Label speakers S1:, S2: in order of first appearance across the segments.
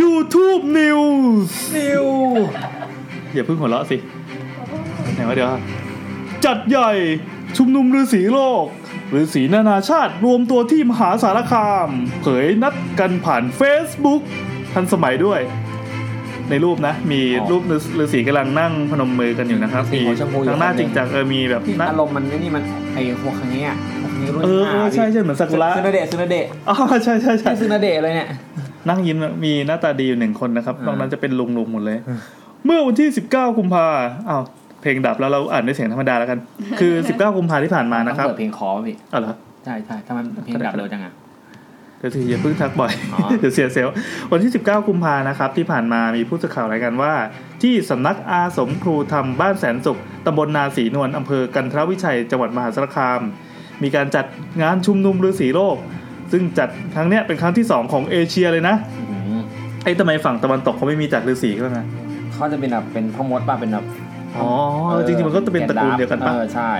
S1: YouTube News
S2: นิว
S1: อย่าเพิ่งหัวเราะสิไหนวะเดี๋ยว จัดใหญ่ชุมนุมฤาษีโลกฤาษีนานาชาติรวมตัวที่มหาสารคาม เผยนัดกันผ่าน Facebook ทันสมัยด้วย ในรูปนะ มีรูปฤาษีกำลังนั่งพนมมือกันอยู่นะครับ
S2: สี
S1: มี
S2: หัวชมพูอยู่
S1: ทั้งหน้าจริงจังเออมีแบบ
S2: ที่
S1: หน้า
S2: อารมณ์มันไอ้นี่มันไอ้หัวครั้งนี้ยหัวครั้งนี้รุ่น
S1: เออเออ
S2: ห้า
S1: ใช่ใช่เหมือนซากุระ
S2: ซึนาเดะซึนาเดะ
S1: อ๋อใช่ใช่ใช่
S2: ใช่ซึนาเดะเลยเนี่ย
S1: นั่งยิ้มมีหน้าตาดีอยู่หนึ่งคนนะครับ
S2: อ่าน น
S1: อกนั้นจะเป็นลุงลุงหมดเลย
S2: อืม
S1: เมื่อวันที่ 19 กุมภาอ้าวเพลงดับแล้วเราอ่านด้วยเสียงธรรมดาแล้วกัน คือ 19 กุมภาที่ผ่านมานะครั
S2: ต้อง
S1: บ
S2: เปิดเพลงคอพี่
S1: อ๋อเหรอ
S2: ใช่ใช่ถ้ามันเพลงดับเร็วจังอ่ะ
S1: เดี๋ยวทีอย่าเพิ่งทักบ่อย
S2: อ๋อ
S1: เดี๋ยวเสียเซลล์วันที่ 19 กุมภานะครับ ที่ผ่านมามีผู้สื่อข่าวรายงานว่า ที่สำนักอาสมครูธรรมบ้านแสนสุขตำบลนาศรีนวลอำเภอกันทรวิชัย จังหวัดมหาสารคาม มีการจัดงานชุมนุมฤาษีโลก ซึ่งจัดครั้งเนี้ยเป็นครั้งที่สองของเอเชียเลยนะ
S2: อืม
S1: ไอ้ทำไมฝั่งตะวันตกเขาไม่มีจัดฤาษีกันนะ
S2: เขาจะเป็นแบบเป็นพ่อมดป่ะเป็นแบบ
S1: อ๋อจริงๆมันก็จะเป็นตระกูลเดียวกันปะ
S2: ออใช่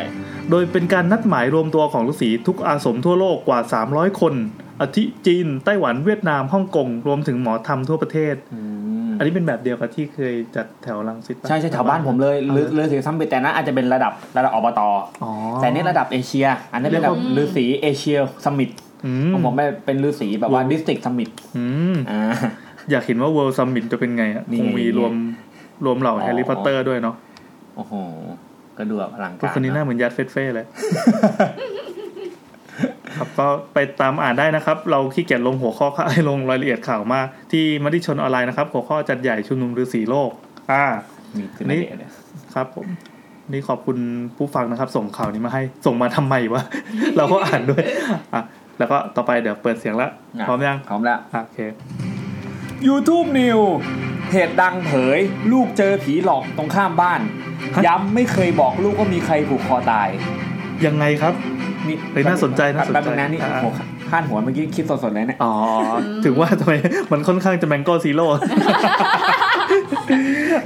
S1: โดยเป็นการนัดหมายรวมตัวของฤาษีทุกอาสมทั่วโลกกว่า 300 คน อาทิจีน ไต้หวันเวียดนามฮ่องกงรวมถึงหมอธรรมทั่วประเทศ
S2: อืม
S1: อันนี้เป็นแบบเดียวกับที่เคยจัดแถวรังสิตปะ
S2: ใช่ใช่แถวบ้านผมเลยลือลือสีซ้ำไปแต่นั้นอาจจะเป็นระดับระดับอบต
S1: อ๋อ
S2: แต่นี่ระดับเอเชีย อันนี้นเป็นระดับ
S3: อืม
S2: ลือสีเอเชียสมิธ
S1: อืม
S2: ของผมเป็นเป็นลือสีแบบว่า
S1: อืม
S2: ดิสติกสมิธ
S1: อืม
S2: อ่า
S1: อยากเห็นว่า World Summit จะเป็นไงอะ
S2: นี่
S1: ค
S2: ไง
S1: งมีรวมรวมเหล่า
S2: อ๋อ
S1: แฮร์รี่พอตเตอร์ด้วยเนาะ
S2: โอ้โหก็ดูแบบอลัง
S1: พว
S2: กาก ร
S1: คนนี้หน้าเหมือนยัดเฟสเฟ่เลย ครับก็ไปตามอ่านได้นะครับ เราขี้เกียจลงหัวข้อข่าวลงรายละเอียดข่าวมาก ที่มติชนออนไลน์นะครับ หัวข้อจัดใหญ่ชุมนุมฤาษีโลก อ่า
S2: มีขึ้นมาเด็ดเลย
S1: ครับผมนี่ขอบคุณผู้ฟังนะครับ ส่งข่าวนี้มาให้ส่งมาทำไมวะ เราก็อ่านด้วยอ่ะแล้วก็ต่อไปเดี๋ยวเปิดเสียงละพร้อมยัง
S2: พร้อมแล้ว
S1: อ่ะโอเค
S2: YouTube New เพจดังเผย ลูกเจอผีหลอกตรงข้ามบ้าน
S1: ฮะ
S2: ย้ำไม่เคยบอกลูกว่ามีใครผูกคอตาย
S1: ยังไงครับ
S2: นี่
S1: เฮ้ยน่าสนใจน่าสนใจ
S2: แป๊บงนะนี่
S1: อ่า
S2: หัวพาดหัวเมื่อกี้คิดสดๆเลยเนี่ย
S1: อ๋อ ถึงว่าทำไมมันค่อนข้างจะแมงโก้ซีโร่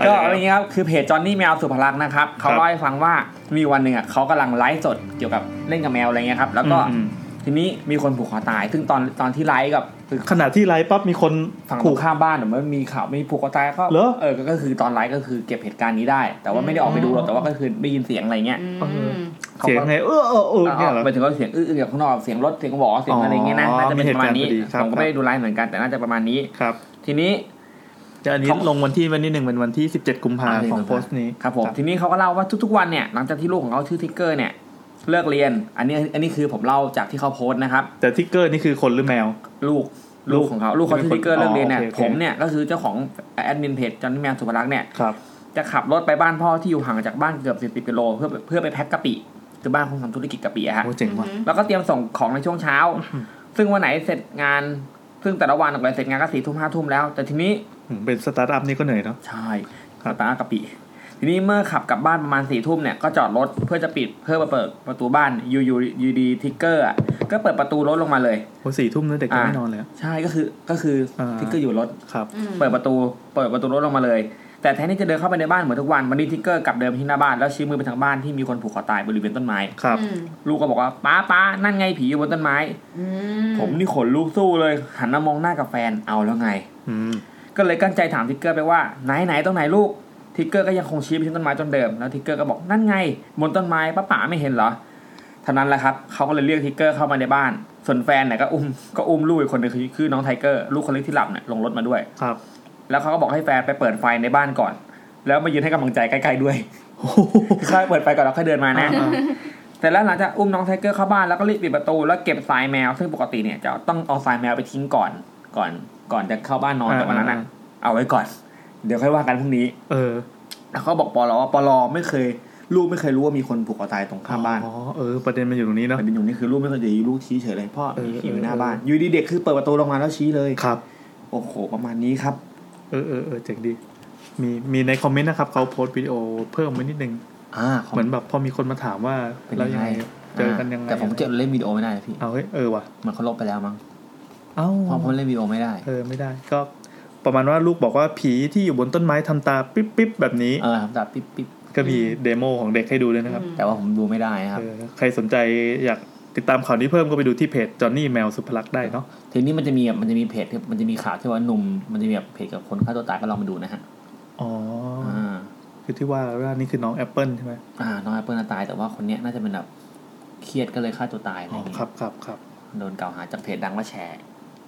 S2: ก็เอาอย่างนี้ครับคือเพจจอห์นนี่แมวสุภลักษณ์นะครับเขาเล่าให้ฟังว่ามีวันหนึ่งอ่ะเขากำลังไลฟ์สดเกี่ยวกับเล่นกับแมวอะไรเงี้ยครับแล้วก็
S1: อืม
S2: ทีนี้มีคนผูกคอตาย ซึ่งตอนตอนที่ไลฟ์กับคือ
S1: ขณะที่ไลฟ์ปั๊บมีคน
S2: ฝั่งต
S1: ขู่
S2: รงข้ามบ้านเนี่ยมันมีข่าวมีผูกคอตายก็
S1: เหรอ
S2: เออก็ก็คือตอนไลฟ์ก็คือเก็บเหตุการณ์นี้ได้ แต่ว่าไม่ได้ออกไปดูหรอกแต่ว่าก็คือได้ยินเสียงอะไรเงี้ย
S3: อืม
S1: เสียงไง เออเออเออเนี่ยเหรอ
S2: หมายถึงว่าเสียงอื้อๆจากข้างนอกเสียงรถเสียงหวอเสียงอะไรอย่างเงี้ยนะ
S1: อ๋อ
S2: น่าจะเป็นประมาณนี้
S1: มีเหตุการณ์พอดีครับ
S2: ผมก็ไม่ได้ดูไลฟ์เหมือนกันแต่น่าจะประมาณนี้
S1: ครับ
S2: ทีนี้
S1: เดี๋ยวอันนี้
S2: เขา
S1: ลงวันที่วันที่หนึ่งเป็นวันที่ 17 กุมภาของโพสต์นี้
S2: ครับผมทีนี้เขาก็เล่าว่าทุกๆวันเนี่ยหลังจากที่ลูกของเขาชื่อทิกเกอร์เนี่ยเลิกเรียน อันนี้อันนี้คือผมเล่าจากที่เขาโพสต์นะครับ
S1: แต่ทิกเกอร์นี่คือคนหรือแมว
S2: ลูก
S1: ลู
S2: ลู
S1: ก
S2: กของเขาลูกเขาชื่อทิกเกอร์
S1: อ๋อ
S2: เลิกเรียนเนี่ย
S1: โอเคโอเค
S2: ผมเนี่ยก็คือเจ้าของแอดมินเพจจอห์นนี่แมนสุภลักษณ์เนี่ย
S1: ครับ
S2: จะขับรถไปบ้านพ่อที่อยู่ห่างจากบ้านเกือบ40กิโลเพื่อเพื่อไปแพ็คกะปิคือบ้านคนทำธุรกิจกะปิอะฮะ
S1: โอ้เจ๋งว่ะ
S2: แล้วก็เตรียมส่งของในช่วงเช้า ซึ่งวันไหนเสร็จงาน ซึ่งแต่ละวันออกไปเสร็จงานก็สี่ทุ่มห้าทุ่มแล้ว แต่ทีนี้
S1: อืมเป็นสตาร์ทอัพนี่ก็เหนื่อยเนาะ
S2: ใช่
S1: ครับ
S2: ตาอากะปิ ทีนี้เมื่อขับกลับบ้านประมาณสี่ทุ่มเนี่ย ก็จอดรถเพื่อจะปิดเพื่อมาเปิดประตูบ้านอยูอยูอยูดีทิกเกอร์อ่ะ ก็เปิดประตูรถลงมาเลย
S1: โอ้สี่ทุ่มแล้วเด็กยังไม่นอนเลยอะ
S2: ใช่ ก็คือ ก็คืออา ทิกเกอร์อยู่รถ
S1: ครับ
S3: อืม
S2: เปิดประตู เปิดประตูรถลงมาเลย แต่แทนที่จะเดินเข้าไปในบ้านเหมือนทุกวัน วันนี้ทิกเกอร์กลับเดินไปที่หน้าบ้านแล้วชี้มือไปทางบ้านที่มีคนผูกคอตายบริเวณต้นไม้
S1: ครับ
S3: อืม
S2: ลูกก็บอกว่าป้าป้านั่นไงผีอยู่บนต้นไม้
S3: อื
S2: ผมนี่ขนลุกสู้เลย หันมามองหน้ากับแฟนเอาแล้วไง
S1: อืม
S2: ก็เลยกั้นใจถามทิกเกอร์ไปว่าไหนไหนตรงไหนลูกทิกเกอร์ก็ยังคงชี้ไปที่ต้นไม้ต้นเดิมแล้วทิกเกอร์ก็บอกนั่นไง บนต้นไม้ป้าป๋าไม่เห็นเหรอเท่านั้นแหละครับเขาก็เลยเรียกทิกเกอร์เข้ามาในบ้าน ส่วนแฟนเนี่ยก็อุ้มก็อุ้มลูกอีกคนหนึงคือคือน้องไทเกอร์ลูกคนเล็กที่หลับเนี่ยลงรถมาด้วย
S1: ครับ
S2: แล้วเขาก็บอกให้แฟนไปเปิดไฟในบ้านก่อน แล้วมายืนให้กำลังใจใกล้ๆด้วย
S1: โอ้โห
S2: ค่อยเปิดไฟก่อนแล้วค่อยเดินมา
S1: อ่า
S2: นะ แต่แล้วหลังจากอุ้มน้องไทเกอร์เข้าบ้านแล้วก็รีบปิดประตูแล้วเก็บทรายแมว ซึ่งปกติเนี่ยจะต้องเอาทรายแมวไปทิ้งก่อนก่อนก่อนจะเข้าบ้านนอนแต่วันนั้นน่ะเอาไว้ก่อน เดี๋ยวค่อยว่ากันพรุ่งนี้
S1: เออ
S2: แล้วเขาบอกปลอว่าปลอไม่เคย ลูกไม่เคยรู้ว่ามีคนผูกคอตายตรงข้ามบ้าน
S1: อ๋อ เออ ประเด็นมันอยู่ตรงนี้เนาะ
S2: แต่เป็นอยู่นี่คือลูกไม่เคยจะลูกชี้เฉยเลยพ่อ
S1: เออ
S2: มีผีอยู่หน้าบ้าน อยู่ดีเด็กคือเปิดประตูลงมาแล้วชี้เลย
S1: ครับ
S2: โอ้โหประมาณนี้ครับ
S1: เออเออเออเจ๋งดี มี มีในคอมเมนต์นะครับ เขาโพสต์วิดีโอเพิ่มมานิดนึง
S2: อ่า
S1: เหมือนแบบพอมีคนมาถามว่า
S2: เป็น
S1: แล้ว
S2: ยั
S1: ยัง
S2: งไง
S1: ไง เจอกันยังไง
S2: แต่ผมเจอเล่นวิดีโอไม่ได้นะพี่
S1: เอาเฮ้ย เออว่ะ
S2: มันเขาลบไปแล้วมั้ง
S1: เอ้า
S2: เพราะผมเล่นวิดีโอไม่ได้
S1: เออ ไม่ได้ ก็ ประมาณว่าลูกบอกว่าผีที่อยู่บนต้นไม้ทำตาปิ๊บปิ๊บแบบนี้
S2: เออครับแต่ปิ๊บปิ๊บ
S1: ก็มีเดโมของเด็กให้ดูด้วยนะครับ
S3: อืม
S2: แต่ว่าผมดูไม่ได้นะครับ
S1: เออ ใครสนใจอยาก ติดตามข่าวนี้เพิ่มก็ไปดูที่เพจจอห์นนี่แมวสุภลักษณ์ได้เนาะ
S2: ทีนี้มันจะมีแบบมันจะมีเพจที่มันจะมีข่าวที่ว่าหนุ่มมันจะมีแบบเพจกับคนฆ่าตัวตายก็ลองมาดูนะฮะ
S1: อ๋อ
S2: อ่า
S1: คือที่ว่าว่านี่คือน้องแอปเปิลใช่ไหม
S2: อ่าน้องแอปเปิลน่ะตายแต่ว่าคนเนี้ยน่าจะเป็นแบบเครียดก็เลยฆ่าตัวตายอะไร
S1: อ๋อ
S2: อย่างเงี้
S1: ค
S2: ย
S1: รับครับครับ
S2: โดนกล่าวหาจากเพจดังว่าแชร์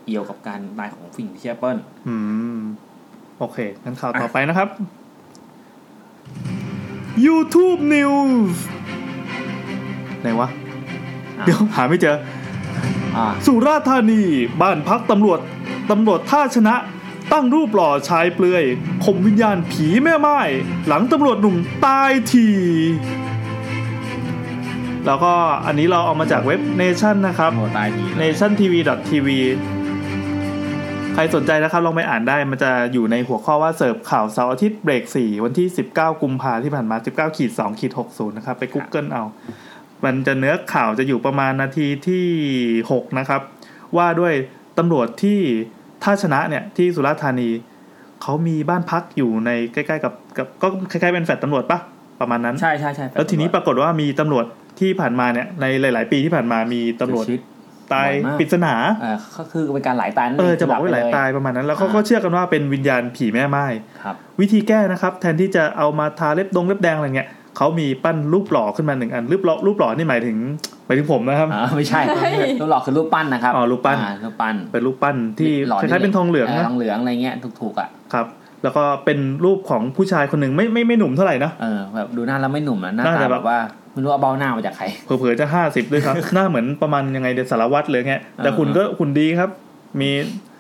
S2: เอี่ยวกับการตายของฝิ่งที่แอปเปิล
S1: อืม โอเคงั้นข่าวต่อไปนะครับ YouTube News ไหนวะ เดี๋ยวหาไม่เจอ
S2: อ่า
S1: สุราษฎร์ธานีบ้านพักตำรวจตำรวจท่าชนะ ตั้งรูปหล่อชายเปลือยข่มวิญญาณผีแม่ไม้หลังตำรวจหนุ่มตายทีแล้วก็อันนี้เราเอามาจากเว็บ Nation นะครับ
S4: โหตายดีเลย
S1: nationtv.tv ใครสนใจนะครับลองไปอ่านได้มันจะอยู่ในหัวข้อว่าเสิร์ฟข่าวเสาร์อาทิตย์เบรก 4 วันที่ 19 กุมภาที่ผ่านมา 19ขีด2ขีด60 นะครับ ไป Google เอา มันจะเนื้อข่าวจะอยู่ประมาณนาทีที่ 6 นะครับ ว่าด้วยตำรวจที่ท่าชนะเนี่ย ที่สุราษฎร์ธานี เขามีบ้านพักอยู่ในใกล้ๆกับกับก็คล้ายๆเป็นแฟลตตำรวจปะประมาณนั้น
S4: ใช่ใช่ใช่
S1: แล้วทีนี้ปรากฏว่ามีตำรวจที่ผ่านมาเนี่ยในหลาย ๆ ปีที่ผ่านมามีตำรวจ
S2: เสียชีวิต
S1: ตาย
S2: บ่อยมาก
S1: ปริศนา
S2: เอ่อก็คือเป็นการหลายตายนั่น
S1: เออ
S2: ง
S1: จะบอกว่าหลายตายประมาณนั้น แล้วเขาก็เชื่อกันว่าเป็นวิญญาณผีแม่ไม้
S2: ครับ
S1: วิธีแก้นะครับ แทนที่จะเอามาทาเล็บดงเล็บแดงอะไรเงี้ยเขามีปั้นรูปหล่อขึ้นมาหนึ่งอันรูปหล่อรูปหล่อนี่หมายถึงหมายถึงผมนะครับ
S2: อ่าไม่ใช่รูปหลอกคือรูปปั้นนะครับ
S1: อ๋อรูปปั้น
S2: ารูปปั้น
S1: เป็นรูปปั้นที่
S2: หล่
S1: คล้ายๆเป็นทองเหลืองนะ
S2: ทองเหลืองอะไรเงี้ยถูกๆอ่ะ
S1: ครับ แล้วก็เป็นรูปของผู้ชายคนหนึ่งไม่ไม่ไม่หนุ่มเท่าไหร่นะ
S2: เออแบบดูหน้าแล้วไม่หนุ่มนะหน้า
S1: น่า
S2: ตา
S1: จะแบบ
S2: แบบว่าไม่รู้เอาเบ้าหน้ามาจากใคร
S1: เผลอๆจะห้าสิบด้วยครับ หน้าเหมือนประมาณยังไงเดยวสารวัตรเลยไงแต่
S2: อ่า
S1: คุณก็คุณดีครับ มี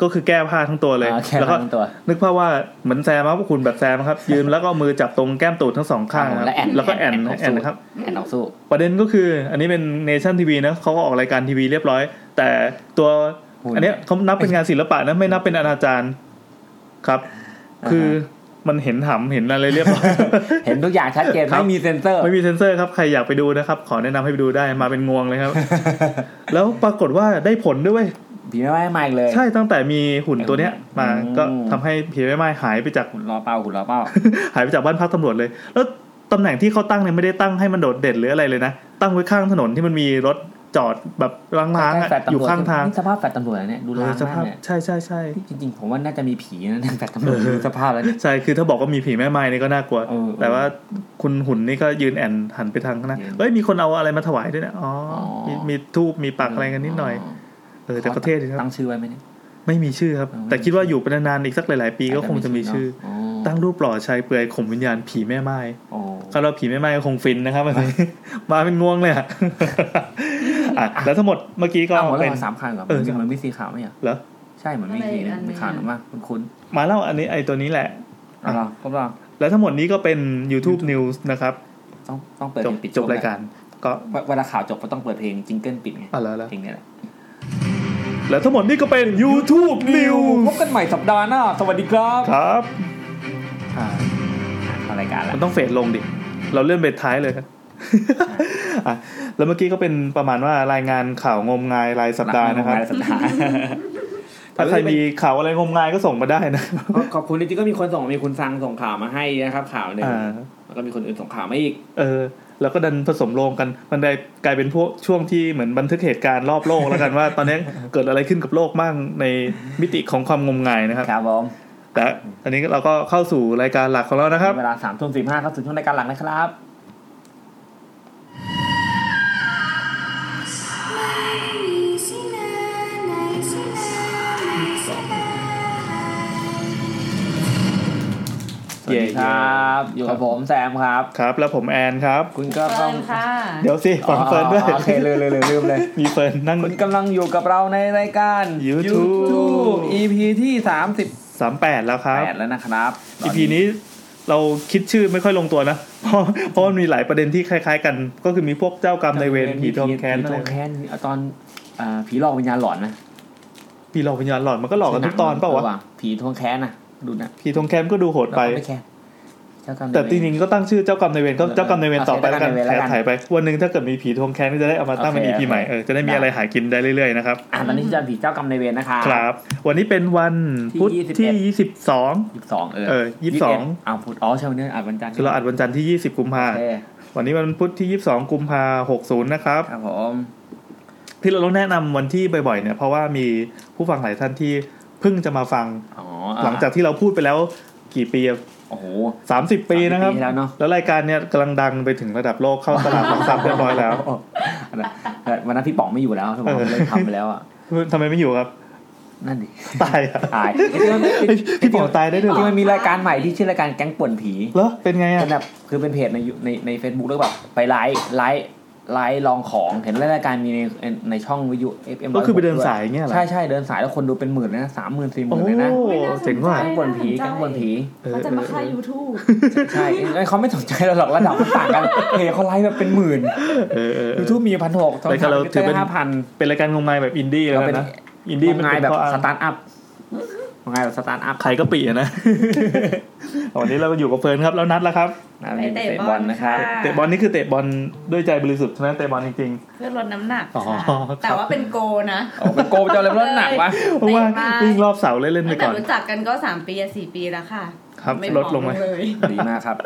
S1: ก็คือแก้ผ้าทั้งตัวเลย
S2: อ่าแค่
S1: แล้วก็
S2: ทั้งตัว
S1: นึกภาพว่าเหมือนแซมครับพวกคุณแบบแซมครับ ยืนแล้วก็เอามือจับตรงแก้มตูดทั้งสองข้างนะครับ
S2: และแอน
S1: แล้วก็แอน
S2: แอน
S1: แอน
S2: แอน
S1: นะครับ
S2: แอนออกสู้
S1: ประเด็นก็คืออันนี้เป็นเนชั่นทีวีนะเขาก็ออกรายการทีวีเรียบร้อย แต่ตัว
S2: หุ่น
S1: อันเนี้ยเขานับเป็นงานศิลปะนะไม่นับเป็นอนาจารครับ คือมันเห็นหำเห็นอะไรเรียบร้อย
S2: เห็นทุกอย่างชัดเจน
S1: ครับ
S2: ไม่มีเซ็นเซอร์
S1: ไม่มีเซนเซอร์ครับ ใครอยากไปดูนะครับ ขอแนะนำให้ไปดูได้มาเป็นงวงเลย ครับ แล้วปรากฏว่าได้ผลด้วยเวย
S2: ผีไม่ไหม้ไม่เลย
S1: ใช่ตั้งแต่มีหุ่นตัวเนี้ย มา
S2: อืม
S1: ก็ทำให้ผีไม่ไม้หายไปจาก
S2: หุ่นรอเป้าหุ่นรอเป้า
S1: หายไปจากบ้านพักตำรวจเลย แล้วตำแหน่งที่เขาตั้งเนี่ยไม่ได้ตั้งให้มันโดดเด่นหรืออะไรเลยนะ ตั้งไว้ข้างถนนที่มันมีรถจอดแบบล้างๆอะ
S2: ใกล้ๆแฟลตตำรวจ
S1: อยู่ข้างทาง
S2: นี่สภาพแฟลตตำรวจนะเนี่ยดู
S1: เอ
S2: ร้า
S1: อง ส
S2: มาก
S1: ภาพ
S2: เนี่ย
S1: ใช่ใช่ใช่
S2: จริงๆผมว่าน่าจะมีผีนะในแฟลตตำรวจดูสภาพแล้วเนี่ย
S1: ใช่คือถ้าบอกว่ามีผีแม่ไม้นี่ก็น่ากลัว
S2: เออเออ
S1: แต่ว่าคุณหุ่นนี่ก็ยืนแอนหันไปทางข้างหน้า
S2: ยืน
S1: เอ้ยมีคนเอาอะไรมาถวายด้วยนะอ๋ออ
S2: อ
S1: มีมีทูบมีปักอะไรกันนิดหน่อยเออแต่ก็เท่ดีครับ
S2: ตั้งชื่อไว้ไหมเนี่ย
S1: ไม่มีชื่อครับ
S2: เออ
S1: แต่คิดว่าอยู่ไปนานๆอีกสักหลายๆ ปีก็คงจะมีชื่อ ตั้งรูปหล่อชายเปลือยข่มวิญญาณผีแม่ไม้
S2: โอ้
S1: คาราผีไม่ไหม้ก็คงฟินนะครับแบบนี้ มาเป็นงวงเลยอะอ่ะ แล้วทั้งหมดเมื่อกี้ก็
S2: เอาหมดแล้ว
S1: เป็น
S2: เหรอสามข่าวก่อน
S1: เออ
S2: จริงๆมันมีสีขาวไหมอ่ะ
S1: เหรอ
S2: ใช่เหมือนมีสีนะ
S3: อะไรอัน
S2: มีขาวห
S3: เนี่
S2: รื
S3: ย
S2: อว่าคุ้นคุ้น
S1: มาเล่าอันนี้ไอตัวนี้แหละ
S2: ๆเอาล่ะครบรอบ
S1: แล้วทั้งหมดนี้ก็เป็น YouTube News นะครับ
S2: ต้องต้องเปิด
S1: จบ
S2: เพลงปิด
S1: จบรายการ ก็
S2: เวเวลาข่าวจบก็ต้องเปิดเพลงจิงเกิลปิดไง
S1: อ่ะแล้วแล้ว
S2: เพลงเนี่ยแหละ
S1: แล้วทั้งหมดนี้ก็เป็น YouTube
S2: พ
S1: News
S2: บกันใหม่สัปดาห์หน้าสวัสดีครับ
S1: ครับ อ่า
S2: ทางรายการละ
S1: มันต้องเฟดลงดิ เราเลื่อนไปท้ายเลยครับ อ่ะ แล้วเมื่อกี้ก็เป็นประมาณว่ารายงานข่าวงมงายรายสัปดาห์นะครับ
S2: สัปดาห์
S1: ถ้าใครมีข่าวอะไรงมงายก็ส่งมาได้นะ
S4: ขอบขอบคุณจริงๆก็มีคนส่งมีคุณฟังส่งข่าวมาให้นะครับข่าวหนึ่ง
S1: อ่า
S4: แล้วก็มีคนอื่นส่งข่าวมาอีก
S1: เออแล้วก็ดันผสมโรงกันมันได้กลายเป็นพวกช่วงที่เหมือนบันทึกเหตุการณ์รอบโลก แล้วกันว่าตอนนี้เกิดอะไรขึ้นกับโลกบ้างในมิติของความงมงายนะครับ
S2: ครับผม
S1: แต่อันนี้เราก็เข้าสู่รายการหลักของเรานะครับ
S2: เวลาสามทุ่มสิบห้าเข้าสู่ช่วงรายการหลังนะครับ สวัสดีครับ อยู่กับผมแซมครับ
S1: ครับ แล้วผมแอนครับ
S2: คุณก็
S3: เฟิ
S2: ต้อง
S3: ร์นค่ะ
S1: เดี๋ยวสิฟังเฟิร์นด้วย
S2: อ๋อโอเคลืมลืมลืมลืมเลย
S1: มีเฟิร์นนั่ง
S2: คุณกำลังอยู่กับเราในรายการ
S1: YouTube
S2: YouTube EP ที่สามสิบ
S1: สามแปดแล้วครั
S2: แป
S1: บ
S2: ดแล้วนะครับ
S1: EP นี้เราคิดชื่อไม่ค่อยลงตัวนะ เพราะเพราะมันมีหลายประเด็นที่คล้าย ๆ กัน ก็คือมีพวกเจ้ากรรมนายเวรผีทองแค้น
S2: ผี
S1: อะ
S2: ท
S1: ไร
S2: องแค้นตอนอ่าผีหลอกวิญญาณหลอนนะ
S1: ผีหลอกวิญญาณหลอนมันก็หลอกกันทุกตอนเปล่าวะ
S2: ผีทองแค้นนะดูนะ
S1: ผีทองแค้นก็ดูโหดไป
S2: เราไม่แค้นเจ้ากรรมนายเว
S1: แต่จริงๆก็ตั้งชื่อเจ้ากรรมนายเวรก็
S2: เออ
S1: เจ้ากรรมนายเวร
S2: เอา
S1: ต่อไปแล้วกัน
S2: เจ้ากร
S1: แถ
S2: รมนายเวรแล้วกัน
S1: มถ่ายไป วันหนึ่งถ้าเกิดมีผีทวงแค้นก็จะได้เอามาตั้งเป็น
S2: โอ
S1: EP
S2: เค
S1: ใหม่เออจะได้มี
S2: ได้
S1: อะไรหากินได้เรื่อยๆนะครับ
S2: อ่าตอนนี้จะผีเจ้ากรรมนายเวรนะคะ
S1: ครับ วันนี้เป็นวันพุธ
S2: ที่21
S1: ที่
S2: ยี่สิบสองเออ
S1: เออ22
S2: เอ้าวพูดอ๋อใช่วันนี้อ่านวันจั
S1: 22
S2: นทร์
S1: คือเราอัดวันจันทร์ที่ 20 กุมภา
S2: โอเค
S1: วันนี้วันพุธที่ 22 กุมภา60 นะครับ
S2: ครับผม
S1: ที่เราต้องแนะนำวันที่บ่อยๆเนี่ยเพราะว่ามีผู้ฟังหลายท่านที่เพิ่งจะมาฟัง
S4: อ๋อ
S1: หลังจากที่เราพูดไปแล้วกี่ปี
S4: โอ้โห
S1: สามสิบปีนะครับ
S2: ปีที่แล้วเนาะ
S1: แล้วรายการเนี่ยกำลังดังไปถึงระดับโลกเข้าตลาดหลักทรัพย์เรียบร้อยแล้ว
S2: แต่ วันนั้นพี่ป๋องไม่อยู่แล้วพี่ป๋องเลิกทำไปแล้วอ่ะ
S1: ทำไมไม่อยู่ครับ
S2: นั่นดิ
S1: ตายอ่ะ
S2: ตาย
S1: เฮ้ยพี่ป๋องตายได้ด้วยเหร
S2: คือ
S1: อ
S2: มันมีรายการใหม่ที่ชื่อรายการแก๊งป่วนผี
S1: เหรอเป็นไงอ่ะ
S2: เป็นแบบคือเป็นเพจในในในเฟซบุ๊กหรือเปล่าไปไลฟ์ไลฟ์ไลฟ์ลองของเห็นรายการมีในในช่องวิทยุ FM
S1: ก็คือไปเดินสายอย่างเงี้ยเหรอ
S2: ใช่ใช่เดินสายแล้วคนดูเป็นหมื่นเลยนะสามหมื่นสี่ห
S1: โอ้
S2: มื่นเลยนะ
S1: โหเจ๋งว่ะ
S2: แก๊งป่วนผีแก๊งป่วนผี
S3: เขาจะมาค่ายยูทูบ
S2: ใช่เขาไม่สนใจเราหรอกระดับมันต่างกันเพจเขาไลฟ์แบบเป็นหมื่น
S1: เออเออเอ
S2: ยู
S1: อ
S2: ทูบมีพันหกทาง
S1: รายการเราถือเป็น
S2: ห้าพัน
S1: เป็นรายการงมงายแบบอินดี้แล้วกันนะ อินดี้
S2: ดี
S1: มัน
S2: งา
S1: เป็
S2: ย
S1: น
S2: แบบ
S1: ข้ออ้าง
S2: สตาร์ทอัพงายแบบสตาร์ทอัพ
S1: ใครก็ปีอะนะ วันนี้เราอยู่กับเฟิร์นครับแล้วนัดแล้วครับ
S2: นะ
S3: ไป
S2: มี
S3: เตะ
S2: เตะ
S3: บบ อ
S2: อ
S3: ล
S2: ล
S3: นะ
S2: นะค
S3: ครั
S2: รั
S3: บบ
S1: เตะบอลนี่คือเตะบอลด้วยใจบริสุทธิ์ใช่ไหมเตะบอลจริง
S3: เพื่อลดน้ำหนัก
S1: อ๋อ
S3: ค่ะแต่ว่าเป็นโกนะ
S4: ออกเป็นโกไปเจ้าเลยเพราะหนักวะ
S1: ๆ เพราะว่า
S3: เตะมา
S1: วิ่งรอบเสาเล่นๆไป
S3: ตั้งแต่
S1: ก่อน
S3: รู้จักกันก็ 3 ปีอะสี่ปีแล้วค่ะ
S1: ครับ
S3: ไม่
S1: ลดลงไหม
S3: ผอเลย
S2: ดีมากครับ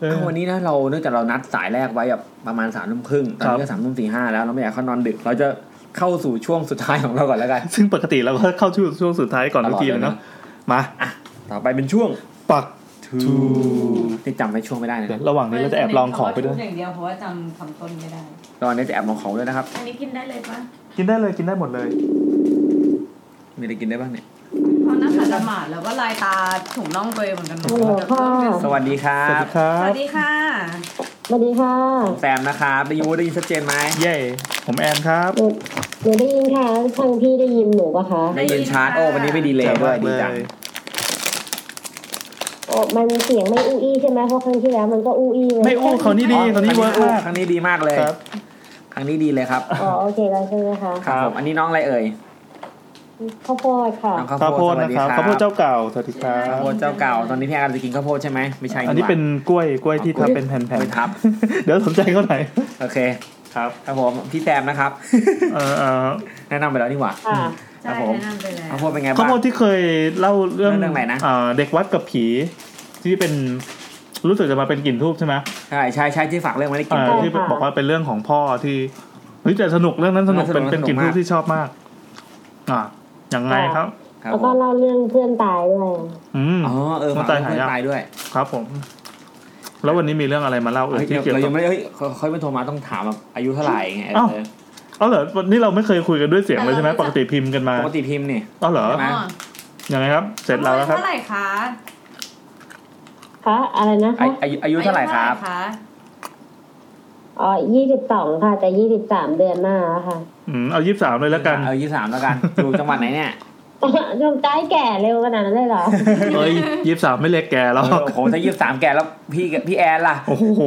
S1: เออ
S2: เอาวันนี้นะเราเนื่องจากเรานัดสายแรกไว้แบบประมาณสามทุ่มครึ่งตอนนี้ก็สามทุ่มสี่ห้าแล้วเราไม่อยากให้เขานอนดึก เราจะเข้าสู่ช่วงสุดท้ายของเราก่อนแล้วกัน
S1: ซึ่งปกติเราก็เข้าช่วงช่วงสุดท้ายก่อนทุกทีเลยเนาะมา
S2: ต่อไปเป็นช่วง
S1: ปักทู
S2: ที่จำไว้ช่วงไม่ได้นะ
S1: เดี๋ยวระหว่างนี้เราจะแอบลองของไปด้วย
S3: อย่างเดียวเพราะว่าจำคำต้นไม่ได้
S2: ตอนนี้จะแอบมองเขาด้วยนะครับ
S3: อันนี้กินได้เลยปะ
S1: กินได้เลยกินได้หมดเลย
S2: มีอะไรกินได้บ้างเนี่ย
S3: พอหน้าขาจะหมาดแล้วก็ลายตาถุงน่องตัวเองเหมือนกันหมดแล้วก็
S2: สวัสดีครั
S1: สวัส
S2: บ
S1: ดีครั
S3: ส
S1: บ
S3: วัสดีค่ะ
S5: สวัสดีค่ะ
S2: ผมแซมนะครับได้ยินว่าได้ยินชัดเจนไหม
S1: เย่ผมแอนครับ
S5: หนูหนูได้ยินค่ะทางพี่ได้ยินหนูปะคะ
S3: ได้
S2: ได้
S3: ยิ
S2: ยิ
S3: น
S2: นชัด
S3: ค่ะ
S2: โอ้วันนี้ไม่ดีเลยด้วยดีจัง
S5: โอ้มันเสียงไม่อู้อี้ใช่ไหมเพราะครั้งที่แล้วมันก็อู้อี้เลย
S1: ไม่อู้เขานี่ดีเขานี่เวิร์กมาก
S2: ครั้งนี้ดีมากเลย
S1: ครับ
S2: ครั้งนี้ดีเลยครับ
S5: อ๋อโอเคแล้วใช่ไหมคะ
S2: ครับผมอันนี้น้องอะไรเอ่ย
S5: ข้าวโพดค่ะ
S2: น้อง
S1: ข้า
S2: ข้าว ว
S1: โพ
S2: โพ
S1: ด
S2: ด
S1: นะ
S2: นะ
S1: ค
S2: ค
S1: รั
S2: รั
S1: บบ ข้าวโพดเจ้าเก่าสวัสดีครั
S2: ข้าว
S1: บ
S2: โพดเจ้าเก่าตอนนี้พี่อาร์ตจะกินข้าวโพดใช่ไหมไม่ใช่
S1: อันนี้เป็นกล้วยกล้วยที่ทำเป็นแผ่น
S2: ไม่ทับ
S1: ๆเดี๋ยวสนใจเขาไหนอย
S2: โอเค
S1: ครับ
S2: ครับผมพี่แซมนะครับ
S1: เออเออ
S2: แนะนำไปแล้วนี่หว่า
S5: ค่ะ
S3: ใช่
S2: ครับผม
S3: แนะนำไปแล้ว
S2: ข้าวโพดเป็นไง
S1: ข้าว
S2: บ้าง
S1: โพดที่เคยเล่าเรื่อง
S2: เรื่องอะไรนะ
S1: เอ่อเด็กวัดกับผี ที่เป็นรู้สึกจะมาเป็นกลิ่นทูบใช่ไหม
S2: ใช่ใช่ใช่ที่ฝากเรื่องไว้ได้กิน
S1: เอ่อ
S5: ใช่ค่ะ
S1: ที่บอกว่าเป็นเรื่องของพ่อที่เฮ้ยแต่สนุกเรื่องนั้นสนุกเป็น
S2: สนุก
S1: เป็นกลิ่น
S2: สนุ
S1: ทู
S2: กมา
S1: บ
S2: ก
S1: ที่ชอบมาก อ่ะยังไงครับ
S2: ครับ
S5: แล้ว
S2: ผ
S5: ก็
S2: ม
S5: เล่าเรื่องเพื่อนตายด้วย
S1: อืม
S2: อ๋อเออ
S1: น้อ
S2: ฝาง
S1: ตาย
S2: กเพื่อน
S1: หายาก
S2: ตายด้วย
S1: ครับผม แล้ววันนี้มีเรื่องอะไรมาเล่าเออ
S2: เฮ้ย
S1: ที่เกี่ยว
S2: เรา
S1: กั
S2: ยั
S1: บ
S2: งไม่ได้เฮ้ยเขาเขาไม่โทรมาต้องถามแบบอายุเท่าไหร่ไง
S1: อ้าว
S2: เออ
S1: อ๋อเหรอวันนี้เราไม่เคยคุยกันด้วยเสียงเลยใช่ไหมปกติพิมพ์กันมา
S2: ปกติพิมพ์นี่
S1: อ๋อเหรอ
S2: ใช่ไหม
S1: ยังไงครับ เสร็จแล้วแล้วครับ
S3: เท่าไหร่คะ
S5: คะอะไรนะ
S2: อา
S5: คะ
S2: ยุอายุอายุเท่าไหร่ครับ
S3: อายุเท่าไหะ
S5: อ๋อยี่สิบสองค่ะ แต่ยี่สิบสามเดือนหน้าแล้วค่ะ
S1: อืมเอายี่สิบสามเลยแล้วกัน
S2: เอายี่สามแล้วกันอยู่จังหวัดไหนเนี่ย
S5: ทำใจแก่เร็วขนาดนั้นเลยเหร อ
S1: เอ้ยยี่สิบสามไม่เล็กแกหร
S2: เอ
S1: อ
S2: อกโอ้โหถ้ายี่สามแก่แล้วพี่กับพี่แอนล่ะ
S1: โอ้โห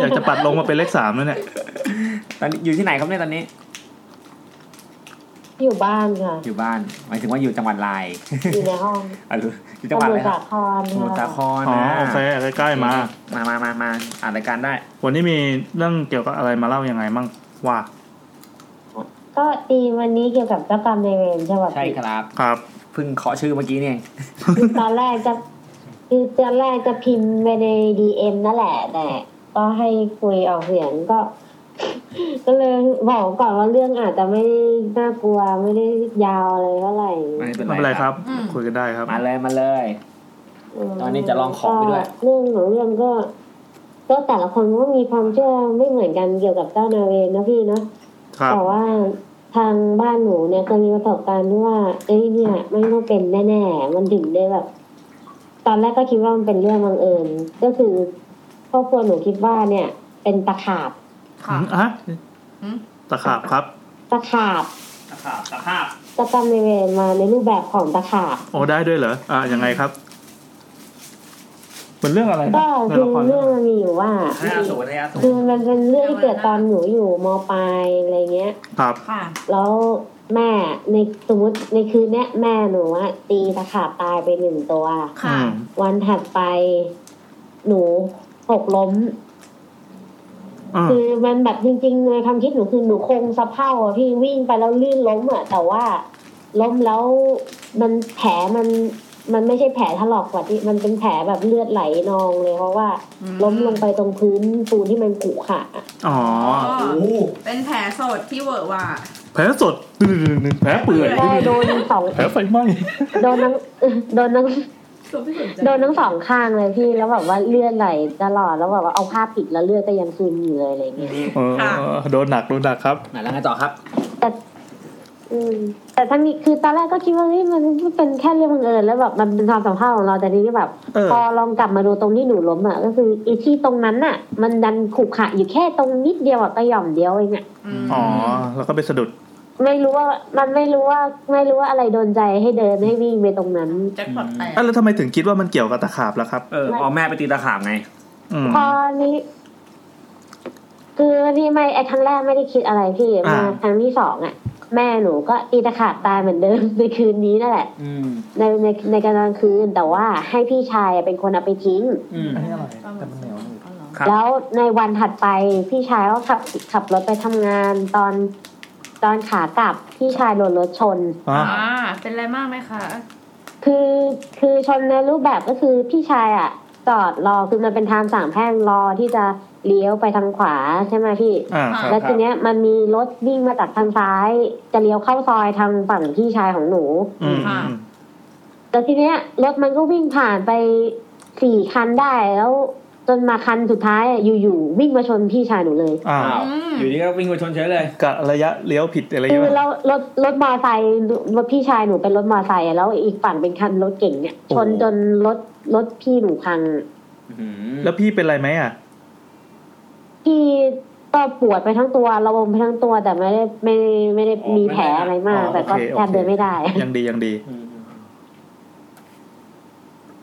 S1: อยากจะปัดลงมาเป็นเลขสามแล้วเนี่ย
S2: ตอนนี้อยู่ที่ไหนครับเนี่ยตอนนี้
S5: อยู่บ้านค่ะ
S2: อยู่บ้านหมายถึงว่าอยู่จังหวัดลาย
S5: อยู่ในห้อง
S2: อ่ะหรืออยู่
S5: ส
S2: จังหวัดอะ
S5: มุ
S2: ไรค
S5: ทรสา
S2: รับ
S5: คร
S2: สมุทรสา
S5: ค่ะ
S2: คร
S1: อ๋อ
S2: นะ
S1: โอเคใกล้ๆมา
S2: มามามามาอ่านรายการได้
S1: วันนี้มีเรื่องเกี่ยวกับอะไรมาเล่ายังไงมั่งว่า
S5: ก็ตีมวันนี้เกี่ยวกับเจ้ากรรมนายเวรใช่ไหม
S2: ใช่ครับ
S1: ครับ
S2: เพิ่งเคาะชื่อเมื่อกี้เนี่ยเอง
S5: คือตอนแรกจะคือตอนแรกจะพิมพ์ไปในดีเอ็มนั่นแหละ แต่ก็ให้คุยออกเสียงก็ ก็เลยบอกก่อนว่าเรื่องอาจจะไม่ได้น่ากลัวไม่ได้ยาวอะไรเท่าไหร่
S2: ไม่เป็น
S1: ไม่เป็นไร
S2: ไร
S1: ค
S2: ค
S1: รั
S2: รับ
S1: คุยกันได้ครับ
S2: มาเลยมาเลย
S5: ม
S2: ตอนนี้จะลองของไปด้วย
S5: ก็เรื่องของเรื่องก็ก็แต่ละคนก็มีความเชื่อไม่เหมือนกันเกี่ยวกับเจ้านาเวนนะพี่เนาะ
S1: ครับ
S5: แต่ว่าทางบ้านหนูเนี่ยเคยมีประสบการณ์ที่ว่า เอ้ยเนี่ยไม่ต้องเป็นแน่ๆ มันถึงได้แบบ ตอนแรกก็คิดว่ามันเป็นเรื่องบังเอิญ ก็คือครอบครัวหนูคิดว่าเนี่ย เป็นตะขาบ
S3: ค่ะ
S1: อ่ะ
S3: อืม
S1: ตะขาบครับ
S5: ตะขาบ
S2: ตะขาบตะภาพ
S5: ตะกรรมในายเวรมาในรูปแบบของตะขาบ
S1: โอ้ได้ด้วยเหรอ อ่ะยังไงครับเป็นเรื่องอะไรนะ
S5: ก็
S1: ใน
S5: คือ
S1: ละคร
S5: เรื่องมันมีอยู่ว่า
S2: ห้าศูนย์ห้าศูน
S5: คื
S2: ย์
S5: อมันเป็นเรื่องที่เกิดตอนหนูอยู่มปลายอะไรเงี้ย
S1: ครับ
S3: ค่ะ
S5: แล้วแม่ในสมมติในคืนเนี้ยแม่หนูอะตีตะขาบตายไปหนึ่งตัว
S3: ค่ะ
S1: อืม
S5: วันถัดไปหนูหกล้ม
S1: อ่า
S5: คือมันแบบจริงๆในความคิดหนูคือหนูคงสะเพร่าอะพี่วิ่งไปแล้วลื่นล้มอะแต่ว่าล้มแล้วมันแผลมัน มันไม่ใช่แผลถลอกกว่าที่มันเป็นแผลแบบเลือดไหลนองเลยเพราะว่า
S3: อืม
S5: ล้มลงไปตรงพื้นปูนที่มันขรุขระอะ
S4: อ๋อ
S3: เป็นแผลสดที่เวอะหวะ
S1: แผลสดตึงๆหนึ่งแผลเปื่อย
S3: แผล
S5: ได้โดนสอง
S1: แผลไฟไหม้
S5: โดนทั้งโดนทั้ง
S3: ตัวไม่สนใจ
S5: โดนทั้งสองข้างเลยพี่แล้วแบบว่าเลือดไหลตลอดแล้วแบบว่าเอาผ้าปิดแล้วเลือดก็ยังซึมอยู่เลยอะไรอย่างเงี้ย
S1: เออโดนหนักโดนหนักครับ
S2: ไหนแล้วไงต่อครับ
S5: แต่อืมแต่ทั้งนี้คือตอนแรกก็คิดว่าเฮ้ยมันเป็นแค่เรื่องบังเอิญแล้วแบบมันเป็นความสัมพันธ์ของเราแต่ทีนี้แบบ
S1: เออ
S5: พอลองกลับมาดูตรงที่หนูล้มอ่ะก็คือไอีที่ตรงนั้นอ่ะ มันดันขรุขระอยู่แค่ตรงนิดเดียวอ่ะกระหย่อมเดียวเองอ่ะ
S3: ม
S1: อ๋อ แล้วก็ไปสะดุด
S5: ไม่รู้ว่ามันไม่รู้ว่าไม่รู้ว่าอะไรโดนใจให้เดินให้วิ่งไปตรงนั้น
S3: แจ็คพอตแตก
S1: อ่ะแล้วทำไมถึงคิดว่ามันเกี่ยวกับตะขาบล่ะครับ
S4: เออเอาแม่ไปตีตะขาบไง
S1: อืม
S5: พอนี้คือนี่ไม่ไอ้ครั้งแรกไม่ได้คิดอะไรพี่
S1: อ่าม
S5: มาครั้งที่สองอ่ะ แม่หนูก็ตีตะขาบตายเหมือนเดิมในคืนนี้นั่นแหละ
S2: อืม
S5: ในในในกลางคืนแต่ว่าให้พี่ชายเป็นคนเอาไปทิ้ง
S2: อืม
S1: อันนี้อร่อย
S3: ปลาหมึกสดอ๋อเหรอ
S4: ครับ
S5: แล้วในวันถัดไปพี่ชายก็ขับขับรถไปทำงานตอน ตอนขากลับพี่ชายโดนรถชน
S1: อ่ะ
S3: อ่าเป็นไรมากไหมคะ
S5: คือคือชนในรูปแบบก็คือพี่ชายอ่ะ จอดรอคือมันเป็นทางสามแพร่งรอที่จะเลี้ยวไปทางขวาใช่ไหมพี่
S1: อ่าค
S3: ค
S1: รั
S3: รั
S1: บ
S3: บ
S5: แล้วทีเนี้ยมันมีรถวิ่งมาจากทางซ้าย จะเลี้ยวเข้าซอยทางฝั่งพี่ชายของหนู
S1: อืม
S3: ค่ะ
S5: แต่ทีเนี้ยรถมันก็วิ่งผ่านไปสี่คันได้แล้ว จนมาคันสุดท้ายอะอยู่ๆวิ่งมาชนพี่ชายหนูเลย
S1: อ่า
S2: อ้าว
S3: อืม
S2: อยู่นี่ก็วิ่งไปชนเฉยเลย
S1: กะระยะเลี้ยวผิดอะไรอย่าง
S5: คื
S1: เงี้
S5: อย เรารถรถมอไซค์รถพี่ชายหนูเป็นรถมอไซค์อะแล้วอีกฝั่งเป็นคันรถเก่งเนี่ย ชนจนรถรถพี่หนูพัง
S2: อืม
S1: แล้วพี่เป็นไรไหมอ่ะ
S5: พี่ก็ปวดไปทั้งตัวระบมไปทั้งตัวแต่ไม่ได้ไม่ได้ไม่ได้มีแผลอะไรมาก
S1: อ๋อ
S5: แต่ก็
S1: โอเคโอเค
S5: แทบเดินไม่ได้
S1: ยังดียังดี
S2: อืม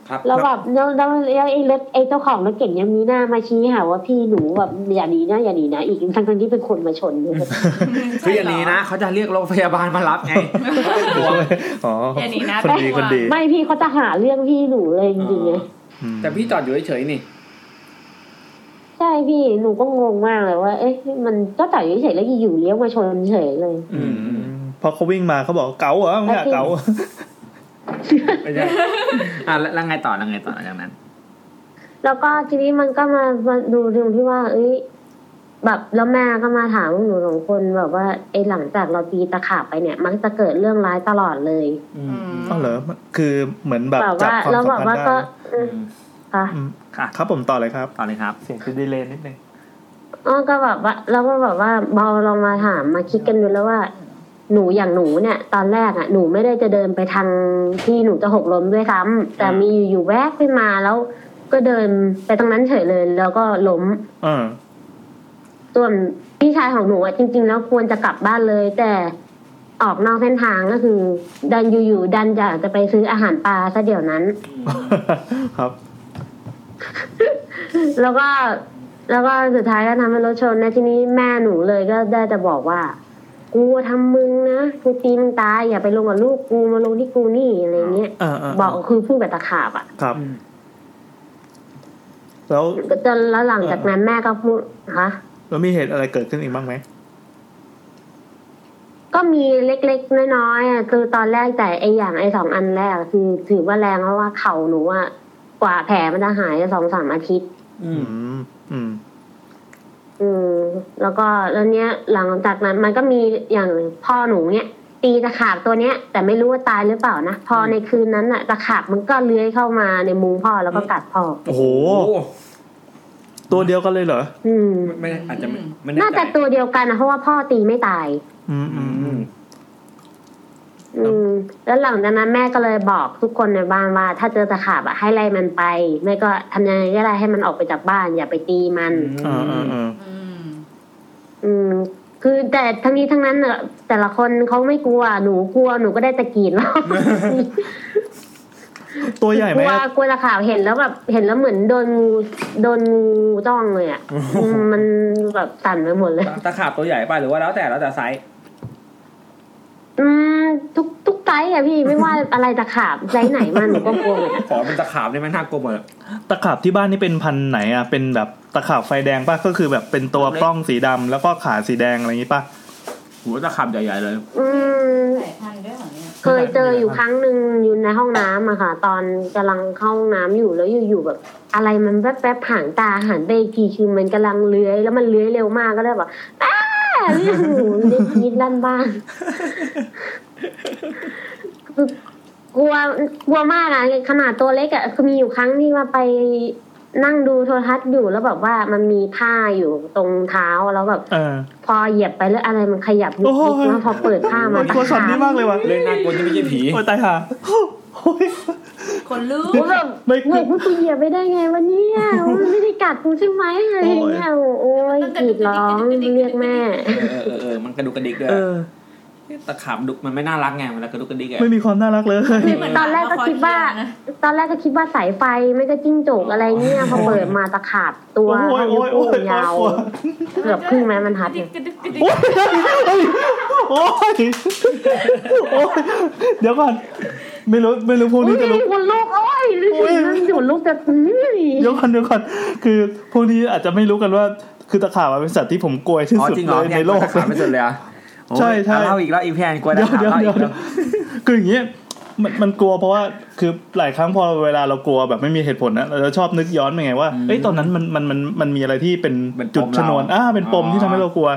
S2: ครับ
S5: แล้วแบบแล้วแล้วแล้วไอ้รถไอ้เจ้าของรถเก่งยังมีหน้ามาชี้หาว่าพี่หนูแบบอย่าหนีนะอย่าหนีนะอีกทั้งทั้งๆที่เป็นคนมาชนด้วย
S2: คืออย่างนี้นะเขาจะเรียกรถพยาบาลมารับไง
S1: อ๋อ
S3: แค่นี้นะ
S1: คนดีคนดี
S5: ไม่พี่เขาจะหาเรื่องพี่หนูเลยจริงๆไง
S2: อ๋อ
S1: อืม
S2: แต่พี่จอดอยู่เฉยๆนี่
S5: ใช่พี่หนูก็งงมากเลยว่า เอ๊ะมันก็จอดอยู่เฉยๆแล้วอยู่ๆเลี้ยวมาชนเฉยเลย
S1: อืมพอเขาวิ่งมาเขาบอกเก๋าเหรอมึงอะเก๋า
S2: ไม่ใช่อ่ะแล้วแล้วไงต่อแล้วไงต่อหลังจากนั้น
S5: แล้วก็ทีนี้มันก็มามาดูตรงที่ว่า เอ้ยแบบแล้วแม่ก็มาถามพวกหนูสองคนแบบว่าไอ้หลังจากเราตีตะขาบไปเนี่ย มักจะเกิดเรื่องร้ายตลอดเลย
S2: อื
S3: อื
S2: ม
S3: ม
S1: อ๋อเหรอ คือเหมือนแบบ
S5: แบบ
S1: จับความ
S5: ว่าแล้ว
S1: สั
S5: แบ
S1: ม
S5: บ
S1: พัน
S5: ว่า
S1: ธ์
S5: ก็
S1: ได้
S5: อืมค่ะ
S1: อืม
S2: ค่ะ
S1: ครับผมต่อเลยครับ
S2: ต่อเลยครับ
S1: เสียงคือดีเลยนิดนึง
S5: อ้อก็แบบว่าแล้วก็แบบว่าเบาลองมาถามมาคิดกันดูแล้วว่า หนูอย่างหนูเนี่ย ตอนแรกอ่ะหนูไม่ได้จะเดินไปทางที่หนูจะหกล้มด้วยซ้ำแต่มีอยู่แวบขึ้นมาแล้ว ก็เดินไปตรงนั้นเฉยเลย แล้วก็ล้ม
S1: เออ
S5: ส่วนพี่ชายของหนูอ่ะจริง ๆ แล้วควรจะกลับบ้านเลย แต่ออกนอกเส้นทางก็คือ ดันอยู่ๆดันอยากจะไปซื้ออาหารปลาซะเดี๋ยวนั้น
S1: ครับ
S5: แล้วก็แล้วก็สุดท้ายก็ทำให้รถชนนะทีนี้แม่หนูเลยก็ได้แต่บอกว่า กูทำมึงนะกูตีมึงตายอย่าไปลงกับลูกกูมาลงที่กูนี่อะไรเงี้ย
S1: เออเออ
S5: บอกคือพูดแบบตะขาบอ่ะ
S1: ครับ แล้ว
S5: จนแล้วหลังจากนั้นแม่ก็พูดฮะ
S1: แล้วมีเหตุอะไรเกิดขึ้นอีกบ้างไหม
S5: ก็มีเล็กๆน้อยๆอะคือตอนแรกแต่ไออย่างไอสองอันแรกอะคือถือว่าแรงเพราะว่าเข่าหนูอ่ะกว่าแผลมันจะหายสองสามอาทิตย์
S2: อื
S1: อื
S2: ม
S1: ม อืม
S5: อืมแล้วก็แล้วเนี้ยหลังจากนั้นมันก็มีอย่างพ่อหนูเนี้ยตีตะขาบตัวเนี้ย แต่ไม่รู้ว่าตายหรือเปล่านะพอในคืนนั้นอะตะขาบมันก็เลื้อยเข้ามาในมุ้งพ่อแล้วก็กัดพ่อ
S1: โอ้โห
S2: โอ้
S1: ตัวเดียวกันเลยเหรอ
S5: อืม
S2: ไม่ไม่อาจจะไม่ไม่แ
S5: น่าจะตัวเดียวกันนะเพราะว่าพ่อตีไม่ตาย
S1: อืมอืมอืม
S5: อืม แล้วหลังจากนั้นแม่ก็เลยบอกทุกคนในบ้านว่า ถ้าเจอตะขาบอะให้ไล่มันไปไม่ก็ทำยังไงก็ได้ให้มันออกไปจากบ้าน อย่าไปตีมัน
S1: อ่าอ่าอ่า
S3: อืม
S5: อืม คือแต่ทั้งนี้ทั้งนั้นเนอะแต่ละคนเขาไม่กลัวหนูกลัวหนูก็ได้แตะกรีด แล้ว
S1: ตัวใหญ่ไหม
S5: กลัวกลัวตะขาบเห็นแล้วแบบเห็นแล้วเหมือนโดนงูโดนงูจ้องเลย อ่ะอืมมันแบบสั่นไปหมดเลย
S2: ตะตะขาบตัวใหญ่ป่ะหรือว่าแล้วแต่แล้วแต่ไซส์
S5: อืมทุกทุกไซส์อ่ะพี่ไม่ว่าอะไรตะขาบไซส์ไหนมันหนูก็กลัวหมดอะ
S2: ขอเป็นตะขาบได้ไหมน่ากลัวหมดอะ
S1: ตะขาบที่บ้านนี่เป็นพันธุ์ไหนอ่ะ เป็นแบบตะขาบไฟแดงป่ะ ก็คือแบบเป็นตัวปล้องสีดำแล้วก็ขาสีแดงอะไรอย่างงี้ป่ะ
S4: หูตะขับใหญ่ๆเลย
S5: อืม
S3: สายพันธุ์ด้วยเหรอเนี่ย
S5: เคยเจออยู่ครั้งหนึ่งอยู่ในห้องน้ำอะค่ะ ตอนกำลังเข้าห้องน้ำอยู่แล้วอยู่ๆแบบ อะไรมันแป๊บๆห่างตาหันไปอีกทีคือมันกำลังเลื้อย แล้วมันเลื้อยเร็วมากก็เลยแบบอ้าเรียกหนูเรียกยิดลั่นบ้านคือกลัวกลัวมากอะขนาดตัวเล็กอะคือมีอยู่ครั้งที่ว่าไปนั่งดูโทรทัศน์อยู่แล้วแบบว่ามันมีผ้าอยู่ตรงเท้าแล้วแบบ
S1: เออ
S5: พอเหยียบไปแล้วอะไรมันขยับยุบ
S1: โอ้
S5: ยุบ
S1: ย
S5: แล้วพอเปิดผ้ามา
S1: โอ้ยกลัวช็อตนี้มากเลยว่ะ
S2: เรื่องน่ากลัวที่ไม่ใช่ผี
S1: โอ้ยตายห่าโอ้ย
S3: คนลูก
S5: โอ้ยแบบ
S1: ไม่
S5: เฮ้ยกูเหยียบไปได้ไงวะเนี่ย มันไม่ได้กัดกูใช่ไหมอะไรอย่างเงี้ยโอ้ยกรีดร้องเรียกแม่
S2: เออเออเออมันกระดุกกระดิกด้วย
S1: เออ
S2: ตะขาบดุกมันไม่น่ารักไงมันกระดุกกระดิกอะ
S1: ไม่มีความน่ารักเลย
S5: ตอนแรกก็คิดว่า ตอนแรกก็คิดว่าสายไฟไม่ก็จิ้งจกอะไรเงี้ยพอเปิดมาตะขาบตัว
S1: โอ้ยโอ้ยโอ้ยโอ้ยโอ้ย
S5: ยาว เกือบครึ่งไม้บรรทัดเนี่ย
S1: โอ้ยโอ้ยโอ้ยโอ้ยเดี๋ยวก่อน ไม่รู้ไม่รู้พวก
S5: อุ้
S1: นี้
S5: ย
S1: จะรู้
S5: คนลูกโอ้ยนั่งอยู่ลูกจะอื้
S1: เดี๋
S5: อ
S1: ยวก่อนเดี๋ยวก่อนคือพวกนี้อาจจะไม่รู้กันว่า คือตะขาบอะเป็นสัตว์ที่ผมกลัวที่
S2: อ๋อ
S1: สุด
S2: จริงเหร
S1: เล
S2: อย
S1: ในโลก
S2: ตะขาบไม่สุดเลยอะโอ้ย
S1: ใช่ใช่
S2: เอาเล่าอีกแล้วอีแพนกลัว
S1: เดี๋
S2: ตะ
S1: ยว
S2: ขาบ
S1: เดี๋ยว
S2: เล่าอี
S1: เดี๋ยว
S2: กแล้ว
S1: คืออย่างเงี้ยมันมันกลัวเพราะว่าคือหลายครั้งพอเวลาเรากลัวแบบไม่มีเหตุผลนะเราจะชอบนึกย้อนไปไงว่าเอ้ยตอนนั้นมันมันมันมันมีอะไรที่เป็นจุดชนวนอ่าเป็นปมที่ทำให้เรากลัว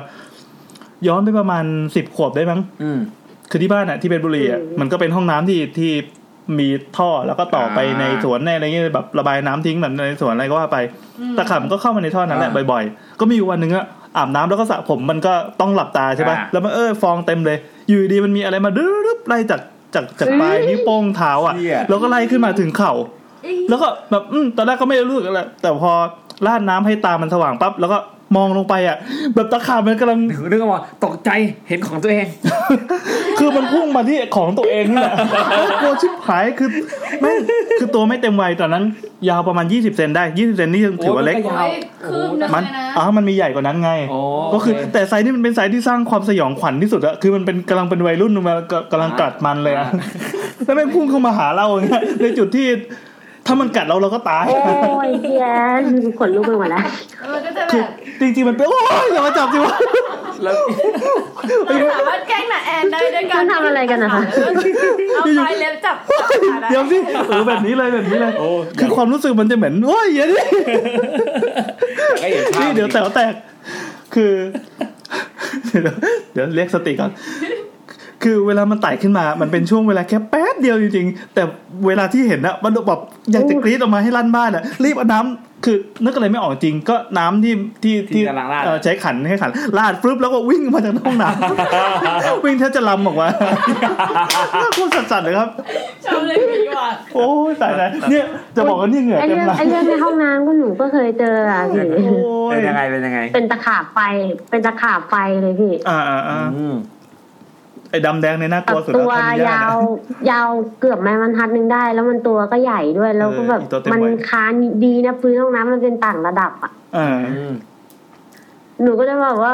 S1: ย้อนไปประมาณสิบขวบได้มั้ง
S2: อืม
S1: คือที่บ้านอะที่เป็นบุรีอะมันก็เป็นห้องน้ำที่ที่มีท่อแล้วก็ต่อไป
S2: อ่า
S1: ในสวนในอะไรเงี้ยแบบระบายน้ำทิ้งแบบในสวนอะไรก็ว่าไปตะขับมันก็เข้ามาในท่อนั้นแหละ
S2: อ่า
S1: บ่อยๆ ก็มีอยู่วันหนึ่งอะอาบน้ำแล้วก็สระผมมันก็ต้องหลับตาใช่ปะ
S2: อ่า
S1: แล้วมันเออฟองเต็มเลย อยู่ดีๆมันมีอะไรมาดึ๊บไล่จากจากจากปลายนิ้วโป้งเท้าอะ
S2: เหี้ย
S1: แล้วก็ไล่ขึ้นมาถึงเข่า แล้วก็แบบอืมตอนแรกก็ไม่รู้สึกอะไรแต่พอราดน้ำให้ตามันสว่างปั๊บแล้วก็มองลงไปอะแบบตะขาบมันกำลัง
S2: นึกว่าตกใจเห็นของตัวเอง
S1: คือมันพุ่งมาที่ของตัวเองนี่แหละ กลัวชิบหายคือแม่งคือตัวไม่เต็มวัยตอนนั้น ยาวประมาณ 20 เซนได้ 20 เซนนี่ยังถือว่าเล็ก
S2: โอ้ย
S3: ไอ้คืบหนึง
S1: มัน
S3: เลยนะ
S1: อ๋อมันมีใหญ่กว่านั้นไง
S2: โอ้
S1: ก็คือแต่ไซส์นี่มันเป็นไซส์ที่สร้างความสยองขวัญที่สุดอะคือมันเป็นกำลังเป็นวัยรุ่นมากำลังกัดมันเลยอะ แล้วแม่งพุ่งเข้ามาหา เราอย่างเงี้ยในจุดที่ถ้ามันกัดเราเราก็ตาย
S5: โอ้ยเจียนขนลุกไปหมดแล้ว
S3: เออก็จะแบ
S1: คือบ จริงๆมันเป็นโอ้ยอย่ามาจับสิวะ
S2: แล้ว
S3: เราสามารถแกล้งหนาแอนได้ด้วยกั
S5: มัน นทำอะไรกันนะคะ
S3: เอาปลายเล็บจับขาได้
S1: เดี๋ยวสิเออแบบนี้เลยแบบนี้เลยคือความรู้สึกมันจะเหมือนโอ้ยอย่าดิ
S2: ก็เห็นภาพ
S1: นี่เดี๋ยวแต๋วแตก คือ เดี๋ยวเรียกสติก่อน คือเวลามันไต่ขึ้นมา มันเป็นช่วงเวลาแค่แป๊บเดียวจริงๆ แต่เวลาที่เห็นอะมันแบบอยากจะกรี๊ดออกมาให้ลั่นบ้านอะรีบเอาน้ำคือนึกอะไรไม่ออกจริง ก็น้ำที่ที่
S2: ที่กำลังราด
S1: เอ่อใช้ขันให้ขันลาดปุ๊บแล้วก็วิ่งมาจากห้องน้ ำ วิ่งแทบจะลำออกมาน่ากลัวสัสๆเลยครับ
S3: ชอบเลยดีกว่า
S1: โอ้ยตายแล้วเนี่ยจะบอกว่าเนี่ยเหงื่อ
S5: ไอ
S1: เต็ม
S5: เรื่อง
S1: หลัง
S5: ไอเรื่องในห้องน้ำก็หนูก็เคยเจออ่ะพี่
S1: โอ้ย
S2: เป็นยังไงเป็นยังไง
S5: เป็นตะขาบไฟ เป็นตะขาบไฟเลยพี่
S1: อ่าอ่าอ่า
S2: อืม
S1: ไอ้ดำแดงในยน่าก
S5: ตั
S1: ลัว
S5: บ
S1: สุด
S5: ตัว
S1: แล้ทำไม่ได้
S5: ยา
S1: นะ
S5: ว ยาวเกือบไม้บรรทัดหนึงได้ แล้วมันตัวก็ใหญ่ด้วย แล้วก็แบบ
S1: เอออีตัวเต็ม
S5: มัน
S1: วัย
S5: ค้านดีนะพื้นห้องน้ำมันเป็นต่างระดับอ่ะ
S1: เออ
S2: อืม
S5: หนูก็เลยบอกว่า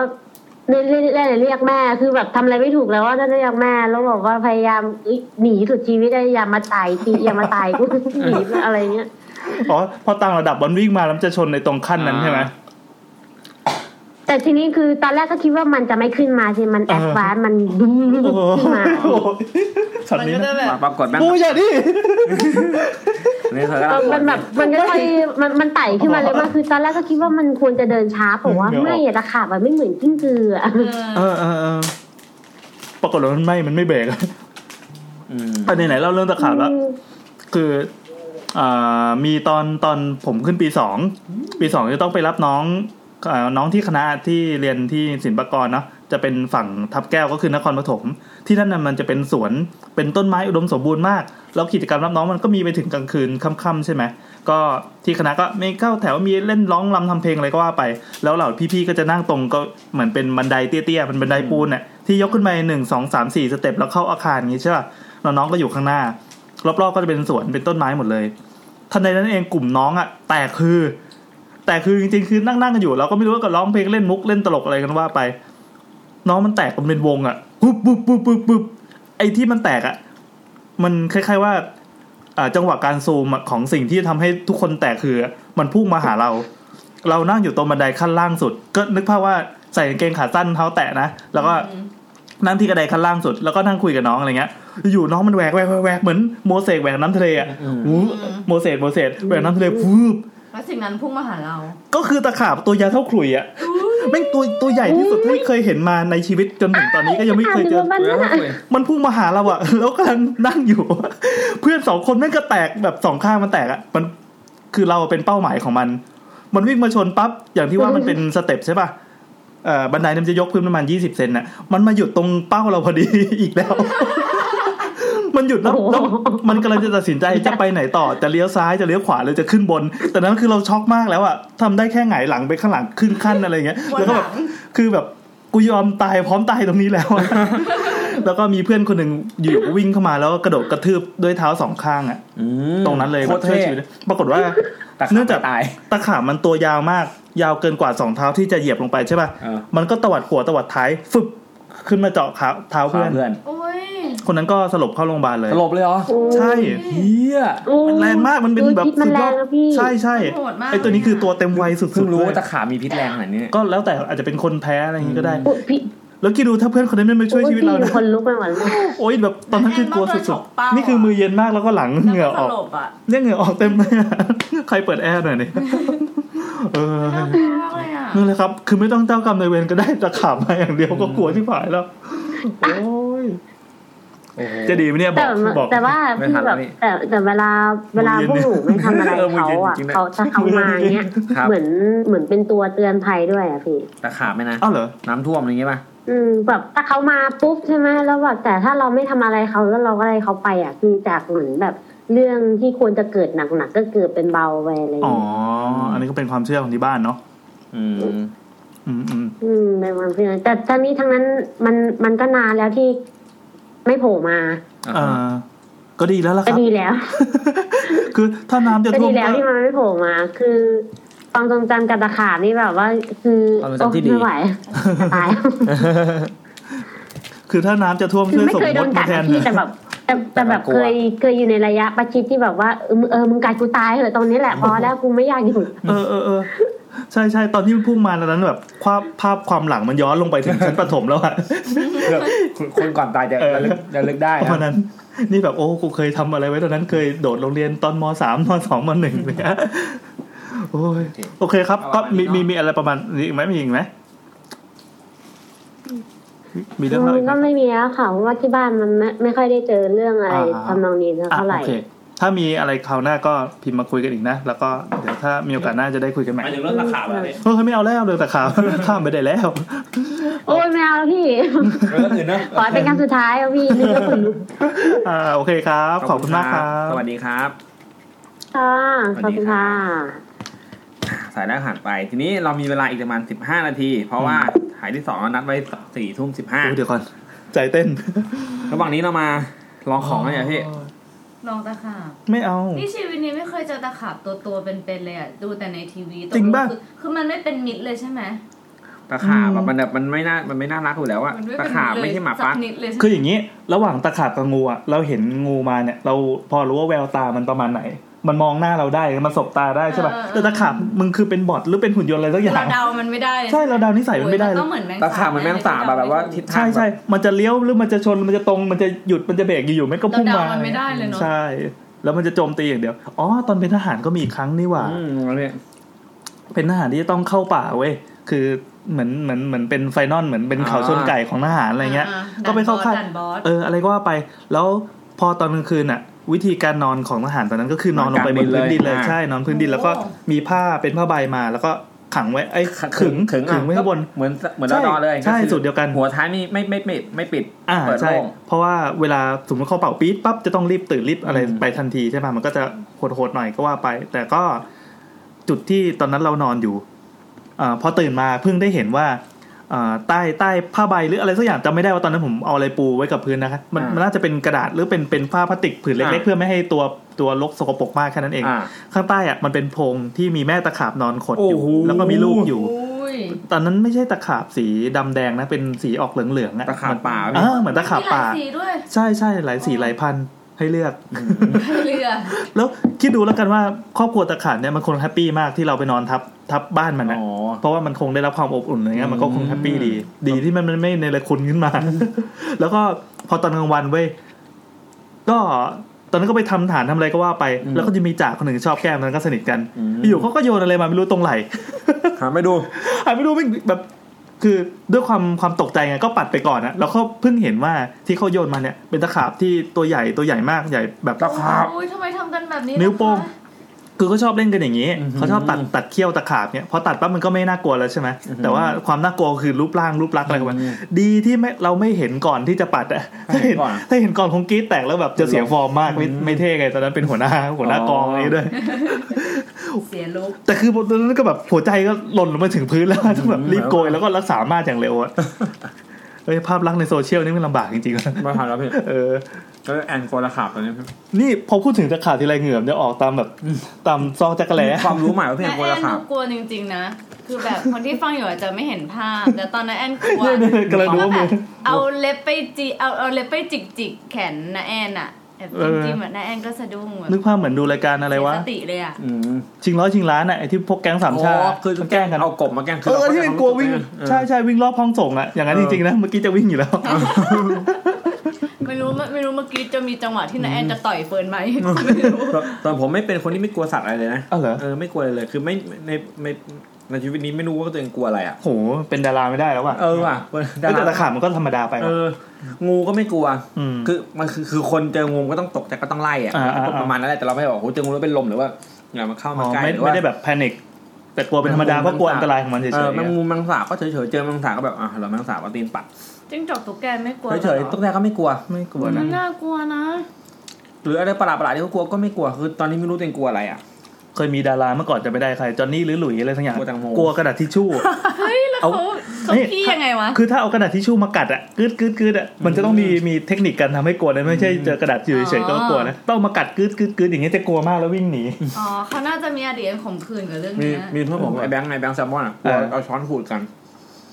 S5: เรียกเรียกเรียกเรียกแม่ คือแบบทำอะไรไม่ถูกแล้วว่าจะเรียกแม่ แล้วบอกว่าพยายามอุ๊ยหนีสุดชีวิตได้อย่ามาตายทีอย่ามาตายกู หนีอะไรเงี้ย
S1: อ๋อพอตั้งระดับมันวิ่งมาแล้วมันจะชนในตรงขั้นนั้นใช่ไหม
S5: แต่ทีนี้คือตอนแรกก็คิดว่ามันจะไม่ขึ้นมาสิมัน
S1: เอ
S5: แอ
S1: อ
S5: ดวานซ์มันบึ้ง
S1: โอ้โห
S5: ขึ้นมา
S1: ช็อต
S3: มัน
S1: นี้
S3: ก็
S1: นะ
S3: จะแบบ
S2: ปรากฏแม่ง
S1: กูอย่าดิ
S2: เนี่ยเธอก็เล่า
S5: มันแบบมันก็ค่อยมันมันไต่ขึ้นมาเลยว่าคือตอนแรกก็คิดว่ามันควรจะเดินช้าผมว่า
S1: เดี๋ยว
S5: ไม่อะตะขาบมันไม่เหมือนกิ้งกืออะ
S3: เออ
S1: เออเออเออปรากฏว่ามันไม่ มันไม่เบรกอะ
S2: อืม
S1: อันไหนๆเล่าเรื่องตะขาบแล้ว คืออ่ามีตอนตอนผมขึ้นปีสองปีสองจะต้องไปรับน้องอ่าน้องที่คณะที่เรียนที่ศิลปากรเนาะจะเป็นฝั่งทับแก้วก็คือนครปฐมที่นั่นน่ะมันจะเป็นสวนเป็นต้นไม้อุดมสมบูรณ์มาก แล้วกิจกรรมรับน้องมันก็มีไปถึงกลางคืนค่ำๆใช่ไหมก็ที่คณะก็มีเข้าแถวมีเล่นร้องรำทำเพลงอะไรก็ว่าไป แล้วเหล่าพี่ๆก็จะนั่งตรงก็เหมือนเป็นบันไดเตี้ยๆเป็นบันไดปูนน่ะที่ยกขึ้นไปหนึ่งสองสามสี่สเต็ปแล้วเข้าอาคารอย่างงี้ใช่ป่ะแล้วน้องก็อยู่ข้างหน้า รอบๆก็จะเป็นสวนเป็นต้นไม้หมดเลย ทันใดนั้นเองกลุ่มน้องอะแตกคือ แต่คือจริงๆคือนั่งๆกันอยู่เราก็ไม่รู้ว่าก็ร้องเพลงเล่นมุกเล่นตลกอะไรกันว่าไป น้องมันแตกมันเป็นวงอะปุ๊บปุ๊บปุ๊บปุ๊บปุ๊บไอ้ที่มันแตกอะมันคล้ายๆว่าอ่าจังหวะการซูมอะของสิ่งที่ทำให้ทุกคนแตกคือ มันพุ่งมาหาเรา เรานั่งอยู่ตรงบันไดขั้นล่างสุด ก็นึกภาพว่าใส่กางเกงขาสั้นเท้าแตะนะแล้วก็ นั่งที่กระไดขั้นล่างสุดแล้วก็นั่งคุยกับน้องอะไรเงี้ย อยู่น้องมันแหวกแหวกแหวกแหวกเหมือนโมเสกแหวกน้ำทะเลอ่ะอู้โมเสกโมเสกแหวกน้ำทะเลฟูบ
S3: แล้วสิ่งนั้นพุ่งมาหาเรา
S1: ก็คือตะขาบตัวยาวเท่าขลุ่ยอ่ะแม่งตัวตัวใหญ่ที่สุดที่เคยเห็นมาในชีวิตจนถึงตอนนี้ก็ยังไม่เคยเจอ
S5: ามัน
S2: แล้
S5: นั่
S2: วน ก็
S5: น่ะ
S2: คุย
S1: มันพุ่งมาหาเราอะ แล้วกำลังนั่งอยู่ เพื่อนสองคนแม่งก็แตกแบบสองข้างมันแตกอะมันคือเราเป็นเป้าหมายของมัน มันวิ่งมาชนปั๊บอย่างที่ว่ามัน เป็นสเต็ปใช่ป่ะเอ่อบันไดเนี่ยมันจะยกขึ้นประมาณยี่สิบเซนน่ะมันมาหยุดตรงเป้าเราพอดี อีกแล้ว มันหยุดแล้วแล้วมันกำลังจะตัดสินใจจะไปไหนต่อจะเลี้ยวซ้ายจะเลี้ยวขวาหรือจะขึ้นบน แต่นั้นคือเราช็อกมากแล้วอะทำได้แค่ไหงายหลังไปข้างหลังขึ้นขั้นอะไรอย่างเงี้ย
S3: บน
S1: แล้วก็
S3: ห
S1: แบ
S3: ลั
S1: บ
S3: ง
S1: คือแบบกูยอมตายพร้อมตายตรงนี้แล้วอะ แล้วก็มีเพื่อนคนหนึ่งอยู่ก็วิ่งเข้ามาแล้วก็กระโดดกระทืบด้วยเท้าสองข้างอะ
S2: อืม
S1: ตรงนั้นเลย
S2: โค
S1: แบ
S2: ต
S1: บ
S2: ร
S1: ช่วย
S2: เท่
S1: ชีวิตปรากฏว่า
S2: แต่
S1: เนื่
S2: เนื่อ
S1: อง ง
S2: จา
S1: จาก ก
S2: ตาย
S1: ตะขาบมันตัวยาวมาก ยาวเกินกว่าสองเท้าที่จะเหยียบลงไปใช่ป่ะ
S2: เออ
S1: มันก็ตวัดหัวตวัดท้ายฟึบขึ้นมาเจาะขาเท้า
S2: เพื่
S1: เพื่
S2: อ
S1: อน น
S2: เพื่อน
S3: โอ้ย
S1: คนนั้นก็สลบเข้าโรงพยาบาลเลย
S2: สลบเลยเหรอ
S1: ใช่
S2: เฮีย
S1: มันแรงมากมันเป็นแบบ
S5: พิษมัน
S1: สุด
S5: แร
S1: ยอง ด
S5: นะพี่
S1: ใช่ใช่
S3: โหดมาก
S1: ไอตัวนี้คือตัวเต็มวัยสุด
S2: เพิ่ง
S1: ๆ
S2: รู้
S1: เลย
S2: ว่าตะขาบมีพิษแรงขนาดนี้
S1: ก็แล้วแต่อาจจะเป็นคนแพ้อะไรอย่างงี้ก็ได้
S5: อุ๊ยพี่
S1: แล้วคิดดูถ้าเพื่อนคนนั้นไม่มาช่วยชีวิตเรา
S5: อุ๊ย
S1: นะ
S5: พี่คนลุกไปหมดเลย
S1: โอ๊ยแบบตอนนั้นคือกลัวสุดๆ นี่คือมือเย็นมากแล้วก็หลังเหงื่อ
S3: แล้ว
S1: อ
S3: ก็ส
S1: อก
S3: ลบอ่ะ
S1: เนี่ยเหงื่อออกเต็มเลยอะ ใครเปิดแอร์หน่อยเนี่ยเออ
S3: น่ากลัวมากเลยอ่ะ
S1: นั่นแหละครับ คือไม่ต้องเจ้ากรรมนายเวรก็ได้จะขับมาอย่างเดียวก็กลัวที่ผายแล้ว โอ้ยจะดีไหมเนี่ยบ
S5: แต่
S1: อก
S5: ว่า
S1: บอก
S5: แต่ว่า
S2: ไม่
S5: พี่
S2: ทัน
S5: แบ
S2: แล้ว
S5: บ
S2: นี่
S5: แต่แต่เวลาเวลาพวกหนูไม่ทำอะไร
S2: เออมือ
S5: เขา
S2: เย็นจริ
S5: อ่ะ
S2: งๆนะ
S5: เขาถ้าเขามาเนี้ย
S2: ครับ
S5: เหมือนเหมือนเป็นตัวเตือนภัยด้วยอ่ะพี่
S2: ตะขาบไหมนะ
S1: อ้าวเหรอ
S2: น้ำท่วมอะไรอย่างเงี้ยป่ะ
S5: อืมแบบถ้าเขามาปุ๊บใช่ไหมแล้วแบบแต่ถ้าเราไม่ทำอะไรเขาแล้วเราก็อะไรเขาไปอ่ะคือจากเหมือนแบบเรื่องที่ควรจะเกิดหนักๆก็เกิดเป็นเบาไปอะไรอย่าง
S1: อ๋อ
S5: เงี้ย
S1: อันนี้ก็เป็นความเชื่อของที่บ้านเนาะ
S2: อืม
S1: อืมอืม
S5: อืมในวันเพื่อนแต่ทั้งนี้ทั้งนั้นมันมันก็นานแล้วที่ไม่โผล่มา
S2: อ่ะ
S1: เอ่อก็ดีแล้วล่ะค
S5: ก็
S1: รับ
S5: ดีแล้ว
S1: คือถ้าน้ำจะ
S5: ก็
S1: ท่ว
S5: ดี
S1: ม
S5: แล้ว
S1: ก็
S5: ที่มันไม่โผล่มา คือความทรงจำกับตะขาบนี่แบบว่า คือ
S2: ความทรง
S5: โอ้
S2: จำที่ดี
S5: ไม่ไหวตาย
S1: คือถ้าน้ำจะท่วม
S5: คือ
S1: ช่วยส่ง
S5: ไม่เคย
S1: ม
S5: โด
S1: ด
S5: น
S1: มา
S5: กัด
S1: แทนห
S5: นะ
S1: น่
S5: พี่
S1: อย
S5: แต่แบบแต่แต่
S2: แต่
S5: แบบ
S2: มันกลัว
S5: เคยเคยอยู่ในระยะประชิดที่แบบว่าเออมึงเออมึงกัดกูตายเหอะตรงนี้แหละพอแล้วกูไม่อยากอยู่
S1: เออเออเออใช่ใช่ตอนที่มันพุ่งมาตอนนั้นแบบภาพภาพความหลังมันย้อนลงไปถึงชั้นประถมแล้วอะ
S2: แบบคนก่อนตายจะ
S1: เออ
S2: ระลึกระลึกได้
S1: เพราะ
S2: นะ
S1: นั้นนี่แบบโอ้กูเคยทำอะไรไว้ตอนนั้นเคยโดดโรงเรียนตอนมสามมสองมหนึ่งเนี่ยโอ้ยโอเคครับ ก็มีมีมีอะไรประมาณนี้อีกไหมมีอีกไหมมีเรื่องอะไรอีกไหม
S5: ก็ไม่มีแล้วค่ะเพราะว่าที่บ้านมันไม่ไม่ค่อยได้เจอเรื่องอะไรทำนองนี้สัก
S1: อ่ะ
S5: เท่าไหร่
S1: โอเค ถ้ามีอะไรคราวหน้าก็พิมพ์มาคุยกันอีกนะ แล้วก็เดี๋ยวถ้ามีโอกาสหน้าจะได้คุยกันใหม่
S6: หมายถึงเรื่องราคาแบบนี้
S1: เฮ้ยไม่เอาแล้วเลยแต่ข่าว ข้ามไปได้แล้ว
S5: โอ้ยไม่เอาแล้วพี่
S2: เรื่องอื่นเนอะ
S5: ขอให้เป็นครั้งสุดท้ายแล้วพี่นี่ก็ขนลุก
S1: อ่าโอเคครับ ขอบคุณมากครับ
S2: สวัสดีครับ
S5: ค่ะขอบคุณค่ะ
S2: สายแรกผ่านไป ทีนี้เรามีเวลาอีกประมาณ 15 นาที เพราะว่าสายที่สองเรานัดไว้4ทุ่ม
S1: อุ๊ยเดี๋ยวก่อนใจเต้น
S2: 15 ระหว่างนี้เรามาลองของกันอย่างพี่
S3: ลองตะขาบ
S1: ไม่เอา
S3: นี่ชีวิตนี้ไม่เคยเจอตะขาบตัวตัวๆเป็นๆเลยอ่ะ ดูแต่ในทีวี
S1: จริงป่ะ
S3: ตกลคือคือมันไม่เป็นมิตรเลยใช่ไหม
S2: ตะขาบอะมันแบบมันไม่น่ามันไม่น่ารักอยู่แล้วอะ
S3: มันไม่
S2: ตะ
S3: เป็น
S2: ขาบ
S3: ตรเลย
S2: ไม่ใช่หมา
S3: สั
S2: ปั
S3: ก
S2: ก
S3: นิดเลยใช่ไหม
S1: คืออย่างนี้ ระหว่างตะขาบกับงูอ่ะเราเห็นงูมาเนี่ย เราพอรู้ว่าแววตามันประมาณไหน มันมองหน้าเราได้มันสบตาได้ใช่ป่ะแต่ตะขาบมึงคือเป็นบอทหรือเป็นหุ่นยนต์อะไรสักอย่า
S3: เรา
S1: ง
S3: เดามันไม่ได้เลย
S1: ใช่เราเดานิสัยมันไม่ได้
S3: โอ้ย
S1: เล
S3: ก็
S1: ย
S3: เหมือนแมงสบ
S2: ตะขาบมันแม่งสาบอะแบบว่าทิศทา
S1: ใช่
S2: ง
S1: ใช่มันจะเลี้ยวหรือมันจะชนมันจะตรงมันจะหยุดมันจะเบรกอยู่ๆมันก็
S3: เรา
S1: พุ่ง
S3: เดา
S1: มา
S3: มันไม่ได้เลยเนาะ
S1: ใช่ แล้วมันจะโจมตีอย่างเดียวอ๋อตอนเป็นทหารก็มีอีกครั้งนี่หว่า
S2: อืมเนี่ย
S1: เป็นทหารที่จะต้องเข้าป่าเว้ยคือเหมือนเหมือนเหมือนเป็นไฟนอลเหมือนเป็นเขาชนไก่ของทหารอะไรเงี้ย
S3: า
S1: ก็ไปเข้าค่าย
S3: ดันบอส
S1: เอออะไรก็ว่าไปแล้วพอตอนกลางคืนอ่ะ วิธีการนอนของทหารตอนนั้นก็คือนอนลงไปบนพื้นดินเลยใช่นอนพื้นดินแล้วก็มีผ้าเป็นผ้าใบมาแล้วก็ขังไว้ไอ้ขึง
S2: ขึง
S1: ขึงไว้ข้างบน
S2: เหมือนเหมือน
S1: ใช่
S2: เรานอนเลย
S1: ใช่
S2: ก็คือ
S1: สูตรเดียวกัน
S2: หัวท้ายไม่ไม่ไม่ไม่ไม่ปิด
S1: อ่า
S2: เปิด
S1: ใช่
S2: โล่ง
S1: เพราะว่าเวลาสมมติเขาเป่าปี๊ดปั๊บจะต้องรีบตื่นรีบอะไรไปทันทีใช่ไหมมันก็จะโหดๆหน่อยก็ว่าไป แต่ก็จุดที่ตอนนั้นเรานอนอยู่อ่าพอตื่นมาเพิ่งได้เห็นว่าอ่าใต้ใต้ผ้าใบหรืออะไรสักอย่างจำไม่ได้ว่าตอนนั้นผมเอาอะไรปูไว้กับพื้นนะคะมัน
S2: อ่ามั
S1: มันน่าจะเป็นกระดาษหรือเป็นเป็นผ้าพลาสติกผืนเล็ก
S2: อ่า
S1: ๆ เพื่อไม่ให้ตัวตัวลกสกปรกมากแค่นั้นเอง
S2: อ่า
S1: ข้างใต้อ่ะมันเป็นโพรงที่มีแม่ตะขาบนอนขดอยู่
S2: โอ้โห
S1: แล้วก็มีลูกอ
S3: โอยู่ ้ย
S1: ตอนนั้นไม่ใช่ตะขาบสีดำแดงนะเป็นสีออกเหลืองๆอ่ะ
S2: ตะขาบป่า
S1: เออเหมือนตะขาบป่า
S3: มีหลยสีด้วย
S1: ใช่ใช่หลายสีหลายพัน ให้เลือก
S3: ให้เลือก
S1: แล้วคิดดูแล้วกันว่าครอบครัวตะขาบเนี่ยมันคงแฮปปี้มากที่เราไปนอนทับทับบ้านมันนะ
S2: อ๋อ
S1: เพราะว่ามันคงได้รับความอบอุ่นอะไรเงี้ยมันก็คงแฮปปี้ดี ดีที่มันมันไม่ในละคุณขึ้นมา แล้วก็พอตอนกลางวันเว้ยก็ตอนนั้นก็ไปทำฐานทำอะไรก็ว่าไป แล้วก็จะมีจ่าคนหนึ่งชอบแกล้มมันก็สนิทกันอยู่เขาก็โยนอะไรมาไม่รู้ตรงไหล
S2: หาไม่ดู
S1: หันไปดูแม่งแบบคือด้วยความความตกใจไงก็ปัดไปก่อนนะแล้วก็เพิ่งเห็นว่าที่เขาโยนมาเนี่ย เป็นตะขาบที่ตัวใหญ่ตัวใหญ่มากใหญ่แบบ
S2: ตะขาบ
S3: โอ้ยทำไมทำกันแบบนี้
S1: นิ้วโป้ง
S3: ะคะ
S1: คือเขาชอบเล่นกันอย่างนี้
S2: อือหือ
S1: เขาชอบตัดตัดเขี้ยวตะขาบเนี่ยพอตัดปั๊บมันก็ไม่น่ากลัวแล้วใช่ไหมแต่ว่าความน่ากลัวคือรูปร่างรูปลักษณ์อะไรของมันดีที่ไม่เราไม่เห็นก่อนที่จะปัดอะถ้าเห็นถ้าเห็นก่อนคงกรี๊ดแตกแล้วแบบจะเสียฟอร์มมากไม่ไม่เท่ไงตอนนั้นเป็นหัวหน้าหัวหน้ากองอะไรด้วย
S3: เสียลุก
S1: แต่คือตอนนั้นก็แบบหัวใจก็หล่นลงมาถึงพื้นแล้ว ต้องแบบรีบโกยแล้วก็รักษามากอย่างเร็ว อะเอ้ยภาพลักษณ์ในโซเชียลนี่มันลำบากจริงๆนะ
S2: มาทำแล้วพี่
S1: เออ
S2: ก็แอนโกลาขาบตอนนี้พี่
S1: นี่พอพูดถึงตะขาบทีไรเหงื่อมันจะออกตาม แบบตามซองจักรแล
S2: ความรู้ใหม่ว่าพี่แอน
S3: แม่
S2: โก
S3: แอ
S2: ลานขาบ
S3: ดูกลัวจริงๆนะ คือแบบ คนที่ฟังอยู่อาจจะไม่เห็นภาพ แต่ตอนนั้นแอนกลัว
S1: เนี่ยเนี่ยกำลังดูว่า
S3: แบ
S1: มือ
S3: บเอาเล็บไปจีเอาเอาเล็บไปจิกจิกๆแขนนะแอนอะแบบ
S1: เออ
S3: จิ้มๆอะนะแอนก็สะดุ้งเหมือน
S1: นึกภาพเหมือนดูรายการอะไรวะ
S3: สติเลยอะ
S2: อืม
S1: ชิงร้อยชิงล้านอะไอ้ที่พวกแก๊งสามชาติ
S2: คือ
S1: มันแกล้งกัน
S2: เอากบมาแกล้ง
S1: เออที่เป็นกลัววิ่งใช่ใช่วิ่งรอบห้องส่งอะอย่างนั้นจริงๆนะเมื่อกี้จะวิ่งอยู่แล้ว
S3: ไม่รู้ไม่รู้เมื่อกี้จะมีจังหวะที่นะแอนจะต่อยเฟิร์นไหม
S2: ตอนผมไม่เป็นคนที่ไม่กลัวสัตว์อะไรเลยนะ
S1: อ้าวเหรอ
S2: เออไม่กลัวอะไรเลย คือไม่ในในในชีวิตนี้ไม่รู้ว่าตัวเองกลัวอะไรอ่ะ
S1: โหเป็นดาราไม่ได้แล้วว่ะ
S2: เออว่ะ
S1: เออแต่ตะขาบมันก็ธรรมดาไป
S2: เอ
S1: ว่ะ
S2: อ งูก็ไม่กลัว
S1: อืม
S2: คือมันคือคือคนเจองูมันก็ต้องตกใจก็ต้องไล่อ่ะ
S1: อ่าอ่าอ่า
S2: ประมาณนั้นแหละแต่เราไม่ได้บอกโอ้โหเจองูแล้วเป็นลมหรือว่าอย่ามาเข้า
S1: อ๋
S2: มา
S1: อ
S2: ใกล้
S1: ไม่
S2: หรือ
S1: ไม่
S2: ว่า
S1: ได้แบบแพนิคแต่กลัวเป็นธรรมดาเพราะกลัวอันตรายของมันเฉย
S2: เออ
S1: ๆ
S2: แมงมุมแมงสาบก็เฉยๆ เจอแมงสาบก็แบบอ่ะเราแมงสาบเอาตีนปัด
S3: จิ้งจอกตุ๊กแกไม่กลัว
S2: เฉย
S3: หรอ
S2: ๆตุ๊กแกก็ไม่กลัว
S1: ไม่กลัว
S3: มั
S1: นะ
S3: นน่ากลัวนะ
S2: หรืออะไรประหลาดๆที่เขากลัวก็ไม่กลัว คือตอนนี้ไม่รู้ตัวเองกลัวอะไรอ่ะ
S1: เคยมีดาราเมื่อก่อนจะไปได้ใครจอห์นนี่หรือหลุยอะไรสักอย่าง
S2: กลัวแตงโม
S1: กลัวกระดาษทิชชู่
S3: เฮ้ย แล้ว
S1: เอา
S3: เขาเขา
S1: นี่
S3: พี่ยังไงวะ
S1: คือถ้าเอากระดาษทิชชู่มากัดอ่ะกึดกึดกึดอ่ะมันจะต้องมีมีเทคนิคการทำให้กลัวนะไม่ใช่เจอกระดาษอยู่เฉยๆก็กลัวนะต้องมากัดกึดกึดกึดอย่างเงี้ยจะกลัวมากแล้ววิ่งหนี
S3: อ๋อเขาน่าจะมีอดีตข่มขืนกับเรื่อง
S2: มี
S3: เนี้ย
S2: มีเพื่อนผมไอ้แบงค์ไอ้แบงค์แซลมอนอ่ะกลัว
S1: เออ
S2: เอาช้อนขูดกัน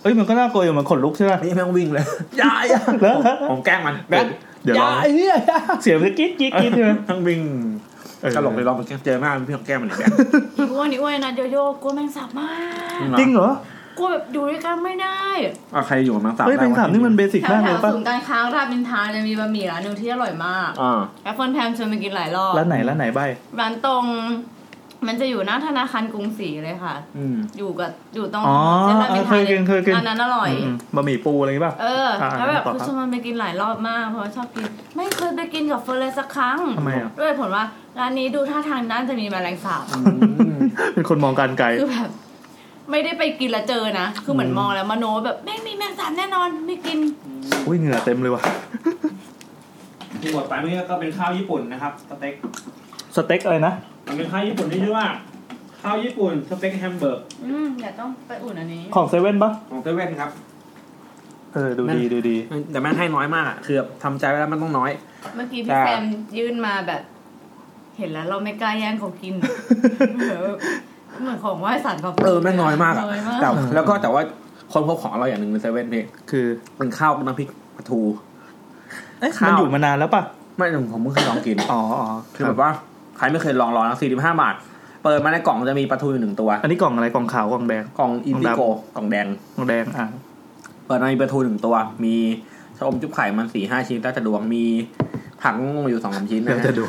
S1: เอ้ยมันก็น่ากลัวอยู่มันขนลุกใช่ไหม
S2: นี่แม่งวิ่งเลยอย่าอย่า
S1: แล้ว
S2: ผมผมแกล้งมันแบงค์
S1: เดี๋ยวล
S2: อย่า
S1: อง
S2: ไอ้เหี้ยอย่า
S1: เสียงมันจะกรี๊ดกรี๊ดกรี๊ดใช่ไหม
S2: ทั้งวิ่ง
S1: เออ
S2: ตลกเลยลองมันเจอมากพี่ของแกล้งมันอีกแบงค์
S3: อีอ้วนอีอ้วนนะโยโย่กลัวแมงสาบมาก
S1: จริงเหรอก
S3: ลัวแบบอยู่ด้วยกันไม่ได้
S2: อ่ะใครอยู่กับแมงสาบ
S1: เฮ้ยเป็น
S2: ได้วะ
S1: สามนี่มันเบสิก
S3: แถ
S1: มาว ก
S3: แถ
S1: เลยว ป่ะ
S3: ศูนย์การค้ารามอินทราจะมีบะหมี่ร้านหนึงที่อร่อยมาก
S2: อ่า
S3: แอปเปิลแพมชวนไปกินหลายรอบ
S1: ร้านไหนร้านไหนใบ
S3: ร้านตรง มันจะอยู่หน้าธนาคารกรุงศรีเลยค่ะ
S2: อืม
S3: อยู่กับอยู่ตรง
S1: อ๋อ
S3: เส้นรามอินท
S1: เค
S3: ราย
S1: กินเคยกิน
S3: ร้านนั้นอร่อย
S1: มบะหมี่ปูอะไรอย่างงี้ป่ะ
S3: เออ
S1: อ่า
S3: แล้วแบบ
S1: ต่อครับ
S3: คือชวนมันไปกินหลายรอบมากเพราะว่าชอบกิน ไม่เคยไปกินกับเฟิร์นเลยสักครั้ง
S1: ทำไมอ่ะ
S3: ด้วยผลว่าร้านนี้ดูท่าทางน่าจะมีแมลงสาบ
S1: เป็นคนมองการไกล
S3: คือแบบ ไม่ได้ไปกินแล้วเจอนะ คือเหมือนมองแล้วมโนแบบไม่งมีแมลงสาบแน่นอนไม่กิน
S1: อุ้ยเหงื่อเต็มเลยว่ะ
S2: ที่หมดไปเมื่อกี้ก็เป็นข้าวญี่ปุ่นนะครับสเต็ก
S1: สเต็กอะไรนะ
S2: มันเป็นข้าวญี่ปุ่นที่ชื่อว่าข้าวญี่ปุ่นสเต็กแฮมเบอร์ก
S3: อืมอย่าต้องไปอุ่นอันนี้
S1: ของเซเว่นปะ
S2: ของเซเว่นครับ
S1: เออ ดูดีดูดี
S2: แต่แม่งให้น้อยมากอ่ะคือแบบทำใจไว้แล้วมันต้องน้อย
S3: เมื่อกี้พี่
S2: จ้า
S3: แซมยื่นมาแบบ เห็นแล้วเราไม่กล้าแย่งเขากินเหมือนเหมือนของไหว้สารพระภูมิ
S2: เออแม่งน้อยมากอ่ะ
S3: น้ย
S2: แต่แล้วก็แต่ว่าคนพบของเราอย่างหนึ่งในเซเว่นพี่
S1: คือ
S2: เป็นข้าวน้ำพริกปลาทู
S1: เอ๊ะ
S2: ข้าว
S1: มันอยู่มานานแล้วปะ
S2: ไม่ผมเพิ่งเคยลองกิน
S1: อ๋ออ๋อ
S2: คือแบบว่าใครไม่เคยลองลองนะสี่สิบห้าบาท เปิดมาในกล่องจะมีปลาทูอยู่หนึ่งตัว
S1: อันนี้กล่องอะไรกล่องขาวกล่องแดง
S2: กล่องอินดิ
S1: ก
S2: โก
S1: ล่องดำ
S2: กล่องแดง
S1: กล่องแดงอ่ะ
S2: เปิดมามีปลาทูหนึ่งตัว มีชะอมจุ๊บไข่มันสี่ห้าชิ้นแล้วจะดวงมีผักงงๆอยู่สองสามชิ้น
S1: เดี๋ยว
S2: นะ
S1: จะ
S2: ฮะ
S1: ดู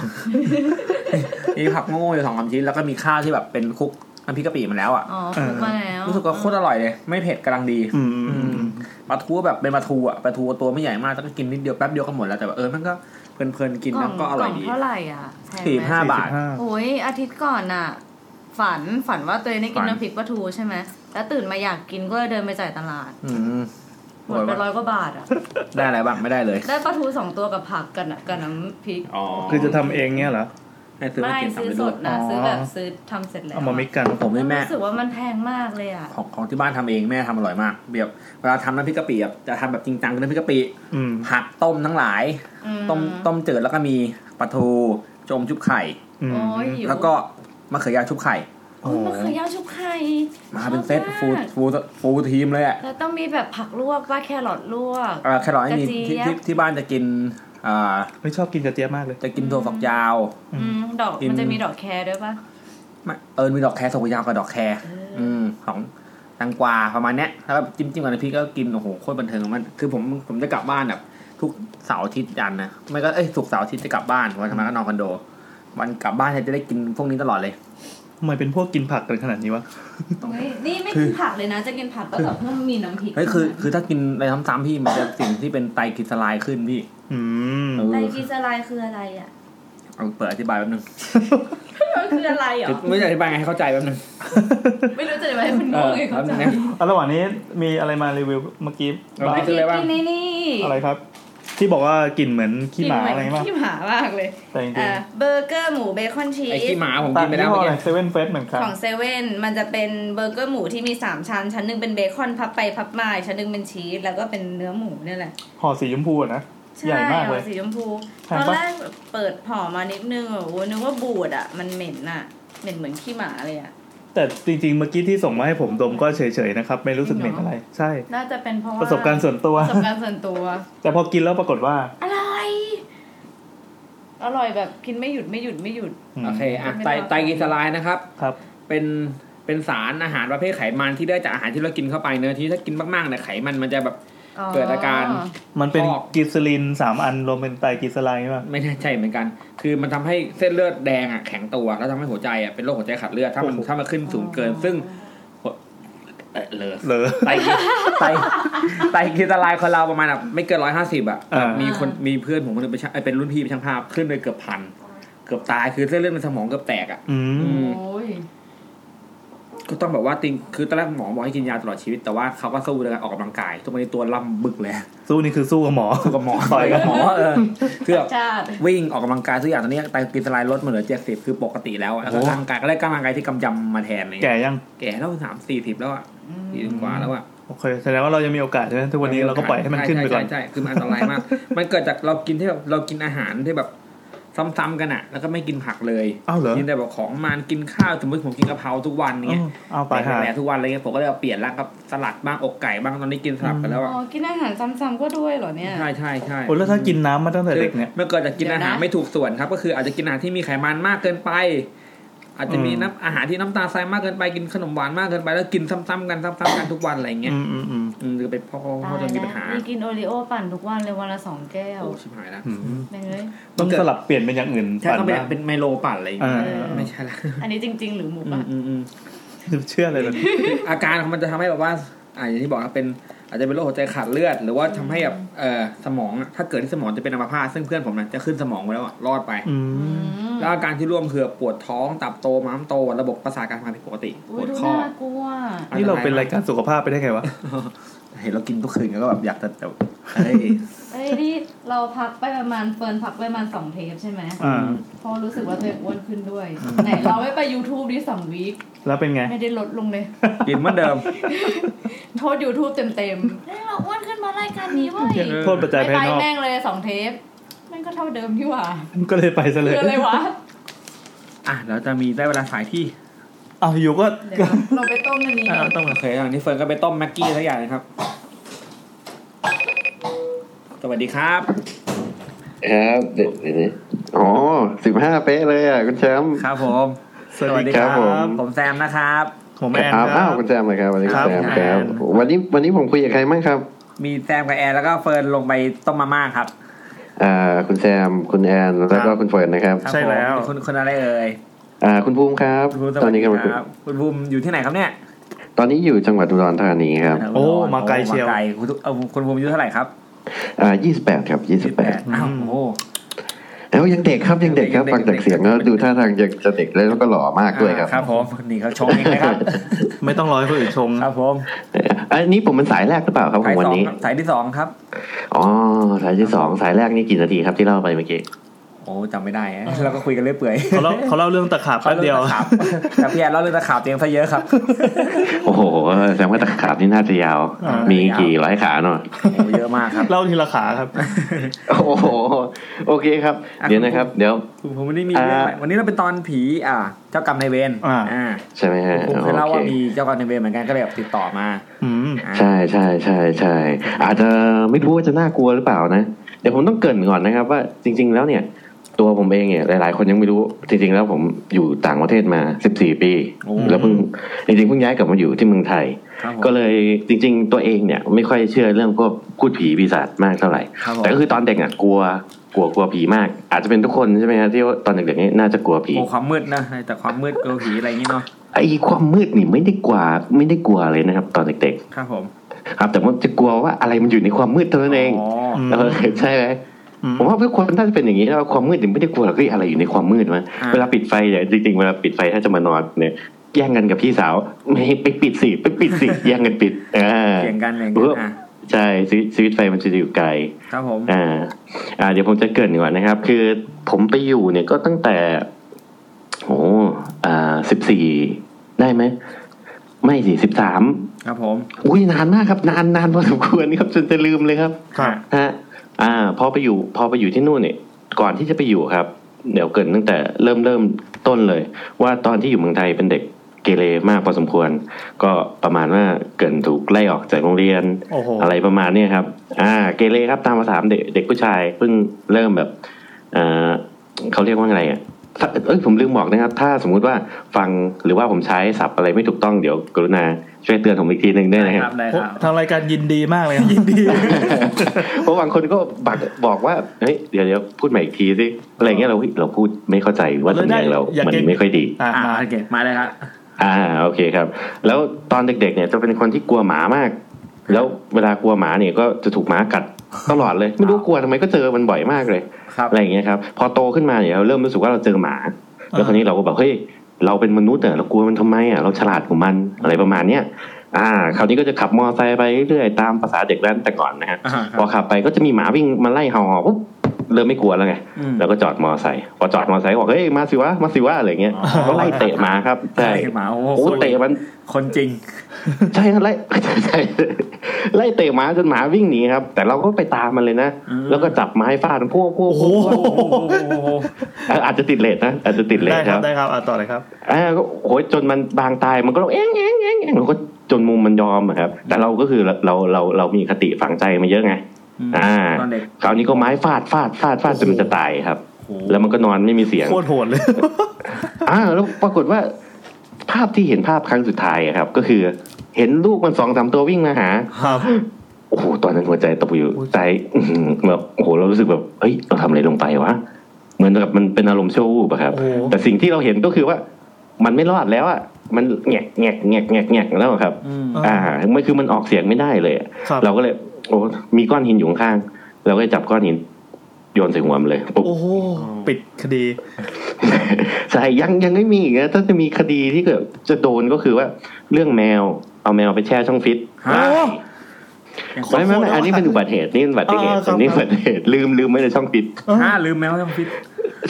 S2: มีผักโง่อยู่สองสามชิ้นแล้วก็มีข้าวที่แบบเป็นคลุกน้ำพริกกะปิมาแล้วอ่ะ
S3: อ๋อคือมาแล้ว
S2: รู้สึกว่าโคตรอร่อยเลย ไม่เผ็ดกำลังดี
S1: อืมอืม
S2: ปลาทูแบบเป็นปลาทูอ่ะปลาทูตัวไม่ใหญ่มากแล้วก็กินนิดเดียวแป๊บเดียวก็หมดแล้วแต่แบบเออมันก็เพลินๆกินแล้วก็อร่อย
S3: กล่ง
S2: ดี
S3: เท่าไหร่อ่ะแพงไม
S2: สี่ห้า
S1: 45
S2: บาท
S3: โอ้ยอาทิตย์ก่อนน่ะ ฝันฝันว่าตัวเองได้กิน
S2: ฝัน
S3: น้ำพริกปลาทูใช่ไหมแล้วตื่นมาอยากกินก็เลยเดินไปจ่ายตลาด
S2: อืม
S3: หมดไปร้อยกว่าบาทอ่ะ
S2: ได้อะไรบ้างไม่ได้เลย
S3: ได้ปลาทูสองตัวกับผักกันน่ะกับน้ำพริก
S2: อ๋อ
S1: คือจะทำเองเนี้ยเหรอ
S2: ให้ซื้อ
S3: ไม่
S2: มากิน
S3: ซื้อ
S2: ทำไป
S3: ส
S2: ด้วย
S3: ดนะ
S1: อ๋อ
S3: ซื้อแบบซื้อทำเสร็จแล้ว
S1: เอามามิกกัน
S2: ผมให้แม่
S3: รู้สึกว่ามันแพงมากเลยอ่ะ
S2: ของของที่บ้านทำเองแม่ทำอร่อยมากแบบเวลาทำน้ำพริกกะปิอะจะทำแบบจริงจังคือน้ำพริกกะปิ
S1: อืม
S2: ผักต้มทั้งหลาย
S3: อื
S2: ต้มต้มจืดแล้วก็มีปลาทูชะอมจุ๊บไข่
S1: อืม
S3: โอ้ยหิว
S2: แล้วก็มะเขือยาวชุบไข่
S1: โอ้
S3: โอ้ยมะเขือยาวชุบไข่
S2: มาเป็นเซต
S3: ชอบก
S2: ฟูลฟูลฟูลทีมเลยอ่ะ
S3: แล้วต้องมีแบบผักลวกป้าแครอทลวก
S2: เอ่อแครอทไม่มี
S3: กระเจี๊
S2: ที่
S3: ยบ
S2: ที่ที่บ้านจะกิน อ่า
S1: ไม่ชอบกินกระเจี๊ยบมากเลย
S2: จะกินถั่วฝักยาว
S1: อืม
S3: อืมดอก
S2: กิน
S3: มันจะมีดอกแครด้วยปะ
S2: ไม่เออมีดอกแคร์ถั่วฝักยาวกับดอกแคร์อืมของแตงกวาประมาณเนี้ยแล้วก็จิ้มจิ้มกับน้ำพริกก็กินโอ้โหโคตรบันเทิงมันคือผมผมจะกลับบ้านแบบทุกเสาร์อาทิตย์จันทร์นะไม่ก็เอ้ยศุกร์เสาร์อาทิตย์จะกลับบ้านวันธรรมดาก็นอนคอนโด วันกลับบ้านเนี่ยจะได้กินพวกนี้ตลอดเลย
S1: ทำไมเป็นพวกกินผักกันขนาดนี้วะ
S3: เฮ้ยนี่ไม่กินผักเลยนะ จะกินผักก็ต่อเพื่อมีน้ำพริก
S2: เฮ้ยคือคือถ้ากินอะไรซ้ำๆพี่มันจะสิ่งที่เป็นไตรกลีเซอไรด์ขึ้นพี่
S1: อืม
S2: เออ
S3: ไตรกลีเซอไรด์คืออะไรอ่ะ
S2: เอาเปิดอธิบายแป๊บนึง
S3: มันคืออะไรเหรอ
S2: ไม่ได้อธิบายไงให้เข้าใจแป๊บนึง
S3: ไม่รู้จะอธิบายให้คุณง
S2: เองอ
S3: เลย
S2: แป๊
S3: เขา
S2: บ
S3: ใจ
S2: นึงนะ
S1: อ่ะระหว่างนี้มีอะไรมารีวิวเมื่อกี้บ้าง
S2: คืออะไรบ้าง
S3: กินนี่นี่
S1: อะไรครับ ที่บอกว่ากลิ่นเหมือนขี้หมาอะไร
S3: กิน
S1: บ้าง
S3: ขี้หมามากเลย
S1: แต่จริง
S3: อ่ะเบอร์เกอร์หมูเบคอนชี
S2: ไอ้ขี้
S3: ส
S2: หมาผม
S1: ๆต่า
S2: กิ
S1: ง
S2: นไป
S1: ยี่
S2: แล้ว
S1: ห้ออะไร
S2: เมื่อกี้
S1: เซเว่นเฟสเหมือนกัน
S3: ของเซเว่นมันจะเป็นเบอร์เกอร์หมูที่มี 3 ชั้น ชั้นหนึ่งเป็นเบคอนพับไปพับมาอีกชั้นหนึ่งเป็นชีสแล้วก็เป็นเนื้อหมูเนี่ยแหละ
S1: ห่อสีชมพูอะนะ ใหญ่มากเลย
S3: ช่สีชมพู
S1: แพ
S3: ต
S1: ง
S3: อ
S1: ปะ
S3: นแรกเปิดห่อมานิดนึงอ่ะโอ้นึกว่าบูดอ่ะ มันเหม็นอ่ะ เหม็นเหมือนขี้หมาเลยอ่ะ
S1: แต่จริงๆเมื่อกี้ที่ส่งมาให้ผมดมก็เฉยๆนะครับ ไม่รู้สึกเหม็นอะไร ใช่
S3: น่าจะเป็นเพราะว่า
S1: ประสบการณ์ส่วนตัว
S3: ประสบการณ์ส่วนตัว
S1: แต่พอกินแล้วปรากฏว่า
S3: อร่อย อร่อยแบบกินไม่หยุดไม่หยุดไม่หยุด
S1: อืม
S2: โอเคอ่ะไตรไตรกลีเซอไรด์นะครับ
S1: ครับ
S2: เป็นเป็นสารอาหารประเภทไขมันที่ได้จากอาหารที่เรากินเข้าไปเนื้อะที่ถ้ากินมากๆเนี่ยไขมันมันจะแบบ เกิดอาการ
S1: มันเป็น
S2: ออก
S1: กิสลีนสามอันรวมเป็นไตรกิสไลน์ป่ะ
S2: ไม่แน่ใจเหมือนกัน คือมันทำให้เส้นเลือดแดงอ่ะแข็งตัว แล้วทำให้หัวใจอ่ะเป็นโรคหัวใจขาดเลือดถ้ามันถ้ามันขึ้นสูงเกิน ซึ่งหัวเอ่อเลอ
S1: เหรอ
S2: ไตกิ ไตไตกินละลายคนเราประมาณแบบไม่เกินร้อยห้าสิบอ่ะ
S1: อ่ามี
S2: มีคนมีเพื่อนผมคนหนึงไปช่างเอ้ยเป็นรุ่นพี่ไปช่างภาพขึ้นไปเกือบพันเกือบตายคือเส้นเลือดในสมองเกือบแตกอ่ะ
S1: อืม
S2: อืม
S3: โอ้ย
S2: ก็ต้องแบบว่าติงคือตอนแรกหมอบอกให้กินยาตลอดชีวิตแต่ว่าเขาก็สู้ด้วยการออกกำลังกาย ทุกวันนี้ตัวล่ำบึก เลย
S1: สู้นี่คือสู้กับหมอ
S2: สู้กับหมอ
S1: ต่อยกับหมอ
S2: เออคือแบบ
S3: ชาติ
S2: วิ่งออกกำลังกายทุกอย่างตอนนี้ไตรกลีเซอไรด์ลดมาเหลือเจ็ดสิบคือปกติแล้วอะแล้วก็
S1: โอ้โห
S2: ร่างกายก็ได้กำลังกายที่กำยำมาแทนอะไรเลย
S1: แก่ยัง
S2: แก่แล้วสามสี่สิบแล้วอ่ะสี่สิบกว่าแล้วอ่ะ
S1: โอเค แสดงว่าเรายังมีโอกาสใช่ไหมทุกวันนี้เราก็ปล่อยให้มันขึ้นไปก่อน
S2: ใช่ใช่ใช่คือมันอันตรายมาก มันเกิดจากเรากินที่แบบเรากินอาหารที่แบบซ้ำๆกันอ่ะ แล้วก็ไม่กินผักเลย
S1: อ้าวเหรอ
S2: กินแต่แบบของมันกินข้าวสมมติผมกินกะเพราทุกวัน
S1: เอ
S2: เนี่ย
S1: อเอาไป
S2: ไป
S1: หา
S2: แหละทุกวันเลยไงผมก็เลยเอาเปลี่ยนร่างครับสลัดบ้างอกไก่บ้างตอนนี้กินสลับกันแล้ว
S3: อ๋
S2: อ่ะ
S3: อกินอาหารซ้ำๆก็ด้วยเหรอเนี่ย
S2: ใช่ใช่ใช่
S1: โอ้แล้วถ้ากินน้ำมาตั้งแต่เด็กเนี่ย
S2: เมื่อเกิดจากกิน
S3: เดี๋ยว
S2: อา
S3: นะ
S2: หารไม่ถูกส่วนครับ ก็คืออาจจะกินอาหารที่มีไขมันมากเกินไป อาจจะมีน้ำอาหารที่น้ำตาลทรายมากเกินไปกินขนมหวานมากเกินไป แล้วกินซ้ำๆกันซ้ำๆกันทุกวันอะไรเงี้ย
S1: อืมอืมอืม
S2: อืมหรือเป็นพ่อ
S3: ตา
S2: พ่อย จะมีปัญหา
S3: แล้วนี่กินโอรีโอปั่นทุกวันเลยวันละสองแก้ว
S2: โอ้ชิบหายแล้ว
S1: อืม
S3: เป็นเลย
S1: ต้องสลับเปลี่ยนเป็นอย่างอื่น
S2: ใช่
S1: ปั่น
S2: ต้องเป็น
S1: บ้าง
S2: เป็นไมโลปั่นอะไรอย่างเงี้ย
S1: เออ
S2: ไม่ใช่ละ
S3: อันนี้จริง ๆ หรือหมู
S2: อื
S3: ป่ะ
S2: มอืมอืม
S1: เชื่อเลยเลย
S2: อาการของมันจะทำให้แบบว่าอ่าอย่างที่บอกครับเป็นอาจจะเป็นโรคหัวใจขาดเลือด หรือว่าทำให้แบบเอ่อสมองอะถ้าเกิดที่สมองจะเป็นอัมพาตซึ่งเพื่อนผมนะจะขึ้นสมองไปแล้วอะรอดไป
S1: อืม
S2: แล้วอาการที่ร่วมคือปวดท้องตับโตม้ามโต ระบบประสาทการทำงานผิดปกติป
S3: อุ้ยว
S2: ด
S3: ดู
S2: ข้อ
S3: น่ากลัว
S1: นี่เราเป็นรายการสุขภาพไปได้ไงวะ
S2: เห็นเรากินทุกคืนก็แบบอยากจะแบบเฮ้ย
S3: เอ้ยนี่เราพักไปประมาณเฟิร์นพักไปประมาณสองเทปใช่ไหม
S1: อ่า
S3: เพอรู้สึกว่าตัวเองอ้วนขึ้นด้วย ไหนเราไม่ไป YouTube ดิสองวีค
S1: แล้วเป็นไง
S3: ไม่ได้ลดลงเลย
S2: กินเหมือนเดิม
S3: โทษ YouTube เต็มๆเอ้ยเราอ้วนขึ้นมารายการนี้เว้ย
S2: เออ
S1: โทษปัจจัย
S3: ไป
S1: ภาย
S3: ไป
S1: นอก
S3: แม่งเลยสองเทปแม่งก็เท่าเดิมที่หว่า
S1: ก็เลยไปซะเล
S3: คื
S1: ย
S3: ออะไรวะ
S2: อ่ะเราจะมีได้เวลาสายที่
S1: เอาอยู่ก็
S3: เดี๋ยวเราไปต้มอันนี้
S1: อ่ะต้องมา
S2: โอเคอ่ะนี่เฟิร์นก็ไปต้มแม็กกี้สักอย่างนะครับสวัสดีครับ
S6: ครับเดี๋ยวเดี๋ยวนี้อ๋อสิบห้าเป๊ะเลยอ่ะ คุณแชมป์
S2: ครับผม
S1: สวัสดีครั
S6: ครับผม
S1: บ
S2: ผมแซมนะครับ
S1: ผมแอน
S6: อ้าว
S1: ค
S6: อ้า
S1: รั
S6: ว
S1: บ
S6: คุณแชมป์เลยครับวันนี้
S1: ค
S6: คุ
S1: รั
S6: ณ
S1: บ
S6: แชมป์ครั
S1: ค
S6: บ
S1: รับ
S6: วันนี้วันนี้ผมคุยกับใครบ้างครับ
S2: มีแซมกับแอนแล้วก็เฟิร์นลงไปต้มมาม่าครับ
S6: อ่า คุณแชมป์คุณแอนแล้วก็คุณเฟิร์นนะครับ
S2: ครับ
S1: ใช่แล้ว
S2: ผมคุณคุณอะไรเอ่ย
S6: อ่า คุณภูมิครับ
S2: คุณภูมิส
S6: ตอ
S2: วัน ส
S6: นี้
S2: ดี
S6: กำลัง
S2: ครับคุณภูมิอยู่ที่ไหนครับเนี่ย
S6: ตอนนี้อยู่จังหวัดอุดรธานีครับ
S1: โอ้มาไกลเชียว
S2: มาไกลคุณเอ่อคุณภูมิอายุเท่าไหร่ครับ
S6: อ่ายี่สิบแปดครับยี่สิบแปด
S2: 28อ้าวโอ้โห
S6: แล้วยังเด็กครับยังเด็กครับ
S2: ยั
S6: ฟั
S2: ง
S6: ง
S2: เด็ก
S6: จากเสียงแล้วดูท่าทางยังจะเด็กแล้วก็หล่อมากด้วยครับ
S2: ครับผมนี่เขาชมเองนะครับ
S1: ไม่ต้องรอให้คนอื่นชง
S2: ครับผม
S6: เอ่ออันนี้ผมเป็นสายแรกหรือเปล่าครับข
S2: สา
S6: อย งวัน
S2: สอง
S6: นี้
S2: ครับสายที่สองครับ
S6: อ๋อ สายที่สองสายแรกนี่กี่นาทีครับที่เล่าไปเมื่อกี้
S2: โอ้จำไม่ได้ฮะเราก็คุยกันเรื่อยเปื่อย
S1: เขาเล่าเขาเล่าเรื่องตะขาบแป๊บเดียว
S2: ขาล่ารื่องตะขาบ แต่พี่แอนเล่าเรื่องตะขาบเตียงซะเยอะครับ
S6: โอ้โหแสดงว่าตะขาบนี่น่าจะยาว
S1: อ่ามี
S6: มีกี่ร้อยขาเนาะ
S2: โอ้เยอะมากครับ
S1: เล่าทีละขาครับ
S6: โอ้โหโอเคครับ เดี๋ยวนะครับ เดี๋ยว
S2: คุณภูมิวันนี้มีเรื่องอะไรวันนี้เราเป็นตอนผีอ่า เจ้ากรรมนายเวร
S1: อ่า
S2: อ่า
S6: ใช่ไหมฮะ
S2: ผม
S6: โอ
S2: เคยเล่า
S6: เค
S2: ว่ามีเจ้ากรรมนายเวรเหมือนกันก็เลยแบบติดต่อมา
S1: อืม
S2: อ่า
S6: ใช่ใช่ใช่ใช่อาจจะไม่รู้ว่าจะน่ากลัวหรือเปล่านะ เดี๋ยวผมต้องเกรินก่อนนะครับ ว่าจริง ๆ แล้วเนี่ย ตัวผมเองเนี่ยหลาย ๆ คนยังไม่รู้ จริง ๆ แล้วผมอยู่ต่างประเทศมา 14 ปี แล้วเพิ่งจริงๆเพิ่งย้ายกลับมาอยู่ที่เมืองไทย
S2: ครับผม
S6: ก็เลยจริง ๆ ตัวเองเนี่ยไม่ค่อยเชื่อเรื่องพวกพูดผีปีศาจมากเท่าไหร่
S2: ครับผม
S6: แต่ก็คือตอนเด็กอ่ะกลัวกลัวกลัวผีมาก อาจจะเป็นทุกคนใช่ไหมฮะที่ว่าตอนเด็กๆนี่น่าจะกลัวผี
S2: โอ้ความมืดนะแต่ความมืดกลัวผีอะไรอย่างงี้เนาะ
S6: ไอ้ความมืดนี่ไม่ได้กลัวไม่ได้กลัวเลยนะครับ ตอนเด็ก
S2: ครับผม
S6: ๆ ครับ แต่ว่าจะกลัวว่าอะไรมันอยู่ในความมืดเท่านั้นเอง
S2: อ๋อ
S1: ม
S6: เออใช่ไหม
S1: อืม
S6: ผมว่าทุกคนน่าจะเป็นอย่างนี้นะว่าความมืดนี่ไม่ได้กลัวหรอกเฮ้ยอะไรอยู่ในความมืดวะ
S2: อ่ะ
S6: เวลาปิดไฟเนี่ยจริงๆเวลาปิดไฟถ้าจะมานอนเนี่ยแย่งกันกับพี่สาวไม่ไปปิดสิไปปิดสิ แย่งกันปิดอ่า
S2: เถียงกันอะไรอย่างเงี้ยอ่ะ
S6: ใช่ชีวิตชีวิตไฟมันจะอยู่ไกล
S2: ครับผม
S6: อ่า อ่า เดี๋ยวผมจะเกรินก่อนนะครับ คือผมไปอยู่เนี่ยก็ตั้งแต่โอ้อ่าสิบสี่ได้ไหม ไม่สิสิบสาม
S2: ครับผม
S6: อุ้ยนานมากครับ นานนานพอสมควรครับจนจะลืมเลยครับ
S1: ครับ
S6: ฮะ อ่า พอไปอยู่ พอไปอยู่ที่นู่นเนี่ย ก่อนที่จะไปอยู่ครับ เดี๋ยวเกรินตั้งแต่เริ่มเริ่มต้นเลย ว่าตอนที่อยู่เมืองไทยเป็นเด็กเกเรมากพอสมควร ก็ประมาณว่าเกรินถูกไล่ออกจากโรงเรียน
S1: โอ้โห
S6: อะไรประมาณเนี้ยครับ อ่า เกเรครับตามภาษาเด็กเด็กผู้ชายเพิ่งเริ่มแบบอ่าเขาเรียกว่าไงอ่ะถ้าเอ้ยผมลืมบอกนะครับ ถ้าสมมุติว่าฟังหรือว่าผมใช้ศัพท์อะไรไม่ถูกต้องเดี๋ยวกรุณาช่วยเตือนผมอีกทีหนึ่งด้วย
S2: ได้
S6: นะค
S2: ครั
S6: รั
S2: บบ ได้ครับ
S1: ทางรายการยินดีมากเลยยินดี
S6: เพราะบางคนก็บักบอกว่าเฮ้ยเดี๋ยวเดี๋ยวพูดใหม่อีกทีสิอะไรอย่างเงี้ยเราเฮ้ยเราพูดไม่เข้าใจว่าสำเนียงเรา
S1: อย่า
S6: มัน
S1: เก่ง
S6: ไม่ค่อยดี
S1: อ่ะ
S2: อ่า
S1: มา
S2: โอเคมาเลยครับ
S6: อ่าโอเคครับ แล้วตอนเด็ก ๆ เนี่ยจะเป็นคนที่กลัวหมามาก แล้วเวลากลัวหมาเนี่ยก็จะถูกหมา กัดตลอดเลย ไม่รู้กลัวทำไมก็เจอมันบ่อยมากเลย
S2: ครับ
S6: อะไรอย่างเงี้ยครับ พอโตขึ้นมาเนี่ยเราเริ่มรู้สึกว่าเราเจอหมา แล้วคราวนี้เราก็แบบเฮ้ยเราเป็นมนุษย์เนี่ยเรากลัวมันทำไมอ่ะเราฉลาดกว่ามันอะไรประมาณเนี้ยอ่า คราวนี้ก็จะขับมอเตอร์ไซค์ไปเรื่อยๆตามภาษาเด็กแว้นแต่ก่อนนะฮะ
S2: อ่าครับ
S6: พอขับไปก็จะมีหมาวิ่งมาไล่เห่าๆปุ๊บเริ่มไม่กลัวแล้วไง
S2: อืม
S6: แล้วก็จอดมอไซค์พอจอดมอไซค์ก็บอกเฮ้ยมาสิวะมาสิวะอะไรเงี้ย
S2: อ๋อ
S6: ก็ไล่เตะหมาครับใช่
S2: ไอ้หมาโอ้โห
S6: โอ้เตะมัน
S2: คนจริง
S6: ใช่ไล่ใช่ไล่เตะหมาจนหมาวิ่งหนีครับ แต่เราก็ไปตามมันเลยนะ
S2: อืม
S6: แล้วก็จับไม้ฟาดพวกพวก
S1: โอ้โห
S2: โอ้โหโอ้โห
S6: อ่ะอาจจะติดเลทนะอาจจะติดเลท
S1: ได้ค
S6: ค
S1: รั
S6: รั
S1: บบ ได้ครับอ่ะต่อเลยครับ
S6: อ่าก็โอ้ยจนมันบางตายมันก็ร้องเอ๊งเอ๊งเอ๊งเอ๊งแล้วก็จนมุมมันยอมอะครับ แต่เราก็คือเราเราเราเรามีคติฝังใจมาเยอะไง
S2: ม
S6: อ่า
S2: ตอนเด็ก
S6: คราวนี้ก็ไม้ฟาดฟาดฟาดฟาดจนมันจะตายครับ
S2: โอ้โห
S6: แล้วมันก็นอนไม่มีเสียง
S1: โคตรโหดเลย
S6: อ่าแล้วปรากฏว่า ภาพที่เห็นภาพครั้งสุดท้ายอะครับ ก็คือ เห็นลูกมันสองสามตัววิ่งมาหา
S1: ครับ
S6: โอ้โหตอนนั้นหัวใจตกอยู่
S1: โอ้ย
S6: ใจอื้อ หือแบบโอ้โหเรารู้สึกแบบเฮ้ยเราทำอะไรลงไปวะเหมือนกับมันเป็นอารมณ์ชั่ววูบอะครับ
S1: โอ้โห
S6: แต่สิ่งที่เราเห็นก็คือว่า มันไม่รอดแล้วอะมันแงกแงกแงกแงกแงกแล้วอะครับ
S2: อืม
S6: อ่ามันคือมันออกเสียงไม่ได้เลยอะ
S1: ครับ
S6: เราก็เลย โอ้มีก้อนหินอยู่ข้างๆเราก็เลยจับก้อนหินโยนใส่หัวมันเลยปุ๊บ
S1: โอ้โหปิดคดี
S6: ใช่ยังยังไม่มีอีกนะถ้าจะมีคดีที่เกิดจะโดนก็คือว่าเรื่องแมว เอาแมวไปแช่ช่องฟิต
S2: ฮะ
S6: ไม่ไม่ไม่อันนี้เป็นอุบัติเหตุนี่เป็นอุบัติเหตุ
S1: อ่าครับ
S6: อันนี้อุบัติเหตุลืมลืมไม่ในช่องฟิต
S1: เอ้า
S2: ห้าลืมแมวต้องฟิต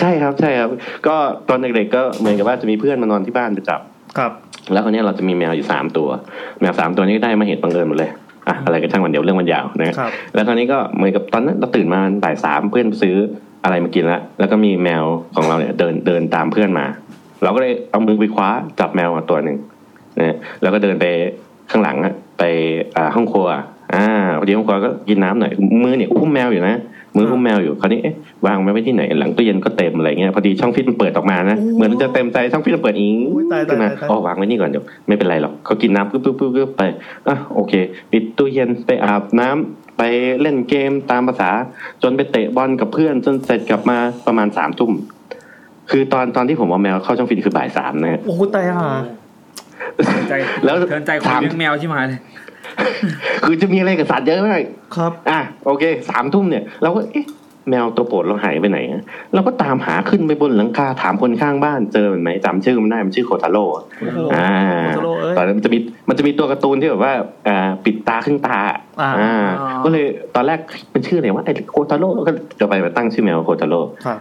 S6: ใช่ครับใช่ครับ ก็ตอนเด็กๆก็เหมือนกับว่าจะมีเพื่อนมานอนที่บ้านประจำ
S1: ครับ
S6: แล้วคนนี้ยเราจะมีแมวอยู่สามตัว แมวสามตัวนี้ก็ได้มาเหตุบังเอิญหมดเลยอ่ะอะไรก็ช่างมันเดี๋ยวเรื่องมันยาวนะ
S1: ครับ
S6: แล้วคราวนี้ก็เหมือนกับตอนนั้นเราตื่นมาบ่ายสามเพื่อนซื้ออะไรมากินแล้วแล้วก็มีแมวของเราเนี่ยเดินเดินตามเพื่อนมา เราก็เลยเอามือไปคว้าจับแมวมาตัวหนึ่งนะแล้วก็เดินไปข้างหลังอะไปอ่าห้องครัวอ่าพอดีห้องครัวก็กินน้ำหน่อยมือเนี่ยอุ้มแมวอยู่นะมืออุ้มแมวอยู่คราวนี้เอ๊ะวางไว้ไว้ที่ไหนหลังตู้เย็นก็เต็มอะไรเงี้ยพอดีช่องฟิตมันเปิดออกมานะ
S1: โอ้
S6: เหมือนมันจะเต็มใจช่องฟิตมันเปิดอี
S1: โอ้ยตายตาย
S6: ขึ้นมา
S1: ตายตาย
S6: อ๋อวางไว้นี่ก่อนเดี๋ยวไม่เป็นไรหรอกเขากินน้ำปุ๊บปุ๊บปุ๊บปุ๊บไป อ่ะโอเคปิดตู้เย็นไปอาบน้ำไปเล่นเกมตามภาษา จนไปเตะบอลกับเพื่อน จนเสร็จกลับมาประมาณสามทุ่มคือตอนตอนที่ผมเอาแมวเข้าช่องฟิตคือบ่ายสามนะฮะ
S1: โอ้โหตายห่า
S2: ใจ
S6: แล้ว
S2: เทินใจคน
S6: ถาม
S2: เลี้ยงแมวใช่ไหมเลย
S6: คือจะมีอะไรกับสัตว์เยอะมาก
S1: ครับ
S6: อ่ะโอเคสามทุ่มเนี่ย เราก็เอ๊ะแมวตัวโปรดเราหายไปไหนอะเราก็ตามหาขึ้นไปบนหลังคาถามคนข้างบ้านเจอมันไหมจำชื่อมันได้มันชื่อโคทาโร่อะ
S1: คุณโล
S6: อ่า
S1: โมโตโร่เอ้ย
S6: ตอนนั้นมันจะมีมันจะมีตัวการ์ตูนที่แบบว่าอ่าปิดตาครึ่งตา
S1: อ่า
S6: ก็เลยตอนแรกมันชื่ออะไรวะไอ้โคตาโร่ก็จะไปมาตั้งชื่อแมวว่าโคตาโร่
S1: ครับ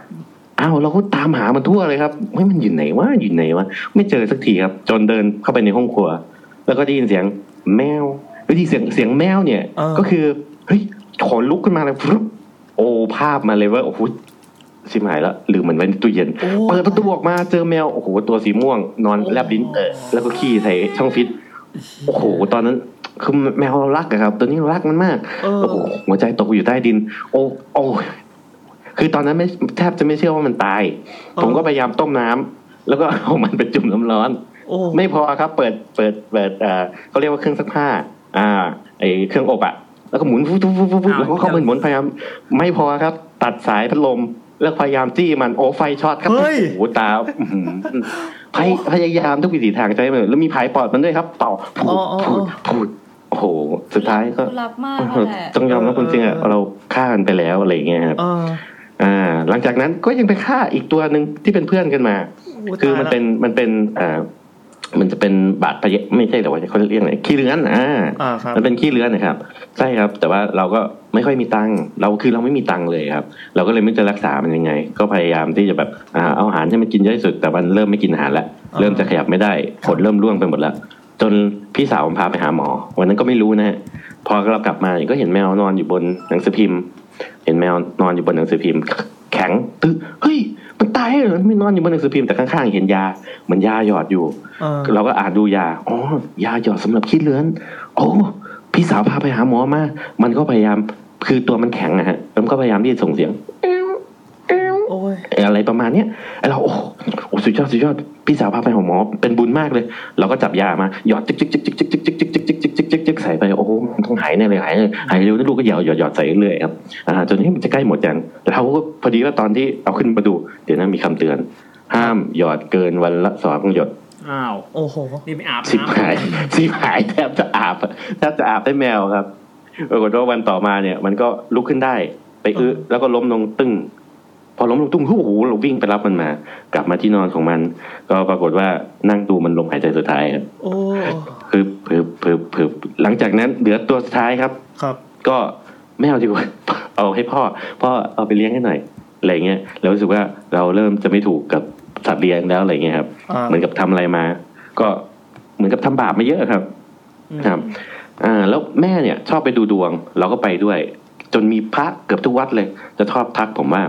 S6: อ้าวเราก็ตามหามันทั่วเลยครับไม่มันอยู่ไหนวะอยู่ไหนวะไม่เจอสักทีครับ จนเดินเข้าไปในห้องครัว แล้วก็ได้ยินเสียงแมวแล้วที่เสียงเสียงแมวเนี่ย
S1: เออ
S6: ก็คือเฮ้ยขนลุกขึ้นมาเลยฟรึบโอ้ภาพมาเลยว่าโอ้โหชิมหายแล้วลืมมันไว้ในตู้เย็น
S1: โอ้
S6: เปิดประตูออกมาเจอแมว โอ้โห ตัวสีม่วง นอนแลบลิ้นเออแล้วก็ขี้ใส่ช่องฟิต โอ้โห ตอนนั้น คือแมวเรารักอะครับ ตัวนี้เรารักมันมาก
S1: เออ
S6: โอ้โหหัวใจตกอยู่ใต้ดิน โอ้โอ้คือตอนนั้นไม่แทบจะไม่เชื่อว่ามันตาย
S1: ออ
S6: ผมก็พยายามต้มน้ำแล้วก็ เอามันไปจุ่มน้ำร้อน
S1: โอ้
S6: ไม่พอครับ เปิดเปิดเปิดเอ่อเขาเรียกว่าเครื่องซักผ้า อ่าไอเครื่องอบอะแล้วก็หมุนฟุ๊บฟุ๊บฟุ๊บฟุ๊บ
S4: อ้าว
S6: แล้วก็เข้าไปหมุนพยายามไม่พอครับ ตัดสายพัดลม แล้วพยายามจี้มันโอ้ไฟช็อตครับ
S1: เฮ้ย
S6: โอ้โหตาอื้อหือพยพยายามทุกวิถีทางจะให้มันแล้วมีพายปอดมันด้วยครับเป่าพู
S1: อ๋อ
S6: ด
S1: อ๋ออ๋อ
S6: พูดพูดโอ้โห สุดท้ายก็
S3: กูรักมากอะแหละ
S6: ต้องยอมรับความจริงอ่ะเราฆ่ากันไปแล้วอะไรอย่างเงี้ยครับ
S1: เออ
S6: อ่า หลังจากนั้นก็ยังไปฆ่าอีกตัวหนึ่งที่เป็นเพื่อนกันมา
S1: โย
S6: คือ
S1: ตาย
S6: มัน
S1: ละ
S6: เป็นมันเป็นอ่ามันจะเป็นบาดพะเยะไม่ใช่แต่ว่าเขาเรียกอะไรขี้เลื้อนอ่า
S1: อ่าครับ
S6: มันเป็นขี้เลื้อนนะครับ ใช่ครับ แต่ว่าเราก็ไม่ค่อยมีตังค์เราคือเราไม่มีตังค์เลยครับ เราก็เลยไม่รู้จะรักษามันยังไง ก็พยายามที่จะแบบอ่าเอาอาหารให้มันกินเยอะที่สุด แต่มันเริ่มไม่กินอาหารแล้ว
S1: อ่า
S6: เริ่มจะขยับไม่ได้ขนเริ่มร่วงไปหมดแล้วจนพี่สาวผมพาไปหาหมอ วันนั้นก็ไม่รู้นะฮะพอเรากลับมาก็เห็นแมวนอนอยู่บนหนังสือพิมพ์ เห็นแมวนอนอยู่บนหนังสือพิมพ์ แข็งตึ๊ะเฮ้ยมันตายเหรอไม่นอนอยู่บนหนังสือพิมพ์แต่ข้างๆเห็นยาเหมือนยาหยอดอยู่
S1: เออ
S6: เราก็อ่านดูยา อ๋อ ยาหยอดสำหรับขี้เลื้อน โอ้ พี่สาวพาไปหาหมอมา มันก็พยายาม คือตัวมันแข็งนะฮะแล้วมันก็พยายามที่จะส่งเสียง
S1: โอ้ย
S6: อะไรประมาณเนี้ยไอ้เราโอ้โอ้สุดยอดสุดยอด พี่สาวพาไปหาหมอ เป็นบุญมากเลย เราก็จับยามา หยอดจิกจิกจิกจิกจิกจิกจิกจิกจิกจิกจิกจิกจิกจิกใส่ไป โอ้โหมันต้องหายแน่เลยหายแน่หายเร็วนะลูกก็หยอดหยอดหยอดใส่เรื่อยๆครับ อ่า จนที่มันจะใกล้หมดยังเราก็พอดีว่าตอนที่เอาขึ้นมาดู เดี๋ยวนะมีคำเตือน ห้ามหยอดเกินวันละสองหยด
S2: อ้าว
S1: โอ้โห
S2: นี่ไม่อาบ
S6: สิบ
S2: น้
S6: หาย สิบหายแทบจะอาบอะแทบจะอาบให้แมวครับปรากฏว่าวันต่อมาเนี่ย มันก็ลุกขึ้นได้ ไปอื้อแล้วก็ล้มลงตึ้ง พอล้มลงตึ้งโอ้โหเราวิ่งไปรับมันมา กลับมาที่นอนของมัน ก็ปรากฏว่านั่งดูมันลมหายใจสุดท้ายครับ
S1: โอ้
S6: พึบพึบพึบพึบหลังจากนั้นเหลือตัวสุดท้ายครับ
S1: ครับ
S6: ก็ไม่เอาดีก ว่า เอาให้พ่อ พ่อเอาไปเลี้ยงให้หน่อยอะไรเงี้ยเรารู้สึกว่าเราเริ่มจะไม่ถูกกับสัตว์เลี้ยงแล้วอะไรเงี้ยครับ
S1: อ่า
S6: เหมือนกับทำอะไรมา ก็เหมือนกับทำบาปมาเยอะครับ
S1: อืม
S6: ครับ อ่า แล้วแม่เนี่ยชอบไปดูดวง เราก็ไปด้วย จนมีพระเกือบทุกวัดเลย จะชอบทักผมว่า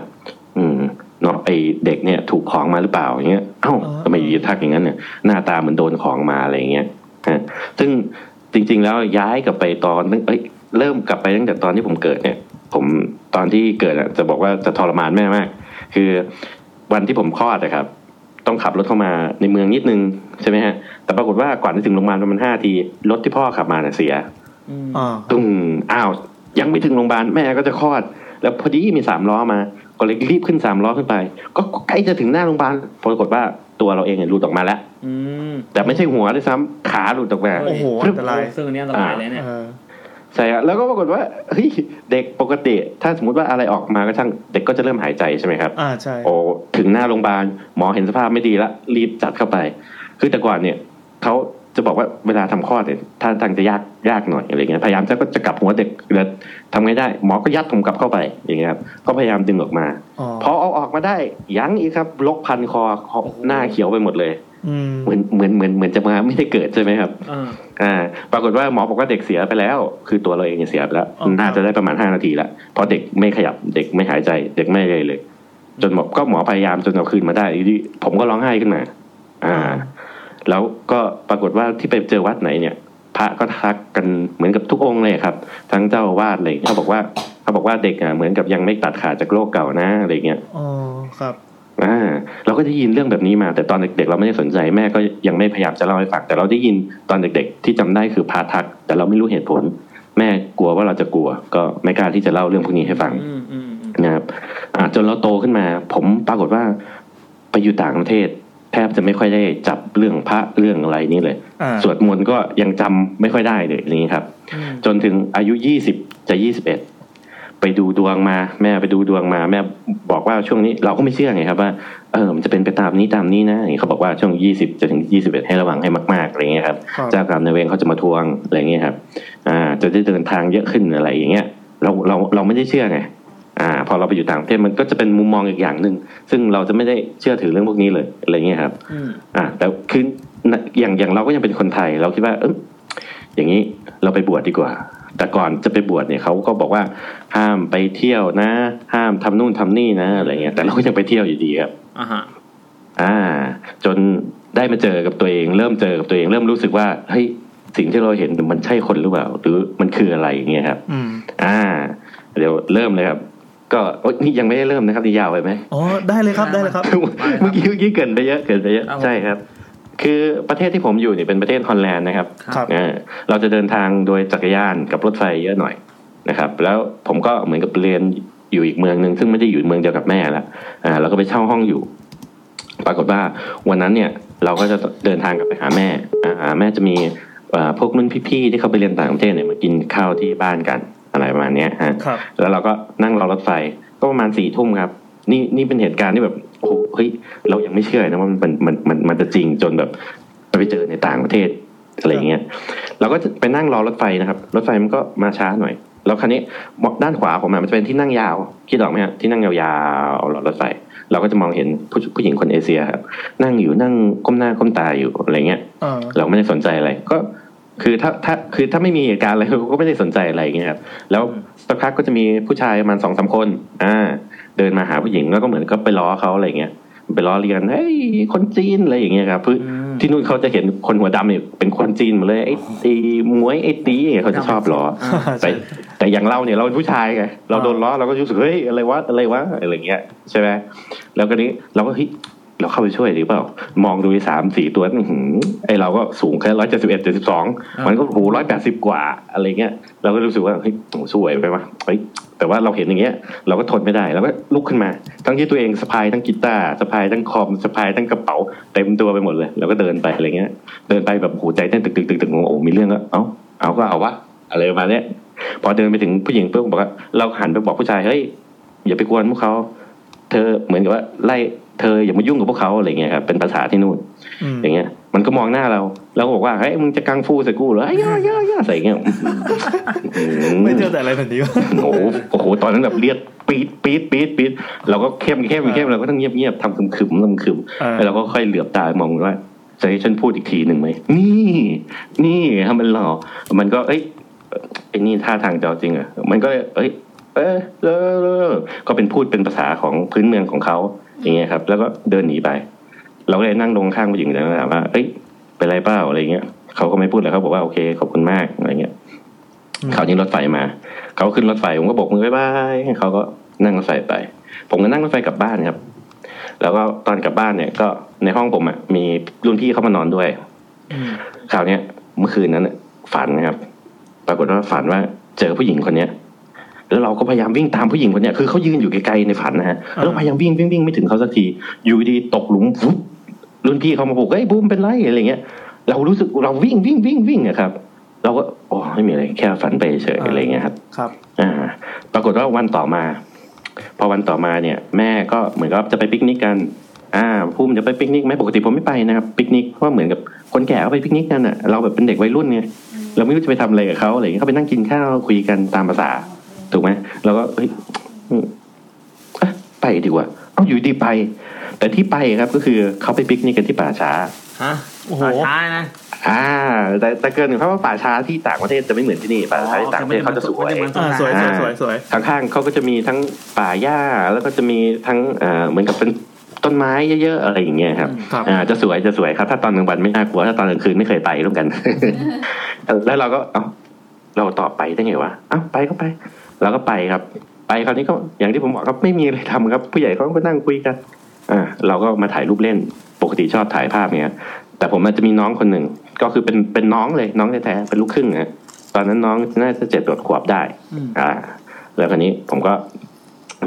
S6: อืมเนาะไอเด็กเนี่ยถูกของมาหรือเปล่าอย่างเงี้ย เอ้า
S1: อ๋อ
S6: ทำไมอยืทักอย่างนั้นเนี่ยหน้าตาเหมือนโดนของมาอะไรอย่างเงี้ยฮะซึ่งจริง ๆ แล้วย้ายกลับไปตอนตั้งเอ้ยเริ่มกลับไปตั้งแต่ตอนที่ผมเกิดเนี่ย ผมตอนที่เกิดอ่ะจะบอกว่าจะทรมานแม่มาก คือวันที่ผมคลอดนะครับ ต้องขับรถเข้ามาในเมืองนิดนึงใช่ไหมฮะ แต่ปรากฏว่าก่อนจะถึงโรงพยาบาลประมาณห้าที รถที่พ่อขับมาเนี่ยเสีย
S1: อ่า
S6: ตุ้งอ้าว ยังไม่ถึงโรงพยาบาลแม่ก็จะคลอด แล้วพอดีมีสามล้อมา ก็เลยรีบขึ้นสามล้อขึ้นไป ก็ก็ใกล้จะถึงหน้าโรงพยาบาลปรากฏว่าตัวเราเองเนี่ยหลุดออกมาแล้ว
S2: ำอืม
S6: แต่ไม่ใช่หัวด้วยซ้ำขาหลุดออกมา
S1: โอ้โห อันตราย
S2: ซึ่งอันนี้อันตรายเลยเนี่ย
S1: เออ
S6: ใช่ฮะแล้วก็ปรากฏว่าเฮ้ยเด็กปกติ ถ้าสมมติว่าอะไรออกมาก็ช่างเด็กก็จะเริ่มหายใจใช่ไหมครับ
S1: อ่า ใช่
S6: โอ้ถึงหน้าโรงพยาบาลหมอเห็นสภาพไม่ดีละรีบจัดเข้าไป คือแต่ก่อนเนี่ยเขาจะบอกว่าเวลาทำคลอดเนี่ยท่าทางจะยากยากหน่อยอะไรเงี้ยพยายามจะก็จะกลับหัวเด็กแต่ทำไงได้ หมอก็ยัดผมกลับเข้าไปอย่างเงี้ยครับก็พยายามดึงออกมา
S1: อ๋อ
S6: พอเอาออกมาได้ยั้งอีกครับลกพันคอคอหน้าเขียวไปหมดเลย
S1: อืม
S6: เหมือนเหมือนเหมือนเหมือนจะมาไม่ได้เกิดใช่ไหมครับ
S2: อ่า
S6: อ่า ปรากฏว่าหมอบอกว่าเด็กเสียไปแล้ว คือตัวเราเองเนี่ยเสียไปแล้ว
S1: อ๋อ
S6: น่าจะได้ประมาณห้านาทีแล้วเพราะเด็กไม่ขยับ เด็กไม่หายใจ เด็กไม่อะไรเลย จนหมอ ก็หมอพยายามจนเอาคืนมาได้อยู่ดีผมก็ร้องไห้ขึ้นมา อ่า แล้วก็ปรากฏว่าที่ไปเจอวัดไหนเนี่ย พระก็ทักกันเหมือนกับทุกองค์เลยครับ ทั้งเจ้าอาวาดเลยเขาบอกว่าเขาบอกว่าเด็กอ่ะเหมือนกับยังไม่ตัดขาดจากโลกเก่านะอะไรเงี้ย
S1: อ๋อ ครับ
S6: อ่าเราก็ได้ยินเรื่องแบบนี้มา แต่ตอนเด็กๆ เราไม่ได้สนใจแม่ก็ยังไม่พยายามจะเล่าให้ฟังแต่เราได้ยินตอนเด็กๆ ที่จำได้คือพาทัก แต่เราไม่รู้เหตุผล แม่กลัวว่าเราจะกลัว ก็ไม่กล้าที่จะเล่าเรื่องพวกนี้ให้ฟัง
S2: อืมอืมอืม
S6: นะครับอ่าจนเราโตขึ้นมา ผมปรากฏว่า ไปอยู่ต่างประเทศ แทบจะไม่ค่อยได้จับเรื่องพระเรื่องอะไรนี่เลย
S1: อ่า
S6: สวดมนต์ก็ยังจำไม่ค่อยได้เลยอย่างนี้ครับ จนถึงอายุยี่สิบจะยี่สิบเอ็ดไปดูดวงมา แม่ไปดูดวงมา แม่บอกว่าช่วงนี้เราก็ไม่เชื่อไงครับว่าเออมันจะเป็นไปตามนี้ตามนี้นะอย่างนี้เขาบอกว่าช่วงยี่สิบจะถึงยี่สิบเอ็ดให้ระวังให้มากๆอะไรเงี้ยครับ
S1: ครับ
S6: เจ้ากรรมนายเวรเขาจะมาทวงอะไรเงี้ยครับ อ่า จะได้เดินทางเยอะขึ้นอะไรอย่างเงี้ยเราเราเราไม่ได้เชื่อไงอ่า พอเราไปอยู่ต่างประเทศมันก็จะเป็นมุมมองอีกอย่างหนึ่งซึ่งเราจะไม่ได้เชื่อถือเรื่องพวกนี้เลยอะไรเงี้ยครับ
S2: อืม
S6: อ่ะแต่คือนะอย่างอย่างเราก็ยังเป็นคนไทย เราคิดว่า เอยอย่างนี้เราไปบวชดีกว่า แต่ก่อนจะไปบวชเนี่ยเขาก็บอกว่าห้ามไปเที่ยวนะ ห้ามทำนู่นทำนี่นะอะไรเงี้ยแต่เราก็ยังไปเที่ยวอยู่ดีครับ
S2: อ่าฮะ
S6: อ่า จนได้มาเจอกับตัวเอง เริ่มเจอกับตัวเอง เริ่มรู้สึกว่าเฮ้ย สิ่งที่เราเห็นมันใช่คนหรือเปล่า หรือมันคืออะไรอย่างเงี้ยครับ
S1: อืม
S6: อ่า เดี๋ยวเริ่มเลยครับ ก็โอ๊ยนี่ยังไม่ได้เริ่มนะครับนี่ยาวไปไหม
S1: อ๋อได้เลยครับได้เลยครับ
S6: เมื่อกี้เมื่อกี้เกรินไปเยอะเกรินไปเยอะ
S4: ครับผม
S6: ใช่ครับ คือประเทศที่ผมอยู่เนี่ยเป็นประเทศฮอลแลนด์นะครับ
S1: ครับ
S6: เออเราจะเดินทางโดยจักรยานกับรถไฟเยอะหน่อยนะครับ แล้วผมก็เหมือนกับเรียนอยู่อีกเมืองหนึ่งซึ่งไม่ได้อยู่เมืองเดียวกับแม่ละอ่าเราก็ไปเช่าห้องอยู่ ปรากฏว่าวันนั้นเนี่ยเราก็จะเดินทางกลับไปหาแม่อ่าแม่จะมีเอ่อพวกรุ่นพี่ๆที่เขาไปเรียนต่างประเทศเนี่ยมากินข้าวที่บ้านกันอะไรประมาณเนี้ยฮะ
S1: ครับ
S6: แล้วเราก็นั่งรอรถไฟก็ประมาณสี่ทุ่มครับ นี่นี่เป็นเหตุการณ์ที่แบบโอ้โหเฮ้ยเรายังไม่เชื่อนะว่ามันมันมันมันมันจะจริงจนแบบไปเจอในต่างประเทศอะไรอย่างเงี้ยเราก็จะไปนั่งรอรถไฟนะครับ รถไฟมันก็มาช้าหน่อย แล้วคันนี้ด้านขวาผมอะมันจะเป็นที่นั่งยาวคิดออกไหมฮะที่นั่งยาวๆรอรถไฟ เราก็จะมองเห็นผู้ผู้หญิงคนเอเชียครับนั่งอยู่นั่งก้มหน้าก้มตาอยู่อะไรเงี้ย
S1: เออ
S6: เราไม่ได้สนใจอะไรก็ คือถ้าถ้าคือถ้าไม่มีเหตุการณ์อะไร เราก็ไม่ได้สนใจอะไรอย่างเงี้ยครับแล้วสักพักก็จะมีผู้ชายประมาณสองสามคน อ่า เดินมาหาผู้หญิงแล้วก็เหมือนก็ไปล้อเขาอะไรอย่างเงี้ยไปล้อเลียนเฮ้ยคนจีนอะไรอย่างเงี้ยครับเพื่อที่นู่นเขาจะเห็นคนหัวดำเนี่ยเป็นคนจีนหมดเลยไอ้ตีมวยไอ้ตีอย่างเงี้ยเขาจะชอบล้อ แต่
S1: ใช่
S6: แต่อย่างเราเนี่ยเราเป็นผู้ชายไงเรา
S1: อ่า
S6: โดนล้อเราก็รู้สึกเฮ้ยอะไรวะอะไรวะอะไรอย่างเงี้ยใช่ไหมแล้วก็นี้เราก็เฮ้ยเราเข้าไปช่วยหรือเปล่า มองดูสามสี่ตัวอื้อหือไอเราก็สูงแค่ร้อยเจ็ดสิบเอ็ดเจ็ดสิบสองมันก็หูร้อยแปดสิบกว่าอะไรเงี้ยเราก็รู้สึกว่าเฮ้ยโหช่วยไปวะเฮ้ยแต่ว่าเราเห็นอย่างเงี้ย เราก็ทนไม่ได้เราก็ลุกขึ้นมา ทั้งที่ตัวเองสะพายทั้งกีตาร์สะพายทั้งคอมสะพายทั้งกระเป๋าเต็มตัวไปหมดเลยเราก็เดินไปอะไรเงี้ย เดินไปแบบโหใจเต้นตึกตึกตึกตึกโอ้โหมีเรื่องก็เอ้าเอาก็เอาวะอะไรประมาณเนี้ย พอเดินไปถึงผู้หญิงปุ๊บบอกว่าเราหันไปบอกผู้ชายเฮ้ยอย่าไปกวนพวกเขาเธอเหมือนกับว่าไล่เธออย่ามายุ่งกับพวกเขาอะไรเงี้ยครับเป็นภาษาที่นู่น
S1: อืม
S6: อย่างเงี้ย มันก็มองหน้าเราเราก็บอกว่าเฮ้ยมึงจะกังฟูใส่กูเหรอเอ้ยย่าย่าย่าใส่เงี้ย
S1: ไม่เจอแต่อะไรแบบนี้วะ
S6: โอ้โหโอ้โหตอนนั้นแบบเรียกปี๊ดปี๊ดปี๊ดปี๊ดเราก็เข้มเข้มเข้มเราก็ต้องเงียบเงียบๆทำขึมขึมๆทำขึม
S1: เออ
S6: แล้วเราก็ค่อยเหลือบตามองว่าจะให้ฉันพูดอีกทีหนึ่งไหม นี่ นี่ทำมันหล่อมันก็ เอ้ยไอ้นี่ท่าทางจะเอาจริงเหรอ่ะ มันก็เลยเอ้ย เอยเออเออเออก็เป็นพูดเป็นภาษาของพื้นเมืองของเขาอย่างเงี้ยครับ แล้วก็เดินหนีไป เราก็เลยนั่งลงข้างผู้หญิงแล้วถามว่า เอ้ย เป็นไรเปล่าอะไรเงี้ยเขาก็ไม่พูดเลยเขาบอกว่าโอเคขอบคุณมากอะไรเงี้ยคราวนี้รถไฟมา เขาขึ้นรถไฟผมก็บอกมือบ๊ายบายเขาก็นั่งรถไฟไป ผมก็นั่งรถไฟกลับบ้านครับ แล้วก็ตอนกลับบ้านเนี่ยก็ในห้องผมอ่ะมีรุ่นพี่เข้ามานอนด้วยคราวเนี้ยเมื่อคืนนั้นน่ะฝันนะครับ ปรากฏว่าฝันว่าเจอผู้หญิงคนเนี้ย แล้วเราก็พยายามวิ่งตามผู้หญิงคนเนี้ยคือเขายืนอยู่ไกลๆในฝันนะฮะแล้วพยายามวิ่งวิ่งวิ่งไม่ถึงเขาสักที อยู่ดีๆตกหลุมฟุ๊บรุ่นพี่เขามาบอกเฮ้ยบูมเป็นไรอะไรเงี้ย เรารู้สึกเราวิ่งวิ่งวิ่งวิ่งอะครับ เราก็อ๋อไม่มีอะไรแค่ฝันไปเฉยๆอะไรเงี้ยครับ
S1: ครับ
S6: อ่าปรากฏว่าวันต่อมา พอวันต่อมาเนี่ย แม่ก็เหมือนกับจะไปปิกนิกกัน อ่าภูมิจะไปปิกนิกไหมปกติผมไม่ไปนะครับปิกนิกเพราะว่าเหมือนกับคนแก่เขาไปปิกนิกกันอ่ะเราแบบเป็นเด็กวัยรุ่นไงเราไม่รู้จะไปทำอะไรกับเขาอะไรอย่างเงี้ยเขาไปนั่งกินข้าวคุยกันตามภาษา ถูกไหมเราก็เฮ้ยอืมเอ๊ะไปดีกว่าเอาอยู่ดีไป แต่ที่ไปครับก็คือเขาไปปิกนิกกันที่ป่าช้า
S2: ฮะ
S1: โอ้โห
S2: ป่าช้านะ
S6: อ่า แต่แต่เกินหนึ่งเพราะว่าป่าช้าที่ต่างประเทศจะไม่เหมือนที่นี่ป่าช้าที่ต่างประเทศเขาจะสวย
S1: อ่าสวยสวยสวยสวย
S6: ทางข้างเขาก็จะมีทั้งป่าหญ้าแล้วก็จะมีทั้งเอ่อเหมือนกับเป็นต้นไม้เยอะๆอะไรอย่างเงี้ยครับ
S1: ครับ
S6: อ่าจะสวยจะสวยครับ ถ้าตอนกลางวันไม่น่ากลัวถ้าตอนกลางคืนไม่เคยไปร่วมกัน แล้วเราก็เอ้าเราตอบไปได้ไงวะเอ้าไปก็ไปเราก็ไปครับ ไปคราวนี้ก็อย่างที่ผมบอกครับไม่มีอะไรทำครับ ผู้ใหญ่เขาก็นั่งคุยกันอ่าเราก็มาถ่ายรูปเล่นปกติชอบถ่ายภาพเงี้ย แต่ผมอาจจะมีน้องคนหนึ่งก็คือเป็นเป็นน้องเลยน้องแท้ๆเป็นลูกครึ่งนะตอนนั้นน้องน่าจะเจ็ดขวบได้อ่า แล้วคราวนี้ผมก็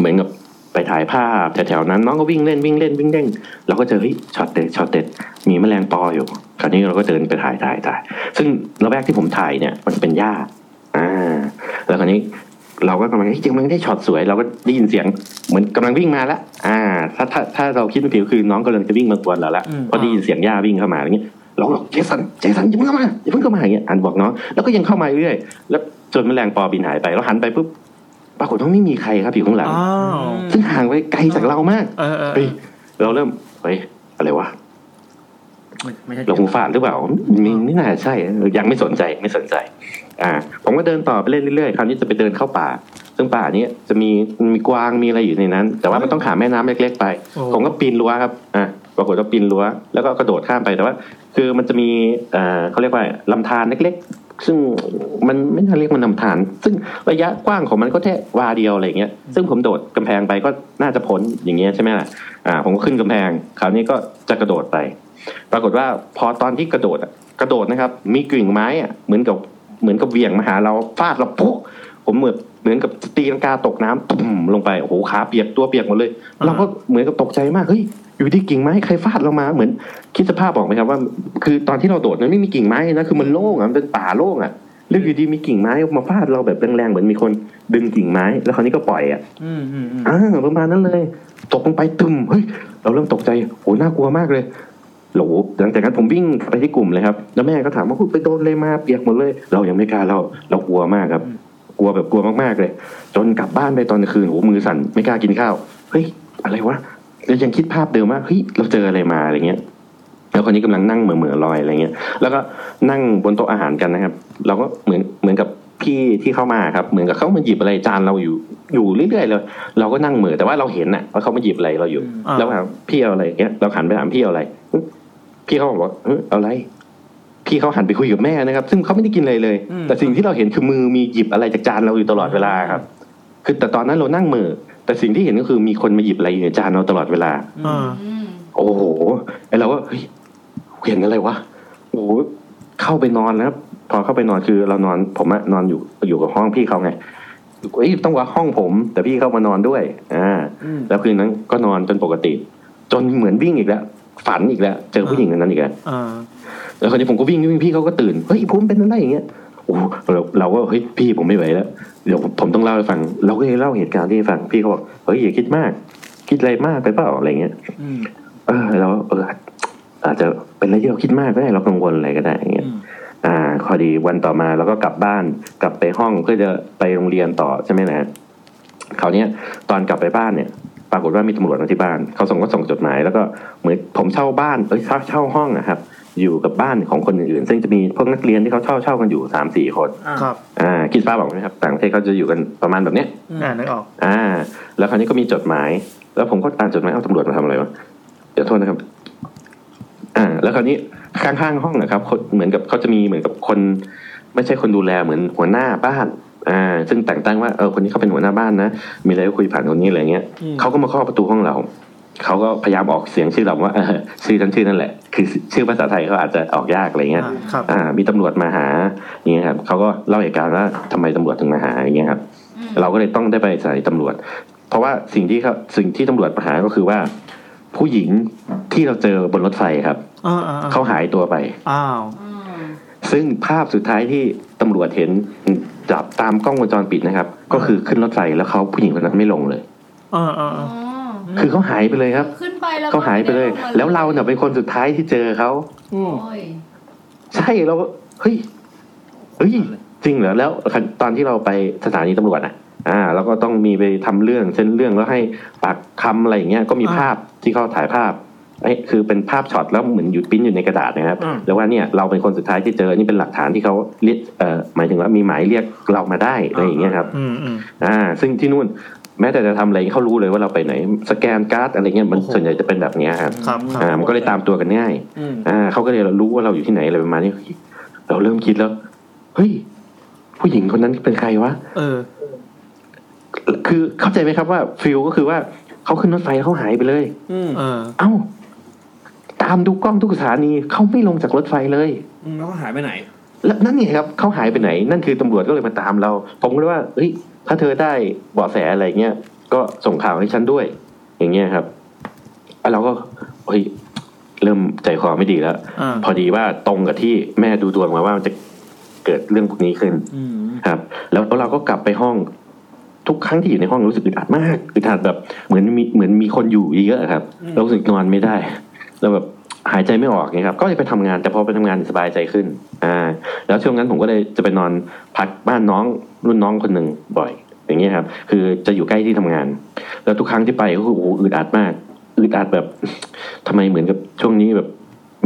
S6: เหมือนกับไปถ่ายภาพแถวๆนั้นน้องก็วิ่งเล่นวิ่งเล่นวิ่งเล่นเราก็เจอเฮ้ยช็อตเด็ดช็อตเด็ดมีแมลงปออยู่ คราวนี้เราก็เดินไปถ่ายถ่ายถ่ายซึ่งระแวกที่ผมถ่ายเนี่ยมันเป็นหญ้าอ่าแล้วคราวนี้เราก็กำลังเฮ้ยยังไม่ได้ช็อตสวยเราก็ได้ยินเสียงเหมือนกำลังวิ่งมาแล้วอ่า ถ้าถ้าถ้าเราคิดไม่ผิดก็คือน้องกำลังจะวิ่งมากวนเราแล้วเพราะได้ยินเสียงหญ้าวิ่งเข้ามาอย่างเงี้ยเราก็บอกเจสันเจสันอย่าเพิ่งเข้ามาอย่าเพิ่งเข้ามาอย่างเงี้ยอันบอกน้องแล้วก็ยังเข้ามาเรื่อยๆแล้วจนแมลงปอบินหายไปเราหันไปปุ๊บ ปรากฏว่าไม่มีใครครับอยู่ข้างหลัง
S1: อ้าว
S6: ซึ่งห่างไปไกลจากเรามาก
S1: เออเออเอ
S6: เฮ้ย
S1: อ
S6: เราเริ่มเฮ้ยอะไรวะ
S2: ไม่ไม่ใช่
S6: เราหูฝาดหรือเปล่าไม่ไม่น่าใช่ยังไม่สนใจไม่สนใจ อ่า ผมก็เดินต่อไปเรื่อยๆคราวนี้จะไปเดินเข้าป่า ซึ่งป่าเนี้ยจะมีมีกวางมีอะไรอยู่ในนั้น แต่ว่ามันต้องหาแม่น้ำเล็กๆไป
S1: โอ้
S6: ผมก็ปีนรั้วครับ อ่ะ ปรากฏว่าปีนรั้วแล้วก็กระโดดข้ามไปแต่ว่า คือมันจะมีเอ่อเขาเรียกว่าลำธารเล็ก ๆ ซึ่งมันไม่น่าเรียกมันลำธารซึ่งระยะกว้างของมันก็แค่วาเดียวอะไรอย่างเงี้ยซึ่งผมโดดกำแพงไปก็น่าจะพ้นอย่างเงี้ยใช่ไหมล่ะอ่าผมก็ขึ้นกำแพงคราวนี้ก็จะกระโดดไป ปรากฏว่าพอตอนที่กระโดดอะกระโดดนะครับ มีกิ่งไม้อะเหมือนกับเหมือนกับเหวี่ยงมาหาเราฟาดเราปุ๊บผมเหมือนเหมือนกับตีลังกาตกน้ำตุ่มลงไปโอ้โหขาเปียกตัวเปียกหมดเลย
S1: อ่า
S6: เราก็เหมือนกับตกใจมากเฮ้ยอยู่ที่กิ่งไม้ใครฟาดเรามาเหมือนคิดสภาพบอกไหมครับว่า คือตอนที่เราโดดนั้นไม่มีกิ่งไม้นะคือมันโล่งอะมันเป็นป่าโล่งอะแล้วอยู่ดีมีกิ่งไม้มาฟาดเราแบบแรงๆเหมือนมีคนดึงกิ่งไม้แล้วคราวนี้ก็ปล่อยอะ
S2: อืมอืมอืม
S6: อ่าประมาณนั้นเลย ตกลงไปตึมเฮ้ยเราเริ่มตกใจโหน่ากลัวมากเลยโหลหลังจากนั้นผมวิ่งไปที่กลุ่มเลยครับ แล้วแม่ก็ถามว่าคุณไปโดนเลยมาเปียกหมดเลย เรายังไม่กล้าเราเรากลัวมากครับ กลัวแบบกลัวมากๆเลย จนกลับบ้านไปตอนกลางคืนโหมือสั่นไม่กล้ากินข้าวเฮ้ยอะไรวะแล้วยังคิดภาพเดิมว่าเฮ้ยเราเจออะไรมาอะไรเงี้ยแล้วคนนี้กำลังนั่งเหม่อเหม่อๆลอยอะไรเงี้ยแล้วก็นั่งบนโต๊ะอาหารกันนะครับ เราก็เหมือนเหมือนกับพี่ที่เข้ามาครับ เหมือนกับเขามาหยิบอะไรจานเราอยู่อยู่เรื่อยๆเลย เราก็นั่งเหมือแต่ว่าเราเห็นน่ะว่าเขามาหยิบอะไรเราอยู่
S1: อ่า
S6: แล้วถามพี่เอาอะไรอย่างเงี้ยเราหันไปถามพี่เอาอะไรหึพี่เขาบอกว่าเออเอาอะไร พี่เขาหันไปคุยกับแม่นะครับ ซึ่งเขาไม่ได้กินอะไรเลย แต่สิ่งที่เราเห็นคือมือมีหยิบอะไรจากจานเราอยู่ตลอดเวลาครับ คือแต่ตอนนั้นเรานั่งเหมือแต่สิ่งที่เห็นก็คือมีคนมาหยิบอะไรอยู่ในจานเราตลอดเวลา
S1: อ่า
S3: อืม
S6: โอ้โหไอเราก็เฮ้ยเห็นอะไรวะโอ้โหเข้าไปนอนนะครับ พอเข้าไปนอนคือเรานอนผมอะนอนอยู่อยู่กับห้องพี่เขาไงเอ้ยต้องว่าห้องผม แต่พี่เข้ามานอนด้วยอ่า
S2: อืม
S6: แล้วคืนนั้นก็นอนจนปกติ จนเหมือนวิ่งอีกแล้วฝันอีกแล้วเจอผู้หญิงคนนั้นอีกแล้ว
S1: อ่า
S6: แล้วคราวนี้ผมก็วิ่งวิ่งพี่เขาก็ตื่นเฮ้ยผมเป็นอะไรอย่างเงี้ยโอ้โหเราเราก็เฮ้ยพี่ผมไม่ไหวแล้วเดี๋ยวผมผมต้องเล่าให้ฟัง เราก็เลยเล่าเหตุการณ์ที่ให้ฟังพี่เขาบอกเฮ้ยอย่าคิดมาก คิดอะไรมากไปเปล่าอะไรเงี้ย
S2: อืม
S6: เออเราเอออาจจะเป็นอะไรที่เราคิดมากก็ได้เรากังวลอะไรก็ได้อย่างเงี้ย
S2: อืม
S6: อ่าพอดีวันต่อมาเราก็กลับบ้านกลับไปห้องเพื่อจะไปโรงเรียนต่อใช่ไหมนะคราวเนี้ยตอนกลับไปบ้านเนี่ย ปรากฏว่ามีตำรวจมาที่บ้านเขาส่งก็ส่งจดหมาย แล้วก็เหมือนผมเช่าบ้านเอ้ยเช่าเช่าห้องนะครับ อยู่กับบ้านของคนอื่นๆ ซึ่งจะมีพวกนักเรียนที่เขาเช่าเช่ากันอยู่สามสี่คน
S1: ครับ
S6: อ่าคิดฟ้าบอกไหมครับต่างประเทศเขาจะอยู่กันประมาณแบบเนี้ย
S1: อ่านึกออก
S6: อ่า แล้วคราวนี้ก็มีจดหมาย แล้วผมก็อ่านจดหมายเอาตำรวจมาทำอะไรวะเดี๋ยวโทษนะครับ อ่า แล้วคราวนี้ข้างๆห้องนะครับคนเหมือนกับเขาจะมีเหมือนกับคน ไม่ใช่คนดูแลเหมือนหัวหน้าบ้าน อ่า ซึ่งแต่งตั้งว่าเออคนนี้เขาเป็นหัวหน้าบ้านนะมีอะไรก็คุยผ่านคนนี้อะไรเงี้ย
S1: อืม
S6: เขาก็มาเคาะประตูห้องเราเขาก็พยายามออกเสียงชื่อเราว่าเอ อชื่อนั้นชื่อนั่นแหละ คือชื่อภาษาไทยเขาอาจจะออกยากอะไรเงี้ย
S1: อ่าครับ
S6: อ่า มีตำรวจมาหาอย่างเงี้ยครับเขาก็เล่าเหตุการณ์ว่าทำไมตำรวจถึงมาหาอย่างเงี้ยครับ
S3: อืม
S6: เราก็เลยต้องได้ไปสถานีตำรวจ เพราะว่าสิ่งที่เขาสิ่งที่ตำรวจมาหาก็คือว่า ผู้หญิงที่เราเจอบนรถไฟครับ
S1: อ่าอ่าอ่า
S6: เขาหายตัวไป
S1: อ้าว
S3: อืม
S6: ซึ่งภาพสุดท้ายที่ตำรวจเห็นจับตามกล้องวงจรปิดนะครับ ก็คือขึ้นรถไฟแล้วเขาผู้หญิงคนนั้นไม่ลงเลย
S1: อ่าอ่า
S3: อ๋อ
S1: อ่า
S6: คือเขาหายไปเลยครับ
S3: ขึ้นไปแล้วก็
S6: เขาหายไปเลย
S3: ม่ด้งม
S6: แล้วเราเนี่ยเป็นคนสุดท้ายที่เจอเขา
S3: โอ้ย
S6: ใช่เราก็เฮ้ยเฮ้ยจริงเหรอแล้วตอนที่เราไปสถานีตำรวจอ่ะ อ่าเราก็ต้องมีไปทำเรื่องเส้นเรื่องแล้วให้ปากคำอะไรอย่างเงี้ยก็มีภาพที่เขาถ่ายภาพไอ้คือเป็นภาพช็อตแล้วเหมือนหยุดปริ้นอยู่ในกระดาษนะครับ
S2: อืม
S6: แล้วว่าเนี่ยเราเป็นคนสุดท้ายที่เจอนี่เป็นหลักฐานที่เขาเรียกเอ่อหมายถึงว่ามีหมายเรียกเรามาได้อะไรอย่างเงี้ยครับ
S1: อืมอืม
S6: อ่า ซึ่งที่นู่น แม้แต่จะทำอะไรเขารู้เลยว่าเราไปไหน สแกนการ์ดอะไรเงี้ยมัน
S1: โอ้โห
S6: ส่วนใหญ่จะเป็นแบบเนี้ยครับ
S1: ครับครับ
S6: อ่ามันก็เลยตามตัวกันง่าย
S2: อืม
S6: อ่าเขาก็เลยรู้ว่าเราอยู่ที่ไหนอะไรประมาณนี้เราเริ่มคิดแล้วเฮ้ยผู้หญิงคนนั้นเป็นใครวะ
S1: เออ
S6: คือเข้าใจไหมครับว่าฟิลก็คือว่าเขาขึ้นรถไฟแล้วเขาหายไปเลย
S2: อืม
S1: เออ
S6: เอ้า ตามดูกล้องทุกสถานีเขาไม่ลงจากรถไฟเลย
S2: อืมแล้วก็หายไปไหน
S6: แล้วนั่นไงครับเขาหายไปไหน นั่นคือตำรวจก็เลยมาตามเรา ผมก็เลยว่าเฮ้ยถ้าเธอได้เบาะแสอะไรเงี้ยก็ส่งข่าวให้ฉันด้วย อย่างเงี้ยครับแล้วเราก็เฮ้ยเริ่มใจคอไม่ดีแล้ว
S1: อ่า
S6: พอดีว่าตรงกับที่แม่ดูดวงมาว่ามันจะเกิดเรื่องพวกนี้ขึ้น
S2: อืม
S6: ครับแล้วเราก็กลับไปห้อง ทุกครั้งที่อยู่ในห้องรู้สึกอึดอัดมากอึดอัดแบบเหมือนมีเหมือนมีคนอยู่เยอะๆครับเรารู้สึกนอนไม่ได้แล้วแบบหายใจไม่ออกไงครับ ก็เลยไปทำงานแต่พอไปทำงานสบายใจขึ้น อ่า แล้วช่วงนั้นผมก็เลยจะไปนอนพักบ้านน้องรุ่นน้องคนหนึ่งบ่อย อย่างเงี้ยครับ คือจะอยู่ใกล้ที่ทำงาน แล้วทุกครั้งที่ไปก็คือโอ้โหอึดอัดมากอึดอัดแบบ ทำไมเหมือนกับช่วงนี้แบบ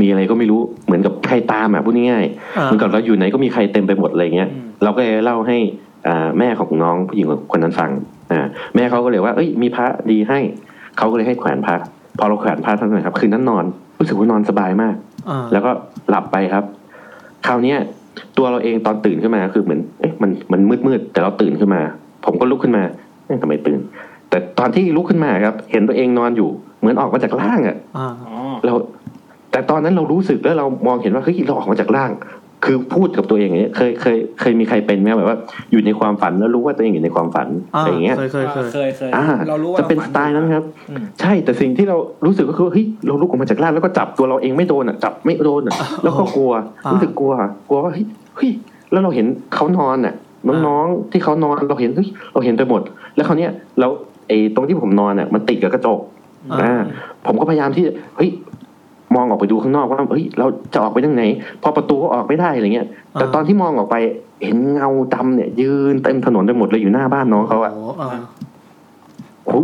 S6: มีอะไรก็ไม่รู้เหมือนกับใครตามอ่ะพูดง่ายๆ
S1: อ่า
S6: เมื่อก่อนเราอยู่ไหนก็มีใครเต็มไปหมดอะไรเงี้ย เราก็เลยเล่าให้อ่าแม่ของน้องผู้หญิงคนนั้นฟังอ่าแม่เขาก็เลยว่า เอ้ยมีพระดีให้เขาก็เลยให้แขวนพระ พอเราแขวนผ้าท่านนะครับ คืนนั้นนอนรู้สึกว่านอนสบายมาก
S2: อ่า
S6: แล้วก็หลับไปครับ คราวเนี้ย ตัวเราเองตอนตื่นขึ้นมาคือเหมือนเอ๊ะมันมันมืดมืดๆแต่เราตื่นขึ้นมา ผมก็ลุกขึ้นมาเอ๊ะทำไมตื่น แต่ตอนที่ลุกขึ้นมาครับ เห็นตัวเองนอนอยู่ เหมือนออกมาจากล่างอะ
S2: อ่า
S4: อ๋อ
S6: เราแต่ตอนนั้นเรารู้สึกแล้วเรามองเห็นว่าเฮ้ยเราออกมาจากร่าง คือพูดกับตัวเองอย่างเงี้ยเคยเคยเคยมีใครเป็นไหมแบบว่า อยู่ในความฝันแล้วรู้ว่าตัวเองอยู่ในความฝัน
S2: อ่า
S6: อะไรอย่างเงี้ย
S2: เคยเคยเคย
S4: เคยเคย
S6: อ่า
S4: เรารู้ว่า
S6: จะเป็น
S4: ฝั
S6: สไตล์นั้นครับ
S4: อืม
S6: ใช่แต่สิ่งที่เรารู้สึกก็คือว่าเฮ้ยเราลุกออกมาจากร่างแล้วก็จับตัวเราเองไม่โดนอ่ะจับไม่โดนอ่ะแล้วก็กลัวรู้สึกกลัว กลัวว่าเฮ้ยเฮ้ยแล้วเราเห็นเขานอนอ่ะ น้องๆที่เขานอนเราเห็นเฮ้ยเราเห็นไปหมด แล้วคราวเนี้ยเราไอ้ตรงที่ผมนอนอ่ะมันติดกับกระจก
S2: อ่า
S6: อ่าผมก็พยายามที่จะเฮ้ยมองออกไปดูข้างนอกว่าเฮ้ยเราจะออกไปทางไหน พอประตูก็ออกไม่ได้อะไรเงี้ย แต่ตอนที่มองออกไปเห็นเงาดำเนี่ย ยืนเต็มถนนไปหมดเลยอยู่หน้าบ้านน้องเขาอะ
S2: โอ้อ่า
S6: โอ้โห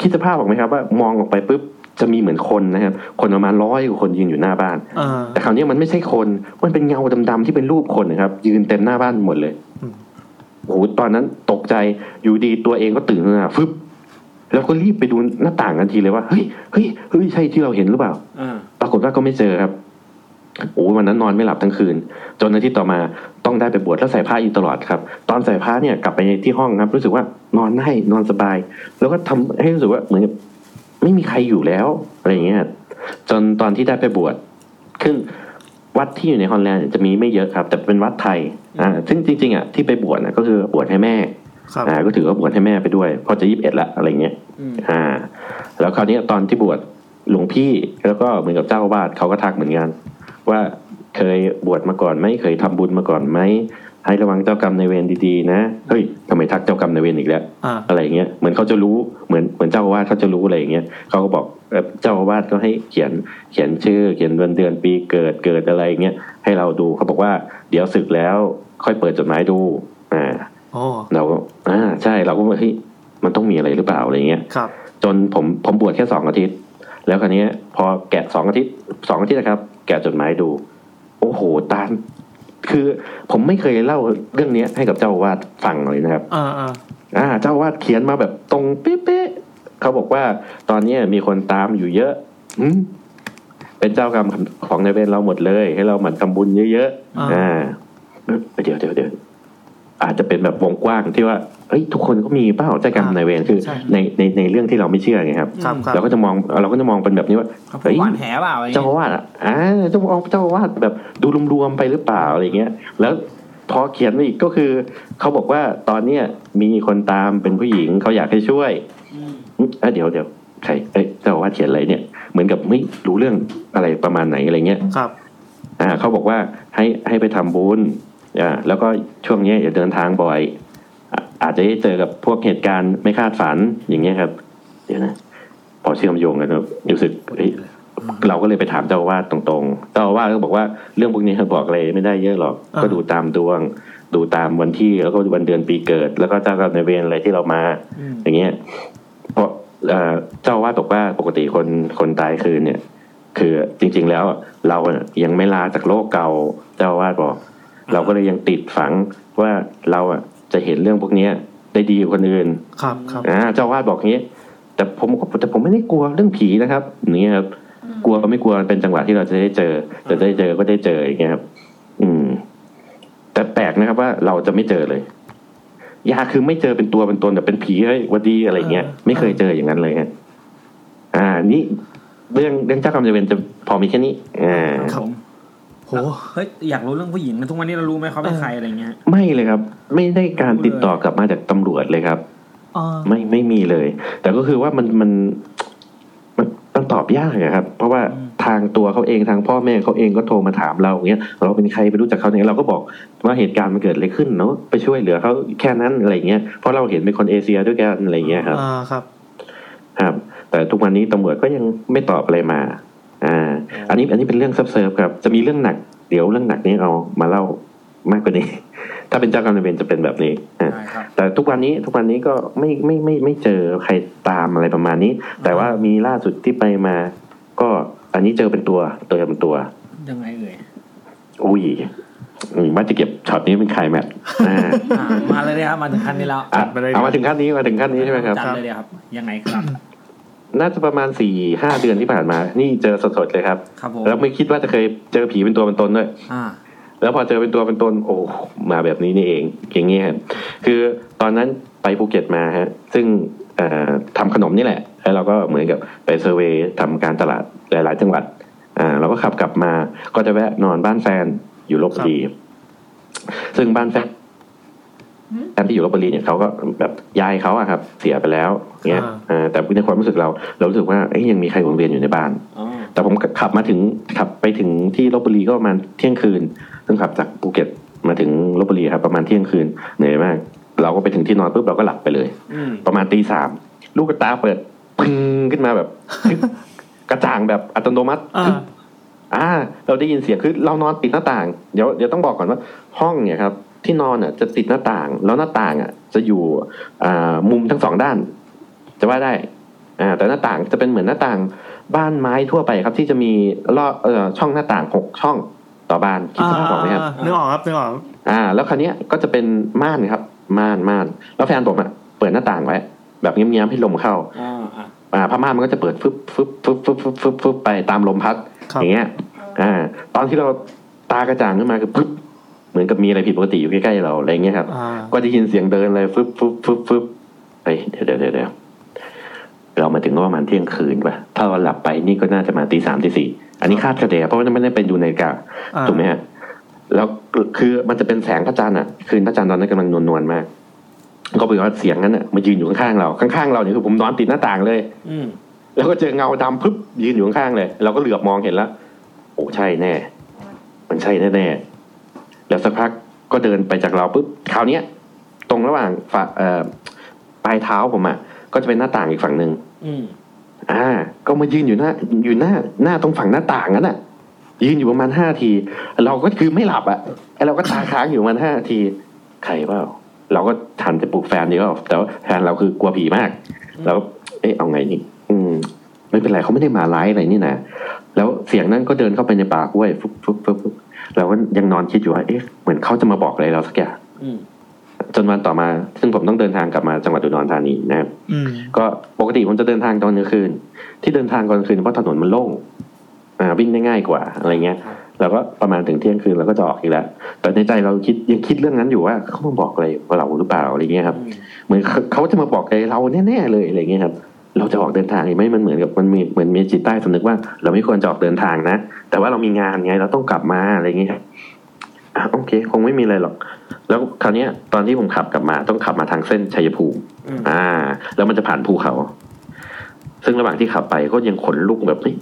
S6: คิดสภาพออกไหมครับว่ามองออกไปปุ๊บจะมีเหมือนคนนะครับ คนประมาณร้อยกว่าคนยืนอยู่หน้าบ้าน
S2: อ่า
S6: แต่คราวนี้มันไม่ใช่คน มันเป็นเงาดำๆที่เป็นรูปคนนะครับ ยืนเต็มหน้าบ้านหมดเลย
S2: อืม
S6: โอ้โหตอนนั้นตกใจอยู่ดีตัวเองก็ตื่นขึ้นมาฟึบแล้วก็รีบไปดูหน้าต่างกันทีเลยว่าเฮ้ยเฮ้ยเฮ้ยใช่ที่เราเห็นหรือเปล่า
S4: อ่า
S6: ปรากฏว่าก็ไม่เจอครับ โอ้ยวันนั้นนอนไม่หลับทั้งคืน จนอาทิตย์ต่อมาต้องได้ไปบวชแล้วใส่ผ้าอยู่ตลอดครับ ตอนใส่ผ้าเนี่ยกลับไปที่ห้องครับ รู้สึกว่านอนได้นอนสบาย แล้วก็ทำให้รู้สึกว่าเหมือนกับไม่มีใครอยู่แล้วอะไรอย่างเงี้ย จนตอนที่ได้ไปบวชขึ้นวัดที่อยู่ในฮอลแลนด์เนี่ยจะมีไม่เยอะครับ แต่เป็นวัดไทย อ่า ซึ่งจริงๆอ่ะที่ไปบวชนะก็คือบวชให้แม่
S2: ครับ
S6: อ่า ก็ถือว่าบวชให้แม่ไปด้วยเพอจะยี่สิบเอ็ดละอะไรอย่างเงี้ย
S4: อืม
S6: อ่าแล้วคราวนี้ตอนที่บวชหลวงพี่แล้วก็เหมือนกับเจ้าอาวาสเขาก็ทักเหมือนกันว่าเคยบวชมาก่อนไหมเคยทำบุญมาก่อนไหมให้ระวังเจ้ากรรมในายเวรดีๆนะเฮ้ยทำไมทักเจ้ากรรมในายเวรอีกแล้ว
S2: อ่า
S6: อะไรอย่างเงี้ยเหมือนเขาจะรู้เหมือนเหมือนเจ้าอาวาสเขาจะรู้อะไรอย่างเงี้ยเขาก็บอกเอ่อเจ้าอาวาสก็ให้เขียนเขียนชื่อ เขียนวันเดือนปีเกิดเกิดอะไรอย่างเงี้ยให้เราดูเขาบอกว่าเดี๋ยวศึกแล้วค่อยเปิดจดหมายดูอ่า
S2: โอ้
S6: เราก็อ่าใช่เราก็ว่าเฮ้ยมันต้องมีอะไรหรือเปล่าอะไรอย่างเงี้ย
S2: ครับ
S6: จนผมผมบวชแค่สองอาทิตย์ แล้วคราวนี้พอแกะสองอาทิตย์สองอาทิตย์นะครับ แกะจดหมายดู โอ้โหตานคือผมไม่เคยเล่าเรื่องเนี้ยให้กับเจ้าอาวาดฟังเลยนะครับ
S2: อ่าอ่า
S6: อ่า เจ้าอาวาดเขียนมาแบบตรงเป๊ะๆเขาบอกว่าตอนเนี้ยมีคนตามอยู่เยอะอืมเป็นเจ้ากรรมของในายเวรเราหมดเลย ให้เราหมั่นทำบุญเยอะๆอ่าเดี๋ยวเดี๋ยวเดี๋ยวอาจจะเป็นแบบวงกว้างที่ว่าเอ้ยทุกคนก็มีเปล่าเจ้ากรรมในายเวรคือ ในในในเรื่องที่เราไม่เชื่อไงครับ
S2: ครับครับ
S6: เราก็จะมองเราก็จะมองเป็นแบบนี้ว่า
S4: เขา
S6: เฮ้ย
S4: หวานแหเปล่าอะไรอย่าง
S6: เจ้า
S4: เงี้ย
S6: อาวาสอ่ะอ่าเจ้าอาวาสเจ้าอาวาสแบบดูรวมๆไปหรือเปล่าอะไรเงี้ย แล้วพอเขียนมาอีกก็คือ เขาบอกว่าตอนเนี้ยมีคนตามเป็นผู้หญิงเขาอยากให้ช่วยอืมเอ้ยเดี๋ยวเดี๋ยวใครเอ้ยเจ้าอาวาสเขียนอะไรเนี่ยเหมือนกับไม่รู้เรื่องอะไรประมาณไหนอะไรเงี้ย
S2: ครับ
S6: อ่าเขาบอกว่าให้ให้ไปทำบุญอ่าแล้วก็ช่วงเนี้ยอย่าเดินทางบ่อยอ่ะอาจจะได้เจอกับพวกเหตุการณ์ไม่คาดฝันอย่างเงี้ยครับ เดี๋ยวนะ พอเชื่อมโยงกันครับรู้สึกเฮ้ยเราก็เลยไปถามเจ้าอาวาดตรงๆเจ้าอาวาดก็บอกว่าเรื่องพวกนี้เขาบอกอะไรไม่ได้เยอะหรอก
S2: อ่า
S6: ก็ดูตามดวง ดูตามวันที่แล้วก็วันเดือนปีเกิด แล้วก็เจ้ากรรมนายเวรอะไรที่เรามา
S4: อืม
S6: อย่างเงี้ยเพราะเอ่อเจ้าอาวาดบอกว่าปกติคนคนตายคืนเนี่ย คือจริง ๆ แล้วเราเนี่ยยังไม่ลาจากโลกเก่าเจ้าอาวาดบอก เราก็เลยยังติดฝังว่าเราอ่ะจะเห็นเรื่องพวกเนี้ยได้ดีกว่าคนอื่น
S2: ครับครับ
S6: อ่าเจ้าอาวาดบอกอย่างงี้ แต่ผมก็แต่ผมไม่ได้กลัวเรื่องผีนะครับอย่างเงี้ยครับกลัวก็ไม่กลัวมันเป็นจังหวะที่เราจะได้เจอแต่ได้เจอก็ได้เจออย่างเงี้ยครับ อืม แต่แปลกนะครับว่าเราจะไม่เจอเลย ยาคือไม่เจอเป็นตัวเป็นตนแต่เป็นผีเฮ้ยหวัดดีอะไรอย่างเงี้ยไม่เคยเจออย่างนั้นเลยฮะอ่า นี่เรื่องเรื่องเจ้ากรรมนายเวรจะพอมีแค่นี้อ่า
S4: ครับผม
S2: โห
S4: เฮ้ยอยากรู้เรื่องผู้หญิงนะทุกวันนี้เรารู้ไหมเขาเป็นใครอะไรเงี้ย
S6: ไม่เลยครับ ไม่ได้การติดต่อกลับมาจากตำรวจเลยครับ
S2: อ่า
S6: ไม่ไม่มีเลย แต่ก็คือว่ามันมันมันมันตอบยากอะครับ เพราะว่า
S4: อืม
S6: ทางตัวเขาเองทางพ่อแม่เขาเองก็โทรมาถามเราอย่างเงี้ยเราเป็นใครไปรู้จักเขาเนี่ยเราก็บอกว่าเหตุการณ์มันเกิดอะไรขึ้นเนาะไปช่วยเหลือเขาแค่นั้นอะไรอย่างเงี้ยเพราะเราเห็นเป็นคนเอเชียด้วยกันอะไรอย่างเงี้ยครับ
S2: อ่าครับ
S6: ครับ แต่ทุกวันนี้ตำรวจก็ยังไม่ตอบอะไรมา อ่า อันนี้อันนี้เป็นเรื่องซับเซิร์ฟครับ จะมีเรื่องหนัก เดี๋ยวเรื่องหนักนี้เอามาเล่ามากกว่านี้ ถ้าเป็นเจ้ากรรมนายเวรจะเป็นแบบนี้อ่า
S4: ได้ครับ
S6: แต่ทุกวันนี้ทุกวันนี้ก็ไม่ไม่ไมไม่ไม่เจอใครตามอะไรประมาณนี้ แต่ว่ามีล่าสุดที่ไปมา ก็อันนี้เจอเป็นตัวเจอเป็นตัว
S4: ยังไงเอ่ย
S6: อุ้ยอืมว่าจะเก็บช็อตนี้เป็นใครแมทอ่า
S4: อ่ะมาเลยนะครับมาถึงขั้นนี้แล้ว
S6: อ่ะ
S1: จัดไปเลยครับ
S6: เอามาถึงขั้นนี้มาถึงขั้นนี้ใช่ไหมครับ
S4: จัดเลยเลยครับ ยังไงครับ
S6: น่าจะประมาณสี่ห้าเดือนที่ผ่านมา นี่เจอสดๆเลยครับ
S2: ครับผม
S6: แล้วไม่คิดว่าจะเคยเจอผีเป็นตัวเป็นตนด้วย
S2: อ่า
S6: แล้วพอเจอเป็นตัวเป็นตนโอ้มาแบบนี้นี่เองอย่างเงี้ยครับคือตอนนั้นไปภูเก็ตมาฮะซึ่งเอ่อทำขนมนี่แหละ แล้วเราก็เหมือนกับไปเซอร์เวย์ทำการตลาดหลาย ๆ จังหวัดอ่าเราก็ขับกลับมาก็จะแวะนอนบ้านแฟนอยู่ลบบุรีซึ่งบ้านแฟน
S3: หืม
S6: แฟนที่อยู่ลบบุรีเนี่ยเขาก็แบบยายเขาอะครับ เสียไปแล้วเงี้ย
S7: อ่า
S6: เอ่อแต่ในความรู้สึกเรา เรารู้สึกว่าเอ๊ยยังมีใครวนเวียนอยู่ในบ้าน
S2: อ๋อ
S6: แต่ผมขับมาถึงขับไปถึงที่ลบบุรีก็ประมาณเที่ยงคืน ซึ่งขับจากภูเก็ตมาถึงลบบุรีครับประมาณเที่ยงคืนเหนื่อยมาก เราก็ไปถึงที่นอนปุ๊บเราก็หลับไปเลย
S2: อืม
S6: ประมาณตีสามลูกตาเปิดพึ่งขึ้นมาแบบ กระจ่างแบบอัตโนมัติ
S7: อ่า
S6: อ่าเราได้ยินเสียงคือเรานอนปิดหน้าต่างเดี๋ยวเดี๋ยวต้องบอกก่อนว่าห้องเนี่ยครับที่นอนอ่ะจะติดหน้าต่างแล้วหน้าต่างอ่ะจะอยู่อ่ามุมทั้งสองด้าน จะว่าได้อ่าแต่หน้าต่างจะเป็นเหมือนหน้าต่างบ้านไม้ทั่วไปครับที่จะมีรอบเอ่อช่องหน้าต่างหกช่องต่อบานคิด
S7: อ่า
S6: ภาพออกไหมครับ
S7: อ่านึกออกครับนึกออก
S6: อ่า แล้วคราวเนี้ยก็จะเป็นม่านครับม่านม่านแล้วแฟนผมอ่ะเปิดหน้าต่างไว้แบบเงียบๆให้ลมเข้า
S2: อ่าอ่า
S6: อ่าผ้าม่านมันก็จะเปิดฟึบฟึบฟึบฟึบฟึบฟึบฟึบไปตามลมพัด
S7: ครับ
S6: อย่างเงี้ย อ่า ตอนที่เราตากระจ่างขึ้นมาคือปึ๊บเหมือนกับมีอะไรผิดปกติอยู่ใกล้ๆเราอะไรเงี้ยครับ
S7: อ่า
S6: ก็จะยินเสียงเดินเลยฟึบฟึบฟึบฟึบเฮ้ยเดี๋ยวเดี๋ยวเดี๋ยวเดี๋ยวเรามาถึงก็ประมาณเที่ยงคืนป่ะถ้าเราหลับไปนี่ก็น่าจะมาตีสามตีสี่อันนี้คาดกระเดะเพราะว่าไม่ได้เป็นอยู่ในกา
S7: อ่า
S6: ถูกไหมฮะแล้วคือมันจะเป็นแสงพระจันทร์อ่ะ คืนพระจันทร์ตอนนั้นกำลังนวลๆมาก ก็เป็นว่าเสียงนั้นอ่ะมายืนอยู่ข้างๆเราข้างๆเราเนี่ยคือผมนอนติดหน้าต่างเลย
S2: อืม
S6: แล้วก็เจอเงาดำพึบยืนอยู่ข้างๆเลย เราก็เหลือบมองเห็นแล้ว โอ้ใช่แน่ มันใช่แน่ๆแล้วสักพักก็เดินไปจากเราปุ๊บคราวเนี้ยตรงระหว่างฝ่าเอ่อปลายเท้าผมอ่ะก็จะเป็นหน้าต่างอีกฝั่งหนึ่ง
S2: อืม
S6: อ่า ก็มายืนอยู่หน้าอยู่หน้าหน้าตรงฝั่งหน้าต่างนั้นอ่ะ ยืนอยู่ประมาณห้าที เราก็คือไม่หลับอ่ะไอเราก็ตาค้างอยู่ประมาณห้าทีใครเปล่าเราก็ทันจะปลุกแฟนดีก็แต่ว่าแฟนเราคือกลัวผีมาก แล้วเอ๊ะเอาไงนี่อืม ไม่เป็นไรเขาไม่ได้มาร้ายอะไรนี่นะแล้วเสียงนั้นก็เดินเข้าไปในป่ากล้วยฟึบฟึบฟึบฟึบเราก็ยังนอนคิดอยู่ว่าเอ๊ะเหมือนเขาจะมาบอกอะไรเราสักอย่าง
S2: อืม
S6: จนวันต่อมาซึ่งผมต้องเดินทางกลับมาจังหวัดอุดรธานีนะครับ
S7: อืม
S6: ก็ปกติผมจะเดินทางตอนกลางคืน ที่เดินทางตอนกลางคืนเพราะถนนมันโล่งอ่าวิ่งได้ง่ายกว่าอะไรเงี้ยเราก็ประมาณถึงเที่ยงคืนเราก็จะออกอีกแล้วแต่ในใจเราคิดยังคิดเรื่องนั้นอยู่ว่าเขามาบอกอะไรกับเราหรือเปล่าอะไรเงี้ยครับ เหมือนเขาเขาจะมาบอกอะไรเราแน่ๆเลยอะไรเงี้ยครับ เราจะออกเดินทางอีกไหมมันเหมือนกับมันมีเหมือนมีจิตใต้สำนึกว่า เราไม่ควรจะออกเดินทางนะ แต่ว่าเรามีงานไงเราต้องกลับมาอะไรเงี้ยครับอ่ะโอเค คงไม่มีอะไรหรอก แล้วคราวเนี้ยตอนที่ผมขับกลับมาต้องขับมาทางเส้นชัยภูมิ
S2: อืม
S6: อ่า แล้วมันจะผ่านภูเขา ซึ่งระหว่างที่ขับไปก็ยังขนลุกแบบเฮ้ย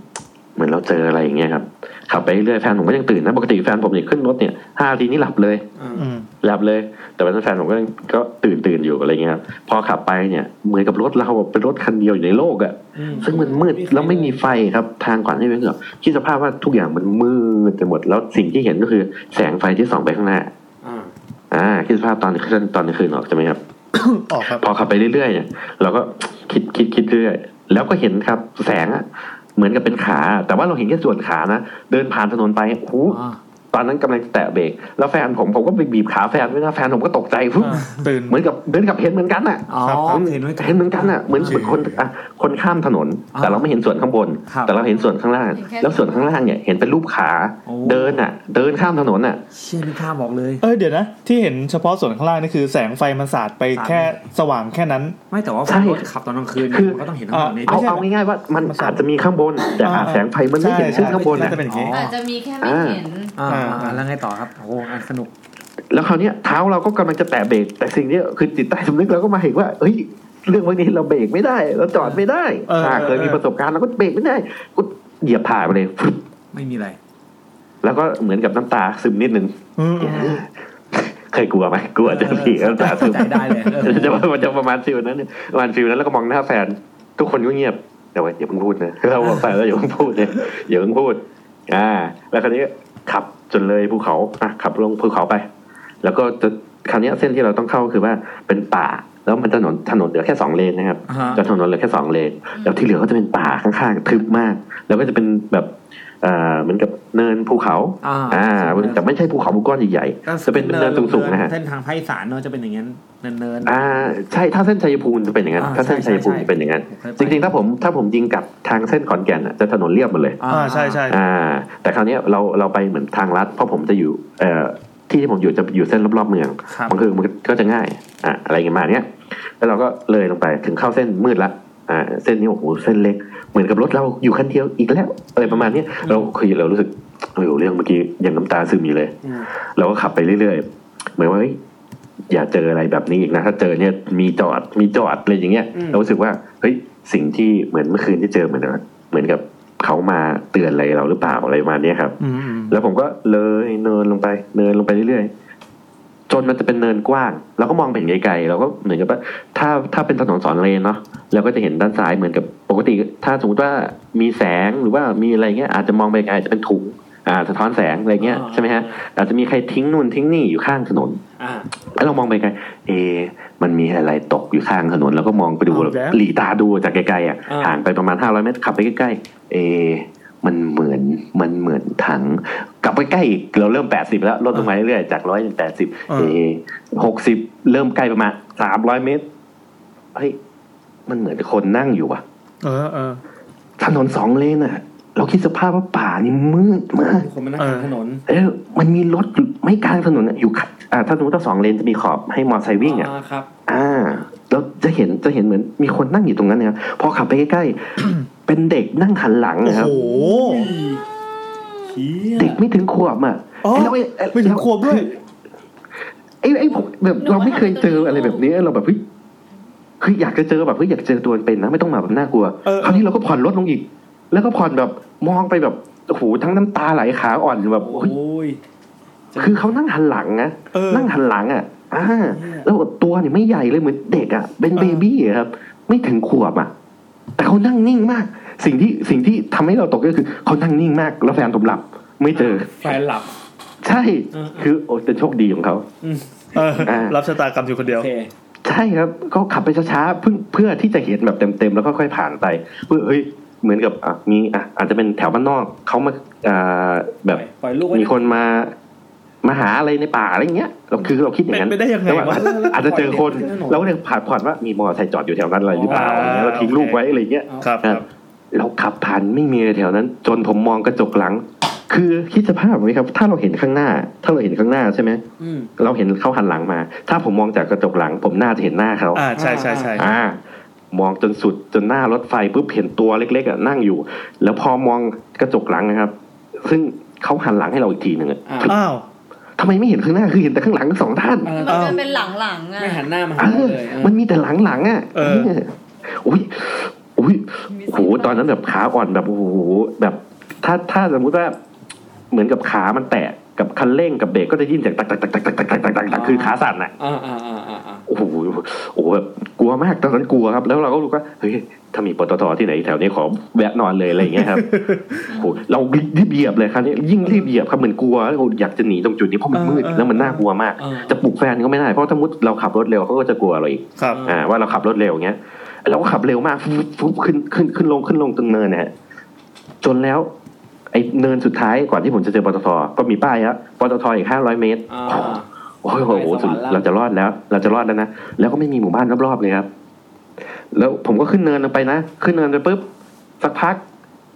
S6: เหมือนเราเจออะไรอย่างเงี้ยครับขับไปเรื่อยแฟนผมก็ยังตื่นนะปกติแฟนผมเนี่ยขึ้นรถเนี่ยห้าทีนี้หลับเลย
S2: อืม
S7: อื ม
S6: หลับเลย แต่วันนั้นแฟนผมก็ยังก็ตื่นตื่นอยู่อะไรเงี้ยครับพอขับไปเนี่ยเหมือนกับรถเราอะเป็นรถคันเดียวอยู่ในโลกอะ
S2: อืม
S6: ซึ่งมันมืดแล้วไม่มีไฟครับ ทางก่อนที่เป็นแบบคิดสภาพว่าทุกอย่างมันมืดไปหมดแล้วสิ่งที่เห็นก็คือแสงไฟที่ส่องไปข้างหน้า
S2: อ่า
S6: อ่าคิดสภาพตอนคืนตอนกลางคืนออกใช่ไหมครับ
S7: ออกครับ
S6: พอขับไปเรื่อยๆเนี่ยเราก็คิดคิดคิดเรื่อยแล้วก็เห็นครับ แสงอะเหมือนกับเป็นขา แต่ว่าเราเห็นแค่ส่วนขานะเดินผ่านถนนไปโอ้โห
S2: อ่า
S6: ตอนนั้นกำลังจะแตะเบรกแล้วแฟนผมผมก็ไปบีบขาแฟนด้วยนะแฟนผมก็ตกใจฟึ๊บ
S7: ตื่น
S6: เหมือนกับเดินกับเห็นเหมือนกันน่ะ
S2: อ๋อ
S7: ครับ
S2: เห็นไหม
S6: เห็นเหมือนกันน่ะเหมือน
S7: โอเค
S6: คนอ่ะคนข้ามถนน
S2: อ่า
S6: แต่เราไม่เห็นส่วนข้างบน
S2: ครับ
S6: แต่เราเห็นส่วนข้างล่าง
S3: เห็นแค่
S6: แล้วส่วนข้างล่างเนี่ยเห็นเป็นรูปขา
S2: โอ้
S6: เดินน่ะ เดินข้ามถนนน่ะ
S2: เชี่ยนึกภาพบอกเลย
S7: เอ้ยเดี๋ยวนะ ที่เห็นเฉพาะส่วนข้างล่างนี่คือแสงไฟมันสาดไปแค่สว่างแค่นั้น
S2: ไม่แต่ว่า
S6: ใช่
S2: รถขับตอนกลางคืนเนี่ย
S6: คือ
S2: มันก็ต้องเห็นทั้งหมดนี้
S7: ไม่ใช่
S6: เอาเอาง่ายๆว่ามัน
S7: มันสาด
S6: อาจจะมีข้างบน แต่อาจ
S7: อ่า
S6: แสงไฟมันไม่เห็นชื่อข้างบน
S7: น่า
S6: น่ะ
S7: จะเป็นอย่างนี้
S3: อาจจะมีแค่ไม่เห็น
S2: อ่า
S7: อ่า
S2: อ่าแล้วไงต่อครับโอ้โหอันสนุก
S6: แล้วคราวเนี้ยเท้าเราก็กำลังจะแตะเบรกแต่สิ่งเนี้ยคือจิตใต้สำนึกเราก็มาเห็นว่าเฮ้ยเรื่องพวกนี้เราเบรกไม่ได้ เราจอดไม่ได้
S7: เอออ่
S6: าเคยมี
S7: เออ
S6: ประสบการณ์เราก็เบรกไม่ได้ก็เหยียบผ่านไปเลยฟึบ
S2: ไม่มีอะไร
S6: แล้วก็เหมือนกับน้ำตาซึมนิดนึง
S7: อืม
S6: เคยกลัวไหมกลัวจะผีน้ำตาซึม
S2: ใจได้เลยเออ
S6: จะว่ามันจะประมาณฟิลนั้นเนี่ยประมาณฟิลนั้นแล้วก็มองหน้าแฟน ทุกคนก็เงียบเดี๋ยวไว้อย่าเพิ่งพูดนะเราบอกแฟนแล้วอย่าเพิ่งพูดเลยอย่าเพิ่งพูด อ่า แล้วคราวนี้ก็ขับจนเลยภูเขาอ่ะขับลงภูเขาไป แล้วก็จะคราวเนี้ยเส้นที่เราต้องเข้าคือว่าเป็นป่า แล้วมันถนนถนนเหลือแค่สองเลนนะครับ
S4: อ่าฮะ
S6: จะถนนเหลือแค่สองเลน แล้วที่เหลือก็จะเป็นป่าข้างๆทึบมาก แล้วก็จะเป็นแบบเอ่อเหมือนกับเนินภูเขา
S2: อ่า
S6: แต่ไม่ใช่ภูเขาภูก้อนใหญ่ๆจะเป็นเนินสูงๆนะฮะ
S2: เส้นทางภาคอีสานเนอะจะเป็นอย่างนั้นเนินเนิน
S6: อ่าใช่ถ้าเส้นชัยภูมิจะเป็นอย่างนั้น
S2: อ่า
S6: ถ้าเส้น
S2: ใช่
S6: ชัยภูมิ
S2: ใช่
S6: จะเป็นอย่างนั้น
S2: ๆ
S6: จริงๆ ถ้าผมถ้าผมยิงกลับทางเส้นขอนแก่นน่ะจะถนนเรียบหมดเลย
S2: อ่า
S7: อ่าใช่ใช่
S6: อ่า แต่คราวเนี้ยเราเราไปเหมือนทางลัดเพราะผมจะอยู่เอ่อที่ที่ผมอยู่จะอยู่เส้นรอบๆเมือง
S2: ครับ
S6: มันคือมันก็จะง่ายอ่ะอะไรเงี้ยมาเนี้ยแล้วเราก็เลยลงไปถึงเข้าเส้นมืดละอ่าเส้นนี้โอ้โหเส้นเล็ก เหมือนกับรถเราอยู่คันเดียวอีกแล้วอะไรประมาณเนี้ยเราคุยเรารู้สึกโอ้โหเรื่องเมื่อกี้ยังน้ำตาซึมอยู่เลย
S2: อืม
S6: เราก็ขับไปเรื่อยๆ เหมือนว่าเฮ้ยอย่าเจออะไรแบบนี้อีกนะ ถ้าเจอเนี่ยมีจอดมีจอดอะไรอย่างเงี้ย
S2: อืม
S6: เรารู้สึกว่าเฮ้ยสิ่งที่เหมือนเมื่อคืนที่เจอเหมือนกับเหมือนกับเขามาเตือนอะไรเราหรือเปล่าอะไรประมาณเนี้ยครับ
S7: อืมอืม
S6: แล้วผมก็เลยเนินลงไป เนินลงไปเรื่อยๆ จนมันจะเป็นเนินกว้าง เราก็มองไปเห็นไกลๆเราก็เหมือนกับว่าถ้าถ้าเป็นถนนสอนเลนเนาะเราก็จะเห็นด้านซ้ายเหมือนกับปกติ ถ้าสมมติว่ามีแสงหรือว่ามีอะไรเงี้ยอาจจะมองไปไกลอาจจะเป็นถุงอ่าสะท้อนแสงอะไรเงี้ยใช่ไหมฮะ อาจจะมีใครทิ้งนู่นทิ้งนี่อยู่ข้างถนน
S2: อ่า
S6: แล้วเรามองไปไกล เอะมันมีอะไรตกอยู่ข้างถนน แล้วก็มองไปดู
S2: เอาอีกแล้ว
S6: หลีตาดูจากไกลๆอ่ะ
S2: อ่า
S6: ห่างไปประมาณห้าร้อยเมตร ขับไปใกล้ๆ เอะมันเหมือน มันเหมือนถัง กลับไปใกล้อีก เราเริ่มแปดสิบแล้ว ลดลงมาเรื่อยๆ จากร้อยเป็นแปดสิบเอะหกสิบเริ่มใกล้ประมาณสามร้อยเมตร เฮ้ย มันเหมือนคนนั่งอยู่ว่ะ
S7: เออเออ
S6: ถนนสองเลนอ่ะ เราคิดสภาพว่าป่านี่มืดมาก
S2: คนมานั่งกลางถนน
S6: เออมันมีรถอยู่ไม่กลางถนนอะอยู่ข้างอ่าถ้าสมมติว่าสองเลนจะมีขอบให้มอเตอร์ไซค์วิ่งอ่ะ
S2: อ่าครับ
S6: อ่าแล้วจะเห็นจะเห็นเหมือนมีคนนั่งอยู่ตรงนั้นนะครับพอขับไปใกล้ ๆ เป็นเด็กนั่งหันหลัง
S7: โอ้
S6: นะครับ
S7: โห
S6: เด็กไม่ถึงขวบอ่ะ
S7: อ๋อ
S6: แล้วอ้อ้
S7: ไม่ถึงขวบด้วย
S6: ไอ้ไอ้ผมแบบเราไม่เคยเจออะไรแบบนี้เราแบบเฮ้ยคืออยากจะเจอแบบเฮ้ยอยากเจอตัวเป็นๆนะไม่ต้องมาแบบน่ากลัว
S7: เออเออ
S6: คราวนี้เราก็ผ่อนลดลงอีก แล้วก็ผ่อนแบบมองไปแบบโอ้โหทั้งน้ำตาไหลขาอ่อนแบบ
S2: โอ
S6: เฮ้ย้
S2: ย
S6: คือเขานั่งหันหลังนะ
S7: เออ
S6: นั่งหันหลังอ่ะ อ่า แล้วแบบตัวเนี่ยไม่ใหญ่เลยเหมือนเด็กอ่ะ เป็น
S7: เออ
S6: เบบี้อะครับ ไม่ถึงขวบอ่ะ แต่เขานั่งนิ่งมาก สิ่งที่สิ่งที่ทำให้เราตกก็คือเขานั่งนิ่งมาก แล้วแฟนผมหลับ ไม่เจอ
S2: แฟนหลับ
S6: ใช่
S2: เออ
S6: คือโอ้เป็นโชคดีของเขา
S7: เออ
S6: อ่ารั
S7: รับชะตากรรมอยู่คนเดีย
S2: โอ
S7: ว
S2: เค
S6: ใช่ครับก็ขับไปช้าๆเพื่อเพื่อที่จะเห็นแบบเต็มๆแล้วก็ค่อยผ่านไปเพื่อเฮ้ยเหมือนกับอ่ะมีอ่ะอาจจะเป็นแถวบ้านนอกเขามาอ่าแบบ
S2: ปล่อยลูกไว้
S6: มีคนมามาหาอะไรในป่าอะไรอย่างเงี้ยเราคือเราคิดอย่างนั้น
S7: เป็นไปได้ยังไง
S6: แต่ว่าว
S7: ะ
S6: อาจจะเจอคนเราก็เลยผ่านผ่อนว่ามีมอเตอร์ไซค์จอดอยู่แถวนั้นอะไรหรือเปล่า
S7: อ๋อ
S6: อะไร
S7: อ่า
S6: เงี้ยเราทิ้งลูกไว้อะไรเงี้ย
S7: ครับครับ
S6: เราขับผ่านไม่มีอะไรแถวนั้น จนผมมองกระจกหลัง คือคิดสภาพไหมครับ ถ้าเราเห็นข้างหน้า ถ้าเราเห็นข้างหน้าใช่ไหม
S2: อืม
S6: เราเห็นเขาหันหลังมา ถ้าผมมองจากกระจกหลัง ผมน่าจะเห็นหน้าเขา
S7: อ่าใช่ใช่ใช่
S6: อ่า มองจนสุดจนหน้ารถไฟปุ๊บเห็นตัวเล็กๆอ่ะนั่งอยู่ แล้วพอมองกระจกหลังนะครับ ซึ่งเขาหันหลังให้เราอีกทีหนึ่งอะ
S2: อ่า
S7: อ้าว
S6: ทำไมไม่เห็นข้างหน้าคือเห็นแต่ข้างหลังสองท่าน
S2: อ่า
S3: มันจะเป็นหลังๆอ่ะ
S2: ไม่หันหน้ามาหา
S6: เอ
S2: เรา
S6: อ
S2: เลยอ่ะ
S6: มันมีแต่หลังหลังๆอ่ะ
S7: เออ
S6: เนี่ยอุ้ยอุ้ยโอ้โหตอนนั้นแบบขาอ่อนแบบโอ้โหแบบ ถ้าถ้าสมมุติว่า เหมือนกับขามันแตะกับคันเร่งกับเบรกก็จะยินเสียงตักตักตักตักตักตักตักตักตักตักคือขาสั่นอ่ะ
S2: อ่าอ่าอ่าอ่าอ่า
S6: โอ้โหโอ้โหแบบกลัวมากตอนนั้นกลัวครับ แล้วเราก็รู้ว่าเฮ้ยถ้ามีปตทที่ไหนแถวนี้ขอแวะนอนเลยอะไรอย่างเงี้ยครับโอ้โหเรารีบเหยียบเลยครับนี่ยิ่งรีบเหยียบครับเหมือนกลัวแล้วอยากจะหนีตรงจุดนี้เพราะมันมืดแล้วมันน่ากลัวมาก
S2: อ่า
S6: จะปลุกแฟนก็ไม่ได้เพราะถ้ามุดเราขับรถเร็วเขาก็จะกลัวเราอีก
S7: ครับ
S6: อ่าว่าเราขับรถเร็วอย่างเงี้ยเราก็ขับเร็วมากฟุบฟุบขึ้นขึ้นขึ้นลงขึ้นลงตรงเนินนะฮะจนแล้ว ไอ้เนินสุดท้ายก่อนที่ผมจะเจอปตทก็มีป้ายฮะปตทอีกห้าร้อยเมตร
S2: อ่า
S6: โอ้โหโอ้โห
S2: ไปสวรรค์
S6: สุด
S2: แล้ว
S6: เราจะรอดแล้ว เราจะรอดแล้วนะแล้วก็ไม่มีหมู่บ้านรอบๆเลยครับ แล้วผมก็ขึ้นเนินลงไปนะขึ้นเนินไปปุ๊บสักพัก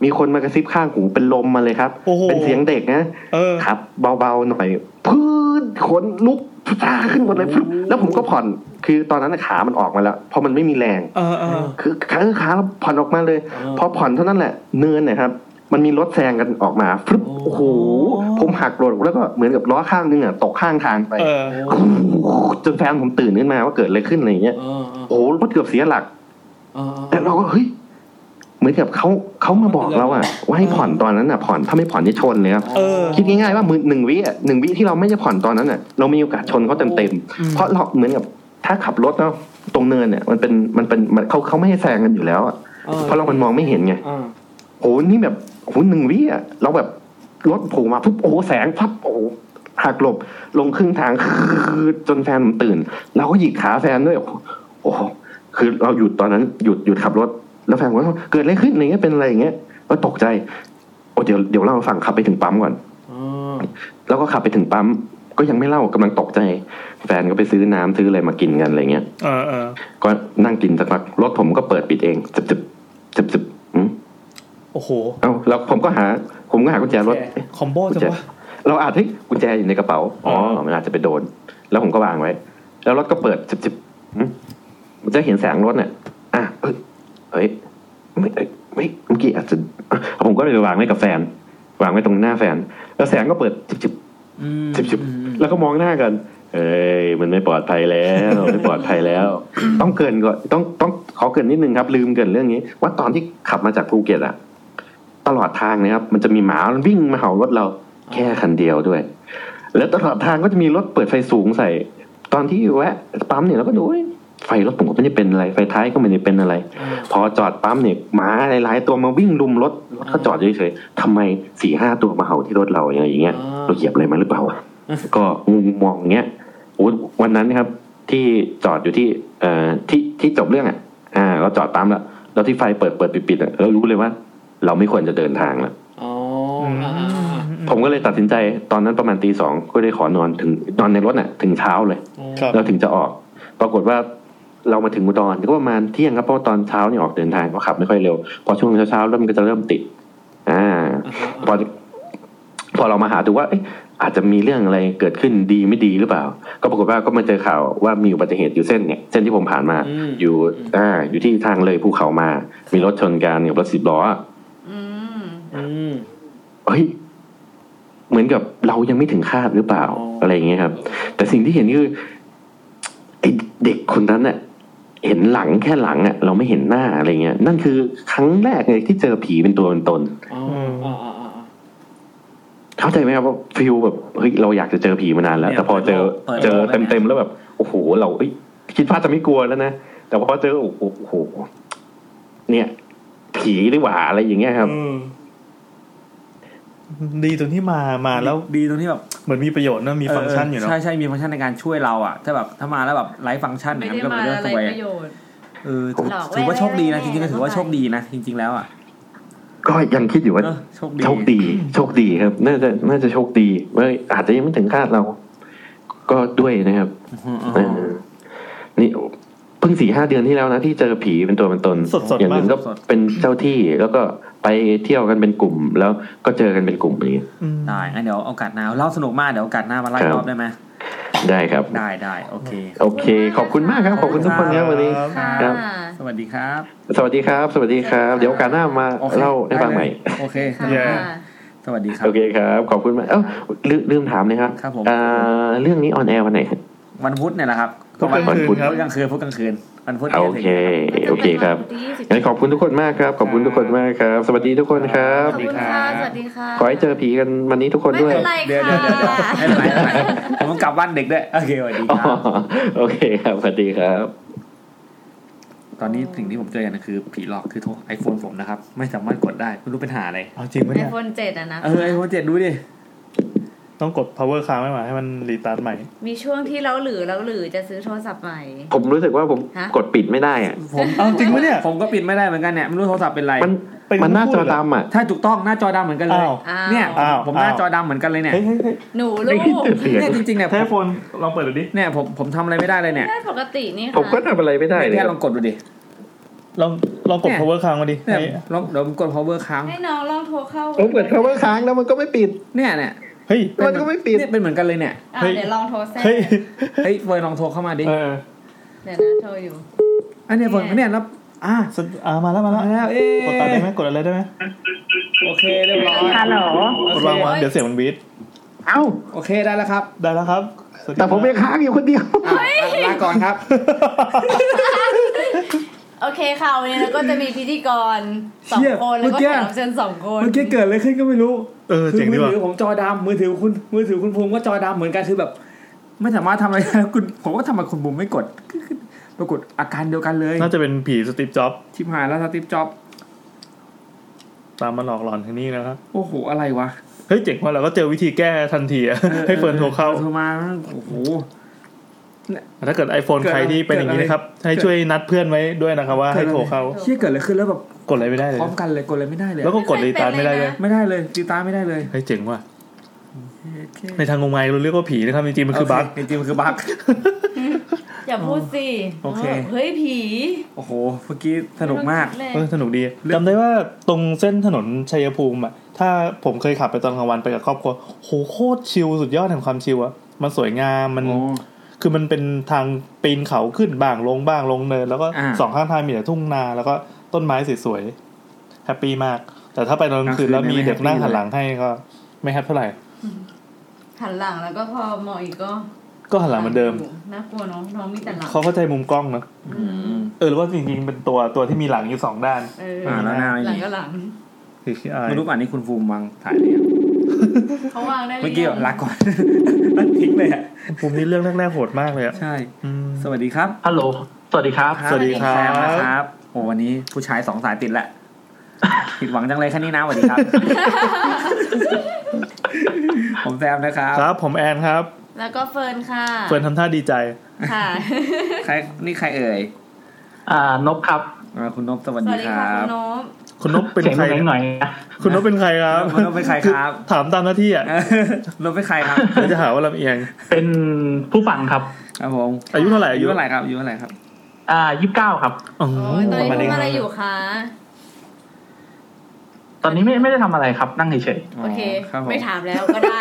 S6: มีคนมากระซิบข้างหูเป็นลมมาเลยครับ
S7: โอ้โห
S6: เป็นเสียงเด็กนะ
S7: เออ
S6: ครับเบาๆหน่อยพื้นขนลุกตาขึ้นหมดเลยแล้วผมก็ผ่อนคือตอนนั้นน่ะขามันออกมาแล้วเพราะมันไม่มีแรง
S7: เออเออ
S6: คือขาขาเราผ่อนออกมาเลย
S2: อ่า
S6: พอผ่อนเท่านั้นแหละ เนินเนะครับ มันมีรถแซงกันออกมาฟึบโอ้โหผมหักหลบแล้วก็เหมือนกับล้อข้างนึงอ่ะตกข้างทางไป
S7: เออ
S6: จนแฟนผมตื่นขึ้นมาว่าเกิดอะไรขึ้นอะไรอย่างเงี้ย
S2: อ่าอ่า
S6: โอ้โหรถเกือบเสียหลัก
S2: อ่า
S6: แต่
S2: อ่า
S6: เราก็เฮ้ยเหมือนกับเขาเขามาบอกเราอะว่าให้ผ่อนตอนนั้นอ่ะผ่อนถ้าไม่ผ่อนนี่ชนเลยครับ
S7: เออ
S6: คิดง่ายๆว่ามือหนึ่งวิอ่ะหนึ่งวิที่เราไม่จะผ่อนตอนนั้นอ่ะเรามีโอกาสชนเขาเต็มๆเพราะเราเหมือนกับถ้าขับรถเนาะตรงเนินเนี่ยมันเป็นมันเป็นมันเขาเขาไม่ให้แซงกันอยู่แล้วอ่ะ
S2: เออ
S6: เพราะเรามันมองไม่เห็นไง
S2: อ่า
S6: โอ้นี่แบบโอ้หนึ่งวิอ่ะเราแบบรถโผล่มาปุ๊บโอ้แสงพับโอ้หักหลบลงครึ่งทางคือจนแฟนผมตื่น เราก็หยิกขาแฟนด้วยโอ้โห โอ้โหคือเราหยุดตอนนั้นหยุดหยุดขับรถ แล้วแฟนผมว่าเกิดอะไรขึ้นอะไรเงี้ยเป็นอะไรอย่างเงี้ยก็ตกใจโอ้เดี๋ยวเดี๋ยวเล่าให้ฟังขับไปถึงปั๊มก่อน
S2: อ๋อ
S6: แล้วก็ขับไปถึงปั๊มก็ยังไม่เล่ากำลังตกใจ แฟนก็ไปซื้อน้ำซื้ออะไรมากินกันอะไรเงี้ย
S7: เออเออ
S6: ก็นั่งกินสักพักรถผมก็เปิดปิดเองจึบจึบจึบจึบอืม
S7: โอ้โห
S6: เอ้าแล้วผมก็หา ผมก็หากุญแจรถ
S7: คอมโบจังวะ
S6: เราอาจเฮ้ยกุญแจอยู่ในกระเป๋า อ๋อ มันอาจจะไปโดน แล้วผมก็วางไว้ แล้วรถก็เปิดจิบจิบหึมันจะเห็นแสงรถเนี่ยอ่ะเอ้ยเอ้ยไม่เอ้ยไม่เมื่อกี้อาจจะอ่ะผมก็เลยวางไว้กับแฟน วางไว้ตรงหน้าแฟน แล้วแสงก็เปิดจิบจิบ
S2: อืม
S6: จิบจิบแล้วก็มองหน้ากัน เอ้ยมันไม่ปลอดภัยแล้ว ไม่ปลอดภัยแล้ว ต้องเกรินก่อนต้องต้องขอเกรินนิดนึงครับ ลืมเกรินเรื่องนี้ ว่าตอนที่ขับมาจากภูเก็ตอะตลอดทางนะครับ มันจะมีหมามันวิ่งมาเห่ารถเรา แค่คันเดียวด้วย แล้วตลอดทางก็จะมีรถเปิดไฟสูงใส่ ตอนที่แวะปั๊มเนี่ยเราก็ดูเอ้ยไฟรถผมก็ไม่ได้เป็นอะไร ไฟท้ายก็ไม่ได้เป็นอะไร พอจอดปั๊มเนี่ยหมาหลายๆตัวมาวิ่งลุมรถรถเขาจอดเฉยๆทำไมสี่ห้าตัวมาเห่าที่รถเราอย่างเงี้ย เราเหยียบอะไรมาหรือเปล่าวะก็งงมองอย่างเงี้ยโอ้ยวันนั้นนะครับ ที่จอดอยู่ที่ เอ่อที่ที่จบเรื่องอ่ะ อ่า เราจอดปั๊มแล้วแล้วที่ไฟเปิดเปิดปิดปิดอ่ะเรารู้เลยว่า เราไม่ควรจะเดินทางละ
S2: อ๋ออ่า
S6: ผมก็เลยตัดสินใจตอนนั้นประมาณตีสองก็ได้ขอนอนถึงนอนในรถน่ะ ถึงเช้าเลย
S7: ครับ
S6: เราถึงจะออก ปรากฏว่าเรามาถึงอุดรก็ประมาณเที่ยงครับเพราะว่าตอนเช้าเนี่ยออกเดินทางก็ขับไม่ค่อยเร็ว พอช่วงเช้าๆแล้วมันก็จะเริ่มติด อ่า พอพอเรามาหาดูว่าเอ๊ะอาจจะมีเรื่องอะไรเกิดขึ้นดีไม่ดีหรือเปล่า ก็ปรากฏว่าก็มาเจอข่าวว่ามีอุบัติเหตุอยู่เส้นเนี่ยเส้นที่ผมผ่านมา
S2: อืม
S6: อยู่อ่าอยู่ที่ทางเลยภูเขามา มีรถชนกันกับรถสิบล้อ
S3: อืม
S2: อืม
S6: เฮ้ยเหมือนกับเรายังไม่ถึงคาดหรือเปล่า
S2: อ๋ออ
S6: อะไรอย่างเงี้ยครับ แต่สิ่งที่เห็นคือไอเด็กคนนั้นเน่ะเห็นหลังแค่หลังอ่ะ เราไม่เห็นหน้าอะไรเงี้ย นั่นคือครั้งแรกเลยที่เจอผีเป็นตัวเป็นตน
S2: อ๋ออ๋ออ๋ออ๋อ
S6: เข้าใจไหมครับว่าฟิลแบบเฮ้ยเราอยากจะเจอผีมานานแล้ว แต่พอเจอเจอเต็มๆแล้วแบบโอ้โห เราเอ้ยคิดว่าจะไม่กลัวแล้วนะแต่พอเจอโอ้โหโอ้โหเนี่ย ผีดีกว่าอะไรอย่างเงี้ยครับ
S7: อืมดีตรงที่มามา
S2: อ่ะ
S7: แล้
S2: แล้ว วดีตรงที่แบบ
S7: เหมือนมีประโยชน์นะมีฟังก์ชันอยู่เนาะ
S2: ใช่ใช่มีฟังก์ชันในการช่วยเราอ่ะถ้าแบบถ้ามาแล้วแบบไร้ฟังก์ชัน
S3: ไม่
S2: เนี่ย
S3: ได้
S2: มันก็
S3: มา
S2: เป็นเรื่องส
S3: อะไร
S2: วย
S3: ประโยชน์
S2: เออถือ
S3: หลอกไว้
S2: ถือว่าโชคดีนะจริงๆก็ถือว่า
S3: ไว้
S2: โชคดีนะจริง ๆแล้วอ่ะ
S6: ก็ยังคิดอยู่ว่า
S2: เนอะโชคดี
S6: โชคดี โชคดีครับ น่าจะน่าจะโชคดีเว่าอาจจะยังไม่ถึงคาดเรา ก็ด้วยนะครับเออนี่เพิ่งสี่ห้าเดือนที่แล้วนะ ที่เจอผีเป็นตัวเป็นตน
S7: สดสด
S6: อย่าง
S7: ๆมา
S6: อื่
S7: ก
S6: นก็
S2: สด
S6: เป็นเจ้าที่แล้วก็ไปเที่ยวกันเป็นกลุ่ม แล้วก็เจอกันเป็นกลุ่มอย่างเงี้ย
S7: อืม
S2: ได้งั้นเดี๋ยวโอกาสหน้าเล่าสนุกมากเดี๋ยวโอกาสหน้ามาไล่
S6: ครับ
S2: รอบได้ไหม
S6: ได้ครับ
S2: ได้ได้โอเค
S6: โอเค ขอบคุณมากครับ ขอบคุณทุกคนครับวันนี้
S7: ครับ
S3: ค่ะ
S6: ครับ
S2: สวัสดีครับ
S6: สวัสดีครับ สวัสดีครับ เดี๋ยวโอกาสหน้ามา
S2: โอค
S6: เล่าให้ฟังใหม่
S2: ได้เลยโอเค
S3: ค่ะ
S7: เย้
S2: สวัสดีครับ
S6: โอเคครับ ขอบคุณมากเอ้าลืมลืมถามเลยครับ
S2: ครับผม
S6: อ่าเรื่องนี้ออนแอร์วันไหน
S2: วันพุธเนี่ยแหละครับ
S7: ก็วัน
S6: วันพุธ
S7: ครับ
S2: พุธกลางคืนพุธกลางคืนวันพุธ
S6: โอเค โอเคครับ
S3: วันที่20
S6: งั้นขอบคุณทุกคนมากครับ ขอบคุณทุกคนมากครับ สวัสดีทุกคนครั
S3: ข
S6: บ
S3: อบคุณค่ะ สวัสดีค่ะ
S6: ขอให้เจอผีกันวันนี้ทุกคน
S3: ไม่
S6: ด้วย
S3: เป็นไร
S2: เดี๋ยว
S3: ค่
S2: เดี๋ยวเดี๋ยวเดี๋ยว
S3: ะ
S2: ไม่เป็นไรไม่เป็นไรผมต้องกลับบ้านดึกด้วยโอเคสวัสดี
S6: อ๋อ
S2: ครับ
S6: โอเคครับ สวัสดีครับ
S2: ตอนนี้สิ่งที่ผมเจออย่างหนึงคือผีหลอกคือโทรไอโฟนผมนะครับ ไม่สามารถกดได้ไม่รู้เป็นหาอะไร
S7: เอาจริงปะเนี่ย
S3: iPhone 7อะนะ
S2: เออไอโฟนเจ็ดดูดิ
S7: ต้องกด power ค้างไม่มาให้มันรีตาร์ทใหม่
S3: มีช่วงที่เราหรือเราหรือจะซื้อโทรศัพท์ใหม่
S6: ผมรู้สึกว่าผม
S3: ฮะ
S6: กดปิดไม่ได้อะ
S2: ผม
S7: เอาจริงปะเนี่ย
S2: ผมก็ปิดไม่ได้เหมือนกันเนี่ยไม่รู้โทรศัพท์เป็นไร
S6: มัน
S7: ไป
S6: มันหน้าจ
S7: พูดเห
S6: อ
S7: รอ
S6: ดำอ่ะ
S2: ถ้าถูกต้องหน้าจอดำเหมือนกันเลย
S7: อ้าว
S2: เนี่ย
S7: อ้าว
S2: ผมหน้า
S7: อ้าว
S2: จอดำเหมือนกันเลยเนี่ย
S7: เฮ้ยเฮ้ยเฮ้ย
S3: หนูลูก
S2: เนี่ยจริงๆเนี่ย
S7: เทปโฟนลองเปิดดูดิ
S2: เนี่ยผมผมทำอะไรไม่ได้เลยเนี่ย
S3: ได้ปกตินี่
S6: ผมก็
S3: ค่ะ
S6: ทำอะไรไม่ได้เลย
S2: แค่ลองกดดูดิ
S7: ลองลองกด
S2: เนี่ย
S7: power ค้างมาดิ
S2: เนี่ย
S7: เฮ้ย
S2: ลองเดี๋ยวผมกด power ค้าง
S3: ให้น้องลองโทรเข้า
S6: ผมเปิด cover ค้างแล้วมันก็ไม่ปิด
S2: เนี่ยเนี่ย
S7: เฮ้ย
S6: มันก็ไม่ปิด
S2: เนี่ยเป็นเหมือนกันเลยเนี่ย
S3: อ่ะ
S7: เฮ้ย
S3: เดี๋ยวลองโทรแทรก
S7: เฮ้ย
S2: เฮ้ยเฟิร์นลองโทรเข้ามาดิ
S7: เออ
S3: เดี๋ยวนะโทรอยู่
S2: อันเนี้ยเฟิร์นเนี่ยแล้วอ่ะ
S7: สะอ่ามาแล้วมาแล้ว
S2: มาแล้วเอ๊ะ
S7: กดตัดได้ไหมกดอะไรได้ไหม
S2: โอเคเรียบร้อย
S5: ฮัลโหล
S2: โอกเคว
S7: ดางวางเดี๋ยวเสียงมันวีด
S6: เอ้า
S2: โอเคได้แล้วครับ
S7: ได้แล้วครับสวัสดี
S6: แต่ผม
S7: ค
S6: ยั
S7: รับ
S6: งค้างอยู่คนเดียว
S2: อ่ะลาก่อนครับ
S3: โอเคค่ะวันนี้เราก็จะมีพิธีกรสอง
S2: เชี่ย
S3: คนแล้วก็
S2: เมื่อกี้
S3: แขกรับเชิญสองคน
S2: เมื่อกี้เกิดอะไรขึ้นก็ไม่รู้
S7: เออ
S2: คือ
S7: เจ๋ง
S2: มื
S7: ดี
S2: อ
S7: ว่ะ
S2: ถือผมจอดำมือถือคุณมือถือคุณภูมิก็จอดำเหมือนกันคือแบบ ไม่สามารถทำอะไรได้ แล้วคุณผมก็ทำไมคุณภูมิไม่กดคือคือปรากฏอาการเดียวกันเลย
S7: น่าจะเป็นผีสตีฟจ็อบส์
S2: ชิบหายแล้วสติปจ็อบส์
S7: ตามมาหลอกหลอนทางนี้นะครับ
S2: โอ้โหอะไรวะ
S7: เฮ้ยเจ๋งว่ะเราก็เจอวิธีแก้ทันทีอะให้เฟิร์นโทรเข้า
S2: โทรมาโอ้โห
S1: ถ้าเกิด iPhone ใครที่เป็นอย่างนี้นะครับ ให้ช่วยนัดเพื่อนไว้ด้วยนะครับว่าให้โทรเขา
S2: เชี่ยเกิดอะไรขึ้นแล้วแบบ
S1: กดอะไรไม่ได้เลย
S2: พร้อมกันเลยกดเลยไม่ได้เลย
S1: แล้วก็กดรีตาร์ทไม่ได้เลย
S2: ไม่ได้เลยตีตาไม่ได้เลย
S1: เฮ้ยเจ๋งว่ะในทางงมงายเราเรียกว่าผีนะครับจริงๆมันคือบั๊ก
S2: โเจริงๆมันคือบั๊ก
S3: อย่าพูดสิ
S2: โอเค
S3: เฮ้ยผี
S2: โอ้โหเมื่อกี้สนุกมาก
S1: เออสนุกดีจำได้ว่าตรงเส้นถนนชัยภูมิอ่ะ ถ้าผมเคยขับไปตอนกลางวันไปกับครอบครัวโหโคตรชิลสุดยอดแห่งความชิลอ่ะ มันสวยงามมัน
S2: โอ้
S1: คือมันเป็นทางปีนเขาขึ้นบ้างลงบ้างลงเนิน แล้วก็
S2: อ่า
S1: สองข้างทางมีแต่ทุ่งนา แล้วก็ต้นไม้สวยๆแฮปปี้มาก แต่ถ้าไปตอนกลางคืน
S2: ก
S1: แล้
S2: ลาว งคืน
S1: มี
S2: ไม่
S1: เด็กนั่ง
S2: happy
S1: หันหลังให้ก็ไม่แฮปเท่าไหร่
S3: หันหลังแล้วก็พอมองอีกก็
S1: ก็หันหลังเหมือนเดิม
S3: น่ากลัวเน้องน้องมีแต่หลัง
S1: เขาเข้าใจมุมกล้องเนอะเออหรือว่าจริงๆเป็นตัวตัวที่มีหลังอยู่สองด้าน
S3: เออ
S2: อ่าแล้วหน้าไม่มี
S3: หลังก็หลัง
S1: คือขี้อาย
S2: ไม่รู้ป่านนี้คุณฟูมวางถ่ายหรือยัง
S3: เขาวางได้หรื
S2: เมื่อกี้
S3: ยั
S2: แบบ
S3: ง
S2: รักก่อน รักทิ้งเลยอะ
S1: ผมนี่เรื่องแรกๆโหดมากเลยอ่ะ
S2: ใช่
S1: อืม
S2: สวัสดีครับ
S8: ฮัลโหล สวัสดีครับ
S1: สวัสดีครับ
S2: แซมนะครับโอ้วันนี้ผู้ชายสองสายติดแหละ ผิดหวังจังเลยแค่นี้นะสวัสดี ครับ ผมแซมนะครับ
S1: ครับผมแอนครับ
S3: แล้วก็เฟิร์นค่ะ
S1: เฟิร์นทำท่าดีใจ
S3: ค่ะ
S2: ใครนี่ใครเอ่ย
S8: อ่านบครับ
S2: อ่าคุณนพสวัส
S3: ส
S2: ดี
S3: วัสดี
S2: ค
S3: ค่ะ
S2: รั
S3: คุ
S2: บ
S3: ณโน้ม
S1: คุณนบเป็น
S8: เสียง
S1: ใคร
S8: แรงหน่อยนะ
S1: คุณนบเป็นใครครับ
S2: คุณนพเป็นใครครับ
S1: ถามตามหน้าที่อ่ะ
S2: เอ อนพเป็นใครครับ
S1: เดี๋ยวจะหาว่าลำเอียง
S8: เป็นผู้ฟังครับ
S2: ครับผม
S1: อายุเท่าไหร่
S2: อา
S1: อา
S2: ยุ
S1: ยุ
S2: เท่าไหร่ครับอายุเท่าไหร่ครับ
S8: อ่ายี่สิบเก้าครับ
S1: อ๋อ
S3: โอ้ยตอน
S1: ป
S3: นี้
S1: ระมาณนี้
S3: ทำอะไรอยู่คะ
S8: ตอนนี้ไม่ไม่ได้ทำอะไรครับ นั่งเฉย
S3: โอเค
S2: ครับผม
S3: ไม่ถามแล้วก็ ได้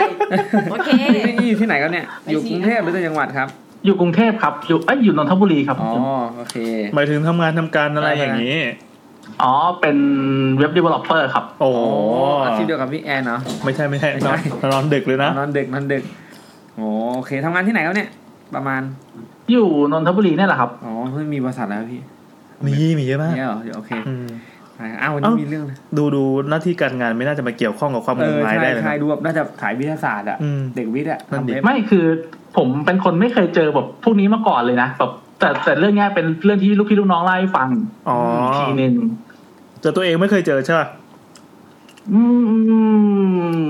S3: โอเค
S2: นี่นี่อยู่ที่ไหนครับเนี่ย อยู่กรุงเทพหรือต่างจังหวัดครับ
S8: ๆอยู่กรุงเทพครับ อยู่เอ้ยอยู่นนทบุรีครับ
S2: อ๋อ โอเค
S1: หมายถึงทำงานทำการอะไรอย่างนี้
S8: อ๋อ เป็นเว็บ developer ครับ
S1: โอ้โห
S2: โอ้อาชีพเดียวกับพี่แอนเนาะ
S1: ไม่ใช่ไม่ใช่นอน
S2: ไม่ใช่
S1: นอนดึกเลยนะ
S2: นอนดึกนอนดึกโอ้โอเคทำงานที่ไหนครับเนี่ย ประมาณ
S8: อยู่นนทบุรีเนี่ยแหละครับ
S2: อ๋อเพิ่งมีบริษัทแล้วพี่
S1: มีมีเยอะมาก
S2: เนี่ยเหรอเดี๋ยวโอเค
S1: อืม
S2: อ้าววันนี้
S1: เอ้ามี
S2: มีเรื่อง
S1: ดูดูหน้าที่การงานไม่น่าจะมาเกี่ยวข้องกับความ
S2: เอ
S1: มุ่ง
S2: อ
S1: หมาย
S2: ใช่
S1: ได้เลย
S2: ใช่
S1: นะ
S2: ดูแบบน่าจะสายวิทยาศาสตร์อะ
S1: อืม
S2: เด็กวิทย์อะ
S1: นั่นดิ
S2: ทำเว็บ
S8: ไม่คือผมเป็นคนไม่เคยเจอแบบพวกนี้มาก่อนเลยนะแบบแต่แต่เรื่องเนี้ยเป็นเรื่องที่ลูกพี่ลูกน้องเล่าให้ฟัง
S1: อ๋อ
S8: ทีหนึ่ง
S1: แต่ตัวเองไม่เคยเจอใช่ป่ะ
S8: อื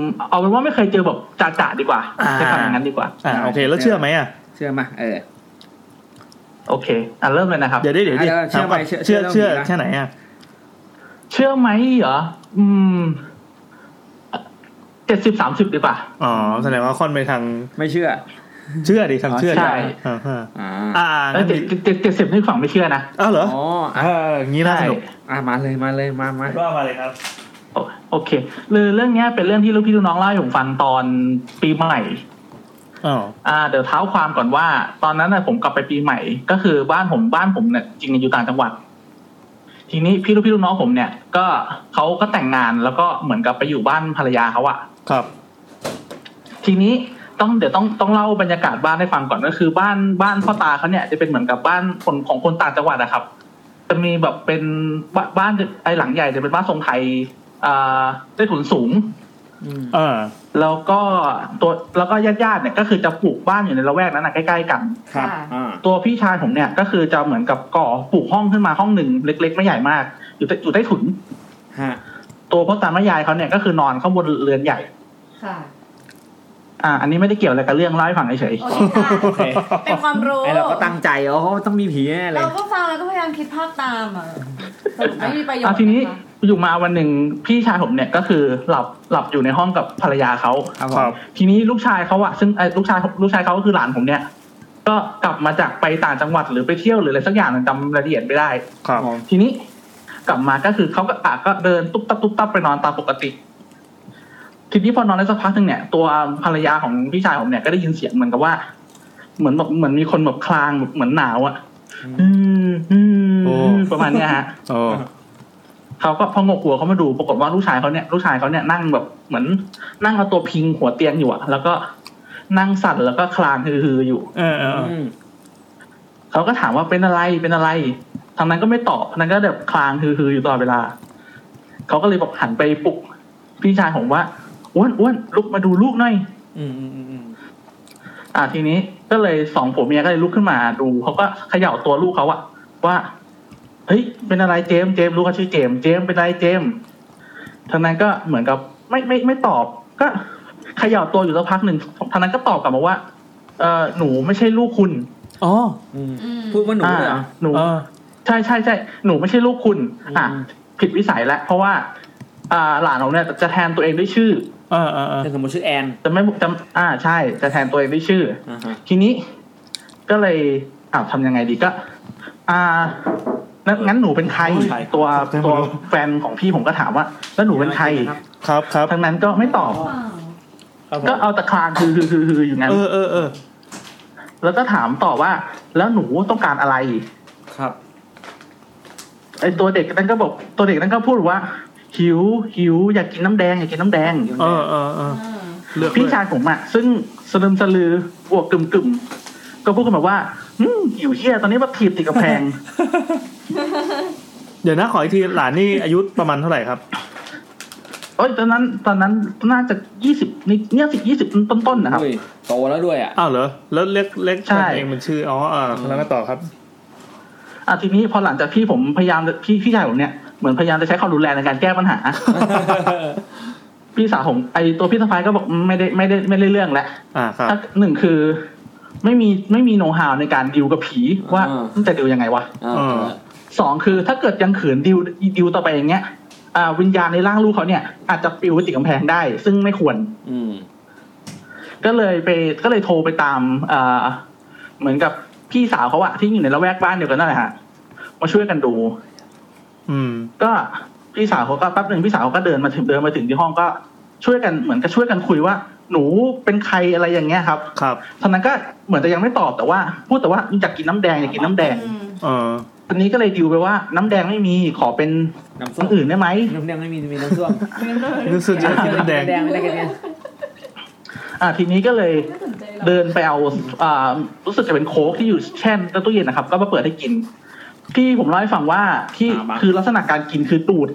S8: มเอาเป็นว่าไม่เคยเจอแบบจ่าๆดีกว่าใช้คำอย่างนั้นดีกว่า
S1: อ่าโอเค แล้วเชื่อไหมอ่ะ
S2: เชื่อมาเออ
S8: โอเคอ่ะเริ่มเลยนะครับ
S1: เดี๋ยวดิเดี๋ยวดิ
S2: อ่ะเชื่อไหม
S1: ถามก่น
S2: เชื่อเชื่
S1: เชื่
S2: อ
S1: อ
S2: เรื่
S1: เชื่อง
S2: อนี้นะ
S1: แค่ไหนอ่ะ
S8: เชื่อไหมเหรอ อืมเจ็ดสิบสามสิบดีกว่า
S1: อ๋อแสดงว่าค่อนไปทาง
S2: ไม่เชื่อ
S1: เชื่อดิทางเชื่อ
S8: ใช่
S1: อ่าฮะ
S2: อ่า
S1: อ่า
S8: เอ้
S1: งั้
S8: ย
S1: น
S8: เจ็ดเจ็ดเจ็ดสิบนี่ฝั่งไม่เชื่อนะ
S1: อ้าวเหรอ
S2: อ๋ออ่ะ
S1: อ่าอย่างนี้น่าสนุก
S2: อ่ะมาเลยมาเลยมามา
S1: ว่ามาเลยครับ
S8: โอโอเคเรื่องเรื่องเนี้ยเป็นเรื่องที่ลูกพี่ลูกน้องเล่าให้ผมฟังตอนปีใหม่
S1: อ้าว
S8: อ่าเดี๋ยวเท้าความก่อนว่า ตอนนั้นน่ะผมกลับไปปีใหม่ ก็คือบ้านผมบ้านผมเนี่ยจริงๆอยู่ต่างจังหวัด ทีนี้พี่ลูกพี่ลูกน้องผมเนี่ย ก็เขาก็แต่งงานแล้วก็เหมือนกับไปอยู่บ้านภรรยาเขาอะ
S1: ครับ
S8: ทีนี้ต้องเดี๋ยวต้องต้องเล่าบรรยากาศบ้านให้ฟังก่อนก็คือ บ้านบ้านพ่อตาเขาเนี่ยจะเป็นเหมือนกับบ้านคนของคนต่างจังหวัดนะครับ จะมีแบบเป็นบ้านบ้านไอ้หลังใหญ่จะเป็นบ้านทรงไทยอ่าได้ถุนสูง
S2: อืม
S1: อ่า
S8: แล้วก็ตัวแล้วก็ญาติๆเนี่ยก็คือจะปลูกบ้านอยู่ในละแวกนั้นนะใกล้ๆกัน
S2: ครับ
S3: ค่ะ
S2: อ่า
S8: ตัวพี่ชายผมเนี่ยก็คือจะเหมือนกับก่อปลูกห้องขึ้นมาห้องหนึ่งเล็ก ๆ ไม่ใหญ่มาก อยู่ใต้อยู่ใต้ถุน
S2: ฮะ
S8: ตัวพ่อตาแม่ยายเขาเนี่ยก็คือนอนข้างบนเรือนใหญ่
S3: ค่ะ
S8: อ่า อันนี้ไม่ได้เกี่ยวอะไรกับเรื่องเล่าให้ฟังเฉย
S3: โอเคค่ะ เป็นความรู้
S2: ไอเราก็ตั้งใจอ๋อต้องมีผีแน่เลย
S3: เราก็ฟังแล้วก็พยายามคิดภาพตามอ่ะสรุปไม่มีประโยช
S8: ๆ
S3: น์
S8: อ่าทีนี้
S3: ะคะ
S8: อยู่มาวันหนึ่งพี่ชายผมเนี่ยก็คือหลับหลับอยู่ในห้องกับภรรยาเขา
S2: ครับ
S1: ครับ
S8: ทีนี้ลูกชายเขาอะซึ่งเอ่อลูกชายลูกชายเขาก็คือหลานผมเนี่ย ก็กลับมาจากไปต่างจังหวัดหรือไปเที่ยวหรืออะไรสักอย่างจำรายละเอียดไม่ได้
S1: ครับ
S2: ผม
S8: ทีนี้กลับมาก็คือเขาก็อ่ะก็เดินตุ๊บตับตุ๊บตับไปนอนตามปกติ ทีนี้พอนอนได้สักพักหนึ่งเนี่ย ตัวภรรยาของพี่ชายผมเนี่ยก็ได้ยินเสียงเหมือนกับว่า เหมือนแบบเหมือนมีคนแบบคลางแบบเหมือนหนาวอะอืมอืม
S1: โอ้
S8: อืมประมาณเนี้ยฮะ
S1: โอ้
S8: เขาก็พองกหัวเขามาดูปรากฏว่าลูกชายเขาเนี่ยลูกชายเขาเนี่ยนั่งแบบเหมือน นั่งเอาตัวพิงหัวเตียงอยู่อะแล้วก็นั่งสั่นแล้วก็คลางฮือๆอยู่
S1: เออเออเออ
S2: อืม
S8: เขาก็ถามว่าเป็นอะไรเป็นอะไร ทางนั้นก็ไม่ตอบทางนั้นก็แบบคลางฮือๆอยู่ตลอดเวลา เขาก็เลยบอกหันไปปลุกพี่ชายผมว่าอ้วนอ้วนลุกมาดูลูกหน่อย
S2: อืมอืมอืมอืม
S8: อ่าทีนี้ก็เลยสองผัวเมียก็เลยลุกขึ้นมาดูเขาก็เขย่าตัวลูกเขาอะว่าเฮ้ยเป็นอะไรเจมส์เจมส์ลูกเขาชื่อเจมส์เจมส์เป็นอะไรเจมส์ทางนั้นก็เหมือนกับไม่ไม่ไม่ตอบ ก็เขย่าตัวอยู่สักพักหนึ่งทางนั้นก็ตอบกลับมาว่า เออหนูไม่ใช่ลูกคุณ
S1: อ๋อ
S3: อืม
S4: พูดว่าหนูเลยเหรอ
S8: อ่าหนู
S1: เออ
S8: ใช่ใช่ใช่หนูไม่ใช่ลูกคุณ อ่ะ
S4: อืม
S8: ผิดวิสัยแล้วเพราะว่า อ่าหลานเราเนี่ยจะแทนตัวเองด้วยชื่อ
S1: เออเออเออ
S4: แต่สมมติชื่อแอน
S8: จะไม่จะอ่าใช่ จะแทนตัวเองด้วยชื่อ
S4: อ่าฮะ
S8: ทีนี้ก็เลยอ้าวทำยังไงดีก็ อ่างั้นงั้นหนูเป็นใครตัวตัวแฟนของพี่ผมก็ถามว่า แล้วหนูเป็นใคร
S1: ครับครับ
S8: ทั้งนั้นก็ไม่ตอบ
S3: เปล่า
S8: ก็เอาแตะคลางคือคือคือคืออยู่งั้น
S1: เออเออเออ
S8: แล้วก็ถามต่อว่า แล้วหนูต้องการอะไร
S4: ครับ
S8: ไอตัวเด็กนั้นก็บอกตัวเด็กนั้นก็พูดว่า หิวหิว อยากกินน้ำแดงอยากกินน้ำแดง
S1: เออเออเออ
S3: เออ
S1: เลือก
S8: พี่
S1: ด้วย
S8: ชายผมอ่ะซึ่งสลึมสลือบวกกึ่มกึ่มๆก็พูดกันแบบว่าอืมหิวเฮียตอนนี้มาถีบติดกระแพง
S1: เดี๋ยวนะขออีกทีหลานนี่อายุประมาณเท่าไหร่ครับ
S8: เอ้ยตอนนั้นตอนนั้นน่าจะยี่สิบนี่เนี่ยสิบยี่สิบต้นๆนะครับ
S4: อุ้ยโตแล้วด้วยอ่ะ
S1: อ้าวเหรอแล้วเล็กเล็ก
S8: ใช่
S1: ตัวเองมันชื่ออ๋อเออแล้วก็ต่อครับ
S8: อ่ะทีนี้พอหลังจากพี่ผมพยายามพี่พี่ชายผมเนี่ยเหมือนพยายามจะใช้ความรุนแรงในการแก้ปัญหา พี่สาวผมไอตัวพี่สะพ้ายก็บอกไม่ได้ไม่ได้ไม่ได้เรื่องแล้ว
S1: อ่าครับ
S8: ถ้าหนึ่งคือไม่มีไม่มีโน้ตฮาวในการดิวกับผีว่ามันจะดิวยังไงวะ
S4: อ่า
S1: เออ
S8: สองคือถ้าเกิดยังขืนดิวดิวต่อไปอย่างเงี้ยอ่าวิญญาณในร่างลูกเขาเนี่ยอาจจะปลิวไปติดกำแพงได้ ซึ่งไม่ควร
S4: อืม
S8: ก็เลยไปก็เลยโทรไปตามเอ่อเหมือนกับพี่สาวเขาอะที่อยู่ในละแวกบ้านเดียวกันนั่นแหละฮะมาช่วยกันดู
S1: อืม
S8: ก็พี่สาวเขาก็แป๊บหนึ่งพี่สาวเขาก็เดินมาถึงเดินมาถึงที่ห้องก็ช่วยกันเหมือนกับช่วยกันคุยว่า หนูเป็นใครอะไรอย่างเงี้ยครับ
S1: ครับ
S8: ตอนนั้นก็เหมือนจะยังไม่ตอบแต่ว่า พูดแต่ว่าอยากกินน้ำแดงอยากกินน้ำแดง
S3: อืม
S1: เออ
S8: ตอนนี้ก็เลยดิวไปว่าน้ำแดงไม่มีขอเป็น
S4: น้ำส้ม
S8: น้ำอื่นได้ไหม
S4: น้ำแดงไม่มีมีน้ำส้ม
S1: รู้สึกจะกินน้ำแดง
S4: แดงไม่ได้กันเนี่ย
S8: อ่าทีนี้ก็เลย
S3: ไม่สนใจหรอก
S8: เดินไปเอาอ่ารู้สึกจะเป็นโค้กที่อยู่แช่ในตู้เย็นนะครับ ก็มาเปิดให้กินที่ผมเล่าให้ฟังว่าที่คือลักษณะการกินคือตูด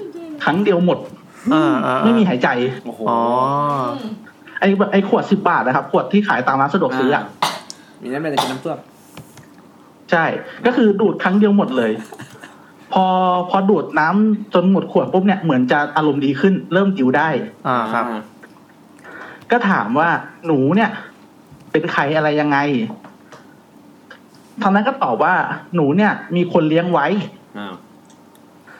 S8: ครั้งเดียวหมด
S1: อ่าอ่า
S8: ไม่มีหายใจ
S4: โอ้โห
S1: อ๋อ
S3: อืม
S8: ไอ้แบบไอ้ขวดสิบบาทนะครับ ขวดที่ขายตามร้านสะดวกซื้ออ่ะ
S4: มีน้ำแดงแต่กินน้ำส้ม
S8: ใช่ ก็คือดูดครั้งเดียวหมดเลย พอพอดูดน้ำจนหมดขวดปุ๊บเนี่ยเหมือนจะอารมณ์ดีขึ้น เริ่มดิวได้
S1: อ่าครับ
S4: อ่า
S8: ก็ถามว่าหนูเนี่ย เป็นใครอะไรยังไงทางนั้นก็ตอบว่าหนูเนี่ย มีคนเลี้ยงไว้
S4: อ้าว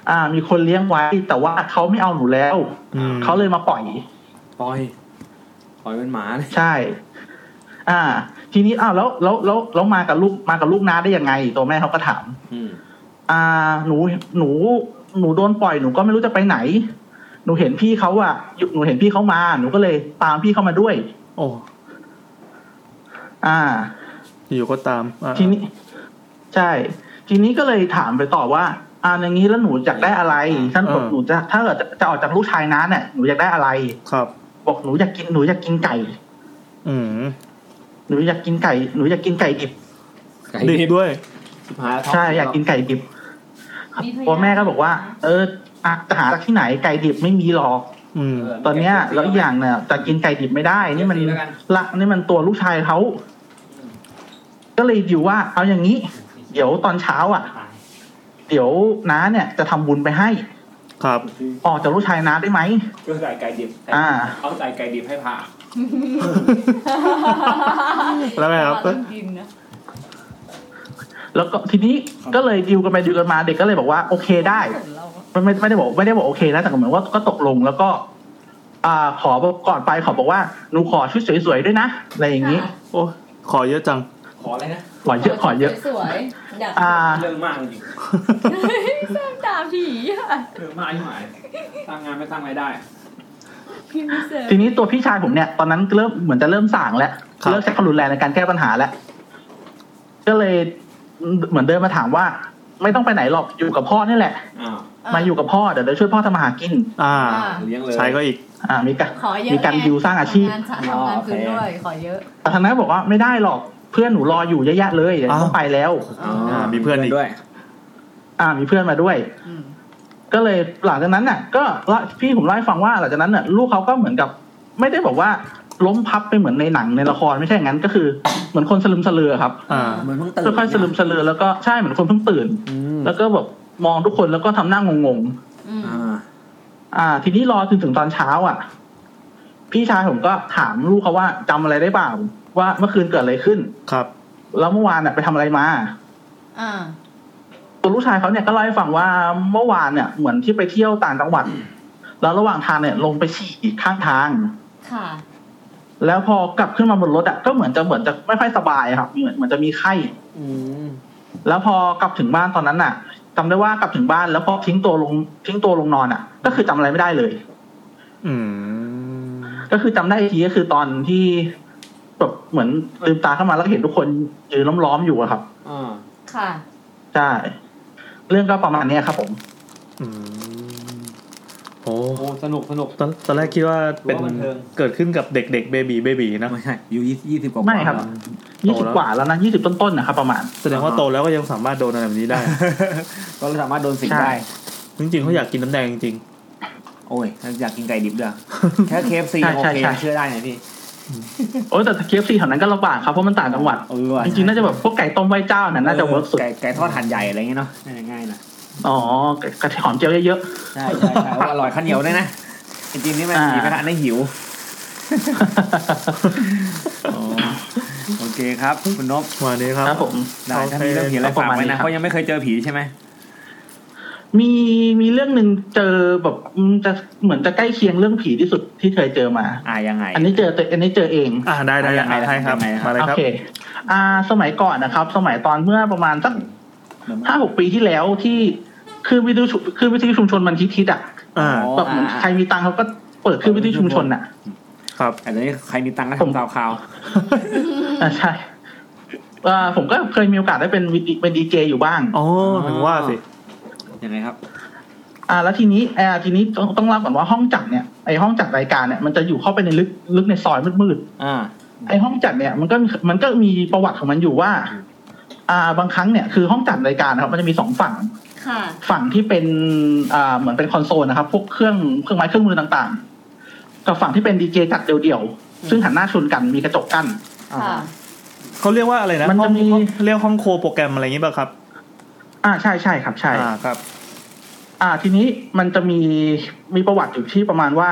S8: อ่า มีคนเลี้ยงไว้ แต่ว่าเขาไม่เอาหนูแล้ว
S1: อืม
S8: เขาเลยมาปล่อย
S4: ปล่อยปล่อยเป็นหมาเลย
S8: ใช่ อ่า ทีนี้อ้าวแล้วแล้วแล้วแล้วมากับลูกมากับลูกน้าได้ยังไง ตัวแม่เขาก็ถาม
S4: อืม
S8: อ่าหนูหนูหนูโดนปล่อยหนูก็ไม่รู้จะไปไหน หนูเห็นพี่เขาอะอยู่หนูเห็นพี่เขามา หนูก็เลยตามพี่เขามาด้วย
S1: โอ้
S8: อ่า
S1: อยู่ก็ตามอ่า
S8: ทีนี้ ใช่ ทีนี้ก็เลยถามไปต่อว่า อ่าอย่างนี้แล้วหนูอยากได้อะไรท่านบอกหนูจะถ้าเกิดจะจะออกจากลูกชายนั้นเนี่ยหนูอยากได้อะไร
S1: ครับ
S8: บอกหนูอยากกินหนูอยากกินไก่
S1: อืม
S8: หนูอยากกินไก่หนูอยากกินไก่ดิบ
S1: เด็กด้วย
S4: สิบหายแล้วท้ง
S8: ใช่อยากกินไก่ดิบ
S3: มีพยาน
S8: พ่อแม่ก็บอกว่า เอออะจะหาจากที่ไหนไก่ดิบไม่มีหรอก
S1: อืม
S4: เ
S8: ตอนเนี้ยแล้วอีกอย่างเนี่ยจะกินไก่ดิบไม่ได้ นี่มัน
S4: เดี๋ยวสิแล้วกัน
S8: ละนี่มันตัวลูกชายเขาก็เลยดิวว่า เอาอย่างนี้ เดี๋ยวตอนเช้าอ่ะ เดี๋ยวน้าเนี่ยจะทำบุญไปให้
S1: ครับ
S8: ออกจากลูกชายน้าได้ไหม
S4: ก็ใส่ไก่ดิบ
S8: อ่า
S4: เอาใส่ไก่ดิบให้พระ
S1: แล้วไงครับ
S3: ต้องกินนะ
S8: แล้วก็ทีนี้ก็เลยดิวกันไปดิวกันมาเด็กก็เลยบอกว่าโอเคได้
S3: เหมือนเราอะ
S8: ไม่ไม่ไม่ได้บอกไม่ได้บอกโอเคนะแต่ก็เหมือนว่าก็ตกลงแล้วก็ อ่า ขอก่อนไปขอบอกว่าหนูขอชุดสวยๆด้วยนะอะไรอย่างนี้
S1: โอ้ขอเยอะจัง
S4: ขออะไรนะ
S8: ขอเยอะขอเยอะ
S3: สวยๆอยาก
S8: อ่า
S4: เรื่องมากจริง
S3: สร้างดาบผีอะ
S4: ๆเรื่องมากที่หมายสร้างงานไม่สร้างรายได้
S3: พี่มิสเตอร์
S8: ทีนี้ตัวพี่ชายผมเนี่ยตอนนั้นเริ่มเหมือนจะเริ่มส่างแล้ว
S1: ครับ
S8: เริ่มใช้ความรุนแรงในการแก้ปัญหาแล้ว ก็เลยเหมือนเดินมาถามว่า ไม่ต้องไปไหนหรอกอยู่กับพ่อนี่แหละ
S4: อ้าว
S8: มาอยู่กับพ่อเดี๋ยวเดี๋ยวช่วยพ่อทำมาหากิน
S1: อ่า
S3: อ่า
S4: เลี้ยงเลย
S1: ใช้ก็อีก
S8: อ่ามีการ
S3: ขอเยอะ
S8: มีการ
S3: ไ
S8: ดิวสร้างอาชีพ
S3: ทำงนทำงานคืนด้วยขอเยอะ
S8: แต่ทางนั้นบอกว่าไม่ได้หรอกเพื่อนหนูรออยู่เยอะแยะเลยเดี๋ยวห
S1: อ้า
S8: นู
S1: ว
S8: ต้องไปแล้ว
S4: อ๋อ
S1: อ่ามีเพื่อนอีก
S4: ด้วย
S8: อ่า มีเพื่อนมาด้วย
S3: อืม
S8: ก็เลยหลังจากนั้นน่ะ ก็ละพี่ผมเล่าให้ฟังว่าหลังจากนั้นน่ะลูกเขาก็เหมือนกับ ไม่ได้บอกว่าล้มพับไปเหมือนในหนังในละครไม่ใช่อย่างนั้น ก็คือเหมือนคนสลึมสลือครับ
S1: อ่า
S4: เหมือนเพิ่งตื่น
S8: ค่อยๆสลืมสลือแล้วก็ใช่เหมือนคนเพิ่งตื่น
S4: อืม
S8: แล้วก็แบบมองทุกคนแล้วก็ทำหน้างง
S3: อืม
S4: อ่า
S8: ๆอ่า ทีนี้รอจนถึงตอนเช้าอ่ะ พี่ชายผมก็ถามลูกเขาว่าจำอะไรได้เปล่าว่าเมื่อคืนเกิดอะไรขึ้น
S1: ครับ
S8: แล้วเมื่อวานน่ะไปทำอะไรมา
S3: อ่า
S8: ตัวลูกชายเขาเนี่ยก็เล่าให้ฟังว่าเมื่อวานเนี่ยเหมือนที่ไปเที่ยวต่างจังหวัด แล้วระหว่างทางเนี่ยลงไปฉี่ข้างทาง
S3: ค่ะ
S8: แล้วพอกลับขึ้นมาบนรถอ่ะก็เหมือนจะเหมือนจะไม่ค่อยสบายอะครับเหมือนเหมือนจะมีไข้
S2: อืม
S8: แล้วพอกลับถึงบ้านตอนนั้นน่ะจำได้ว่ากลับถึงบ้านแล้วพอทิ้งตัวลงทิ้งตัวลงนอนอ่ะ ก็คือจำอะไรไม่ได้เลย
S7: อืม
S8: ก็คือจำได้อีกทีก็คือตอนที่แบบเหมือนลืมตาขึ้นมาแล้วก็เห็นทุกคนยืนล้อมๆอยู่อะครับ
S2: อ่า
S3: ค่ะ
S8: ใช่เรื่องก็ประมาณเนี้ยครับผม
S7: อืมโอ้
S2: โอ้สนุกสนุก
S7: ตอนตอนแรกคิดว่าเป็น
S2: หรือว่าบันเทิง
S7: เกิดขึ้นกับเด็กๆเบบีเบบีนะ
S4: ไม่ใช่อายู่ยี่สิบกว่า
S8: ไม่ครับ ยี่สิบกว่าแล้วนะยี่สิบต้นๆนะครับประมาณ
S7: แสดงว่าโตแล้วก็ยังสามารถโดนอะไรแบบนี้ได้
S2: ก็สามารถโดนสิง
S8: ใช่
S2: ได้
S7: จริงๆเขาอยากกินน้ำแดงจริง
S2: โอ้ยอยากกินไก่ดิบด้วยแค่เคฟซี
S8: ใช่
S2: โอ
S8: ใช่
S2: เค
S8: ใช่
S2: เชื่อได้นะพี่
S8: โอ้ยแต่เคฟซีแถวนั้นก็ลำบากครับเพราะมันต่างจังหวัด
S2: เออว่
S8: จริงๆน่าจะแบบพวกไก่ต้มไหว้เจ้าน่ะน่าจะเวิร์กสุด
S2: ไก่ไก่ทอดหันใหญ่อะไรเงี้ยเนาะน่าจะง่ายนะ
S8: อ๋อกระเทียมหอมเจียวเยอะ
S2: ใช่ใช่ใช่ว่าอร่อยข้าวเหนียวด้วยนะจริงๆนี่มัน
S8: อ่า
S2: หิวขนาดนั้น หิว
S8: ๆ
S2: โอเคครับคุณนพ
S7: ๆวันนี้ครับ
S8: ครับผม
S2: ได้ถ้ามีเรื่องผีอะไร
S8: ก็ประ
S2: ฝาก
S8: มาณ
S2: ไว้
S8: นี้
S2: นะครับ เพราะยังไม่เคยเจอผีใช่ไหม
S8: มีมีเรื่องหนึ่งเจอแบบอืมจะเหมือนจะใกล้เคียงเรื่องผีที่สุดที่เคยเจอมา
S2: อ่ายังไง
S8: อันนี้เจอแต่อันนี้เจอเอง
S7: อ่าได้ได้
S2: ยังไง
S7: อ่า
S2: ล่ะ
S7: ให้ครับ
S2: ยังไงล่ะ
S7: มาเลย
S8: โอ
S7: ครับ
S8: เค อ่า สมัยก่อนนะครับ สมัยตอนเมื่อประมาณสักห้าหกปีที่แล้วที่คือวิทยุชุคือวิทยุชุมชนมันคิดๆอ่ะ
S7: อ่า
S8: แบบเหมือนใครมีตังค์เขาก็เปิดคือวิทยุชุมชนอ่ะ
S7: ครับ
S2: อันนี้ใครมีตังค์ก็
S8: ผม
S2: ทำซาวคาว
S8: อ่าใช่เอ่อผมก็เคยมีโอกาสได้เป็นวิดีเป็นดีเจอยู่บ้าง
S7: อ๋อถึงว่าสิ
S2: ยังไงครับ
S8: อ่าแล้วทีนี้เอ่อทีนี้ต้องต้องเล่าก่อนว่าห้องจัดเนี่ยไอห้องจัดรายการเนี่ยมันจะอยู่เข้าไปในลึกลึกในซอยมืด
S2: อ่า
S8: ๆไอห้องจัดเนี่ยมันก็มันก็มีประวัติของมันอยู่ว่า อ่าบางครั้งเนี่ยคือห้องจัดรายการนะครับมันจะมีสองฝั่ง
S3: ค่ะ
S8: ฝั่งที่เป็นอ่าเหมือนเป็นคอนโซลนะครับ พวกเครื่องเครื่องไม้เครื่องมือต่างๆ กับฝั่งที่เป็นดีเจจัดเดี่ยวๆซึ่งหันหน้าชนกันมีกระจกกั้น
S3: ค่ะ
S7: เขาเรียกว่าอะไรนะ
S8: มัน
S7: ห้
S8: จะ
S7: อง
S8: มี
S7: ห้องเรียกห้องโคโปรแกรมอะไรอย่างงี้ป่ะครับ
S8: อ่าใช่ใช่ครับใช่
S7: อ่าครับ
S8: อ่าทีนี้มันจะมีมีประวัติอยู่ที่ประมาณว่า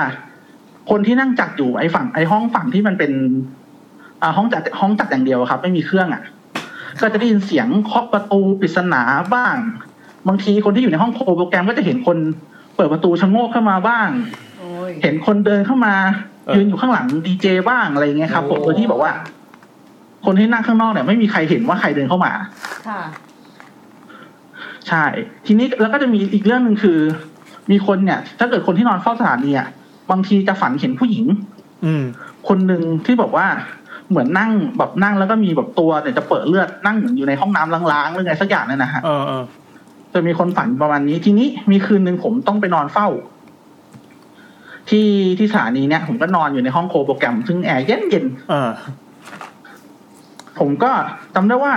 S8: คนที่นั่งจัดอยู่ไอ้ฝั่งไอ้ห้องฝั่งที่มันเป็น อ่าห้องจัดห้องจัดอย่างเดียวอะครับ ไม่มีเครื่องอ่ะ ก็จะได้ยินเสียงเคาะประตูปริศนาบ้าง บางทีคนที่อยู่ในห้องโคโปรแกรมก็จะเห็นคนเปิดประตูชะโงกเข้ามาบ้าง
S3: โอ้ย
S8: เห็นคนเดินเข้ามา
S7: เออ
S8: ยืนอยู่ข้างหลังดีเจบ้างอะไรอย่างเงี้ยครับผม
S3: โอ้
S8: โดยที่บอกว่า คนที่นั่งข้างนอกเนี่ยไม่มีใครเห็นว่าใครเดินเข้ามา
S3: ค่ะ
S8: ใช่ ทีนี้แล้วก็จะมีอีกเรื่องหนึ่งคือ มีคนเนี่ย ถ้าเกิดคนที่นอนเฝ้าสถานีอ่ะบางทีจะฝันเห็นผู้หญิง
S7: อืม
S8: คนหนึ่งที่แบบว่าเหมือนนั่งแบบนั่งแล้วก็มีแบบตัวเนี่ยจะเปิดเลือดนั่งเหมือนอยู่ในห้องน้ำล้างๆหรือไงสักอย่างเนี่ยนะฮะ
S7: เออเออ
S8: จะมีคนฝันประมาณนี้ ทีนี้มีคืนหนึ่งผมต้องไปนอนเฝ้า ที่ที่สถานีเนี่ย ผมก็นอนอยู่ในห้องโคโปรแกรม ซึ่งแอร์เย็นเย็นๆ
S7: เออ
S8: ผมก็จำได้ว่า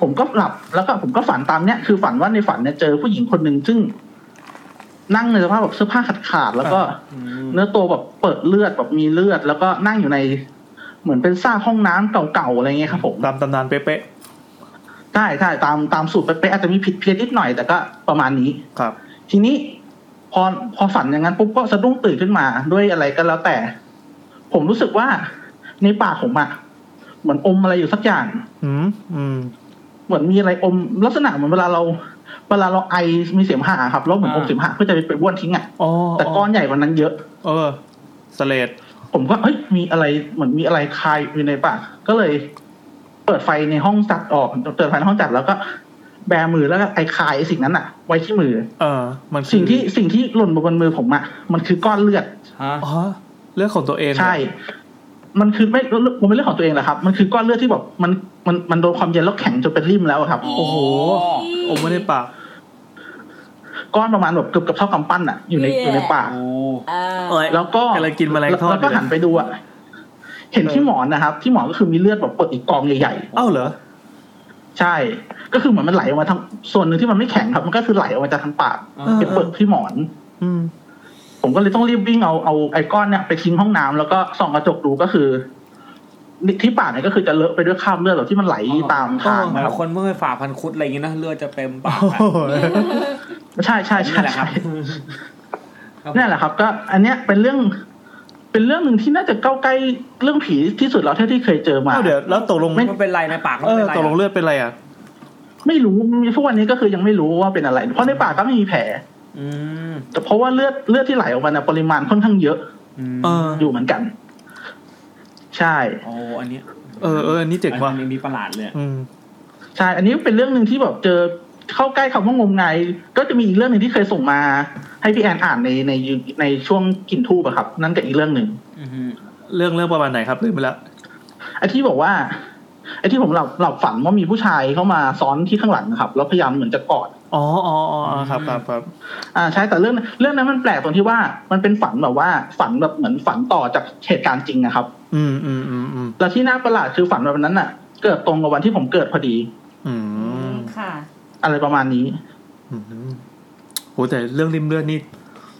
S8: ผมก็หลับแล้วก็ผมก็ฝันตามเนี้ยคือฝันว่าในฝันเนี่ยเจอผู้หญิงคนหนึ่งซึ่ง นั่งในสภาพแบบเสื้อผ้าขาดขาดๆแล้วก็เนื้อตัวแบบเปิดเลือดแบบมีเลือด แล้วก็นั่งอยู่ใน เหมือนเป็นซากห้องน้ำเก่าๆอะไรเงี้ยครับผม
S7: ตามตำนานเป๊ะ
S8: ใช่ใช่ตามตามสูตรเป๊ะๆอาจจะมีผิดเพี้ยนนิดหน่อยแต่ก็ประมาณนี้
S7: ๆครับ
S8: ทีนี้พอพอฝันอย่างนั้นปุ๊บก็สะดุ้งตื่นขึ้นมาด้วยอะไรก็แล้วแต่ ผมรู้สึกว่าในปากผมอะเหมือนอมอะไรอยู่สักอย่าง
S7: อืมอืม
S8: เหมือนมีอะไรอมลักษณะเหมือนเวลาเราเวลาเราไอมีเสมหะครับแล้วเหมือนอมเสมหะเพื่อจะไปไปบ้วนทิ้งอ่ะ
S7: อ๋อ
S8: แต่ก้อนใหญ่กวันนั้นเยอะ
S7: เออสเลด
S8: ผมก็เอ้ยมีอะไรเหมือนมีอะไรคายอยู่ในปากก็เลย เปิดไฟในห้องจัดออกเปิดไฟในห้องจัดแล้วก็ แบมือแล้วก็ไอคายไอสิ่งนั้นอ่ะ ไว้ที่มือ
S7: เออ มันคือ
S8: สิ่งที่สิ่งที่หล่นมาบนมือผมอ่ะมันคือก้อนเลือด
S2: ฮะ
S7: อ๋อเรื่องของตัวเองเหรอ
S8: ใช่ มันคือไม่ผมเป็นเรื่องของตัวเองแหละครับ มันคือก้อนเลือดที่แบบมันมันมันโดนความเย็นแล้วแข็งจนเป็นริ่มแล้วอะครับ
S7: โอ้โหอมไม่ได้ปาก
S8: ก้อนประมาณแบบเกือบกับเท่ากำปั้นอ่ะอยู่ใน
S3: เหี้ย
S8: อยู่ในปาก
S2: โอ้
S3: อ่า
S8: แล้วก็
S7: กำลังกินแมลงทอด
S8: แล้วก็
S7: อยู่
S8: หันไปดูอ่ะ เห็นที่หมอนนะครับ ที่หมอนก็คือมีเลือดแบบเปิดอีกกองใหญ่
S7: เอ้าเหรอ
S8: ๆ ใช่ ก็คือเหมือนมันไหลออกมาทางส่วนหนึ่งที่มันไม่แข็งครับ มันก็คือไหลออกมาจากทางปากเป็นเปิดที่หมอน
S7: อืม
S8: ผมก็เลยต้องรีบวิ่งเอาเอาไอ้ก้อนเนี่ยไปทิ้งห้องน้ำแล้วก็ส่องกระจกดูก็คือที่ปากเนี่ยก็คือจะเลอะไปด้วยคราบเลือดแบบที่มันไหลตามทาง
S2: เหมือนคนเมื่อฝ่าพันคุดอะไรอย่างงี้นะเลือดจะเต็มปาก
S7: โอ้
S2: อะ
S7: โห
S8: ใช่ใช่
S2: นี่
S8: ใช่
S2: แหละครับ
S8: นั่นแหละครับ ก็ อันเนี้ยเป็นเรื่อง เป็นเรื่องหนึ่งที่น่าจะเข้าใกล้เรื่องผีที่สุดแล้วเท่าที่เคยเจอมา
S1: อ้าวเดี๋ยวแล้วตกลง
S2: ไม่เป็นไรนะปากมัน
S1: เออ
S2: เป็นไร
S1: ตกลง
S2: นะ
S1: เลือดเป็นอะไรอ่ะ
S8: ไม่รู้ทุกวันนี้ก็คือยังไม่รู้ว่าเป็นอะไร เพราะในปากก็ไม่มีแผล
S2: อืม
S8: แต่เพราะว่าเลือดเลือดที่ไหลออกมานะปริมาณค่อนข้างเยอะ
S2: อืม
S1: เออ
S8: อยู่เหมือนกัน ใช่
S2: โอ้อันเนี้ย
S1: เออเอออันนี้เจ๋งว่ะ
S2: อันนี้มีประหลาดเลยอะ
S1: อืม
S8: ใช่ อันนี้เป็นเรื่องหนึ่งที่แบบเจอเข้าใกล้คำว่างมงาย ก็จะมีอีกเรื่องหนึ่งที่เคยส่งมา ให้พี่แอนอ่านในในในช่วงกลิ่นทูบอะครับ นั่นก็อีกเรื่องหนึ่ง
S2: อือฮึ
S1: เรื่องเรื่องประมาณไหนครับลืมไปแล้ว
S8: ไอ้ที่บอกว่าไอ้ที่ผมหลับหลับฝันว่ามีผู้ชายเข้ามาซ้อนที่ข้างหลังนะครับ แล้วพยายามเหมือนจะกอด
S1: อ๋ออ๋ออ๋ออ๋อครับครับครับ
S8: อ่าใช่แต่เรื่องเรื่องนั้นมันแปลกตรงที่ว่ามันเป็นฝันแบบว่าฝันแบบเหมือนฝันต่อจากเหตุการณ์จริงนะครับ
S1: อืมอืมอืมอืม
S8: แล้วที่น่าประหลาดคือฝันแบบนั้นน่ะ เกิดตรงกับวันที่ผมเกิดพอดี
S1: อืม
S3: ค่ะ
S8: อะไรประมาณนี้
S1: อืมโหแต่เรื่องริมเลือดนี่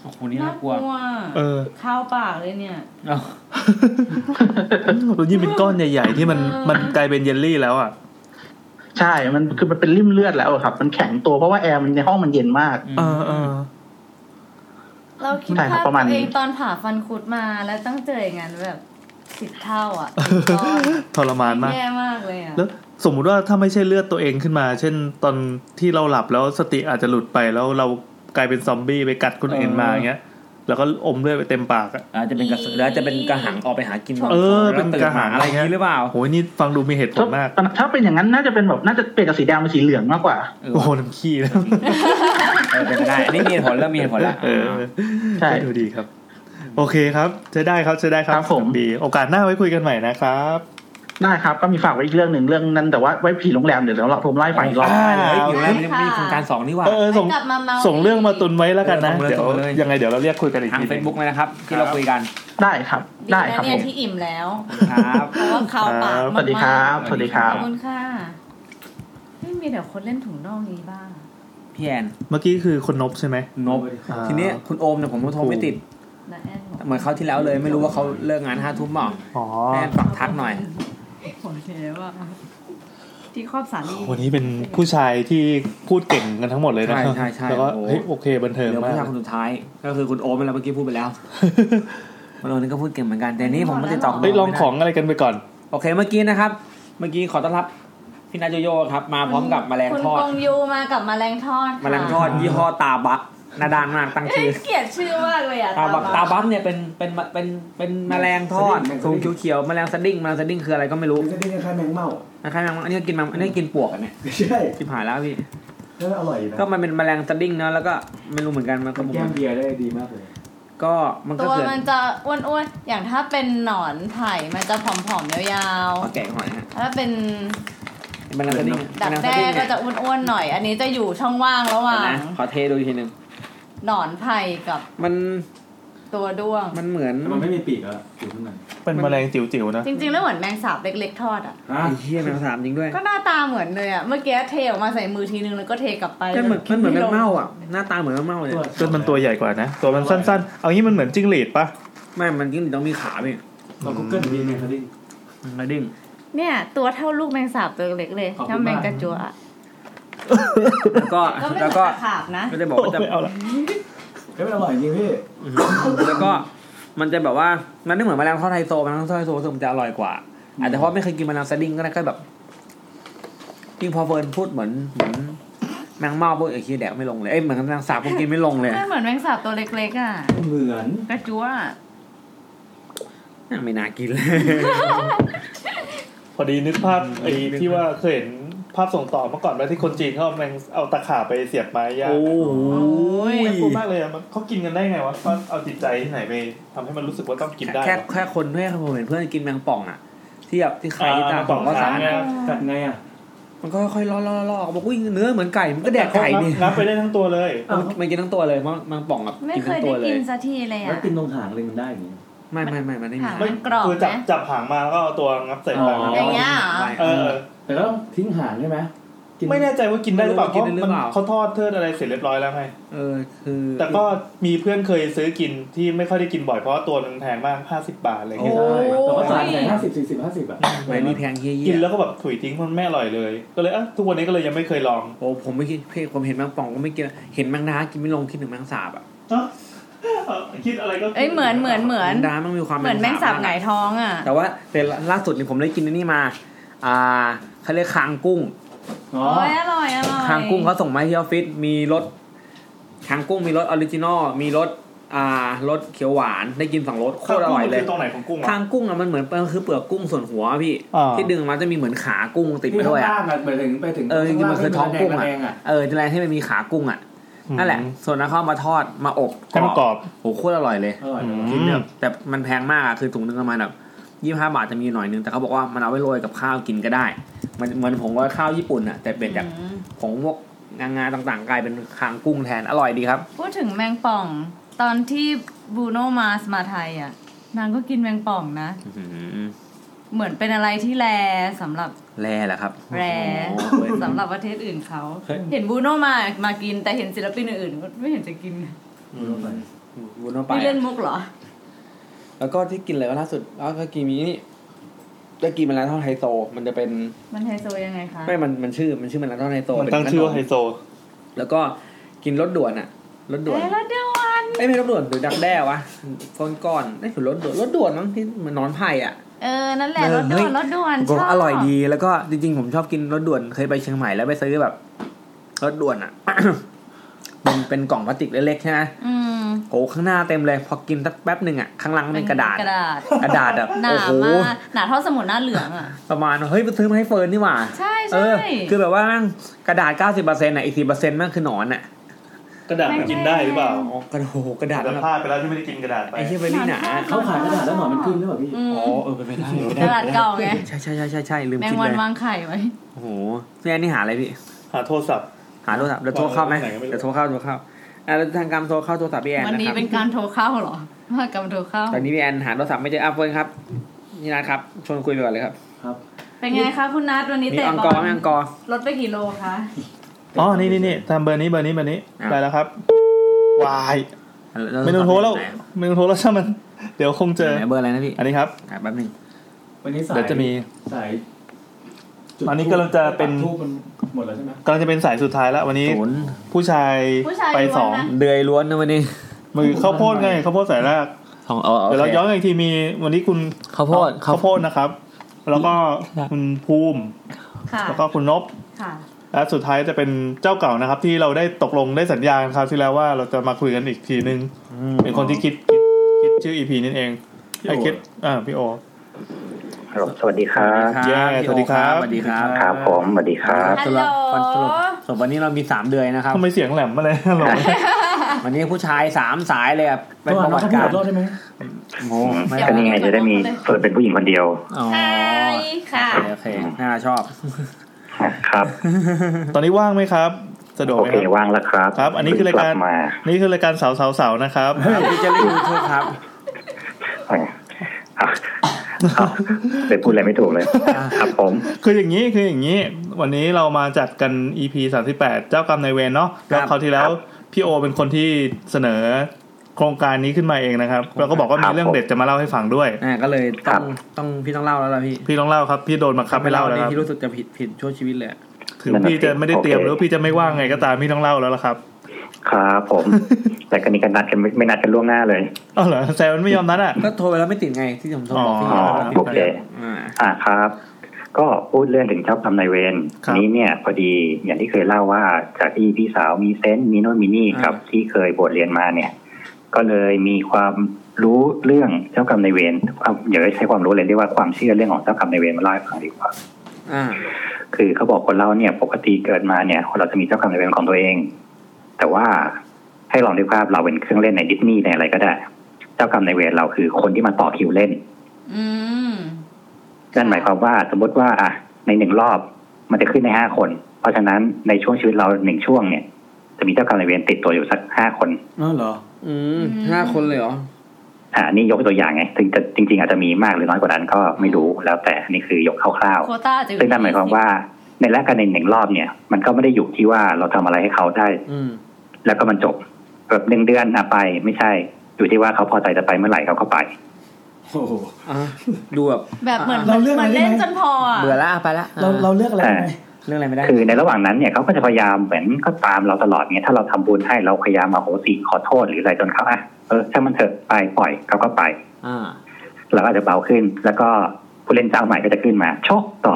S2: โอ้โหนี่
S3: น่า
S2: น่าก
S3: ก
S2: ลั
S3: ลั
S2: ว
S3: ว
S1: เออ
S3: ข้าวปากเลยเนี่ย
S2: เอ้า
S1: เรายิ่งเป็นก้อนใหญ่ ๆ ที่มันมันกลายเป็นเยลลี่แล้วอ่ะ
S8: ใช่ มันคือมันเป็นริ่มเลือดแล้วอะครับ มันแข็งตัวเพราะว่าแอร์มันในห้องมันเย็นมาก
S1: เออเออ
S3: เราคิด
S8: ใช่ครั
S3: ภา
S8: บ
S3: พ
S8: ประมาณ
S3: ตัว
S8: นี้
S3: เองตอนผ่าฟันคุดมาแล้วต้องเจออย่างนั้นแบบสิบเท่าอ่ะ
S1: ทรมานมาก
S3: แย่มากเลยอ่ะ
S1: แล้วสมมุติว่าถ้าไม่ใช่เลือดตัวเองขึ้นมา เช่นตอนที่เราหลับแล้วสติอาจจะหลุดไปแล้วเรากลายเป็นซอมบี้ไปกัดคนอื่นมาอย่างเงี้ย แล้วก็อมเลือดไปเต็มปากอ่ะ
S2: อาจจะเป็นกระสือหรืออาจจะเป็นกระหังออกไปหากินตน
S1: เออ
S2: ช้าแล้ว
S1: เป็นกระหัง
S2: ตื่มอะไรอย่า
S1: อะไร
S2: ง
S1: เงี้ย
S2: นี้หรือเปล่า
S1: โหนี่ฟังดูมีเหตุผลมาก
S8: ถ้าถ้าเป็นอย่างนั้นน่าจะเป็นแบบน่าจะเปลี่ยนจากสีแดงเป็นสีเหลืองมากกว่า
S2: เออ
S1: โอ้โหน้ำขี้นะ
S2: เออเป็นไปได้ อันนี่มีเหตุผลแล้วมีเหตุผลแล้ว
S1: เออ
S8: ใช่
S1: ดูดีครับ โอเคครับใช้ได้ครับใช้ได้ครับ
S8: ครับผม
S1: ดี โอกาสหน้าไว้คุยกันใหม่นะครับ
S8: ได้ครับ ก็มีฝากไว้อีกเรื่องหนึ่งเรื่องนั้นแต่ว่าไว้ผีโรงแรมเดี๋ยวเราผมไล่ฝันอีกรอบ
S2: ได้เลยอยู่แล้วมันยัง
S3: ได้
S2: มี
S3: ค่ะ
S2: โครงการสองนี่หว่า
S1: เออส่ง
S3: กลับมาเมา
S1: ส่งเรื่องมาตุนไว้แล้วกันนะ
S2: เออ
S1: เดี๋ย
S2: ส่
S1: ว
S2: งมาเลย
S1: ยังไงเดี๋ยวเราเรียกคุยกันอีก
S2: ทาง
S1: ทีห
S2: เฟซ
S1: นึ่ง
S2: บุ๊กเลยนะครับ ที่เราคุยกัน
S8: ได้ครับ ได้ครับ
S3: ดีนะเนี่ย
S8: ผม
S3: ที่อิ่มแล้ว
S2: ครับ
S3: เพราะว่าข้าวปาก
S1: ครับ
S8: สวัสดีครั
S3: มาก
S8: บ สวัสดีครั
S3: ๆ
S8: บ
S3: ขอบคุณค่ะไม่มีแต่คนเล่นถุงน่องนี้บ้าง
S2: พี่แอน
S1: เมื่อกี้คือคนนบใช่ไหม
S2: นบ
S1: อ่า
S2: ทีเนี้ยคุณโอมเนี่ยผมโทรไม่ติด
S3: นะแอนบอก
S2: เหมือนเขาวที่แล้วเลยไม่รู้ว่าเขาเลิกงานห้าทุ่มเปล่า
S1: อ๋อ
S2: แอนฝากทักหน่อย
S3: ผมเทว่าที่ครอบสาลี
S1: วันนี้เป็นผู้ชายที่พูดเก่งกันทั้งหมดเลยนะ
S2: ใช่ใช่ใช่
S1: แล้วก็
S2: โอ้โห
S1: เฮ้ยโอเคบันเทิง
S2: เดี๋ยว
S1: มา
S2: ผู้
S1: ก
S2: ชายคนสุดท้าย ก็คือคุณโอมเราเมื่อกี้พูดไปแล้วคุณโอมนี่ก็พูดเก่งเหมือนกันแต่นี่ผมไม่ติดต่อคุณโอ
S1: เฮ้ย
S2: ม
S1: ลองของอะไรกันไปก่อน
S2: โอเคเมื่อกี้นะครับ เมื่อกี้ขอต้อนรับพี่นาโยโย่ครับ มาพร้อมกับแมลง
S3: คุณ
S2: ทอด
S3: กงยูมากับแมลงทอด
S2: แม
S3: ค่ะ
S2: ลงทอดยี่ห้อตาบักหนาดานมากตั้งชื่อ
S3: เกลียดชื่อมากเลยอ่ะ
S2: ตาบักตา
S3: บัก
S2: บักเนี่ยเป็นเป็นเป็นเป็นแมลงทอดสูงเขียวๆแมลงสดิ้งแมลงสดิ้งคืออะไรก็ไม่รู้
S9: มันจะดิ้นคล้ายๆแมงเม่า
S2: นะครับแมลงอันนี้ก็กินแมงอันนี้กินปวกอันเนี่ย
S9: ไม่ใช่
S2: ชิบหายแล้วพี่
S9: แล้วอร่อยนะ
S2: ก็มันเป็นแมลงสดิ้งเนาะแล้วก็ไม่รู้เหมือนกันมันก็
S9: มัน
S2: บุก
S9: แก้
S2: มั
S9: ม
S2: น
S9: เบียร์ได้ดีมากเลย
S2: ก็มันก็
S3: ตัว
S2: เกิด
S3: มันจะอ้วนๆอย่างถ้าเป็นหนอนไผ่มันจะผอมๆยาว
S2: เอาแกะหอยฮะ
S3: ๆถ้าเป็น
S2: แมลงสดิ้ง
S3: ดัก
S2: แมลงส
S3: แด้
S2: ดิ้ง
S3: ก็
S2: เนี่ย
S3: จะอ้วนๆหน่อย อันนี้จะอยู่ช่องว่างระห
S2: เดี๋ย
S3: ว่าว ง
S2: นะขอเทดูอีกทีหนึ่ง
S3: หนอนไผ่กับ
S2: มัน
S3: ตัวด้วง
S2: มันเหมือน
S9: มันไม่มีปีกแล้วอยู่ข้างใน
S1: เป็นแมลงจิ๋วๆนะ
S3: จริงๆแล้วเหมือนแมงสาบเล็กๆทอดอ่ะ
S9: ฮะ
S2: ไอ้เหี้ยแมลงสาบจริงด้วย
S3: ก็หน้าตาเหมือนเลยอ่ะ เมื่อกี้เทออกมาใส่มือทีนึงแล้วก็เทกลับไป
S2: มันเหมือนมันเหมือนแมงเม่าอ่ะหน้าตาเหมือนแมงเม่าเลย
S1: จนมันตัวใหญ่กว่านะ ตัวมันสั้นๆ เอางี้มันเหมือนจิ้งหรีดปะ
S2: ไม่มันยิ่งต้องมีขาพี่
S9: เรากูเกิลดีไหมครับดิ้ง
S2: แมลงสดิ้ง
S3: เนี่ย ตัวเท่าลูกแมงสาบตัวเล็กเลย
S9: ขอบคุณมาก
S3: น้ำแมงกระจัวอะ
S2: แล้วก็
S3: ก็ไม่
S2: แล้ว
S3: เหมื
S2: ก็
S3: อนตะขาบนะ
S2: ก็จะบอก
S1: โอ้
S2: ว่าจะ
S1: ยเอาละ
S9: เฮ้ยมันอร่อยจริงพี่
S2: แล้วก็มันจะแบบว่ามันไม่เหมือนแมลงทอดไฮโซแมลงทอดไฮโซรู้สึกมันจะอร่อยกว่าอาจจะเพราะไม่เคยกินแมลงสดิ้งก็ได้ก็แบบจริงพอเฟิร์นพูดเหมือนเหมือนแมงเม่าพวกไอ้ขี้ยแดกไม่ลงเลยเอ้ยเหมือนแมลงสาบผมกินไม่ลงเลย
S3: ไม่เหมือนแมงสาบตัวเล็กๆอ่ะ
S9: เหมือน
S3: กระจัวอะ
S2: ไม่น่ากินเลย
S1: พอดีนึกภาพไอ้ที่ว่าเคยเห็นภาพส่งต่อเมื่อก่อนแล้วที่คนจีนเขาเอาแมงเอาตะขาบไปเสียบไม้ย่าง
S2: โอ้โห
S1: น่ากลัวมากเลยอะมันเขากินกันได้ไงวะว่าเอาจิตใจที่ไหนไปทำให้มันรู้สึกว่าต้องกินได้
S2: แค่
S1: วะ
S2: แค่คนแค่ผมเห็นเพื่อนกินแมงป่องอ่ะที่แบบที่ขายที่ตลาด
S1: อ่า
S2: ผมก็สั่ง
S1: แมงป่อง
S9: กัดไงอ่ะ
S2: มันก็ค่อยๆล่อๆล่อๆเขาบอกอุ้ยเนื้อเหมือนไก่มันก็แดกไก่นี่
S1: งับไปได้ทั้งตัวเลย
S2: มันมันกินทั้งตัวเลยมันมันป่องแบบ
S3: ไม่
S2: กิน
S3: เค
S2: ทั้
S3: ย
S2: งตั
S3: ได้
S2: วเล
S3: กิ
S2: ย
S3: นสักทีเลย
S9: แล้ว
S3: อ่ะ
S9: กินตรงหางเลยมันได้อย่างนี้
S2: ไม่ไม่ไม่มันไม่มี
S3: หาง
S1: ไม่
S3: นกรอบ
S1: คือจับ
S3: ไหม
S1: จับหางมาก็เอาตัวงับใส่ปาก
S9: อ๋อ
S3: อย่างเงี้ยเหรอ
S2: ไม่
S1: เออ
S9: แต่ก็ต้องทิ้งหางใช่ไหมกิน
S1: ไม่แน่ใจว่ากินได้หรือเปล่าเพ
S2: กิน
S1: ราะ
S2: ได้หรือ
S1: มัน
S2: เปล่า
S1: เขาทอดเทิดอะไรเสร็จเรียบร้อยแล้วไง
S2: เออคือ
S1: แต่ก็มีเพื่อนเคยซื้อกินที่ไม่ค่อยได้กินบ่อยเพราะว่าตัวมันแพงมากห้าสิบาทอะไร
S2: โอ้
S1: เงี้ย
S9: แต่ว่า
S3: โอ้
S9: จ่าย
S3: ย
S9: ห้าสิบสี่สิบห้าสิบอ่ะ
S2: ไม่มีแพงเยี่
S1: กิน
S2: ย
S1: แล้วก็แบบถุยทิ้งมันไม่อร่อยเลย ก็เลยเอ่ะทุกวันนี้ก็เลยยังไม่เคยลอง
S2: ๆโอ้ผมไม่คิดเพผมเห็นแมงป่องก็ไม่กินเห็นแมงดากินไม่ลงคิดถึงแมงสาบอ่ะ
S10: คิดอะไรก็
S3: เอ้ยเหมือนเหมือนเหมือน
S2: ดามันมีความ
S3: เหมือนแมงสาบ
S2: าก
S3: หงายท้องอ่ะ
S2: แต่ว่าแต่ล่าสุดนี่ผมได้กินอันนี่มา อ่าเขาเรียกคางกุ้ง
S10: อ๋อ
S3: โอ้ยอร่อยอร่อย
S2: คางกุ้งเขาส่งมาที่ออฟฟิศมีรสคางกุ้งมีรสออริจินอลมีรสอ่ารสเขียวหวานได้กินสองรสโคตรอร่อยเลย
S10: คืตรงไหนของกุ้ง
S2: คา
S10: อ่ะ
S2: งกุ้งอ่ะมันเหมือนมันคือเปลือกกุ้งส่วนหัวพี่
S10: อ่า
S2: ที่ดึงมาจะมีเหมือนขากุ้งติด
S9: ที่
S2: มา
S9: ข้า
S2: ด้
S9: ง
S2: วยอ่ะ
S9: ล่างอ่ะไปถึงไปถึง
S2: เออจริงๆมันคือท้องกุ้ง
S9: ระ
S2: อะ
S9: แนงอ่ะ
S2: เออจะอะไรให้มันมีขากุ้งอ่ะนั่นแหละ ส่วนนั้นเขาเอามาทอดมาอบ
S1: ให้มันกรอบ
S2: โอ้โหโคตรอร่อยเลย
S9: อร่อย
S1: อื
S9: นะ
S1: ม
S9: กินเนี่ย
S2: แต่มันแพงมากอะคือถุงนึงประมาณแบบยี่ห้าบาทจะมีอยู่หน่อยนึงแต่เขาบอกว่ามันเอาไว้โรยกับข้าวกินก็ได้ มันเหมือนผงว่าข้าวญี่ปุ่นอะแต่เปลี่ยนจาก
S3: อืม
S2: ผงพวกงางาต่างๆ กลายเป็นคางกุ้งแทนอร่อยดีครับ
S3: พูดถึงแมงป่อง ตอนที่บรูโนมาสมาไทยอ่ะ นางก็กินแมงป่องนะ
S2: อื้อหือ
S3: เหมือนเป็นอะไรที่แรสำหรับ
S2: แร่เหรอครับ
S3: แร
S2: โอ้โห
S3: สำหรับประเทศอื่นเขา เห็นบรูโนมามากินแต่เห็นศิลปินอื่นๆก็ไม่เห็นจะกิน
S2: บุญเข้าไป
S3: นี่เล่นมุกเหรอ
S2: แล้วก็ที่กินเลยล่าสุดแล้วก็กินมีนี่จะกินมันร้านทอดไฮโซ มันจะเป็น
S3: มันไฮโซยังไงคะ
S2: ไม่มันมันชื่อมันชื่อมันร้านทอดไฮโซ
S1: มันตั้งชื่อว่าไฮโซ
S2: แล้วก็กินรถด่วนอะรถด่วน
S3: เอ้ยแล้วเดี๋ยววัน
S2: เอ้ยไม่ใช่รถด่วนหรือดักแด้วะก้อนก้อนๆนี่คือรถด่วนรถด่วนมั้งที่มันนอนไผ่อะ
S3: เออ นั่นแหละ
S2: เอ
S3: ร
S2: อ
S3: ถด่วน
S2: เฮ้ย
S3: รถด่วน
S2: ผม
S3: ช
S2: ก็
S3: อบ
S2: อร่อยดีแล้วก็จริงๆ ผมชอบกินรถด่วนเคยไปเชียงใหม่แล้วไปซื้อแบบรถด่วนอะ มันเป็นกล่องพลาสติกเล็กๆใช่ไหม
S3: อืม
S2: โอ้ข้างหน้าเต็มเลยพอกินสักแป๊บหนึ่งอ่ะข้างหลังเป็นกระดาษ
S3: กระดาษ
S2: กระดาษแบบ
S3: หนา
S2: โอ้โห
S3: มากหนาเท่าสมุดหน้าเหลืองอ่ะ
S2: ประมาณว่าเฮ้ยไปซื้อมาให้เฟิร์นนี่หว่า
S3: ใช่
S2: เอ
S3: ใช่
S2: อ คือแบบว่าแม่งกระดาษ 90%อ่ะอีก10%แม่งคือหนอนอ่ะ
S1: กระดาษมันกินได้หรือเปล่า
S2: อ๋อกระโหกระดาษ
S1: แต่พลาดไปแล้วที่ไม่ได้กินกระดาษไป
S2: ไอ้เหี้ยไปนี่หนา
S9: เขาขายกระดาษแล้วหนอนมันขึ้นหรือเปล่าพี่
S3: อืม
S2: อ๋อเออไปไม่ได้
S3: กระดาษเก่าไง
S2: ใช่ใช่ใช่ใช่ใช่ลืม
S3: แมง
S2: คิด
S3: วั
S2: เลยว
S3: นางไข่ไว้
S2: โอ้โหเนี่ยนี่หาอะไรพี่
S1: หาโทรศัพท์
S2: หาโทรศัพท์เดี๋ยวโทรเข้าไหม
S1: ไหนก็ไม่รู้
S2: เดี๋ยวโทรเข้าโทรเข้าอ่ะแล้วทางการโทรเข้าโทรศัพท์พี่แอน
S3: วัน
S2: นะ
S3: นี้
S2: ครับ
S3: เป็นการโทรเข้าเหรอว่ากำลังโทรเข้า
S2: ตอนนี้พี่แอนหาโทรศัพท์ไม่เจออ่ะเฟิร์นครับนี่นะครับชวนคุยไปก่อนเลยครับ
S3: เป็นไงคะคุณนัทวันนี้
S2: มี
S3: เตะ
S2: อัง
S3: บ
S2: ก
S3: อ
S2: อ
S3: ล
S2: ร์ไหมอังกอร์
S3: ลดไปกี่โลคะ
S1: อ๋อ นี่นี่นี่ทำเบอร์นี้เบอร์นี้เบอร์นี้
S2: อ่ะ
S1: ได้แล้วครับ วาย ไม่ต้องโทรแล้ว ไม่ต้องโทรแล้วช่างมัน เดี๋ยวคงเจอ
S2: ไหนเบอร์อะไรนะพี่
S1: อันนี้ครับ
S2: อ่ะแป๊บหนึง
S9: วันนี้สาย
S1: เดี๋ยวจะมี
S9: สาย
S1: ตอนนี้กำลังจะเป็น
S9: ทูบมันหมดแล้วใช่ไหม
S1: กำลังจะเป็นสายสุดท้ายแล้ววันนี้
S2: ศูนย์
S1: ผู้ชาย
S3: ผู้ชาย
S1: ไปสอง
S3: ล้วนนะ
S2: เดือยล้วนนะวันนี้
S1: มือข้าวโพดไงข้าวโพดสายแรก
S2: สองอ๋อโอ
S1: เดี๋ยวเรา
S2: เค
S1: ย้อนกันอีกทีมีวันนี้คุณ
S2: ข้าวโพด
S1: ข้าวโพดนะครับ แล้วก็คุณภูมิ
S3: ค่ะ
S1: แล้วก็คุณนบ
S3: ค่ะ
S1: และสุดท้ายจะเป็นเจ้าเก่านะครับ ที่เราได้ตกลงได้สัญญากันครับที่แล้วว่าเราจะมาคุยกันอีกทีนึง เป็นคนที่คิดคิดคิดชื่ออีพีนั่นเองไอ้คิดอ่าพี่โอ
S11: ครับสวัสดีครับ
S1: เย้สวัสดีครับ
S2: สวัสดีครับ
S11: ครับผมสวัสดีครับ
S3: ฮั
S2: สำ
S3: ลโห
S2: ห
S3: ล
S2: รับวันสรุปสำหรับวันนี้เรามีสามเดือยนะครับ
S1: ทำไมเสียงแหลมมาเลยหร อ
S2: วันนี้ผู้ชายสามสายเลยอ่ะเป็นประวัติการ
S9: โทษนะคบพี่หมดรอดได้ไหม
S2: โอ้โห
S3: ไม่
S11: เป็นยังไงจะได้มีเฟิร์นเป็นผู้หญิงคนเดียว
S2: อ๋อ
S3: ใช่ค่ะ
S2: โอเคโอเคน่าชอบ
S11: ครับ
S1: ตอนนี้ว่างไหมครับ สะดวก
S11: โอ
S1: ไหมค
S11: เค
S1: รับ
S11: ว่างแล้วครับ
S1: ครับอันนี้คือรายการ
S11: กลับมา
S1: นี่คือรายการสาวสาวสาว นะครับ
S2: พี่เจลิงทูบครับ
S11: อ่ะเอาเลยพูดอะไรไม่ถูกเลย ครับผม
S1: คืออย่างนี้คืออย่างนี้ วันนี้เรามาจัดกัน EP 38 เจ้ากรรมนายเวรเนาะแล้วคราวที่แล้วพี่โอเป็นคนที่เสนอโครงการนี้ขึ้นมาเองนะครับ แล้วก็บอกว่ามีเรื่องเด็ดจะมาเล่าให้ฟังด้วย
S2: อ่าก็เลย
S11: ครั
S2: ต้อง
S11: บ
S2: ต้องพี่ต้องเล่าแล้วล่ะพี่
S1: พี่ต้องเล่าครับพี่โดนบังคับให้เล่าแล้วค
S2: นี่
S1: รับ
S2: พี่รู้สึกจะผิดผิดชั่วชีวิตเลยอะ
S1: ถึงพี่จะไม่ได้เตรียม
S11: โอ
S1: ห
S11: เค
S1: รือพี่จะไม่ว่างไงก็ตามพี่ต้องเล่าแล้วล่ะครับ
S11: ครับผม แต่กันนี้กันนัดกันไม่ไม่นัดกันล่วงหน้าเลย
S1: อ๋อเหรอแซมมันไม่ยอมนัดอ่ะ
S2: ก็โทรไปแล้วไม่ติดไงที่ผมโทรบอกพี่
S11: อ๋อ
S2: ว่า
S11: โอเค
S2: อ่า
S11: อ่าครับ ก็พูดเรื่องถึงเจ้ากรรมนายเวร
S1: ครับ
S11: นี้เนี่ยพอดีอย่างที่เคยเล่าว่าจากที่พี่สาวมีเซนต์มีโน่นมีนี่ครับ ที่เคยบวชเรียนมาเนี่ย ก็เลยมีความรู้เรื่องเจ้ากรรมนายเวรความอย่าใช้ความรู้เลยเรียกว่าความเชื่อเรื่องของเจ้ากรรมนายเวรมาเล่าให้ฟังดีกว่า
S2: อ่า
S11: คือเขาบอกคนเราเนี่ยปกติเกิดมาเนี่ยเราจะมีเจ้ากรรมนายเวรของตัวเอง แต่ว่าให้ลองดูภาพเราเป็นเครื่องเล่นในดิสนีย์ในอะไรก็ได้ เจ้ากรรมนายเวรเราคือคนที่มาต่อคิวเล่น
S3: อืม
S11: นั่นหมายความว่าสมมติว่าอ่ะในหนึ่งรอบมันจะขึ้นในห้าคน เพราะฉะนั้นในช่วงชีวิตเราหนึ่งช่วงเนี่ย จะมีเจ้ากรรมนายเวรติดตัวอยู่สักห้าคน
S9: อ๋อเหรอ
S2: อืมห้าคนเลยเหรอ
S11: อ่านี่ยกตัวอย่างไงถึงจะจริง ๆ อาจจะมีมากหรือน้อยกว่านั้นก็ไม่รู้แล้วแต่อันนี่คือยกคร่าว
S3: โควต้าจะอ
S11: ๆ
S3: ยู่
S11: ซึ่งนั่นหมายความว่าในแรกกันในหนึ่งรอบเนี่ย มันก็ไม่ได้อยู่ที่ว่าเราทำอะไรให้เขาได้
S2: อืม
S11: แล้วก็มันจบแบบหนึ่งเดือนอะไปไม่ใช่ อยู่ที่ว่าเขาพอใจจะไปเมื่อไหร่เขาก็ไป
S9: โอ้โห
S2: อ่ะดูแบบ
S3: แบบเหมือน
S9: เราเลือก
S3: เหมือน
S9: อะไรได้
S3: เล่น
S9: ไหม
S3: จนพออะ
S2: เบื่อละไปละ
S9: เราเราเลือกอะไรไหม
S4: เรื่องอะไรไม่ได้
S11: คือในระหว่างนั้นเนี่ยเขาก็จะพยายามเหมือนก็ตามเราตลอดเนี่ยถ้าเราทำบุญให้เราพยายามมาโหสิขอโทษหรืออะไรจนเขาอ่ะเออช่างมันเถอะไปปล่อยเขาก็ไป
S4: อ่า
S11: เราก็อาจจะเบาขึ้น แล้วก็ผู้เล่นเจ้าใหม่ก็จะขึ้นมาชกต่อ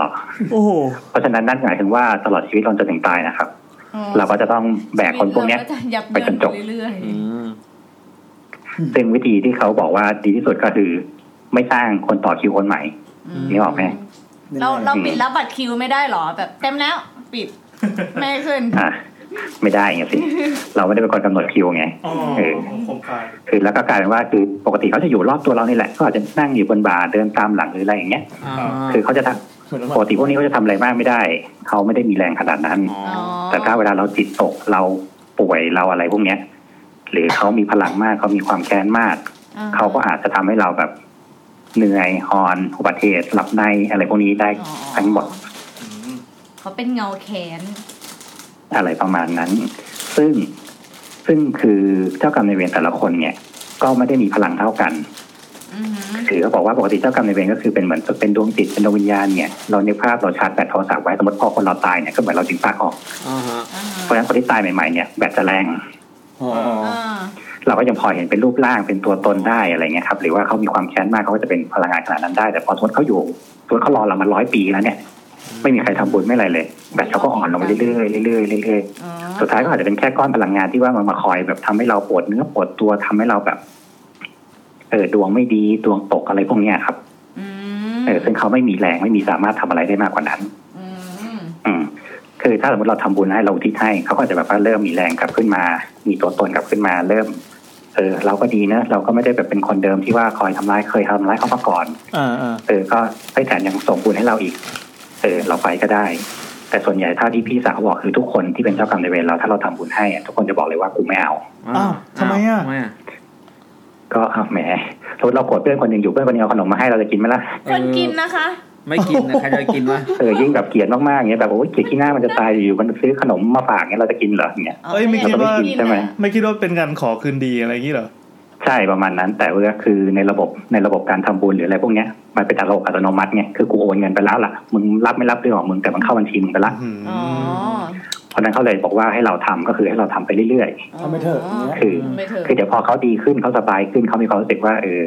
S4: โอ้โห
S11: เพราะฉะนั้นนั่นหมายถึงว่าตลอดชีวิตเราจนถึงตายนะครับ
S3: อ๋อ
S11: เราก็จะต้องแบกคนพวกเนี้ย
S3: ชีตเราจะยับ
S11: ไป
S3: เยิ
S11: จ
S3: น
S11: น
S3: ไป
S11: จบ
S3: เรื่อย
S4: อืม
S11: ซึ่งวิธีที่เขาบอกว่าดีที่สุดก็คือ ไม่สร้างคนต่อคิวคนใหม่
S3: ๆอืม
S11: นี่ออกไหม
S3: เราเรา
S11: อืม
S3: ปิดรับบัตรคิวไม่ได้หรอ แบบเต็มแล้วปิด ไม่ให้ขึ้น
S11: อ่ะไม่ได้ไงสิ เราไม่ได้เป็นคนกำหนดคิวไง
S7: อ๋อ
S11: เออ
S7: ผมขาย
S11: คือแล้วก็กลายเป็นว่าคือปกติเขาจะอยู่รอบตัวเรานี่แหละก็อาจจะนั่งอยู่บนบาร์เดินตามหลังหรืออะไรอย่างเงี้ย
S4: อ่า
S11: คือเขาจะท
S7: เหมือน
S11: ำปกติพวกนี้เขาจะทำอะไรมากไม่ได้เขาไม่ได้มีแรงขนาดนั้น
S4: อ๋อ
S3: อ๋อ
S11: แต่ถ้าเวลาเราจิตตกเราป่วยเราอะไรพวกเนี้ย หรือเขามีพลังมากเขามีความแค้นมาก
S3: อ่
S11: เขาก็อาจจะทำให้เราแบบเหนื่อยหอนอุบัติเหตุหลับในอะไรพวกนี้ได้
S3: อ๋อ
S11: ทั้งหมด
S3: เขาเป็นเงาแขน
S11: อะไรประมาณนั้น ซึ่งซึ่งคือเจ้ากรรมนายเวรแต่ละคนเนี่ย ก็ไม่ได้มีพลังเท่ากัน
S3: อือหือ
S11: คือเขาบอกว่าปกติเจ้ากรรมนายเวรก็คือเป็นเหมือนเป็นดวงจิตเป็นดวงวิญญาณเนี่ยเราในกภาพเราชาร์จแบตโทรศัพท์ไว้สมมติพอคนเราตายเนี่ยก็เหมือนเราดึงปลั๊กออก
S4: อ่าฮะ
S3: อ่าฮะ
S11: เพราะฉะนั้นคนที่ตายใหม่ๆเนี่ยแบตจะแรง
S4: อ๋อ
S3: อ่า
S11: เราก็ยังพอเห็นเป็นรูปร่างเป็นตัวตนได้อะไรเงี้ยครับหรือว่าเขามีความแค้นมากเขาก็จะเป็นพลังงานขนาดนั้นได้ แต่พอสมมติเขาอยู่สมมติเขารอเรามาร้อยปีแล้วเนี่ย ไม่มีใครทำบุญไม่อะไรเลยแบตเขาก็อ่อนลงไปเรื่อยๆเรื่อยๆเรื่อย
S3: อ๋อ
S11: ๆสุดท้ายก็อาจจะเป็นแค่ก้อนพลังงานที่ว่ามันมาคอยแบบทำให้เราปวดเนื้อปวดตัวทำให้เราแบบเออดวงไม่ดีดวงตกอะไรพวกเนี้ยครับ
S3: อืม
S11: เออซึ่งเขาไม่มีแรงไม่มีสามารถทำอะไรได้มากกว่านั้น
S3: อืม
S11: อืมคือถ้าสมมติเราทำบุญให้เราอุทิศให้เขาก็จะแบบว่าเริ่มมีแรงกลับขึ้นมา มีตัวตนกลับขึ้นมา เริ่ม เออ เราก็ดีนะเราก็ไม่ได้แบบเป็นคนเดิมที่ว่าคอยทำร้ายเคยทำร้ายเขามาก่อน
S7: อ่าอ่า
S11: เออก็ไอ้ยแต่ยังส่งบุญให้เราอีก เออ เราไปก็ได้ แต่ส่วนใหญ่ถ้าที่พี่สาวบอกคือทุกคนที่เป็นเจ้ากรรมนายเวรเราถ้าเราทำบุญให้อะทุกคนจะบอกเลยว่ากูไม่เอา
S4: อ้าว
S7: ทำไมอ่ะ
S4: ทำไมอ่ะ
S11: ก็อ้าวแหมสมมติเราโกรธเพื่อนคนหนึ่งอยู่เพื่อนคนหนึงเอาขนมมาให้เราจะกินไหมล่ะ
S3: คนกินนะคะ
S4: ไม่กินนะใครจะกินวะ
S11: เออยิ่งแบบเกลียดมากๆอย่างเงี้ยแบบโอ้ยเกลียดขี้หน้ามันจะตายอยู่มันซื้อขนมมาฝากเงี้ยเราจะกินเหรออย่างเงี้ย
S7: เอ้ยไม่คิดว่า
S11: เราไม่ได้กินใช่ไหม
S7: ไม่คิดว่าเป็นการขอคืนดีอะไรอย่างนี้เหรอ
S11: ใช่ประมาณนั้น แต่ว่าคือในระบบในระบบการทำบุญหรืออะไรพวกเนี้ยมันเป็นระบบอัตโนมัติไงคือกูโอนเงินไปแล้วล่ะมึงรับไม่รับเรื่องของมึงแต่มันเข้าบัญชีมึงไปละ
S7: อืม
S3: อ๋อ
S11: เพราะฉะนั้นเขาเลยบอกว่าให้เราทำก็คือให้เราทำไปเรื่อย
S9: ทำไปเถอะอย่างเงี้ย
S11: ๆ คือ
S3: ไม่เถอะ
S11: คือเดี๋ยวพอเขาดีขึ้นเขาสบายขึ้นเขามีความรู้สึกว่าเออ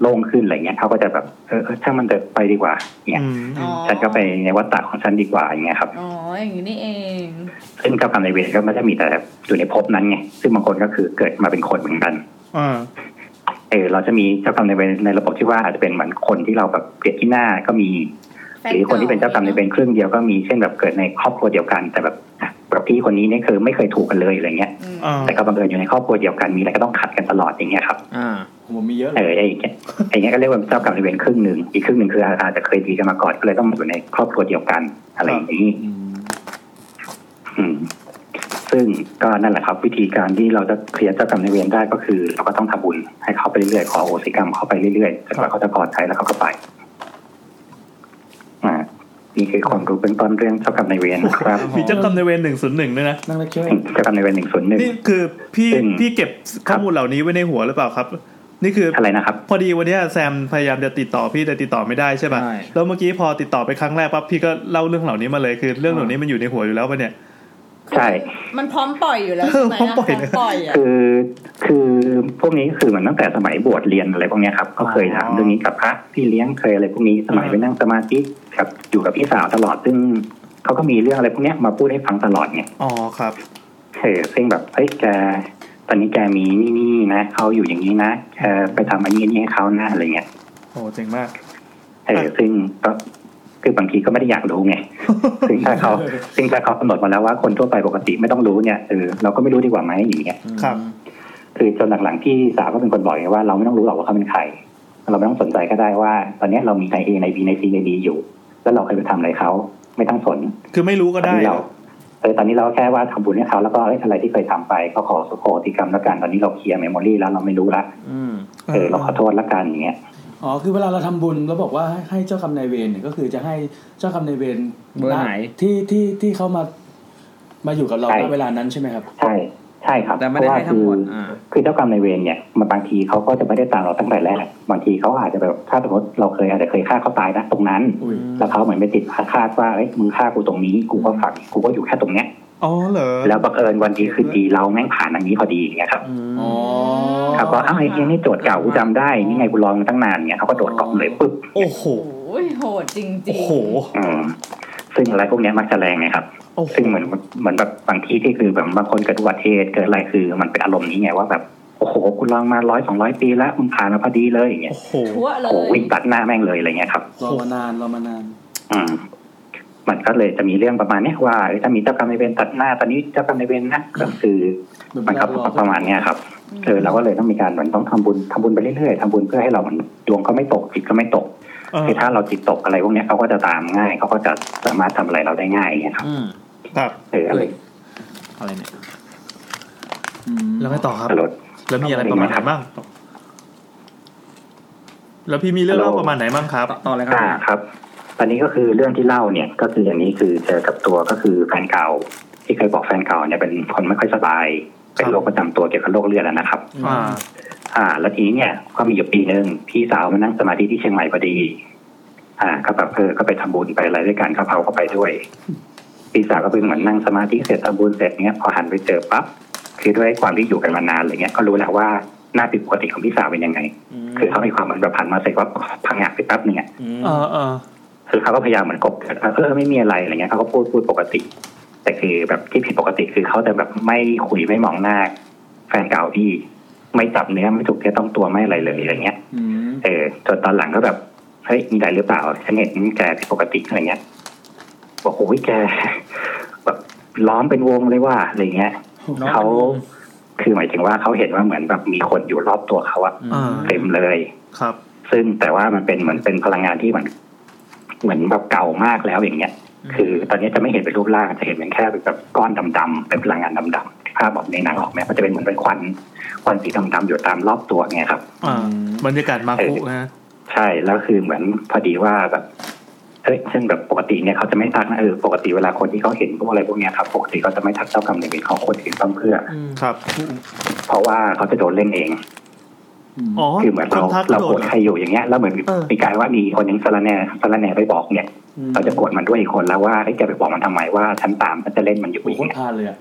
S11: โล่งขึ้นอะไรเงี้ยเขาก็จะแบบเออเออช่างมันเถอะไปดีกว่าเนี่ย
S7: อืม
S3: อ๋อ
S11: ฉันก็ไปในวัฏฏะของฉันดีกว่าอย่างเงี้ยครับ
S3: อ๋ออย่างนี้นี่เอง
S11: ซึ่งเจ้ากรรมนายเวรก็ไม่ได้มีแต่อยู่ในภพนั้นไงซึ่งบางคนก็คือเกิดมาเป็นคนเหมือนกัน
S7: อ่า
S11: เออเราจะมีเจ้ากรรมนายเวรในระบบที่ว่าอาจจะเป็นเหมือนคนที่เราแบบเกลียดที่หน้าก็มี หรือคนที่เป็นเจ้ากรรมนายเวรเครื่องเดียวก็มีเช่นแบบเกิดในครอบครัวเดียวกัน แต่แบบอ่ะกับพี่คนนี้เนี่ยคือไม่เคยถูกกันเลยอะไรเงี้ย
S3: อืม
S7: อ่า
S11: แต่ก็บังเอิญอยู่ในครอบครัวเดียวกันมีอะไรก็ต้องขัดกันตลอดอย่างเงี้ยครับ
S4: อ่า
S9: ผมมีเยอะเล
S11: เอย อไอ้อย่างเงี้ยไอ้เงี้ยก็เรียกว่าเจ้ากรรมนายเวรครึ่งหนึ่งอีกครึ่งหนึ่งคืออาจจะเคยดีกันมาก่อนก็เลยต้องมาอยู่ในครอบครัวเดียวกันอะไรอย่างนี้ อืม ซึ่งก็นั่นแหละครับ วิธีการที่เราจะเคลียร์เจ้ากรรมนายเวรได้ก็คือ เราก็ต้องทำบุญให้เขาไปเรื่อยๆขอโอสิกรรมเขาไปเรื่อยๆจนกว่าเขาจะพอใจแล้วเขาก็ไปอ่านี่คือความรู้เบื้องต้นเรื่องเจ้ากรรมนายเวรครับ
S7: มีเจ้ากรรมในายเวรหนึ่งศูนย์หนึ่งด้วยนะ
S9: นั่งเลคเชอร์
S11: เจ้ากรรมนายเวรหนึ่งศูนย์หนึ่ง
S7: นี่คือพี่
S11: ซึ่ง
S7: พี่เก็บข้อมูลเหล่านี้ไว้ในหัวหรือเปล่าครับ นี่คือ
S11: อะไรนะครับ
S7: พอดีวันเนี้ยแซมพยายามจะติดต่อพี่แต่ติดต่อไม่ได้ใช่ป่ะ
S2: ใช่
S7: แล้วเมื่อกี้พอติดต่อไปครั้งแรกปั๊บพี่ก็เล่าเรื่องเหล่านี้มาเลยคือเรื่องเหล่านี้มันอยู่ในหัวอยู่แล้วปะเนี่ย
S11: ใช่
S3: มันพร้อมปล่อยอยู่แล้วใช่ไหมะ
S7: พร้อมปล่อยเลย
S3: พร้มปล่อยอ่ะ
S11: คือคือพวกนี้คือเหมือนตั้งแต่สมัยบวชเรียนอะไรพวกเนี้ยครับ ก็เคยถามเรื่องนี้กับพระพี่เลี้ยงเคยอะไรพวกนี้สมัยไปนั่งสมาธิกับอยู่กับพี่สาวตลอดซึ่งเขาก็มีเรื่องอะไรพวกเนี้ยมาพูดให้ฟังตลอดไง
S7: อ๋อครับ
S11: เออซึ่งแบบเฮ้ยแกตอนนี้แกมีนี่นี่นะเขาอยู่อย่างนี้นะแกไปทำอันนี้อันนี้ให้เขานะอะไรเงี้ย
S7: โอ้เจ๋งมาก
S11: เออซึ่งก็คือบางทีก็ไม่ได้อยากรู้ไง ซึ่งถ้าเขาซึ่งถ้าเขากำหนดมาแล้วว่าคนทั่วไปปกติไม่ต้องรู้เนี่ยเออเราก็ไม่รู้ดีกว่าไหมอย่างเงี้ย
S7: ครับ
S11: คือจนหลังๆพี่สาวก็เป็นคนบอกไงว่าเราไม่ต้องรู้หรอกว่าเขาเป็นใคร เราไม่ต้องสนใจก็ได้ว่า ตอนเนี้ยเรามีในเอในบีในซีในดีอยู่ แล้วเราเคยไปทำอะไรเขาไม่ต้องสน
S7: คือไม่รู้ก็
S11: ตอน
S7: ได้
S11: นี้
S7: เหร
S11: เรา
S7: อ
S11: เออตอนนี้เราแค่ว่าทำบุญให้เขาแล้วก็เอ้ยอะไรที่เคยทำไปก็ขอสุโขติกรรมแล้วกันตอนนี้เราเคลียร์เมมโมรีแล้วเราไม่รู้ละ
S4: อืม
S11: เออเราขอโทษละกันอย่างเงี้ย
S9: อ๋อคือเวลาเราทำบุญเราบอกว่าให้ให้เจ้ากรรมนายเวรเนี่ยก็คือจะให้เจ้ากรรมนายเวร
S4: เบอร์ไหน
S9: ที่ที่ที่เขามา มาอยู่กับเราณเวลานั้นใช่ไหมครับ
S11: ใช่ ใช่ครับ
S4: แต่ไม่ได้ให้ทั้งหมด
S11: เพราะว่าคือ
S4: อ่า
S11: คือเจ้ากรรมนายเวรเนี่ยมันบางทีเขาก็จะไม่ได้ตามเราตั้งแต่แรกบางทีเขาอาจจะแบบถ้าสมมติเราเคยอาจจะเคยฆ่าเขาตายนะตรงนั้น
S9: อุ้ย
S11: แล้วเขาเหมือนไปติดอาฆาตว่าเอ้ยมึงฆ่ากูตรงนี้กูก็ฝังกูก็อยู่แค่ตรงเนี้ย
S7: อ๋อเหรอ
S11: แล้วบังเอิญวันดีคืนดีเราแม่งผ่านอันนี้พอดีอย่างเงี้ยครับ
S9: อ๋อ
S11: เขาก็อ้าวไอ้เพียงนี่โจทย์เก่ากูจำได้นี่ไงกูรอมาตั้งนานเนี่ยเขาก็โดดกล่องเลยปึ๊บ
S7: โอ้โห
S3: โอ้ยโหดจริงๆ
S7: โอ้โห
S11: อืมซึ่งอะไรพวกเนี้ยมักจะแรงไงครับ
S7: โอ้โห
S11: ซึ่งเหมือนเหมือนแบบบางที่ที่คือแบบบางคนเกิดอุบัติเหตุเกิดอะไรคือ มันเป็นอารมณ์นี้ไงว่าแบบโอ้โหคุณลองมาร้อยสองร้อยปีแล้วมึงผ่านมาพอดีเลยอย่างเงี้ย
S7: โอ้โห
S3: ทั่วเล
S11: โอ้โห
S3: ย
S11: วิ่งตัดหน้าแม่งเลยอะไรเงี้ยครับ
S9: รอมานานรอมานาน
S11: อืมมันก็เลยจะมีเรื่องประมาณเนี้ยว่าเอ้ยถ้ามีเจ้ากรรมนายเวรตัดหน้าตอนนี้เจ้ากรรมนายเวรนะก็คือมันก็ประมาณเนี้ยครับเออเราก็เลยต้องมีการเหมือนต้องทำบุญทำบุญไปเรื่อยๆทำบุญเพื่อให้เราเหมือนดวงก็ไม่ตกจิตก็ไม่ตก
S7: เออ
S11: คือถ้าเราจิตตกอะไรพวกเนี้ยเขาก็จะตามง่ายเขาก็จะสามารถทำอะไรเราได้ง่ายอย่างเงี้ยครับ
S4: อืม
S7: ครับ
S11: เอออะไร
S4: อะไรเนี่ย
S7: แล้วไงต่อครับ
S11: ตลอด
S7: แล้วมีอะไรประมาณไหนบ้าง แล้วพี่มีเรื่องเล่าประมาณไหนบ้างครับ
S4: ต่อต่อเลยครั
S11: อ่า
S4: บ
S11: ครับ ตอนนี้ก็คือเรื่องที่เล่าเนี่ย ก็คืออันนี้คือเจอกับตัวก็คือแฟนเก่า ที่เคยบอกแฟนเก่าเนี่ยเป็นคนไม่ค่อยสบาย เป็นโรคประจำตัวเกี่ยวกับโรคเลือดแล้วนะครับ
S7: อ่า
S11: อ่า แล้วทีนี้เนี่ยก็มีอยู่ปีหนึ่งพี่สาวมานั่งสมาธิที่เชียงใหม่พอดี อ่าก็แบบเออก็ไปทำบุญไปอะไรด้วยกันก็เผาก็ไปด้วย พี่สาวก็เป็นเหมือนนั่งสมาธิเสร็จทำบุญเสร็จเนี้ยพอหันไปเจอปั๊บคือด้วยความที่อยู่กันมานานอะไรเงี้ยก็รู้แหละว่าหน้าผิดปกติของพี่สาวเป็นยังไง คือเขามีความเหมือนแบบผ่านมาเสร็จว่าพังงะไปแป๊บหนึ่งอะ
S7: เออเออ
S11: คือเขาก็พยายามเหมือนกบเกิดว่าเออไม่มีอะไรอะไรเงี้ยเขาก็พูดพูดปกติ แต่คือแบบที่ผิดปกติคือเขาจะแบบไม่คุยไม่มองหน้า แฟนเก่าพี่ไม่จับเนื้อไม่ถูกเนื้อต้องตัวไม่อะไรเลยอะไรเงี้ย
S9: อืม
S11: เออจนตอนหลังก็แบบเฮ้ยมีอะไรหรือเปล่าฉันเห็นแกผิดปกติอะไรเงี้ยบอกโอ้ยแก แบบล้อมเป็นวงเลยว่าอะไรเงี้ยเขาคือหมายถึงว่าเขาเห็นว่าเหมือนแบบมีคนอยู่รอบตัวเขาอะ
S7: อ่า
S11: เต็มเลย
S7: ครับ
S11: ซึ่งแต่ว่ามันเป็นเหมือนเป็นพลังงานที่เหมือนเหมือนแบบเก่ามากแล้วอย่างเงี้ย คือตอนนี้จะไม่เห็นเป็นรูปร่างจะเห็นเป็นแค่เป็นแบบก้อนดำๆเป็นพลังงานดำๆภาพแบบในหนังออกไหมมันจะเป็นเหมือนเป็นควันควันสีดำๆอยู่ตามรอบตัวเงี้ยครับ
S7: อ่า บรรยากาศมาคุนะ
S11: ใช่แล้วคือเหมือนพอดีว่าแบบเอ้ยซึ่งแบบปกติเนี่ยเขาจะไม่ทักนะเออปกติเวลาคนที่เขาเห็นพวกอะไรพวกเนี้ยครับปกติเขาจะไม่ทักเจ้ากรรมนายเวรของคนอื่นบ้างเพื่อ
S7: ครับ
S11: เพราะว่าเขาจะโดนเล่นเอง
S7: อ๋อ
S11: คือเหมือนเรา
S7: ทัก
S11: เรา
S7: โด
S11: โกร
S7: ดเห
S11: ธ
S7: รอ
S11: ใครอยู่อย่างเงี้ยแล้วเหมือนมี
S7: เออ
S11: มีการว่ามีคนหนึงสารแหน่สารแหน่ไปบอกเนี่ย เราจะโกรธมันด้วยอีกคนแล้วว่าไอ้ยแกไปบอกมันทำไมว่าฉันตามฉันจะเล่นมันอยู่
S9: โอ้
S11: อี
S9: โห
S11: ก
S9: โคนพาเล
S11: เนี่ย
S9: ยอ่ะ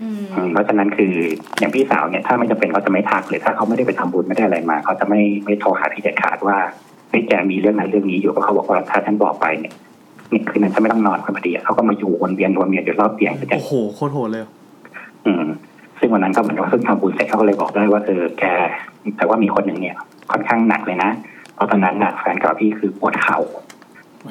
S3: อืม
S11: อืมเพราะฉะนั้นคืออย่างพี่สาวเนี่ยถ้าไม่จำเป็นเขาจะไม่ทักหรือถ้าเขาไม่ได้ไปทำบุญไม่ได้อะไรมาเขาจะไม่ไม่โทรหาพี่เด็ดขาดว่าไอ้ยแกมีเรื่องนั้นเรื่องนี้อยู่ก็เขาบอกว่าถ้าฉันบอกไปเนี่ยเนี่ยคืนนั้นฉันไม่ต้องนอนคนพอดีอะเขาก็มาอยู่วนเวียนวนเวียนอยู่รอบเตียงแต่
S7: โอ้โหโคตรโหดเลย
S11: อืมซึ่งวันนั้นก็เหมือนว่าเพิ่งทำบุญเสร็จเขาก็เลยบอกได้ว่าเออแก แต่ว่ามีคนหนึ่งเนี่ย ค่อนข้างหนักเลยนะเพราะตอนนั้นน่ะแฟนเก่าพี่คือปวดเข่า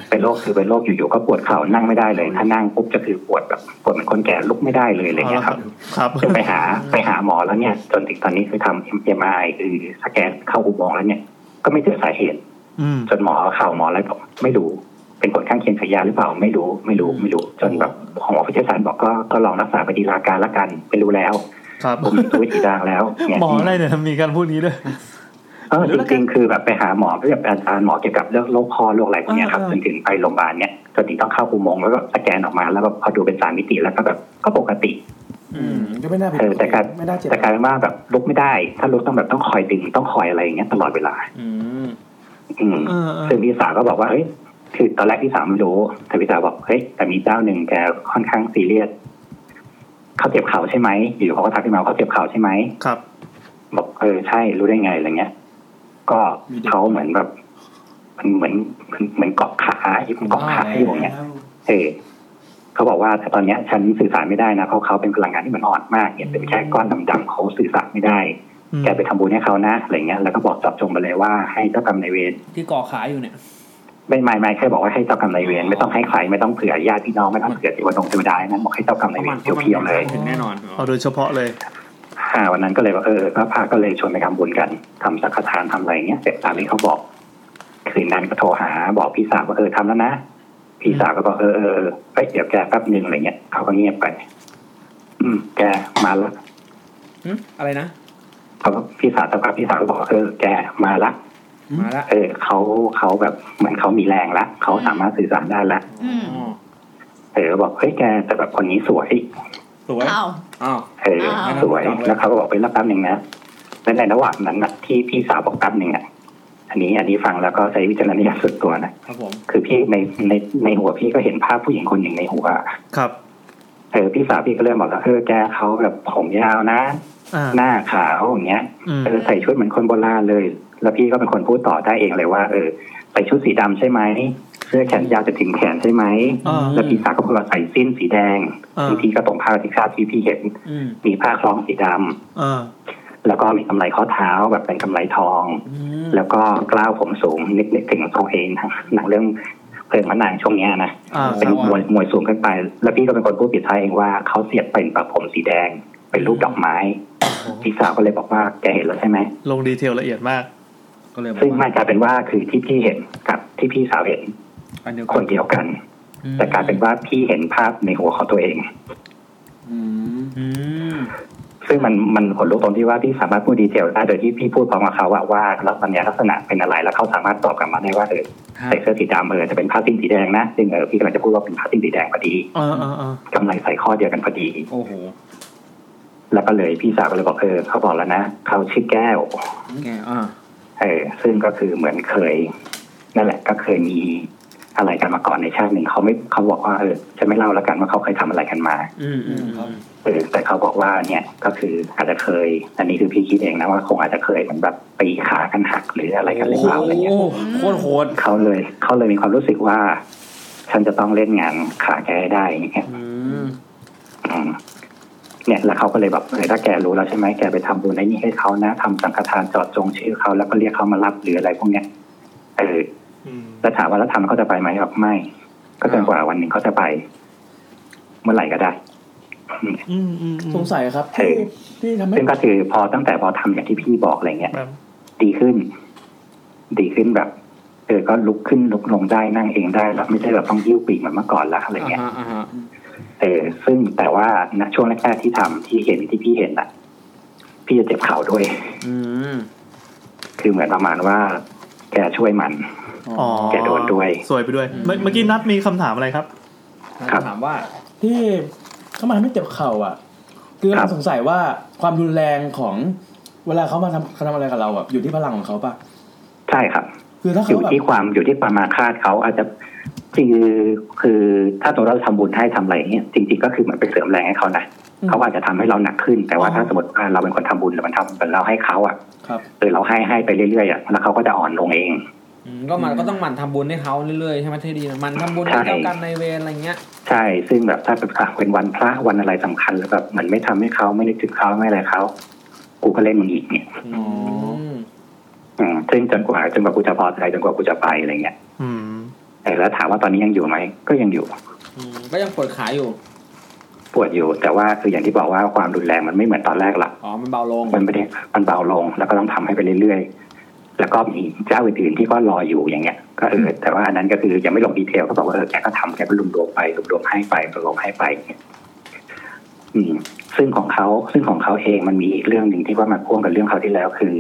S11: เป็นโรคคือเป็นโรคอยู่ๆก็ปวดเข่านั่งไม่ได้เลย ถ้านั่งปุ๊บจะคือปวดแบบปวดเหมือนคนแก่ลุกไม่ได้เลยอะไรเงี้ยครับ
S7: ครับ
S11: จนไปหาไปหาหมอแล้วเนี่ย จนถึงตอนนี้คือทำเอ็มเอไคือสแกนเข้าอุโมงค์แล้วเนี่ย ก็ไม่เจอสาเหตุ
S7: อืม
S11: จนหมอเข่าหมออะไรบอกไม่รู้ เป็นผลข้างเคียงจากยาหรือเปล่าไม่รู้ไม่รู้ไม่รู้ จนแบบหมอผู้เชี่ยวชาญบอกก็ก็ลองรักษาไปดีลาการละกันไม่รู้แล้ว
S7: ครับ
S11: ผมมีวิธีทางแล้วเนี่ย
S7: หมออะไรเนี่ยมีการพูดนี้ด้วย
S11: เออจริงๆคือแบบไปหาหมอเพื่อแบบอาจารย์หมอเกี่ยวกับเรื่องโรคคอโรคอะไรพวกเนี้ยครับ
S7: เออ
S11: จ
S7: เออ
S11: นถึงไปโรงพยาบาลเนี่ยจนถึงต้องเข้าอุโมงค์แล้วก็สแกนออกมาแล้วแบบพอดูเป็นสามมิติแล้วก็แบบก็ปกติ
S9: อืมก็ไม่น่าผิด
S11: เออแต่การ
S9: ไม่น่าเจ็บ
S11: แต่กลายเป็นว่าแบบลุกไม่ได้ ถ้าลุกต้องแบบต้องคอยดึงต้องคอยอะไรอย่างเงี้ยตลอดเวลา
S4: อืม
S11: อืม
S7: เออเออ
S11: ซึ่งพี่สาวก็บอกว่าเฮ้ยคือตอนแรกพี่สาวไม่รู้แต่พี่สาวบอกเฮ้ยแต่มีเจ้าหนึ่งแกค่อนข้างซีเรียสเขาเจ็บเข่าใช่ไหมอยู่เขาก็ทักพี่มาว่าเขาเจ็บเข่าใช่ไหม
S7: ครับ
S11: บอกเออใช่รู้ได้ไงอะไรเงี้ย ก็เขาเหมือนแบบ มันเหมือนมันเหมือนเกาะขาอยู่เกาะขาอยู่อย่างเงี้ยเออเขาบอกว่าแต่ตอนเนี้ยฉันสื่อสารไม่ได้นะเพราะเขาเป็นพลังงานที่มันอ่อนมากเนี่ยเป็นแค่ก้อนดำๆเขาสื่อสารไม่ได้
S7: อืม
S11: แกไปทำบุญให้เขานะอะไรเงี้ยแล้วก็บอกจับจงไปเลยว่าให้เจ้ากรรมนายเวร
S4: ที่ก่อขาอยู่เนี่ย
S11: ไม่ไม่ไม่แค่บอกว่าให้เจ้ากรรมนายเวรไม่ต้องให้ใครไม่ต้องเผื่อญาติพี่น้องไม่ต้องเผื่อเทวดงเทวดานะบอกให้เจ้ากรรมนายเวรเพียวๆเลย
S4: ถึงแน่นอน
S7: เอาโดยเฉพาะเลย
S11: อ่าวันนั้นก็เลยว่าเออพระภาคก็เลยชวนไปทำบุญกันทำสังฆทานทำอะไรเงี้ยเสร็จตามที่เขาบอก คืนนั้นก็โทรหาบอกพี่สาวว่าเออทำแล้วนะ พี่สาวก็บอกเออเออเออเฮ้ยเดี๋ยวแกแป๊บหนึ่งอะไรเงี้ยเขาก็เงียบไป อืม แกมาละ
S4: อืมอะไรนะ
S11: เขาก็พี่สาวสักพักพี่สาวก็บอกว่าเออแกมาละ
S4: มาละ
S11: เออเขาเขาแบบเหมือนเขามีแรงละเขาสามารถสื่อสารได้ละ
S3: อืม
S11: เออก็บอกเฮ้ยแกแต่แบบคนนี้สวย
S7: สวย
S3: อ้าว
S4: อ้าว
S11: เออ
S3: อ่า
S11: สวยแล้วเขาก็บอกไปรับแป๊บหนึ่งนะและในระหว่างนั้นนะที่พี่สาวบอกแป๊บหนึ่งอ่ะอันนี้อันนี้ฟังแล้วก็ใช้วิจารณญาณส่วนตัวนะครับ
S4: ผม
S11: คือพี่ในในในหัวพี่ก็เห็นภาพผู้หญิงคนหนึ่งในหัว
S7: ครับ
S11: เออพี่สาวพี่ก็เริ่มบอกแล้วเออแกเขาแบบผมยาวนะ
S7: อ่า
S11: หน้าขาวอย่างเงี้ย
S7: อืม
S11: เออใส่ชุดเหมือนคนโบราณเลย แล้วพี่ก็เป็นคนพูดต่อได้เองเลยว่า เออใส่ชุดสีดำใช่ไหมเสื้อแขนยาวจะถึงแขนใช่ไหม
S7: อ่า
S11: แล้วพี่สาวก็พูดว่าใส่สิ้นสีแดง
S7: อ่า
S11: บางทีก็ตรงภาพที่คาดที่พี่เห็น
S4: อืม
S11: มีผ้าคล้องสีดำ
S7: อ่า
S11: แล้วก็มีกำไรข้อเท้าแบบเป็นกำไรทอง
S4: อืม
S11: แล้วก็กล้าวผมสูงนึกนึกถึงทรงเองทางหนังเรื่องเพลิงมะนางช่วงเนี้ยนะ
S7: อ่า
S11: เป็นมวยมวยสูงขึ้นไป แล้วพี่ก็เป็นคนพูดปิดท้ายเองว่าเขาเสียบเป็นประผมสีแดงเป็นรูปดอกไม้พี่สาวก็เลยบอกว่าแกเห็นแล้วใช่ไหม
S7: ลงดีเทลละเอียดมาก
S4: ก็เลยบอก
S11: ซึ่งไม่
S4: ว่าก
S11: ลายเป็นว่าคือที่พี่เห็นกับที่พี่สาวเห็น
S4: อันเดียว
S11: ค
S4: กัน
S11: นเดียวกัน แต่กลายเป็นว่าพี่เห็นภาพในหัวของตัวเอง
S9: อืม
S4: อืม
S11: ซึ่งมันมันผลลุกตรงที่ว่าพี่สามารถพูดดีเทลได้โดยที่พี่พูดพร้อมกับเขาว่าว่าแล้วมันเนี่ยลักษณะเป็นอะไรแล้วเขาสามารถตอบกลับมาได้ว่าเออ
S4: ฮะ
S11: ใส่เสื้อสีดำเออจะเป็นผ้าสิ้นสีแดงนะซึ่งเออพี่กำลังจะพูดว่าเป็นผ้าสิ้นสีแดงพอดี
S7: อ่าอ่าอ่าก
S11: ำไรใส่ข้อเดียวกันพอดี
S4: โอ้โห
S11: แล้วก็เลยพี่สาวก็เลยบอกเออเขาบอกแล้วนะเขาชื่อแก้ว
S4: แกอ่า
S11: เออซึ่งก็คือเหมือนเคย นั่นแหละก็เคยมีอะไรกันมาก่อนในชาติหนึ่งเขาไม่เขาบอกว่าเออจะไม่เล่าแล้วกันว่าเขาเคยทำอะไรกันมา
S4: อืมอืมอืม
S11: เออแต่เขาบอกว่าเนี่ยก็คืออาจจะเคย อันนี้คือพี่คิดเองนะว่าคงอาจจะเคยเหมือนแบบไปขากันหักหรืออะไรกันหรือ
S4: โอ้
S11: เปล่าอะไรเงี้ย
S4: โหโคตรโหด
S11: เขาเลยเขาเลยมีความรู้สึกว่า ฉันจะต้องเล่นงานขาแกให้ได้อย่างเงี้ย
S4: อืม
S11: อืมเนี่ยแล้วเขาก็เลยแบบเออถ้าแกรู้แล้วใช่ไหมแกไปทำบุญในนี้ให้เขานะทำสังฆทานเจอดจงชื่อเขาแล้วก็เรียกเขามารับหรืออะไรพวกเนี้ยเออ
S7: อืม
S11: แล้วถามว่าแล้วทำเขาจะไปไหมบอกไม่ ก็จนกว่าวันหนึ่งเขาจะไป เมื่อไหร่ก็ได้
S7: อืมอืมอืม
S9: สงสัยครับที่
S11: เออ
S9: ที่ทำให้
S11: ซึ่งก็คือพอตั้งแต่พอทำอย่างที่พี่บอกอะไรเงี้ย
S7: แบบ
S11: ดีขึ้น ดีขึ้นแบบเออก็ลุกขึ้นลุกลงได้นั่งเองได้แล้วไม่ใช่แบบต้องยิ้วปีกเหมือนเมื่อก่อนละอะไร
S4: อ่า
S11: เงี้ย
S4: ฮะอ่าฮะ
S11: เออซึ่งแต่ว่าณช่วงแรกๆที่ทำที่เห็นที่พี่เห็นอ่ะ พี่จะเจ็บเข่าด้วย
S4: อืม
S11: คือเหมือนประมาณว่า แกช่วยมัน
S7: อ๋อ
S11: แกโดนด้วย
S7: สวยไปด้วย เมื่อเมื่อกี้นัดมีคำถามอะไรครับ
S11: ครับ
S4: ถามว่า
S9: ที่เข้ามาทำให้เจ็บเข่าอ่ะ คือ
S11: ครั
S9: เรา
S11: บ
S9: สงสัยว่าความรุนแรงของเวลาเขามาทำเขาทำอะไรกับเราอ่ะอยู่ที่พลังของเขาป่ะ
S11: ใช่ครับ
S9: คือถ้า
S11: อ
S9: เขา
S11: ยู่
S9: แบบ
S11: ที่ความอยู่ที่ความมาคาดเขาอาจจะคือคือถ้าตัวเราทำบุญให้ทำอะไรเนี่ยจริงๆก็คือเหมือนไปเสริมแรงให้เขานะเขาอาจจะทำให้เราหนักขึ้น แต่ว่าถ้าสมมติว่าเราเป็นคนทำบุญหรือมันทำเป็นเราให้เขาอ่ะ
S9: ครับ
S11: เออเราให้ให้ไปเรื่อยๆอ่ะแล้วเขาก็จะอ่อนลงเอง
S4: อืมก็มันก็ต้องหมั่นทำบุญให้เขาเรื่อยๆใช่ไหมที่ดีนะหมันทำบุญให้เจ้ากรรมนายเวรอะไรเงี้ย
S11: ใช่ ซึ่งแบบถ้าเป็นเป็นวันพระวันอะไรสำคัญแล้วแบบเหมือนไม่ทำให้เขาไม่นึกถึงเขาไม่อะไรเขากูก็เล่นมึงอีกเนี่ย
S4: อืม
S11: อืมซึ่งจนกว่าจนกว่ากูจะพอใจจนกว่ากูจะไปอะไรเงี้ย
S7: อืม
S11: เออแล้วถามว่าตอนนี้ยังอยู่ไหมก็ยังอยู่
S4: อืมก็ยังปวดขาอยู่
S11: ปวดอยู่ แต่ว่าคืออย่างที่บอกว่าความรุนแรงมันไม่เหมือนตอนแรกละ
S4: อ๋อ มันเบาลง
S11: มันไม่ได้มันเบาลง แล้วก็ต้องทำให้ไปเรื่อยๆ แล้วก็มีเจ้าอื่นๆที่ก็รออยู่อย่างเงี้ย ก็เออแต่ว่าอันนั้นก็คือยังไม่ลงดีเทลก็บอกว่าเออแกก็ทำแกก็รวมรวมๆไปรวมรวมๆให้ไปรวมรวมๆให้ไปอย่างเงี้ยอืม ซึ่งของเขาซึ่งของเขาเองมันมีอีกเรื่องหนึ่งที่ว่ามันพ่วงกับเรื่องเขาวที่แล้วคือ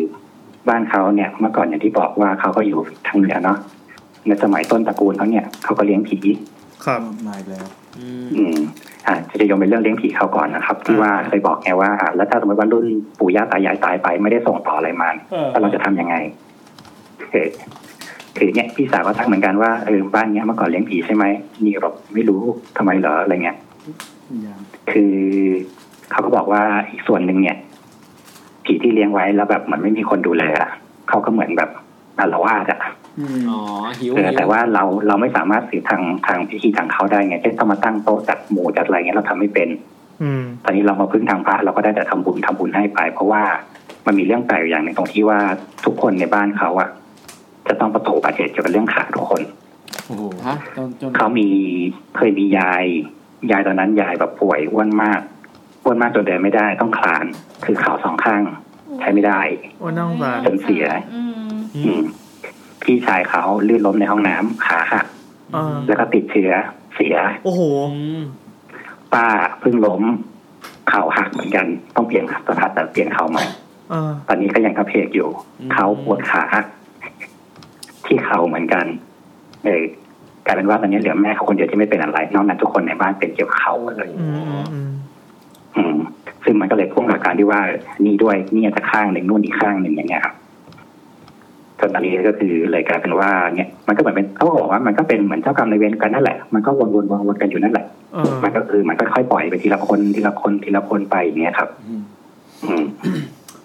S11: บ้านเขาเนี่ยเมื่อก่อนอย่างที่บอกว่าเขาก็อยู่ทางเหนือเนาะในสมัยต้นตระกูลเขาเนี่ยเขาก็เลี้ยงผี
S7: ครับ
S9: มาอีกแล้ว
S4: อืม
S11: อืมอ่าจะโยงเป็นเรื่องเลี้ยงผีเขาก่อนนะครับ ที่ว่าเคยบอกไงว่าอ่าแล้วถ้าสมมติว่ารุ่นปู่ย่าตายายตายไปไม่ได้ส่งต่ออะไรมา
S7: เออ
S11: แล้วเราจะทำยังไงเออคือเนี่ยพี่สาวก็ทักเหมือนกันว่าเออบ้านเนี้ยเมื่อก่อนเลี้ยงผีใช่ไหมนี่ก็บอกไม่รู้ทำไมเหรออะไรเงี้ย
S9: ยัง
S11: คือเขาก็บอกว่าอีกส่วนหนึ่งเนี่ย ผีที่เลี้ยงไว้แล้วแบบเหมือนไม่มีคนดูแลอะเขาก็เหมือนแบบอารวาสอะ
S9: อืม
S4: อ๋อ หิว
S11: เออ
S4: หิว
S11: แต่ว่าเราเราไม่สามารถสื่อทางทางพิธีทางเขาได้ไงเช่นต้องมาตั้งโต๊ะจัดหมู่จัดอะไรเงี้ยเราทำไม่เป็น
S7: อืม
S11: ตอนนี้เรามาพึ่งทางพระเราก็ได้แต่ทำบุญทำบุญให้ไป เพราะว่ามันมีเรื่องแปลกอยู่อย่างหนึ่งตรงที่ว่าทุกคนในบ้านเขาอะจะต้องประสบอุบัติเหตุเกี่ยวกับเรื่องขาทุกคน
S9: โอ้โห
S4: ฮะจนจน
S11: เขามีเคยมียาย ยายตอนนั้นยายแบบป่วยอ้วนมากอ้วนมากจนเดินไม่ได้ต้องคลาน คือเข่าสองข้างใช้ไม่ได้
S7: โอ้ยน่าสงสาร
S11: จนเสีย
S3: อืม
S11: อืมพี่ชายเขาลื่นล้มในห้องน้ำขาหัก
S7: อ่า
S11: แล้วก็ติดเชื้อเสีย
S7: โอ้โห
S4: อืม
S11: ป้าเพิ่งล้มเข่าหักเหมือนกัน ต้องเปลี่ยนขาผ่าตัดเปลี่ยนเข่าใหม่
S7: อ่า
S11: ตอนนี้ก็ยังกระเพกอยู่ เขาปวดขาที่เข่าเหมือนกัน เออกลายเป็นว่าตอนนี้เหลือแม่เขาคนเดียวที่ไม่เป็นอะไรนอกนั้นทุกคนในบ้านเป็นเกี่ยวกับเข่าหมดเลย
S7: อืมอืมอืม
S11: งมันก็เลยพ่วงกับการที่ว่านี่ด้วยนี่อาจจะข้างหนึ่งนู่นอีกข้างหนึ่งอย่างเงี้ยครับจนตอนนี้ก็คือเลยกลายเป็นว่าเนี่ยมันก็เหมือนเป็นเขาบอกว่ามันก็เป็นเหมือนเจ้ากรรมนายเวรกันนั่นแหละ มันก็วนๆวนๆกันอยู่นั่นแหละ
S7: เออ
S11: มันก็คือมันก็ค่อยปล่อยไปทีละคนทีละคนทีละคนไปอย่างเงี้ยครับ
S9: อืม
S11: อืม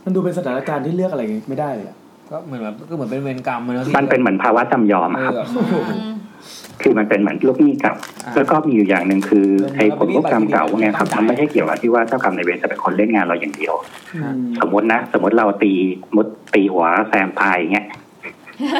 S9: มันดูเป็นสถานการณ์ที่เลือกอะไรไม่ได้เลยอะ
S2: ก็เหมือนแบบก็เหมือนเป็นเวรกรรมเลยอะ
S11: มันเป็นเหมือนภาวะจำยอม
S2: เอ
S11: อะครับ
S2: อ
S11: คือมันเป็นเหมือนลูกหนี้เก่า
S2: อ่า
S11: แล้วก็มีอยู่อย่างหนึ่งคือไอ้ผลลูกกรรมเก่าพวกเนี้ยครับ
S2: ต้องจ่าย
S11: มันไม่ใช่เกี่ยวกับที่ว่าเจ้ากรรมนายเวรจะเป็นคนเล่นงานเราอย่างเดียว
S9: อืม
S11: สมมตินะ สมมติเราตีมดตีหัวแซมไปอย่างเงี้ย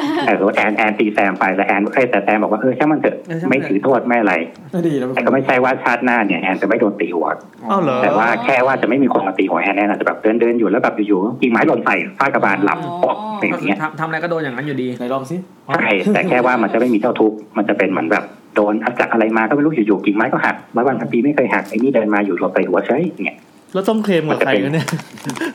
S11: แต่สมมติแอนแอนตีแซมไปแล้วแอนไอ้ยแต่แซมบอกว่าเออช่างมันเถอะ
S2: เออช่างมั
S11: ไม่
S2: นเถอะ
S11: ถือโทษไม่อะไร
S9: น่าดีนะ
S11: แต่ก็ไม่ใช่ว่าชาติหน้าเนี่ยแอนจะไม่โดนตีหัว
S7: เอาเหรอ
S11: แต่ว่าแค่ว่าจะไม่มีคนมาตีหัวแอนแอนอาจจะแบบเดินเดินอยู่แล้วแบบอยู่ๆกิ่งไม้หล่นใส่ฟาดกระบาลหลับปอกอ
S2: ก็
S11: ย่า
S2: คื
S11: ง
S2: อ
S11: เงี้ย
S2: ทำทำอะไรก็โดนอย่างนั้นอยู่ดี
S9: ไหนลองสิ
S11: ใช่ แต่แค่ว่ามันจะไม่มีเจ้าทุกข์มันจะเป็นเหมือนแบบโดนจากอะไรมาก็ไม่รู้อยู่ๆกิ่งไม้ก็หักร้อยวันพันปีไม่เคยหักไอ้นี่เดินมาอยู่หลบใส่หัวใช่เงี้ย
S7: แล้วต้องเคลมกับใคร
S11: มันจะเป็น
S7: วะเนี่ย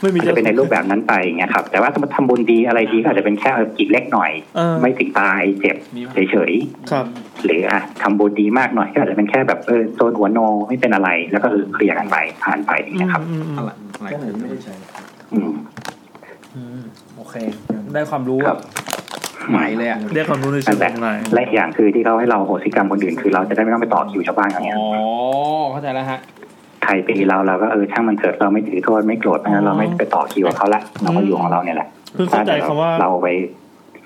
S7: ไม่มี
S11: มันจะเป็นในรูปแบบนั้นไปเงี้ยครับ แต่ว่าถ้ามันทำบุญดีอะไรดีก็อาจจะเป็นแค่เออกิ่งเล็กหน่อย
S7: เออ
S11: ไม่ถึงตายเจ็บ
S2: มีปะ
S11: เฉย
S7: ครับ
S11: ๆหรืออ่ะทำบุญดีมากหน่อยก็อาจจะเป็นแค่แบบเออโซนหัวโนไม่เป็นอะไร แล้วก็คือเคลียร์กันไปผ่านไปอย่างเงี้ยครับ
S7: อืมอืม
S2: อะ
S7: อืม
S2: ไรอะไร
S9: แค่ไหนก็ไม่ได้ใช้
S11: อืม
S2: อืมโอเค ได้ความรู้
S11: ครับ
S2: ใหม่เลยอ่ะ
S7: เรียกความรู้ในเชิงของนาย
S11: และอีกอย่างคือที่เขาให้เราโหสิกรรมคนอื่นคือเราจะได้ไม่ต้องไปต่อคิวชาวบ้านเขาเนี่ย
S2: อ๋อเข้าใจแล้วฮะ
S11: ใครตีเราเราก็เออช่างมันเถิดเราไม่ถือโทษไม่โกรธไม่งั้นเราไม่ไปต่อคิวกับเขาละเราก็อยู่ของเราเนี่ยแหละ
S7: เพิ่งเข้าใจคำว่า
S11: เราไป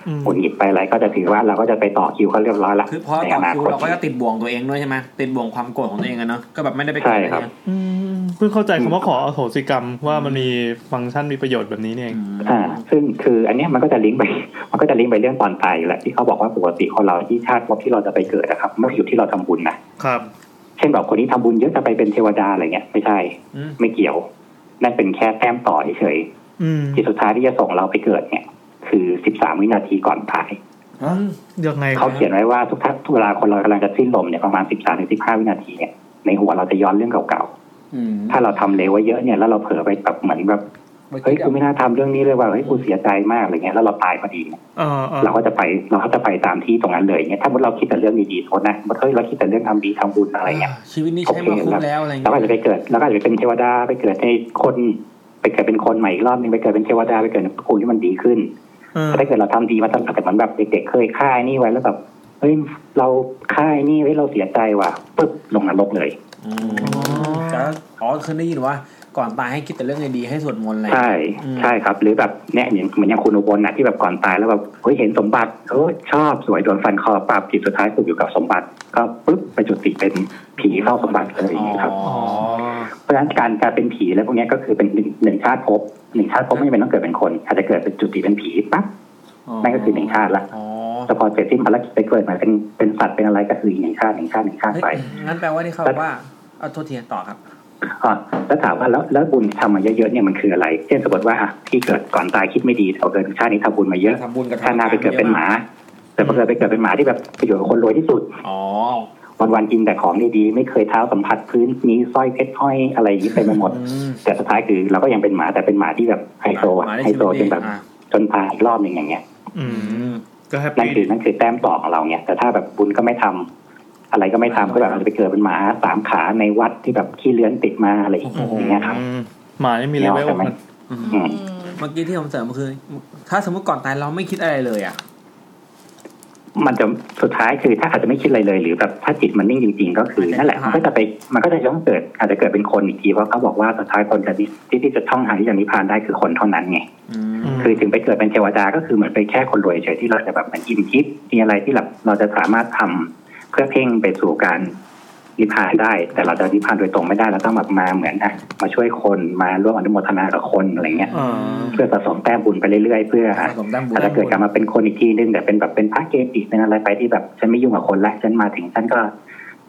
S7: อืม
S11: หงุดหงิดไปอะไรก็จะถือว่าเราก็จะไปต่อคิวเขาเรียบร้อยละ
S2: คือเพราะ
S11: ใน
S2: ต่อ
S11: อนา
S2: คิว
S11: คต
S2: เราก็จะติดบ่วงตัวเองด้วยใช่ไหมติดบ่วงความโกรธของตัวเองกันเนาะก็แบบไม่ได้ไปโกธ
S11: ใช่ครับ
S2: อะไเงี้ย
S7: อืมเพิ่งเข้าใจคำว่าขออโหสิกรรมว่ามันมีฟังก์ชันมีประโยชน์แบบนี้นี่เอง
S2: อืม
S11: อ่า ซึ่งคืออันเนี้ยมันก็จะลิงก์ไป มันก็จะลิงก์ไปเรื่องตอนตายอยู่แหละที่เขาบอกว่าปกติคนเราที่ชาติภพที่เราจะไปเกิดนะครับไม่ได้อยู่ที่เราทำบุญนะครับ เช่นแบบคนนี้ทำบุญเยอะจะไปเป็นเทวดาอะไรเงี้ยไม่ใช่
S2: อืม
S11: ไม่เกี่ยว นั่นเป็นแค่แต้มต่อเฉย
S7: อืม
S11: ๆที่สุดท้ายที่จะส่งเราไปเกิดเนี่ย คือสิบสามวินาทีก่อนตาย
S7: ยังไงค
S11: เขา
S7: รับ
S11: เขียนไว้ว่าทุกท่านทุกเวลาคนเรากำลังจะสิ้นลมเนี่ยประมาณสิบสามถึงสิบห้าวินาทีเนี่ยในหัวเราจะย้อนเรื่องเก่า
S9: อืม
S11: ๆถ้าเราทำเลวไว้เยอะเนี่ยแล้วเราเผลอไปแบบเหมือนแบบ
S2: เมื่อ
S11: เฮ้ย
S2: กี้
S11: กูไม่น่าทำเรื่องนี้เลยว่ะเฮ้ยกูเสียใจมากอะไรเงี้ยแล้วเราตายพอดีเนี่ย
S7: เออเออ
S11: เราก็จะไปเราก็จะไปตามที่ตรงนั้นเลยเนี่ยถ้าสมมติเราคิดแต่เรื่องดีๆโทษนะสมมติเฮ้ยเราคิดแต่เรื่องทำดีทำบุญอะไรเงี้ย
S2: ชีวิตนี้ใช้มาคุ้มแล้วอะไร
S11: เรา
S2: เงี้
S11: ก็อาจ
S2: ย
S11: จะไปเกิดเราก็อาจจะไปเป็นเทวดาไปเกิดในคนไปเกิดเป็นคนใหม่อีกรอบหนึงไปเกิดเป็นเทวดาไปเกิดในตระกูลที่มันดีขึ้น
S7: เออ
S11: แต่ถ้าเกิดเราทำดีมาตั้งแต่เหมือนแบบเด็กๆเคยฆ่าไอ้นี่ไว้แล้วแบบเฮ้ยเราฆ่าไอ้นี่เฮ้ยเราเสียใจว่ะปุ๊บลงนรกเลย
S2: อ๋อแต่ว่าอ๋อเคยได้ยินว่าก่อนตายให้คิดแต่เรื่องดีๆให้สวดมนต์อะไร
S11: ใช่
S2: อืม
S11: ใช่ครับ หรือแบบเนี่ยเหมือนเหมือนอย่างคุณอุบลนะที่แบบก่อนตายแล้วแบบเฮ้ยเห็นสมบัติเออชอบสวยโดนฟันคอปราบจิตสุดท้ายตกอยู่กับสมบัติก็ปุ๊บไปจุติเป็นผีเข้าสมบัติเลยอย่างนี้ครับ
S2: อ๋อ
S11: เพราะฉะนั้นการการเป็นผีแล้วพวกเนี้ยก็คือเป็นหนึ่งหนึ่งชาติภพหนึ่งชาติภพไม่จำเป็นต้องเกิดเป็นคน อาจจะเกิดเป็นจุติเป็นผีปั๊บนั่นก็คือหนึ่งชาติละ
S2: อ๋อ
S11: แต่พอเสร็จสิ้นภารกิจไปเกิดมาเป็นเป็นสัตว์เป็นอะไรก็คืออีกหนึ่งชาติหนึ่งชาติหนึ่งชาติ
S2: เฮ้ย
S11: ไป
S2: งั้นแปลว่าที่เขาบอกว่าเอาโทษทีต่อครับ
S11: อ่ะแล้วถามว่าแล้วแล้วบุญที่ทำมาเยอะๆเนี่ยมันคืออะไร เช่นสมมติว่าอ่ะพี่เกิดก่อนตายคิดไม่ดีเอาเกิดชาตินี้ทำบุญมาเยอะ
S2: ทำบุญกับ
S11: ชาติหน้าไปเกิดเป็นหมา แต่พอเกิดไปเกิดเป็นหมาที่แบบประโยชน์กับคนรวยที่สุด
S2: อ๋อ
S11: วันๆกินแต่ของดีๆไม่เคยเท้าสัมผัสพื้นมีสร้อยเพชรห้อยอะไรอย่างนี้เต็มไปหมด
S2: อืม
S11: แต่สุดท้ายคือเราก็ยังเป็นหมาแต่เป็นหมาที่แบบไฮโซอ่ะ
S2: หมาด้
S11: ไฮ
S2: ชี
S11: โซ
S2: วิต
S11: จนแบบ
S2: อ่ะ
S11: จนตายอีกรอบหนึ่งอย่างเงี้ย
S7: อืม
S2: อืม
S7: ก็แฮป
S11: นั่น
S7: ปี้
S11: คือนั่นคือแต้มต่อของเราเนี่ยแต่ถ้าแบบบุญก็ไม่ทำอะไรก็ไม่ทำก็แบบอาจจะไปเกิดเป็นหมาสามขาในวัดที่แบบขี้เลื้อนติดมาอะไรอย่างเงี้ยครับ
S7: อืมหมานี่มีเลเวล
S11: เนี่ยว่าแต่มั
S7: มั
S11: น
S7: น
S11: อืม
S2: เมื่อกี้ที่ผมเสริมคือ ถ้าสมมติก่อนตายเราไม่คิดอะไรเลยอ่ะ
S11: มันจะสุดท้ายคือถ้าอาจจะไม่คิดอะไรเลยหรือแบบถ้าจิตมันนิ่งจริง ๆ ก็คือนั่นแหละมันก็จะไปมันก็จะย้อนเกิด อาจจะเกิดเป็นคนอีกทีเพราะเขาบอกว่าสุดท้ายคนจะที่ที่ที่จะท่องทางที่จะนิพพานได้คือคนเท่านั้นไง
S2: อืม
S11: คือถึงไปเกิดเป็นเทวดาก็คือเหมือนไปนแค่คนรวยเฉยที่เราจะแบบเหมันอิ่มทิพย์มีอะไรที่แบบเราจะสามารถทำเพื่อเพ่งไปสู่การนิพพานได้ แต่เราจะนิพพานโดยตรงไม่ได้เราต้องแบบมาเหมือนอ่ะมาช่วยคนมาร่วมอนุโมทนากับคนอะไรเงี้ย
S7: เออ
S11: เพื่อสะสมแต้มบุญไปเรื่อยๆเพื่ออ่ะ
S2: สะสมแต้มบุญ
S11: อาจจะเกิดกลับมาเป็นคนอีกทีนึงแต่เป็นแบบเป็นพระเกจิเป็นอะไรไปที่แบบฉันไม่ยุ่งกับคนละฉันมาถึงฉันก็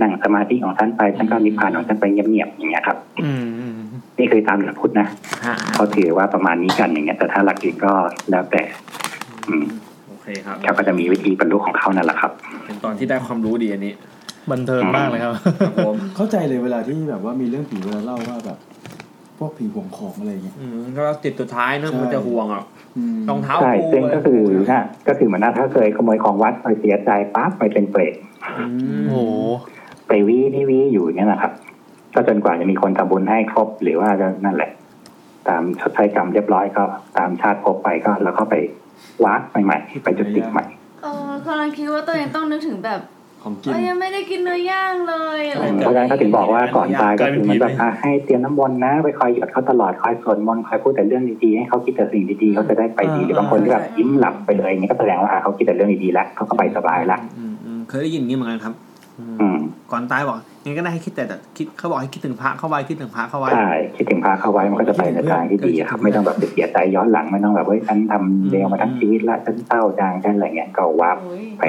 S11: นั่งสมาธิของฉันไปฉันก็นิพพานของฉันไปเงียบๆอย่างเงี้ยครับ
S7: อืมอืม
S11: นี่คือตามหลักพุทธนะ
S2: ฮะ
S11: เขาถือว่าประมาณนี้กันอย่างเงี้ยแต่ถ้าหลักอื่นก็แล้วแต่ อืม
S2: โอเคครับ
S11: เขาก็จะมีวิธีบรรลุของเขานั่นแหละครับ
S2: เป็นตอนที่ได้ความรู้ดีอันนี้
S7: บันเทิงมากเลยครับ
S2: ครับผม
S9: เข้าใจเลยเวลาที่แบบว่ามีเรื่องผีเวลาเล่าว่าแบบ พวกผีห่วงของอะไรอย่างเงี้ย
S2: อืมก็ติดสุดท้ายเนอะ
S9: ใช่
S2: มันจะห่วงอ่ะ
S9: อืม
S2: รองเท้า
S11: ใช่
S2: กู
S11: ซึ่งก็คือนะก็คือเหมือนน่าถ้าเคยขโมยของวัดไปเสียใจปั๊บไปเป็นเปรต
S2: อืม
S7: โอ้โห
S11: ไปวีนี่วีอยู่เนี่ยนะครับ ก็จนกว่าจะมีคนทำบุญให้ครบหรือว่าจะนั่นแหละ ตามชดใช้กรรมเรียบร้อยก็ตามชาติภพบไปก็ แล้วก็ไปวักใหม่ๆไปจุดติใหม่
S3: เออกำลังคิดว่าตัวเองต้องนึกถึงแบบ
S9: ของกิน
S3: เอ้ยยังไม่ได้กินเนื้อย่างเลยอะไร
S11: เพราะฉะนั้นเขาถึงบอกว่าก่อนตายก็คือเหมันแบบอ่ะให้เตรียมน้ำมนต์นะ ไปคอยหยดเขาตลอดคอยสวดมนต์คอยพูดแต่เรื่องดีๆให้เขาคิดแต่สิ่งดีๆเขาจะได้ไปดีหรือบางคนที่แบบยิ้มหลับไปเลยอย่างนี้ก็แสดงว่าอ่ะเขาคิดแต่เรื่องดีๆแล้วเขาก็ไปสบายละ
S2: อืมอืมเคยได้ยินอย่างนี้เหมือนกันครับอืม
S11: อืม
S2: ก่อนตายบอกงั้นก็ได้ให้คิดแต่แต่คิดเขาบอกให้คิดถึงพระเข้าไว้คิดถึงพระเข้าไว้
S11: ใช่คิดถึงพาเขาไว้มันก็จะไปในทางที่ดีอะครับไม่ต้องแบบไปเสียใจย้อนหลังไม่ต้องแบบเฮ้ยฉันทำเลวมาทั้งชีวิตละฉันเศร้าจังฉันอะไรเงี้ยก็วาร์ป
S3: โอ้ย
S11: ไป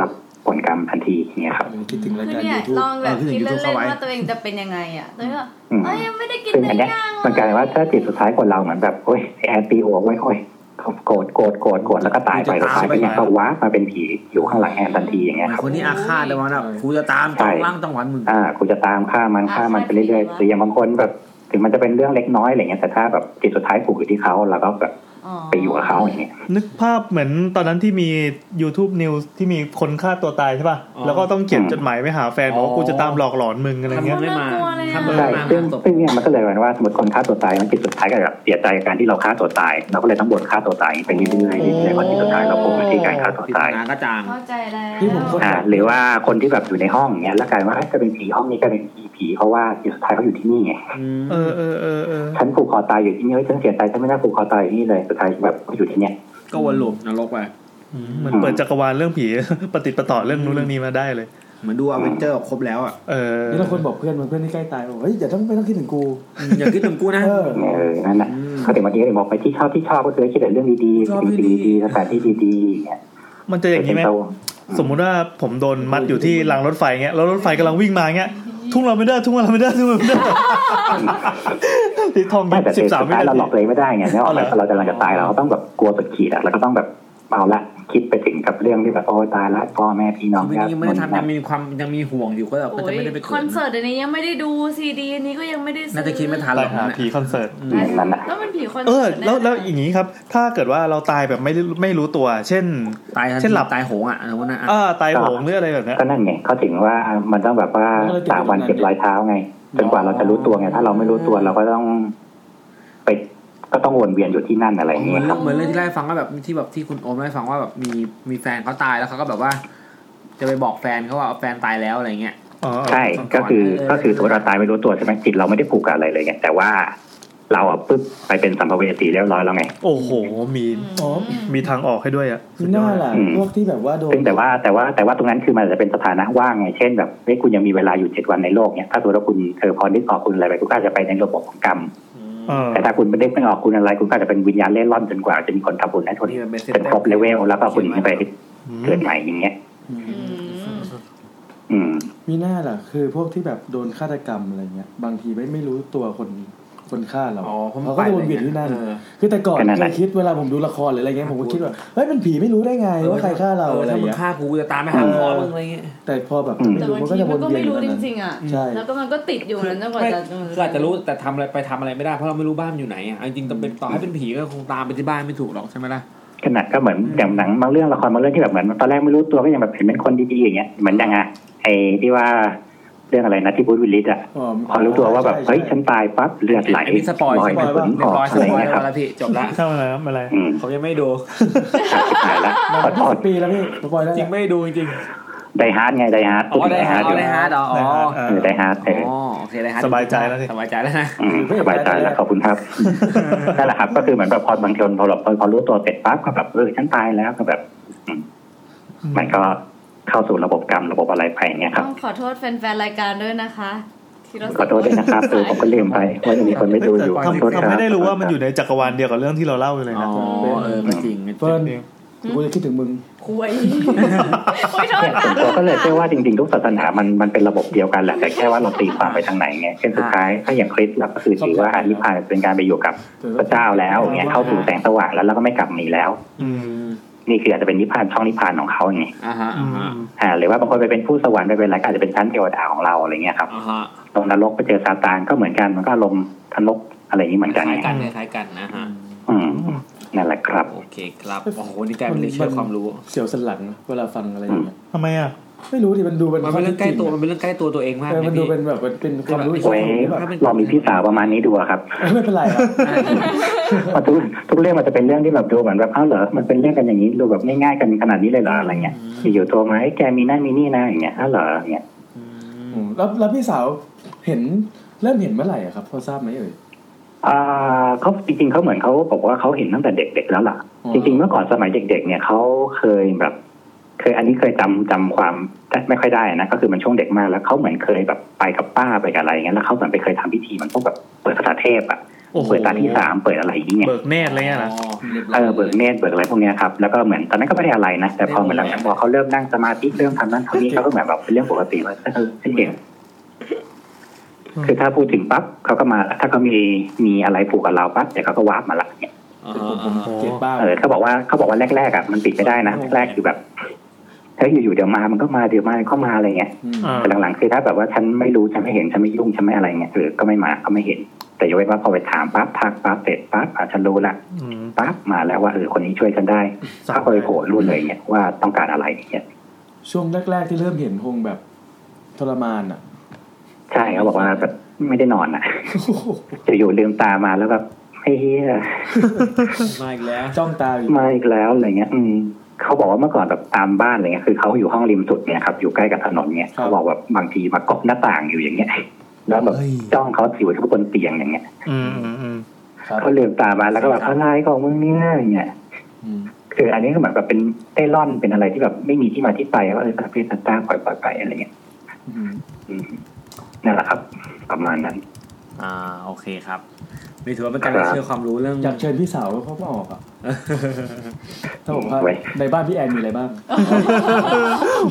S11: รับผลกรรมทันทีอย่างเงี้ยครับ
S9: คิดถึงราย
S3: คือ
S9: การ
S3: เนี่ย
S9: ยูทูบ
S3: ลองแบบ
S2: เออขึ้น
S3: คิ
S2: อ
S3: ด
S2: ย่าง YouTube
S3: เล่
S2: เข้านไว้
S3: ๆว่าตัวเองจะเป็นยังไงอ่ะแล้วก็
S11: อืม
S3: เอ้ยยังไม่ได้กิน
S11: ซึ่ง
S3: เนื้
S11: อัน
S3: อ
S11: เนี้
S3: ย ย่างเล
S11: มันกลายเป็นว่าย ถ้าจิตสุดท้ายคนเราเหมือนแบบโอ้ยแอนตีโอไว้โอ้ยเขาโกรธโกรธโกรธโกรธแล้วก็ตายไปสุดท้ายก็ยังก็ว้ามาเป็นผีอยู่ข้างหลังแอนทันทีอย่างเงี้ยครับ
S2: คนนี้อาฆาตเลยว่านะกูจะตามจองร่างจังหวัดมึง
S11: อ่ากูจะตามฆ่ามันฆ่ามันไปเรื่อยๆหรืออย่างบางคนแบบ ถึงมันจะเป็นเรื่องเล็กน้อยอะไรเงี้ยแต่ถ้าแบบจิตสุดท้ายผูกอยู่ที่เขาแล้วก็แบบ
S3: อ๋อ
S11: ไปอยู่กับเขาอย่างเงี้ย
S1: นึกภาพเหมือนตอนนั้นที่มี YouTube News ที่มีคนฆ่าตัวตายใช่ป่ะ แล้วก็ต้องเขียนจดหมายไปหาแฟนบอกว่ากูจะตามหลอกหลอนมึงอะไร
S2: ทำบุ
S1: เงี้
S2: ญ
S1: ย
S2: ไม่มาทำบุญ
S11: ใช่
S2: ไม่มา
S11: ซึ่ง
S2: ศพ
S11: ซึ่งเนี่ยมันก็เลยเหมือนว่าสมมติคนฆ่าตัวตายมันจิตสุดท้ายก็แบบเสียใจกับการที่เราฆ่าตัวตาย เราก็เลยต้องบ่นฆ่าตัวตายไปเรื่อยๆเรื่อยๆเพราะจิตสุดท้ายเราผูกอยู่ที่การฆ่าตัว
S2: ปริ
S11: ตาย
S2: ศนาก็จาง
S3: เข้าใจแล้ว
S9: ที่ผมคน
S11: อ่าหรือว่าคนที่แบบอยู่ในห้องเงี้ยแล้วกลายว่าเอ้ยจะเป็นผีห้องนี้ก็เป็นผีผีเพราะว่าจิตสุดท้ายเขาอยู่ที่นี่ไง
S1: เออเออเออเออ
S11: ฉันผูกคอตายอยู่ที่นี่เฮ้ยฉันเสียใจฉันไม่น่าผูกคอตายอยู่นี่เลยสุดท้ายแบบก็อยู่ที่เนี่ย
S2: ก็วนลูปนรกไป
S1: เหมือนเปิดจักรวาลเรื่องผี ปฏิดประต่อเรื่องนู้นเรื่องนี้มาได้เลย
S2: เหมือนดูอเวนเจอร์ครบแล้วอ่ะ
S1: เออ
S9: นี่เราคนบอกเพื่อนมันเพื่อนที่ใกล้ตายบอกเฮ้ยอย่าต้องไม่ต้องคิดถึงกู
S2: อย่าคิดถึงกูนะ
S9: เออ
S11: เออนั่นแหละ
S2: อืม
S11: เขาถึงเมื่อกี้เลยบอกไปที่ชอบที่ชอบก็คือคิดแต่เรื่องดีๆ
S2: ชอบ
S11: สิ่ง
S2: ดี
S11: ดี
S2: ๆ
S11: ๆสถานที่ดีๆอย่างเงี้ย
S1: มันจะอย่างนี้ไหม
S11: เป็นเตา
S1: สมมุติว่าผมโดนมัดอยู่ที่รางรถไฟเงี้ยแล้วรถไฟกำลังวิ่งมาเงี้ยทุ่งเราไม่ได้ทุ่งเราไม่ได้ทุ่งเราไม่ได้ติดทอง
S11: ไม่แต่
S1: สิ
S11: สุ
S1: บ
S11: ด
S1: สามวิ
S11: ท้าย
S1: นา
S11: เรา
S1: ที
S11: หลอกเลยไม่ได้ไงเนี่ย
S1: เอาเหรอ
S11: เรากำลังจะตายเราก็ต้องแบบกลัวสุดขีดอะแล้วก็ต้องแบบเอาละคิดไปถึงกับเรื่องที่แบบโอ้ตายละพ่อแม่พี่น้อง
S2: ชีวิต
S11: ญา
S2: นี้
S11: ติ
S2: ยัง
S11: ค
S2: ไม่ได้
S11: น
S2: ทำยังมีความยังมีห่วงอยู่ก็แบบก็
S3: โอ้
S2: จะ
S3: ย
S2: ไม่ได้ไป
S3: ค
S2: เกิ
S3: อน
S2: ด
S3: เสิร์ตอันนี้ยังไม่ได้ดูซีดีอันนี้ก็ยังไม่ได้ซื้อ
S2: น่าจะคิดไม่ทันห
S1: ไป
S2: รอก
S1: หาผีคอนเสิร์ต
S11: นั่นน่ะ
S3: แล้วมันผีคอน
S1: เอ
S3: เสิ
S1: อ
S3: ร์ต
S1: แล้วแล้ว
S3: น่
S1: อย่างนี้ครับ ถ้าเกิดว่าเราตายแบบไม่ได้ไม่รู้ตัว เช่น
S2: ตายทัน
S1: เช่นหลับ
S2: ตายโหงอ่ะนะว่านะ
S1: อ่าตายโหงหรืออะไรแบบเนี้ย
S11: ก็นั่นไงเขาถึงว่ามันต้องแบบว่าสามวันเก็บรอยเท้าไงจนกว่าเราจะรู้ตัวไงถ้าเราไม่รู้ตัวเราก็ต้องไปก็ต้องวนเวียนอยู่ที่นั่นอะไรอย่าง
S2: เหมื
S11: เงี้
S2: อน
S11: ยค
S2: เรื่อบ ง
S11: รั
S2: เหมือนเรื่องที่เล่าให้ฟังว่าแบบที่แบบที่คุณโอมเล่าให้ฟังว่าแบบมีมีแฟนเขาตายแล้วเขาก็แบบว่า จะไปบอกแฟนเขาว่าแฟนตายแล้วอะไรเงี้ย
S1: อ๋อ
S11: ใช่ ก็คือ
S2: เออ
S11: ก็คือสมมติเราตายไม่รู้ตัวใช่ไหมจิตเราไม่ได้ผูกกับอะไรเลยไงแต่ว่าเราอ่ะปึ๊บไปเป็นสัมภเวสีเรียบร้อยแล้วไง
S1: โอ้โหมี
S9: อ๋อ
S1: มีทางออกให้ด้วยอ่ะ
S9: มีหน้าล่ะพวกที่แบบว่าโดน
S11: ซึ่งแต่ว่าแต่ว่าแต่ว่าตรงนั้นคือมันอาจจะเป็นสถานะว่างไงเช่นแบบเฮ้ยคุณยังมีเวลาอยู่เจ็ดวันในโลกเนี่ยถ้าสมมติว่าคุณเธอพรที่ต่อคุณอะไรไปคุณก็อาจจะไปในระบบของกรรม
S1: เออ
S11: แต่ถ้าคุณไม่ได้ไม่ออกคุณอะไร คุณก็อาจจะเป็นวิญญาณเล่ร่อนจนกว่าจะมีคนทำบุญให้ทุน
S2: นี่มันเป็นเส้น
S11: จนครบเลเวลแล้วก็คุณไป
S1: อืม
S11: เกิดใหม่อย่างเงี้ย
S3: อืม
S11: อืม
S9: มีหน้าล่ะ คือพวกที่แบบโดนฆาตกรรมอะไรเงี้ยบางทีไม่ไม่รู้ตัวคนคนฆ่าเรา
S2: อ๋อผม
S9: เขาก็โดนเบียดที่นั่น
S2: เออ
S9: คือแต่ก่อน
S11: ก็นั่น
S9: เค
S11: แหละ
S9: ยคิดเวลาผมดูละครหรืออะไรเงี้ยผมก็คิดว่าเฮ้ยมันผีไม่รู้ได้ไงว่าใครฆ่าเราอะไร
S2: ถ้ามึง
S9: เงี้ย
S2: ฆ่ากูกูจะตามไปหา
S9: เอ
S2: ค
S9: อ
S2: อมึงอะไรเงี้ย
S9: แต่พอแบบ
S11: อืม
S9: ไม่
S3: แต่
S9: รู้
S3: บาง
S9: มันก็
S3: ที
S9: จะว
S3: มัน
S9: น
S3: ก็
S9: เวียน
S3: ไม่
S9: อยู่
S3: รู้จ
S9: นั้น
S3: ริงๆอ่ะ
S9: ใช่
S3: แล้วก็มันก็ติดอยู่นั้นจนกว่าจะ
S2: ก็อาจจะรู้แต่ทำอะไรไปทำอะไรไม่ได้เพราะเราไม่รู้บ้านมันอยู่ไหนอ่ะเอาจริงๆต้องเป็นต่อให้เป็นผีก็คงตามไปที่บ้านไม่ถูกหรอกใช่ไหมล่ะ
S11: ขนาดก็เหมือนอย่างหนังบางเรื่องละครบางเรื่องที่แบบเหมือนตอนแรกไม่รู้ตัวก็ยังแบบเห็นเป็นคนดีๆอย่างเงี้ยเหมือนอย่างอะไอ้ที่ว่าเรื่องอะไรนะที่บูธวิลลิสอะ
S9: อ๋อ
S11: พอรู้ตัวว่าแบบ
S9: ใช่ใช่
S11: เฮ้ยฉันตายปั๊บเลือดไหล
S2: อันนี้สปอย
S11: ลอย
S2: สปอย
S11: ขน
S2: เรี
S11: อย
S2: บอก ร้อยส
S11: อะไร
S2: ปอย
S11: เงี้ยครับ
S2: แล้วพี่จบละ
S1: เข้ามาแล้วอะไร
S11: อืม
S2: ผมยังไม่ดู
S11: ตายละขอโท
S9: สิบ
S11: ษ
S9: ปีแล้วพี่สปอยแล้ว
S2: จริงไม่ดูจริง
S11: ไดฮาร์ดไงไดฮาร์ด
S2: ๆอ๋อได้ฮาร์ด
S11: อยู่
S2: ได้ฮาร์ดอ๋อ
S1: เออเอ
S11: เอ
S1: อ
S11: อไดฮาร์ดเออ
S2: อ๋อโอเคได้ฮาร์ด
S1: สบายใจแล้วสิ
S2: สบายใจแล้วนะ
S11: อืมสบายใจแล้วขอบคุณ ครับนั่นแหละครับ ก็คือเหมือนแบบพอบางคนพอแบบพอรู้ตัวเสร็จปั๊บก็แบบเออฉันตายแล้วก็แบบอืมมันก็เข้าสู่ระบบกรรมระบบอะไรไปอย่างเงี้ยครับ
S3: ต้องขอโทษแฟนๆรายการด้วยนะคะที่เรา
S11: ขอโทษด้วยนะครับคือ ผมก็ลืมไปว่าจะมีคนไม่ดูอยู่ขอโทษ
S1: ทำ
S11: ครับ
S1: ทำให้ได้รู้ว่ามันอยู่ในจักรวาลเดียวกับเรื่องที่เราเล่าอยู่เลย
S2: อ๋
S1: นะ
S2: อเออก็จริง
S9: เฟิร์น
S1: จริง
S9: กูจะคิดถึงมึง
S3: คุยคุยโทษ
S11: เนี่ย
S3: ค่ะ
S11: ส่วนตัวก็เลยเชื่อว่าจริงๆ ทุกศาสนามันมันเป็นระบบเดียวกันแหละแต่แค่ว่าเราตีความไปทางไหนไงเช่นสุดท้ายถ้าอย่างคริสต์เราก็คือถือว่าอานิพพานเป็นการไปอยู่กับพระเจ้าแล้วอย่างเงี้ยเข้าสู่แสงสว่างแล้วแล้วก็ไม่กลับมาอีกแล้ว
S1: อืม
S11: นี่คืออาจจะเป็นนิพพานช่องนิพพานของเขาอย่างเงี้ย
S2: อ่าฮะ
S1: อื
S2: อ่าม ฮะ
S11: อ่าหรือว่าบางคนไปเป็นผู้สวรรค์ไปเป็นอะไรก็อาจจะเป็นชั้นเทวดาของเราอะไรเงี้ยครับ
S2: อ่าฮะ
S11: ลงนรกไปเจอซาตานก็เหมือนกันมันก็ลมณ์ทนกอะไรอย่างนี้เหมือน
S2: ค
S11: กัน
S2: ล้าย
S11: ไง
S2: กันคล้ายๆกันนะฮะ
S11: อืมนั่นแหละครับ
S2: โอเคครับโอ้โหนี่กลายเป็นเลคเชอร์ความรู้
S9: เสียวสันหลังเวลาฟังอะไรอย่างเงี้ย
S1: ทำไมอ่ะ
S9: ไม่รู้ดิมันดูเป็น
S2: มันเป็นเรื่องใกล้ตัว
S9: ข้
S2: มันเป็นเรื่องใกล้ตัวตัวเองมาก
S9: อที่จริง
S2: เลยพี่
S9: อะเออมันดูเป็นแบบมันเป็นความรู้สึก
S11: โอ้ย
S9: ที่แบบ
S11: ลองมีพี่สาวประมาณนี้ดูอะ ครับ
S9: เออไม่เป็นไรหรอก
S11: เพราะทุกทุกเรื่องมันจะเป็นเรื่องที่แบบดูเหมือนแบบอ้าวเหรอมันเป็นเรื่องกันอย่างนี้ดูแบบง่ายๆกันขนาดนี้เลยเหรออะไรเงี้ยอยู่ๆโทรมาให้ยแกมีนั่นมีนี่นะอย่างเงี้ยอ้าวเหรออย่างเงี้ย
S9: อืมแล้วแล้วพี่สาวเห็นเริ่มเห็นเมื่อไหร่อะครับพอทราบไหมเอ่ย
S11: อ่าเขาจริงๆเขาเหมือนเขาบอกว่าเขาเห็นตั้งแต่เด็กๆแล้วล่ะ
S9: อ๋อ
S11: จริงๆเมื่อก่อนสมัยเด็ก ๆ เนี่ยเขาเคยแบบ เคยอันนี้เคยจำจำความไม่ค่อยได้นะก็คือมันช่วงเด็กมากแล้วเขาเหมือนเคยแบบไปกับป้าไปกับอะไรอย่างเงี้ยแล้วเขาเหมือนไปเคยทำพิธีมันพวกแบบเปิดคาถาเทพอ่ะ
S1: โอ้โห
S11: เปิดตาที่สามเปิดอะไรอย่างเงี้ย
S1: เบิกเนตรอะไรเงี้ยนะ
S11: เออเบิกเนตรเบิกอะไรพวกเนี้ยครับแล้วก็เหมือนตอนนั้นก็ไม่ได้อะไรนะแต่พอเหมือนหลังๆพอเขาเริ่มนั่งสมาธิเริ่มทำนั่นทำนี่เขาก็เหมือนแบบเป็นเรื่องปกติว่าเออเก่ง คือถ้าพูดถึงปั๊บเขาก็มาละถ้าเขามีมีอะไรผูกกับเราปั๊บเดี๋ยวเขาก็วาร์ปมาละเนี่ย
S9: ผมผมเก็ตบ้าง
S11: เออเขาบอกว่าเขาบอกว่าแรกๆอ่ะมันปิดไม่ได้นะแรกคือแบบถ้าอยู่ๆเดี๋ยวมามันก็มาเดี๋ยวมามันก็มาอะไรเงี้ย
S9: อืม
S1: อ่า
S11: แต่หลังๆคือถ้าแบบว่าฉันไม่รู้ฉันไม่เห็นฉันไม่ยุ่งฉันไม่อะไรเงี้ยหรือก็ไม่มาก็ไม่เห็น แต่ยกเว้นว่าพอไปถามปั๊บทักปั๊บเสร็จปั๊บอาฉันรู้ละ
S1: อืม
S11: ปั๊บมาแล้วว่าเออคนนี้ช่วยฉันได้เขาก็เลยโผล่รุ่นเลยเงี้ยว่าต้องการอะไรอย่างเงี้ย
S9: ช่วงแรก ๆ ที่เริ่มเห็นคงแบบทรมานอ่ะ
S11: ใช่เขาบอกว่าแบบไม่ได้นอนอ่ะ
S9: โอ้โห
S11: อยู่ๆลืมตามาแล้วแบบเฮ้ย
S2: มาอีกแล้ว
S9: จ้องตาอยู่
S11: มาอีกแล้วอะไรเงี้ย อืมเขาบอกว่าเมื่อก่อนแบบตามบ้านอะไรเงี้ย คือเขาอยู่ห้องริมสุดเนี่ยครับอยู่ใกล้กับถนนเนี่ยเขาบอกแบบบางทีมาเกาะหน้าต่างอยู่อย่างเงี้ยแล้วแบบจ้องเขาอยู่ที่บนเตียงอย่างเงี้ย
S1: อืมอืมอืม
S9: ครับ
S11: เขาลืมตามาแล้วก็แบบอะไรของมึงเนี่ยอย่างเงี้ย
S9: อืม
S11: คืออันนี้ก็เหมือนแบบเป็นเต้ร่อนเป็นอะไรที่แบบไม่มีที่มาที่ไปว่าเออตาเพศตาปล่อยปล่อยไปอะไรเงี้ย
S9: อืม
S11: อืมนั่นแหละครับ ประมาณนั้น
S2: อ่าโอเคครับนี่ถือว่าเป็นการได้เชื่อความรู้เรื่อง
S9: อยากเชิญพี่สาวเพราะว่าออก อ่ะถ้าบอกว่า
S11: ไว้
S9: ในบ้านพี่แอนมีอะไรบ้าง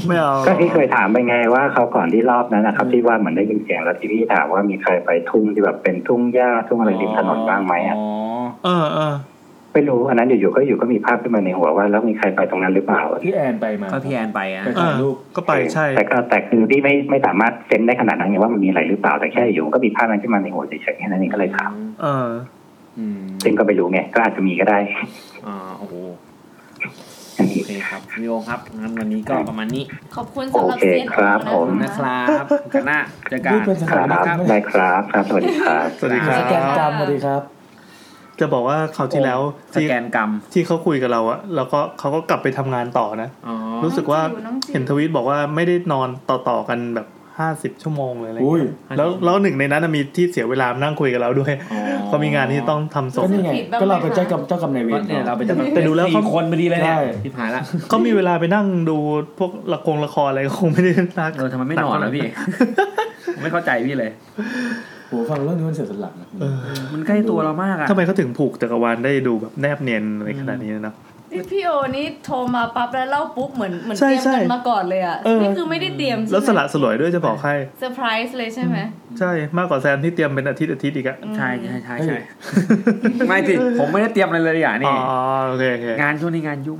S1: ไม่เอา
S11: ก็ที่เคยถามไปไงว่าเขาวก่อนที่รอบนั้นนะครับ ที่ว่าเหมือนได้ยินเสียงแล้วที่พี่ถามว่ามีใครไปทุ่งที่แบบเป็นทุ่งหญ้าทุ่งอะไรริมถนนบ้างไหมอะ
S2: อ๋อ
S1: เออเออ
S11: ไม่รู้อันนั้นอยู่ๆก็อยู่ก็มีภาพขึ้นมาในหัวว่าแล้วมีใครไปตรงนั้นหรือเปล่า
S9: พี่แอนไปมา
S2: ก็พี่แอนไปอ่ะ
S9: ไป
S1: เออก็ไปใช่
S11: แต่ก็แต่คือพี่ไม่ไม่สามารถเซนได้ขนาดนั้นไงว่ามันมีอะไรหรือเปล่าแต่แค่อยู่ก็มีภาพนั้นขึ้นมาในหัวเฉยๆแค่นั้นเองก็เลยถาม
S1: เออ
S9: อืม
S11: ซึ่งก็ไม่รู้ไงก็อาจจะมีก็ได้
S2: อ่าโอ้โหโอเคครับพี่โอครับงั้นวันนี้ก็ประมาณนี้
S3: ขอบคุณสำหรับเซต
S11: โอเคครับผม
S3: นะ
S2: นะ
S3: ค
S2: ค
S3: รั
S2: รั
S3: บบ
S2: กันหน้าเจอกัน
S9: นี่เป็นสถาน
S11: ค
S9: ที่
S11: รับได้ครับครับสวัสดีครับ
S1: สวัสดีครั
S9: สแกน
S1: บ
S9: กรรมสวัสดีครับ
S1: จะบอกว่าคราวที่แล้ว
S2: ส
S1: ที่
S2: แกนกรรม
S1: ที่เขาคุยกับเราอะแล้วก็เขาก็กลับไปทำงานต่อนะ
S2: อ๋อ
S1: รู้สึกว่า
S3: น้องจิ๋
S1: เห็นทวีตบอกว่าไม่ได้นอนต่อๆกันแบบห้าสิบ50 ชั่วโมงเลยอะไร
S9: อุ้ย
S1: เงี้ยแล้วแล้วหนึ่งในนั้นนะมีที่เสียเวลานั่งคุยกับเราด้วย
S2: อ๋อ
S1: เขาะมีงานที่ต้องทำส่ง
S9: ก็นี่ไง ก็เราเป็นเจ้ากรรมเจ้ากรรมนายเว
S2: ก็
S9: ร
S2: เนี่ยเราเป็นจะ
S1: แต่ดูแล้วเขา
S2: สี่คนพอดีเลยเนี่ย
S9: ใช่
S2: พี่ผายละ
S1: เขามีเวลาไปนั่งดูพวกละครละครอะไรก็คงไม่ได้นัก
S2: เออทำไมไม่นอนล่ะพี่ ไม่เข้าใจพี่เลย
S9: โหฟังเรื่องนี้มันเสียสันหลังนะ
S1: เออ
S2: มันใกล้ตัวเรามากอ่ะ
S1: ทำไมเขาถึงผูกจักรวาลได้ดูแบบแนบเนียนอะไรขนาดนี้นะ
S3: นี่พี่โอนี่โทรมาปั๊บแล้วเล่าปุ๊บเหมือนเหมือน
S1: ใช่
S3: เตรียม
S1: ใช่
S3: กันมาก่อนเลยอ่ะ
S1: เออ
S3: นี่คือไม่ได้เตรียมใช่ไหม
S1: แล้วสละสลวยด้วยจะบอกให้
S3: เซอร์ไพรส์เลยใช่ไหม
S1: ใช่มากกว่าแซมที่เตรียมเป็นอาทิตย์อาทิตย์อีกอะ
S3: อืม
S2: ใช่ใช่ใช่ใช่ไม่สิผมไม่ได้เตรียมอะไรเลยอ่ะ
S1: อ๋
S2: นี่
S1: อโอเคโอเค
S2: งานช่วงนี้งานยุ่ง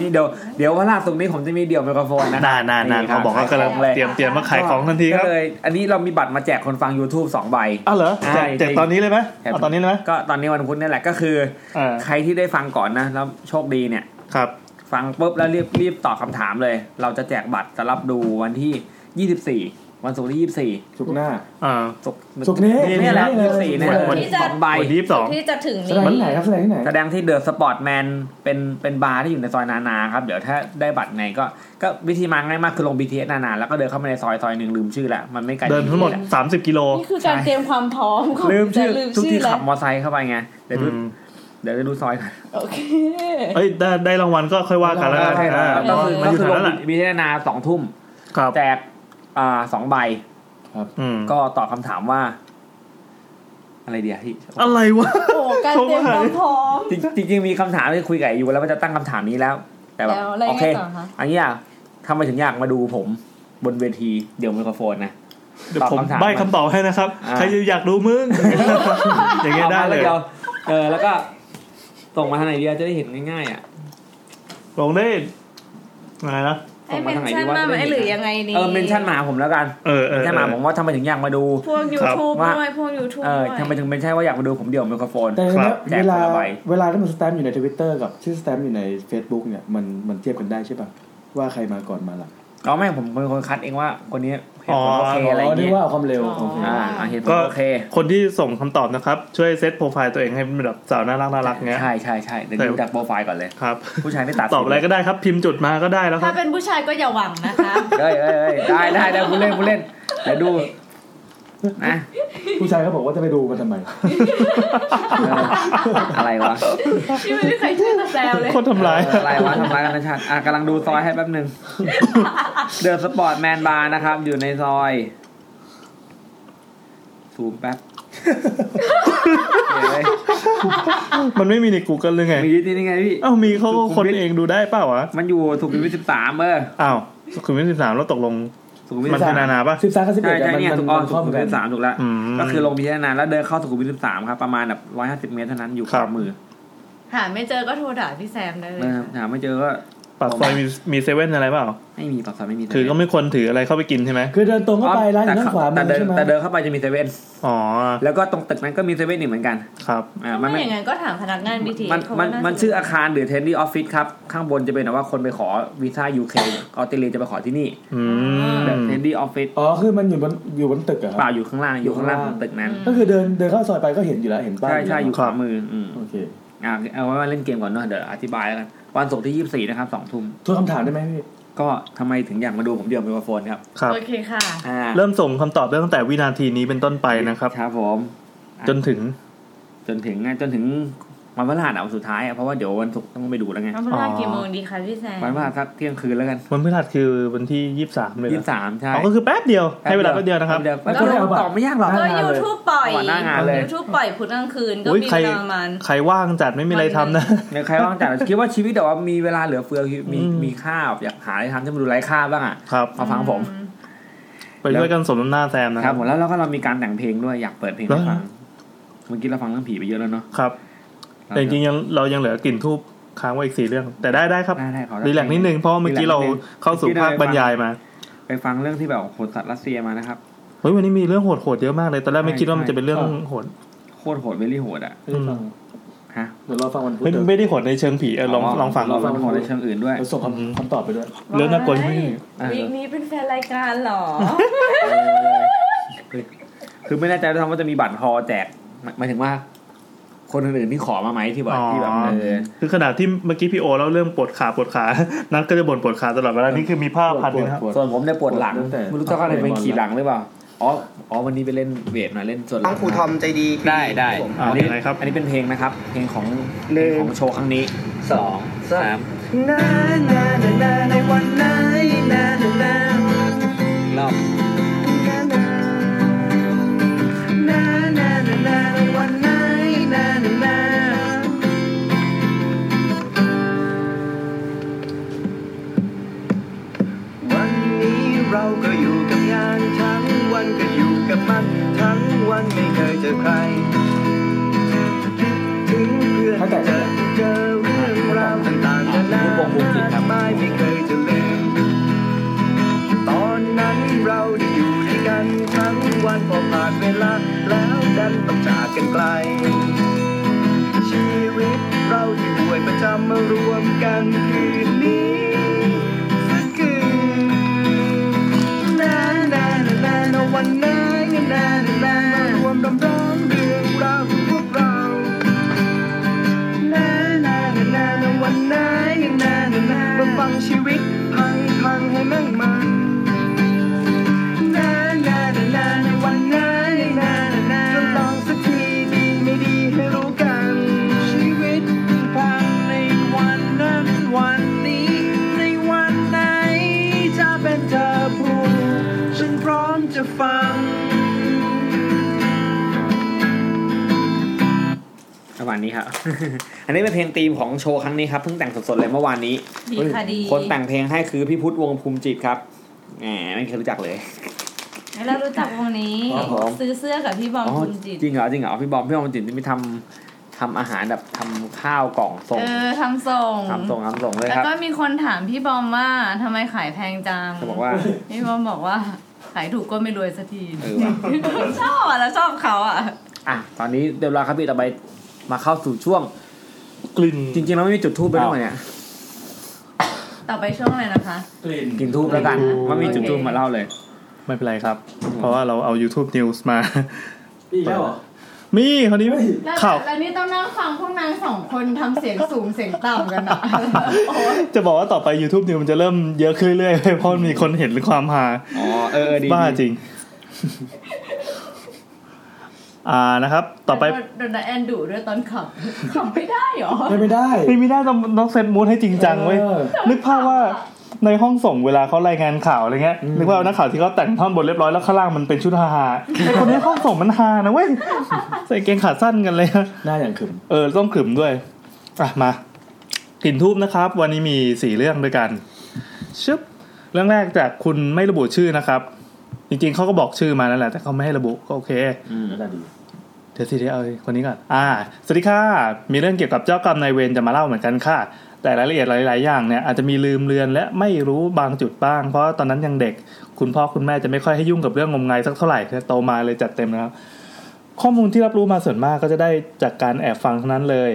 S2: นี่เดี๋ยวเดี๋ยวว่าล่าสุดนี้ผมจะมีเดี่ยวไมโครโฟนนะ
S1: นานนานนานเขาบอกว่ากำลังเตรียมเตรียมมาขายของทันทีครับ
S2: ก็เลย อันนี้เรามีบัตรมาแจกคนฟัง YouTube 2 ใบ
S1: อ้าวเหรอแจก
S2: ใช่
S1: แจกตอนนี้เลยไหม
S2: แจก
S1: เอาตอนนี้เลยไหม
S2: ก็ตอนนี้วันพุธนี่แหละก็คือ
S1: อ่า
S2: ใครที่ได้ฟังก่อนนะ แล้วโชคดีเนี่ย
S1: ครับ
S2: ฟังปุ๊บแล้วรีบรีบตอบคำถามเลย เราจะแจกบัตรจะรับดูวันที่ 24 วันศุกร์ที่ 24
S9: ชุกหน้า
S1: อ่า
S2: ศุกร์
S9: ศุกร์นี้
S2: นี่แหละ
S9: นี่เลย
S2: 24เนี่ย
S1: วันที่
S2: สองใบ
S1: วันที่ยี่สิบสอง
S3: ที่จะถึง
S9: แส
S3: นี้
S9: ดงที่ไหนครับแสดงที่ไหน
S2: แสดงที่เดอะสปอร์ตแมนเป็นเป็นบาร์ที่อยู่ในซอยนานาครับ เดี๋ยวถ้าได้บัตรไงก็ก็วิธีมาง่ายมากคือลง BTS นานาแล้วก็เดินเข้ามาในซอยซอยหนึ่งลืมชื่อละมันไม่ไกล
S1: เดินทั้งหมด
S2: จาก
S1: 30 กิโล
S3: นี่คือการเตรียมความพร้อมของ
S2: ลืมชื่อ
S3: จะลืม
S2: ทุก
S3: ชื่
S2: ที่
S3: อแล้
S2: ขั
S3: ว
S2: บมอไซค์เข้าไปไง เดี๋ยวดู
S1: อืม
S2: เดี๋ยวจะดูซอยกัน
S3: โอเค
S1: เอ้ยได้ได้รางวัลก็ค่อยว่ากันแล้วกันอ่า
S2: ก็คือ
S1: มัน
S2: ก็
S1: อยู่
S2: คือ
S1: แถว
S2: ลง
S1: นั้นแหละ
S2: BTS นานาสองทุ่ม
S1: ครับ
S2: แจกอ่าสองใบ
S1: อืม
S2: ก็ตอบคำถามว่า อะไรเดียวพี่
S1: อะไรวะ
S3: โอ้การเตรียมความพร้อม
S2: จริงจริงๆมีคำถามที่คุยกับไอ้ยูแล้วว่าจะตั้งคำถามนี้แล้ว แต่แบบ
S3: แล้วอะไรไง
S2: โอเค
S3: ต่อคะ
S2: อันนี้อ่ะทำไมถึงอยากมาดูผมบนเวทีเดี๋ยวไมโครโฟนนะ
S1: เดี๋ยว
S2: ตอบ
S1: ผม
S2: คำถาม
S1: ใบคำตอบให้นะครับ
S2: อ่า
S1: ใครอยากรู้มึง อย่างเงี้ยได้
S2: อามา
S1: เล
S2: แวย ดี๋วเออแล้วก็ส่งมาทางไหนดีอะจะได้เห็นง่ายๆอ่ะ
S1: ลงได้อะไรนะ
S3: ให้เมนชั่นมาไหมหรือยังไงนี่
S2: เออเมนชั่นมาหาผมแล้วกัน
S1: เออเออ
S2: เมนชั่นมาผมว่าทำไมถึงอยากมาดู
S3: พวก YouTube
S2: ว่า
S3: ด้วยพวก YouTube
S2: เออ
S3: ด้วย
S2: ทำไมถึงเป็นใช่ว่าอยากมาดูผมเดี่ยวไมโครโฟน
S9: แต่เนี้ย
S2: ครับ
S9: เว
S2: แจ
S9: ลา
S2: กคนละใบ
S9: เวลาที่มันสแตมป์อยู่ในทวิตเตอร์กับชื่อสแตมป์อยู่ใน Facebook เนี่ยมันมันเทียบกันได้ใช่ป่ะ ว่าใครมาก่อนมาหลัง
S2: เอาแม่งผมเป็นคนคัดเองว่าคนนี้เหตุ
S1: อ๋อ
S2: ผลโอเคอะไร
S9: นึก
S2: เงี้ย
S9: ว่าเอาความเร็ว
S3: อ๋อ
S2: อ่าอ่าเหตุผล
S1: ก็
S2: โอเค
S1: คนที่ส่งคำตอบนะครับ ช่วยเซตโปรไฟล์ตัวเองให้เป็นแบบสาวน่ารักน่ารักเงี้ย
S2: ใช่ใช่ใช่เดี๋ยว
S1: แต่
S2: ดูจากโปรไฟล์ก่อนเลย
S1: ครับ
S2: ผู้ชายไม่ตัดสิน
S1: ตอบอะไรก็ได้ครับ พิมพ์จุดมาก็ได้แล้วค
S3: ถ้า
S1: รับ
S3: เป็นผู้ชายก็อย่าหวังนะคะ
S2: เอ้ยเอ้ยเอ้ยได้ได้ได้ผู้เล่นผู้เล่นเดี๋ยวดูนะ
S9: ผู้ชายเขาบอกว่าจะไปดูมันทำไม
S2: เอออะไรวะ
S3: ที่ไม่ได้ใครช่วยมาแซวเลย
S1: โคตรทำร้าย
S2: อะไรวะทำร้ายกันนะชาติอ่ะกำลังดูซอยให้แป๊บ หนึ่งเดิมสปอร์ตแมนบาร์นะครับ อยู่ในซอยซูมแป๊บเฮ้ย
S1: มันไม่มีใน Google เลยไง
S2: มีที่นี่ไงพี่
S1: เอ้ามีเขาก็คนเองดูได้เปล่าวะ
S2: มันอยู่สุขุมวิทสิบสามเออ
S1: อ้าวสุขุมวิทสิบสามแล้วตกลง
S2: สุขุมวิท
S1: มันคือนานาปะ
S9: สิบสามกับสิบเอ็
S2: ใช่
S9: ด
S2: ใช่
S9: มัน
S2: เนี่ย
S9: มัน
S2: ถูกอ๋อ
S9: มัน
S2: สุ
S9: ข้อ
S2: ขุ
S9: มู
S2: ม
S9: ล
S2: วิท
S9: กัน
S2: สิบสามถูกแล้ว
S1: อืม
S2: ก็คือลงไปที่นานาแล้วเดินเข้าสุขุมวิทสิบสามครับประมาณแบบร้อยห้าสิบเมตรเท่านั้นอยู่ข
S1: ครั
S2: วา
S1: บ
S2: มือ
S3: หาไม่เจอก็โทรด่าพี่แซมได้เลย
S2: นะครับหาไม่เจอก็
S1: ปากซอยมีมีเซเว่นอะไรเปล่า
S2: ไม่มีปากซอยไม่มี
S1: คือก็ไม่ควรถืออะไรเข้าไปกินใช่ไหม
S9: คือเดินตรงเข้าไปร้านอยู่ด้านขวามื
S2: แต่
S9: อ
S2: เดิน
S9: ใช่ไหม
S2: แต่เดินเข้าไปจะมีเซเว่น
S1: อ๋อ
S2: แล้วก็ตรงตึกนั้นก็มีเซเว่นอีกเหมือนกัน
S1: ครับ
S2: อ่า
S3: ถ้า
S2: มัน
S3: ไม่
S2: ไม่
S3: อย่างนั้นก็ถามพนักงานบีที
S2: มันมันมันชื่ออาคารหรือเทนดี้ออฟฟิศครับ ข้างบนจะเป็นแบบว่าคนไปขอวีซ่ายูเคออสเตรเลียจะไปขอที่นี่
S1: อืม
S2: แบบเทนดี้ออฟฟิศ
S9: อ๋อคือมันอยู่บนอยู่บนตึกเหรอะค
S2: เป
S9: รั
S2: ล่า
S9: บ
S2: อยู่ข้างล่างอยู่ข้างล่างของตึกนั้น
S9: ก็คือเดินเดินเข้าซอยไปก็เห็นอยู่แล้วเห็นป้าย
S2: ใช่ใช่อยู่ขวามืออืม
S9: โอเค
S2: อ่ะเอาไว้ว่าเล่นเกมก่อนเนอะเดี๋ยวอธิบายแล้วกัน วันศุกร์ที่ยี่สิบสี่นะครับสองทุ่ม
S9: ทวนคำถามได้ไหมพี่
S2: ก็ทำไมถึงอยากมาดูผมเดี่ยวไมโครโฟนครับ
S1: ครับ
S3: โอเคค่ะ
S2: อ่า
S1: เริ่มส่งคำตอบได้ตั้งแต่วินาทีนี้เป็นต้นไปนะครับ
S2: ครับผม
S1: จนถึง
S2: จนถึงจนถึงวันพฤหัสอ่ะวันสุดท้ายอ่ะเพราะว่าเดี๋ยววันศุกร์ต้องไปดูแล้วไง
S3: น้ำพลากี่โมงดีคะพี่แซม
S2: วันพฤหัสสักเที่ยงคืนแล้วกัน
S1: วันพฤหัสคือวันที่ยี่สามเลยเหร
S2: ยี่
S1: อ
S2: สิบสามใช่
S1: อ๋อก็คือแป๊บเดียวให้เวลาแป๊บเดียวนะครับ
S2: แป๊เดียวก็ตอบไม่ยากหรอก
S3: ก็ยูทูบปล่อย
S2: ก่อนหน้างานเลย
S3: ยูทูบปล่อยพุธกลางคืนก็
S1: อุ๊ย
S3: มี
S1: ใคร
S3: เวลาประมาณ
S1: ใครว่างจัดไม่มีอะไรทำนะ
S2: เดี๋ยวใครว่างจัดคิดว่าชีวิตแต่ว่ามีเวลาเหลือเฟือมี
S1: อืม
S2: มีค่าอยากหาอะไรทำจะมาดูไร้ค่าบ้างอ่ะ
S1: ครับ
S2: มาฟังผม
S1: ไปช่วยกันสมน้ำหน้าแซมนะ
S2: ค
S1: ค
S2: รั
S1: รั
S2: บบ ผมแล้วเราก็เรามีการแต่งเพลงด้วยอยากเปิดเพลงให้ฟังเมื่อกี้เราฟังเรื่องผีไปเยอะแล้วเนาะ
S1: ครับ แต่จริงๆยังเรายังเหลือกลิ่นทูบค้างไว้อีกสี่เรื่อง แต่ได้ได้ครับ
S2: ได้ได้ขอรับ
S1: รีแลกซ์นิดนึงเพราะเมื่อกี้เราเข้าสู่ภาคบรรยายมา
S2: ไปฟังเรื่องที่แบบโหดสัตว์รัสเซียมานะครับ
S1: เฮ้ยวันนี้มีเรื่องโหดๆเยอะมากเลยตอนแรกไม่คิดว่ามัน
S2: ใช่
S1: จะเป็นเรื่องโหด
S2: โคตรโหดเวลี่โหดอ่ะ
S9: ไม่ได้ฟัง
S2: ฮะ
S9: เดี๋ยวรอฟังวันพุธ
S1: ไม่
S9: เดี๋ยว
S1: ไม่ได้โหดในเชิงผีเออลองลองฟัง
S2: ล
S1: ดู
S2: องฟังโหดในเชิงอื่นด้วย
S9: เราส่งคำคำตอบไปด้วย
S1: เรื่องน่ากลัวที่ไม่ได้
S2: อ่า
S3: วีคนี้เป็นแฟนรายการเหรอ
S2: คือไม่แน่ใจด้วยซ้ำว่าจะมีบัตรฮอแจกหมายหมายถึงว่า คนอื่นๆที่ขอมาไหมที่แบบ
S1: อ๋อ
S2: ที่แบบเออ
S1: คือขนาดที่เมื่อกี้พี่โอเล่าเรื่องปวดขาปวดขา นัทก็จะบ่นปวดขาตลอดเวลานี่คือมีผ้าพันนะครับ
S9: ปวด
S2: ส่วนผมเนี่ยปวดหลัง
S9: ปวดตั้งแต่
S2: ไม่รู้จะอะไรเป็นขี่หลังหรือเปล่าอ๋ออ๋อวันนี้ไปเล่นเวทมาเล่นส่วนหลั
S8: ทั้ง
S2: ง
S8: ครูทอมใจดี
S2: ได้ได้
S1: อ่า
S2: อัน
S1: เป็
S2: นี้
S1: นไงครับ
S2: อันนี้เป็นเพลงนะครับ เพลงของ
S8: หนึ่ง
S2: ของโชว์ครั้งนี้
S8: สอง
S2: สาม
S8: นานานานาในวันไหนนานานา
S2: เล่า
S8: นานานานาในวันไหนนานานาวันนี้เราก็อยู่กับงานทั้งวันก็อยู่กับมันทั้งวันไม่เคยเจอใคร ถึงเพื่อน
S9: ถ้าแต่
S8: จะเจอเรื่องราวต่างๆนานา
S2: บุกบุกบุกจิต
S8: มาก
S2: ครับ
S8: มายไม่เคยจะลืม ตอนนั้นเราได้อยู่ด้วยกันทั้งวันพอผ่านเวลา แล้วดันต้องจากกันไกล ชีวิตเราที่ป่วยประจำมารวมกันคืนนี้สักคืนนานานานานาวันนั้นนานานารวมรำร้องเรื่องราวของพวกเรานานานานานาวันนั้นนานานารมาฟังชีวิตพังพังๆให้แม่งมัน นานานานาในวันนั้นนานานาก็ลองสักทีดีไม่ดีให้รู้กัน ชีวิตพังในวันนั้นวันนี้ ในวันไหนจะเป็นเธอผู้ฉันพร้อมจะฟัง
S2: ประมาณนี้ครับ อันนี้เป็นเพลงธีมของโชว์ครั้งนี้ครับเพิ่งแต่งสดๆเลยเมื่อวานนี้
S3: ดีค่ะดี
S2: คนแต่งเพลงให้คือพี่พุทธวงศ์ภูมิจิตครับแหมไม่เคยรู้จักเลย
S3: แล้วรู้จักวงนี้
S2: ครับผม
S3: ซื้อเสื้อกับพี่บอม
S2: อ๋อ
S3: คุณจิต
S2: จริงเหรอจริงเหรอพี่บอมพี่บอมจิตที่ไปทำทำอาหารแบบทำข้าวกล่องส่ง
S3: เออทำส่ง
S2: ทำส่งทำส่งเลย
S3: แล้ว
S2: ครับ
S3: ก็มีคนถามพี่บอมว่าทำไมขายแพงจัง
S2: เขาบอกว่า
S3: พี่บอมบอกว่า ขายถูกก็ไม่รวยสักที
S2: เออว่ะ
S3: ชอบอ่ะแล้วชอบเขาอ่ะ
S2: อ่ะตอนนี้เดี๋ยวเราครับพี่ต่อไปมาเข้าสู่ช่วง
S1: กลิ่น
S2: จริงๆเราไม่มีจุดทูบไปด้วยเนี่ย
S3: ต่อไปช่วงอะไรนะคะ
S2: กินทูบแล้วกันว่ามีจุดทูบมาเล่าเลย
S1: ไม่เป็นไรครับ เพราะว่าเราเอา YouTube News มา
S9: อีกแล้วเหรอ
S1: มีคนนี้
S3: แล้ว
S1: ข่าว
S3: แล้วนี่ต้องนั่งฟังพวกนางสองคนทำเสียงสูงเสียงต่ำกันอ่ะ โอ้ย
S1: จะบอกว่าต่อไป YouTube News มันจะเริ่มเยอะขึ้นเรื่อยๆเพราะมันมีคนเห็นความฮา
S2: อ๋อ เออเออดี
S1: บ้าจริง อ่านะครับ ต่อไป
S3: โดนแอนดุด้วยตอนขับขับไม่ได้เหรอ
S9: ไม่ได้
S1: นี่ไม่น่าจะต้องเซตมูดให้จริงจังเว้ย
S9: ออ
S1: นึกภาพว่าในห้องส่งเวลาเขารายงานข่าวอะไรเงี้ย นึกว่านักข่าวที่เขาแต่งท่อนบนเรียบร้อยแล้วข้างล่างมันเป็นชุดฮาฮาไอคนนี้ห้องส่งมันฮานะเว้ย ใส่เกงขาสั้นกันเลย อะ
S9: หน้าอย่างขึม
S1: เออต้องขรึมด้วย อ่ะ มากลิ่นทูบนะครับ วันนี้มีสี่เรื่องด้วยกัน ชึบ เรื่องแรกจากคุณไม่ระบุชื่อนะครับ จริงๆเขาก็บอกชื่อมานั่นแหละ แต่เขาไม่ให้ระบุก็โอเค
S9: หน้าดี
S1: เดี๋ยวสิเดี๋ยวเอาคนนี้ก่อน อ่า สวัสดีค่ะ มีเรื่องเกี่ยวกับเจ้ากรรมนายเวรจะมาเล่าเหมือนกันค่ะ แต่รายละเอียดหลาย ๆ อย่างเนี่ยอาจจะมีลืมเลือนและไม่รู้บางจุดบ้าง เพราะตอนนั้นยังเด็ก คุณพ่อคุณแม่จะไม่ค่อยให้ยุ่งกับเรื่องงมงายสักเท่าไหร่แต่โตมาเลยจัดเต็มนะครับ ข้อมูลที่รับรู้มาส่วนมากก็จะได้จากการแอบฟังทั้งนั้นเลย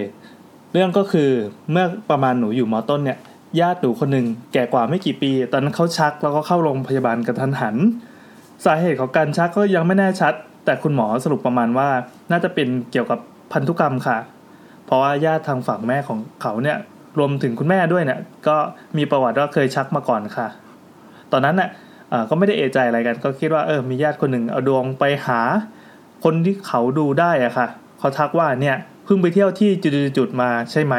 S1: เรื่องก็คือเมื่อประมาณหนูอยู่มต้นเนี่ย ญาติหนูคนหนึ่งแก่กว่าไม่กี่ปี ตอนนั้นเขาชักแล้วก็เข้าโรงพยาบาลกระทันหัน สาเหตุของการชักก็ยังไม่แน่ชัด แต่คุณหมอสรุปประมาณว่า น่าจะเป็นเกี่ยวกับพันธุกรรมค่ะ เพราะว่าญาติทางฝั่งแม่ของเขาเนี่ย รวมถึงคุณแม่ด้วยเนี่ย ก็มีประวัติว่าเคยชักมาก่อนค่ะ ตอนนั้นน่ะเอ่อก็ไม่ได้เอะใจอะไรกัน ก็คิดว่าเออมีญาติคนหนึ่งเอาดวงไปหา คนที่เขาดูได้อะค่ะเขาทักว่าเนี่ยเพิ่งไปเที่ยวที่จุดๆๆมาใช่ไหม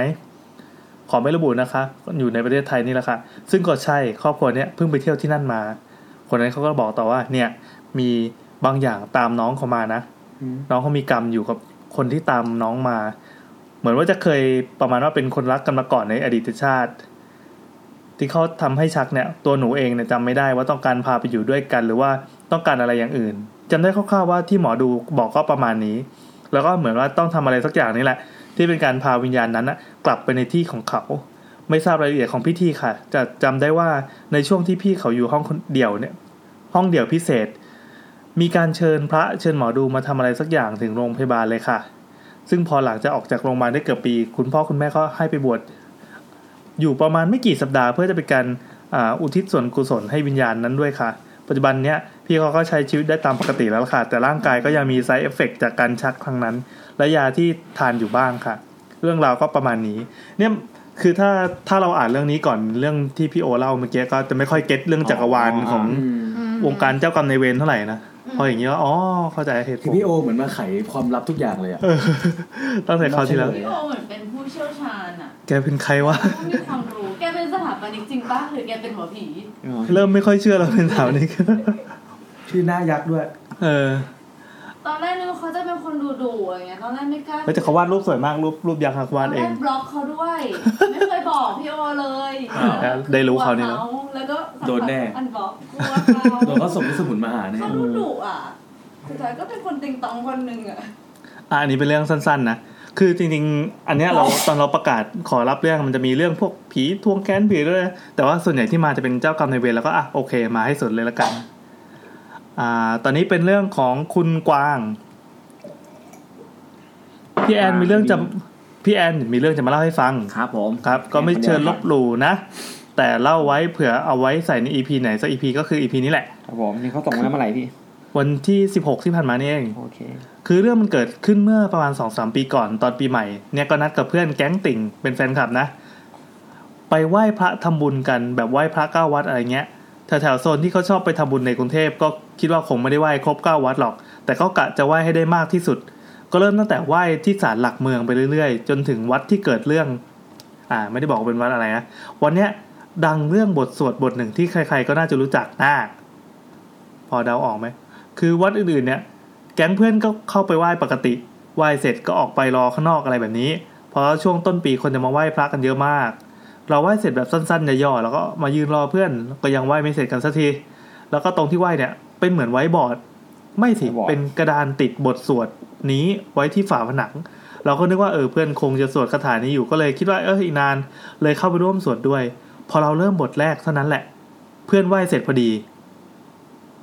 S1: ขอไม่ระบุนะคะ อยู่ในประเทศไทยนี่แหละค่ะ ซึ่งก็ใช่ครอบครัวเนี่ยเพิ่งไปเที่ยวที่นั่นมา คนนั้นเขาก็บอกต่อว่าเนี่ยมีบางอย่างตามน้องเขามานะ น้องเขามีกรรมอยู่กับคนที่ตามน้องมา เหมือนว่าจะเคยประมาณว่าเป็นคนรักกันมาก่อนในอดีตชาติ ที่เขาทำให้ชักเนี่ย ตัวหนูเองเนี่ยจำไม่ได้ว่าต้องการพาไปอยู่ด้วยกัน หรือว่าต้องการอะไรอย่างอื่นจำได้คร่าวๆว่าที่หมอดูบอกก็ประมาณนี้ แล้วก็เหมือนว่าต้องทำอะไรสักอย่างนี่แหละ ที่เป็นการพาวิญญาณนั้นนะกลับไปในที่ของเขา ไม่ทราบรายละเอียดของพิธีค่ะ จะจำได้ว่าในช่วงที่พี่เขาอยู่ห้องคนเดี่ยวเนี่ย ห้องเดี่ยวพิเศษ มีการเชิญพระเชิญหมอดูมาทำอะไรสักอย่างถึงโรงพยาบาลเลยค่ะ ซึ่งพอหลังจากออกจากโรงพยาบาลได้เกือบปี คุณพ่อคุณแม่ก็ให้ไปบวชอยู่ประมาณไม่กี่สัปดาห์เพื่อจะเป็นการอาอุทิศส่วนกุศลให้วิญญาณนั้นด้วยค่ะ ปัจจุบันเนี้ยพี่เขาก็ใช้ชีวิตได้ตามปกติแล้วล่ะค่ะ แต่ร่างกายก็ยังมีไซด์เอฟเฟกจากการชักครั้งนั้น และยาที่ทานอยู่บ้างค่ะ เรื่องราวก็ประมาณนี้ เนี่ยคือถ้าถ้าเราอ่านเรื่องนี้ก่อนเรื่องที่พี่โอเล่าเมื่อกี้ก็จะไม่ค่อยเก็ตเรื่องจักรวาลของ วงการเจ้ากรรมในายเวรเท่าไหร่นะ พออย่างนี้ว่าอ๋อ เข้าใจเหตุผ
S9: คือ
S1: ล
S9: พี่โอเหมือนมาไขความลับทุกอย่างเลยอะ
S1: เออตั้งแต่คราวที่แล้ว
S3: พี่โอเหมือนเป็นผู้เชี่ยวชาญอ่ะ
S1: แกเป็นใครวะ
S3: ผู้มีความรู้ แกเป็นสถาปนิกจริงปะหรือแกเป็นหมอผี
S1: เริ่มไม่ค่อยเชื่อเราเป็นสาวนี้
S9: ชื่อหน้ายักษ์ด้วย
S1: เออ
S3: ตอนแรกนึกว่าเขาจะเป็นคนดูดูอะไรเงี้ย ตอนแรกไม่กล้า
S1: เฮ้ยแต่เขาวาดรูปสวยมาก รูปรูปยักษ์หักวาดเอง
S3: ตนแรกบล็อกเขาด้วย ไม่เคยบอกพี่โอเลย
S1: แล้วได้รู้คราวนี้แล้ว
S3: แล้วก็
S9: โดนแน่
S3: อันบล็อกกลัว
S9: โด
S3: เขา
S9: นเขาส่งลูกสมุนมาหาเนี่ย
S3: เขาดูดุอ่ะสุดท้ายก็เป็นคนติงตองคนหนึ่งอ่ะ
S1: อ่ะอันนี้เป็นเรื่องสั้น ๆ นะ คือจริงๆ อันเนี้ ยเราตอนเราประกาศขอรับเรื่องมันจะมีเรื่องพวกผีทวงแค้นผีด้วยนะแต่ว่าส่วนใหญ่ที่มาจะเป็นเจ้ากรรมนายเวรแล้วก็อ่ะโอเค มาให้สุดเลยละกัน อ่า ตอนนี้เป็นเรื่องของคุณกวาง พี่แอนมีเรื่องจะพี่แอนมีเรื่องจะมาเล่าให้ฟัง
S12: ครับผม
S1: ครับ ก็ไม่เชิญลบหลู่นะ แต่เล่าไว้เผื่อเอาไว้ใส่ในอีพีไหนสักอีพีก็คืออีพีนี้แหละ
S12: ครับผมนี่เขาส่งมาเมื่อไหร่พี่
S1: วันที่สิบหกที่ผ่านมานี่เอง
S12: โอเค
S1: คือเรื่องมันเกิดขึ้นเมื่อประมาณสองสามปีก่อนตอนปีใหม่เนี่ยก็นัดกับเพื่อนแก๊งติ่งเป็นแฟนคลับนะ ไปไหว้พระทำบุญกันแบบไหว้พระเก้าวัดอะไรเงี้ยแถวๆโซนที่เขาชอบไปทำบุญในกรุงเทพก็คิดว่าคงไม่ได้ไหว้ครบเก้าวัดหรอก แต่ก็กะจะไหว้ให้ได้มากที่สุด ก็เริ่มตั้งแต่ไหว้ที่ศาลหลักเมืองไปเรื่อยๆ จนถึงวัดที่เกิดเรื่อง อ่า ไม่ได้บอกว่าเป็นวัดอะไรนะวันเนี้ยดังเรื่องบทสวดบทหนึ่งที่ใคร ๆ ก็น่าจะรู้จักนาคพอเดาออกไหมคือวัดอื่นๆเนี่ย แก๊งเพื่อนก็เข้าไปไหว้ปกติ ไหว้เสร็จก็ออกไปรอข้างนอกอะไรแบบนี้ เพราะช่วงต้นปีคนจะมาไหว้พระกันเยอะมาก เราไหว้เสร็จแบบสั้นๆย่อๆแล้วก็มายืนรอเพื่อน ก็ยังไหว้ไม่เสร็จกันสักที แล้วก็ตรงที่ไหว้เนี่ยเป็นเหมือนไว้บอร์ด ไม่สิ
S12: ไว้บอร์ด
S1: เป็นกระดานติดบทสวดนี้ไว้ที่ฝาผนัง เราก็นึกว่าเออเพื่อนคงจะสวดคาถานี้อยู่ก็เลยคิดว่าเอออีกนาน เลยเข้าไปร่วมสวดด้วย พอเราเริ่มบทแรกเท่านั้นแหละ เพื่อนไหว้เสร็จพอดี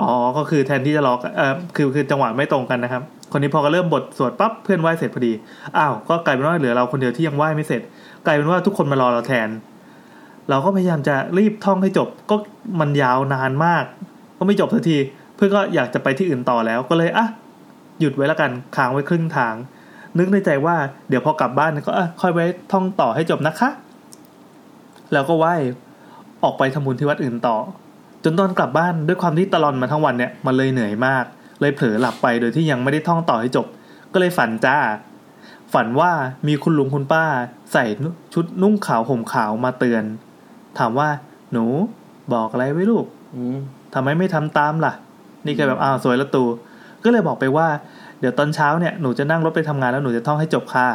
S1: อ๋อ ก็คือแทนที่จะล็อกเออคือคือจังหวะไม่ตรงกันนะครับ คนนี้พอก็เริ่มบทสวดปั๊บเพื่อนไหว้เสร็จพอดี อ้าว ก็กลายเป็นว่าเหลือเราคนเดียวที่ยังไหว้ไม่เสร็จ กลายเป็นว่าทุกคนมารอเราแทน เราก็พยายามจะรีบท่องให้จบก็มันยาวนานมาก ก็ไม่จบสักที เพื่อนก็อยากจะไปที่อื่นต่อแล้วก็เลยอ่ะหยุดไว้ละกันค้างไว้ครึ่งทาง นึกในใจว่าเดี๋ยวพอกลับบ้านก็อ่ะค่อยไว้ท่องต่อให้จบนะคะ แล้วก็ไหว้ออกไปทำบุญที่วัดอื่นต่อ จนตอนกลับบ้านด้วยความที่ตะลอนมาทั้งวันเนี่ยมันเลยเหนื่อยมาก เลยเผลอหลับไปโดยที่ยังไม่ได้ท่องต่อให้จบ ก็เลยฝันจ้า ฝันว่ามีคุณลุงคุณป้า ใส่ชุดนุ่งขาวห่มขาวมาเตือน ถามว่าหนูบอกอะไรไว้ลูก
S2: อืม
S1: ทำไมไม่ทำตามล่ะ นี่ก็แบบอ้าวสวยละตู ก็เลยบอกไปว่า เดี๋ยวตอนเช้าเนี่ยหนูจะนั่งรถไปทำงานแล้วหนูจะท่องให้จบค่ะ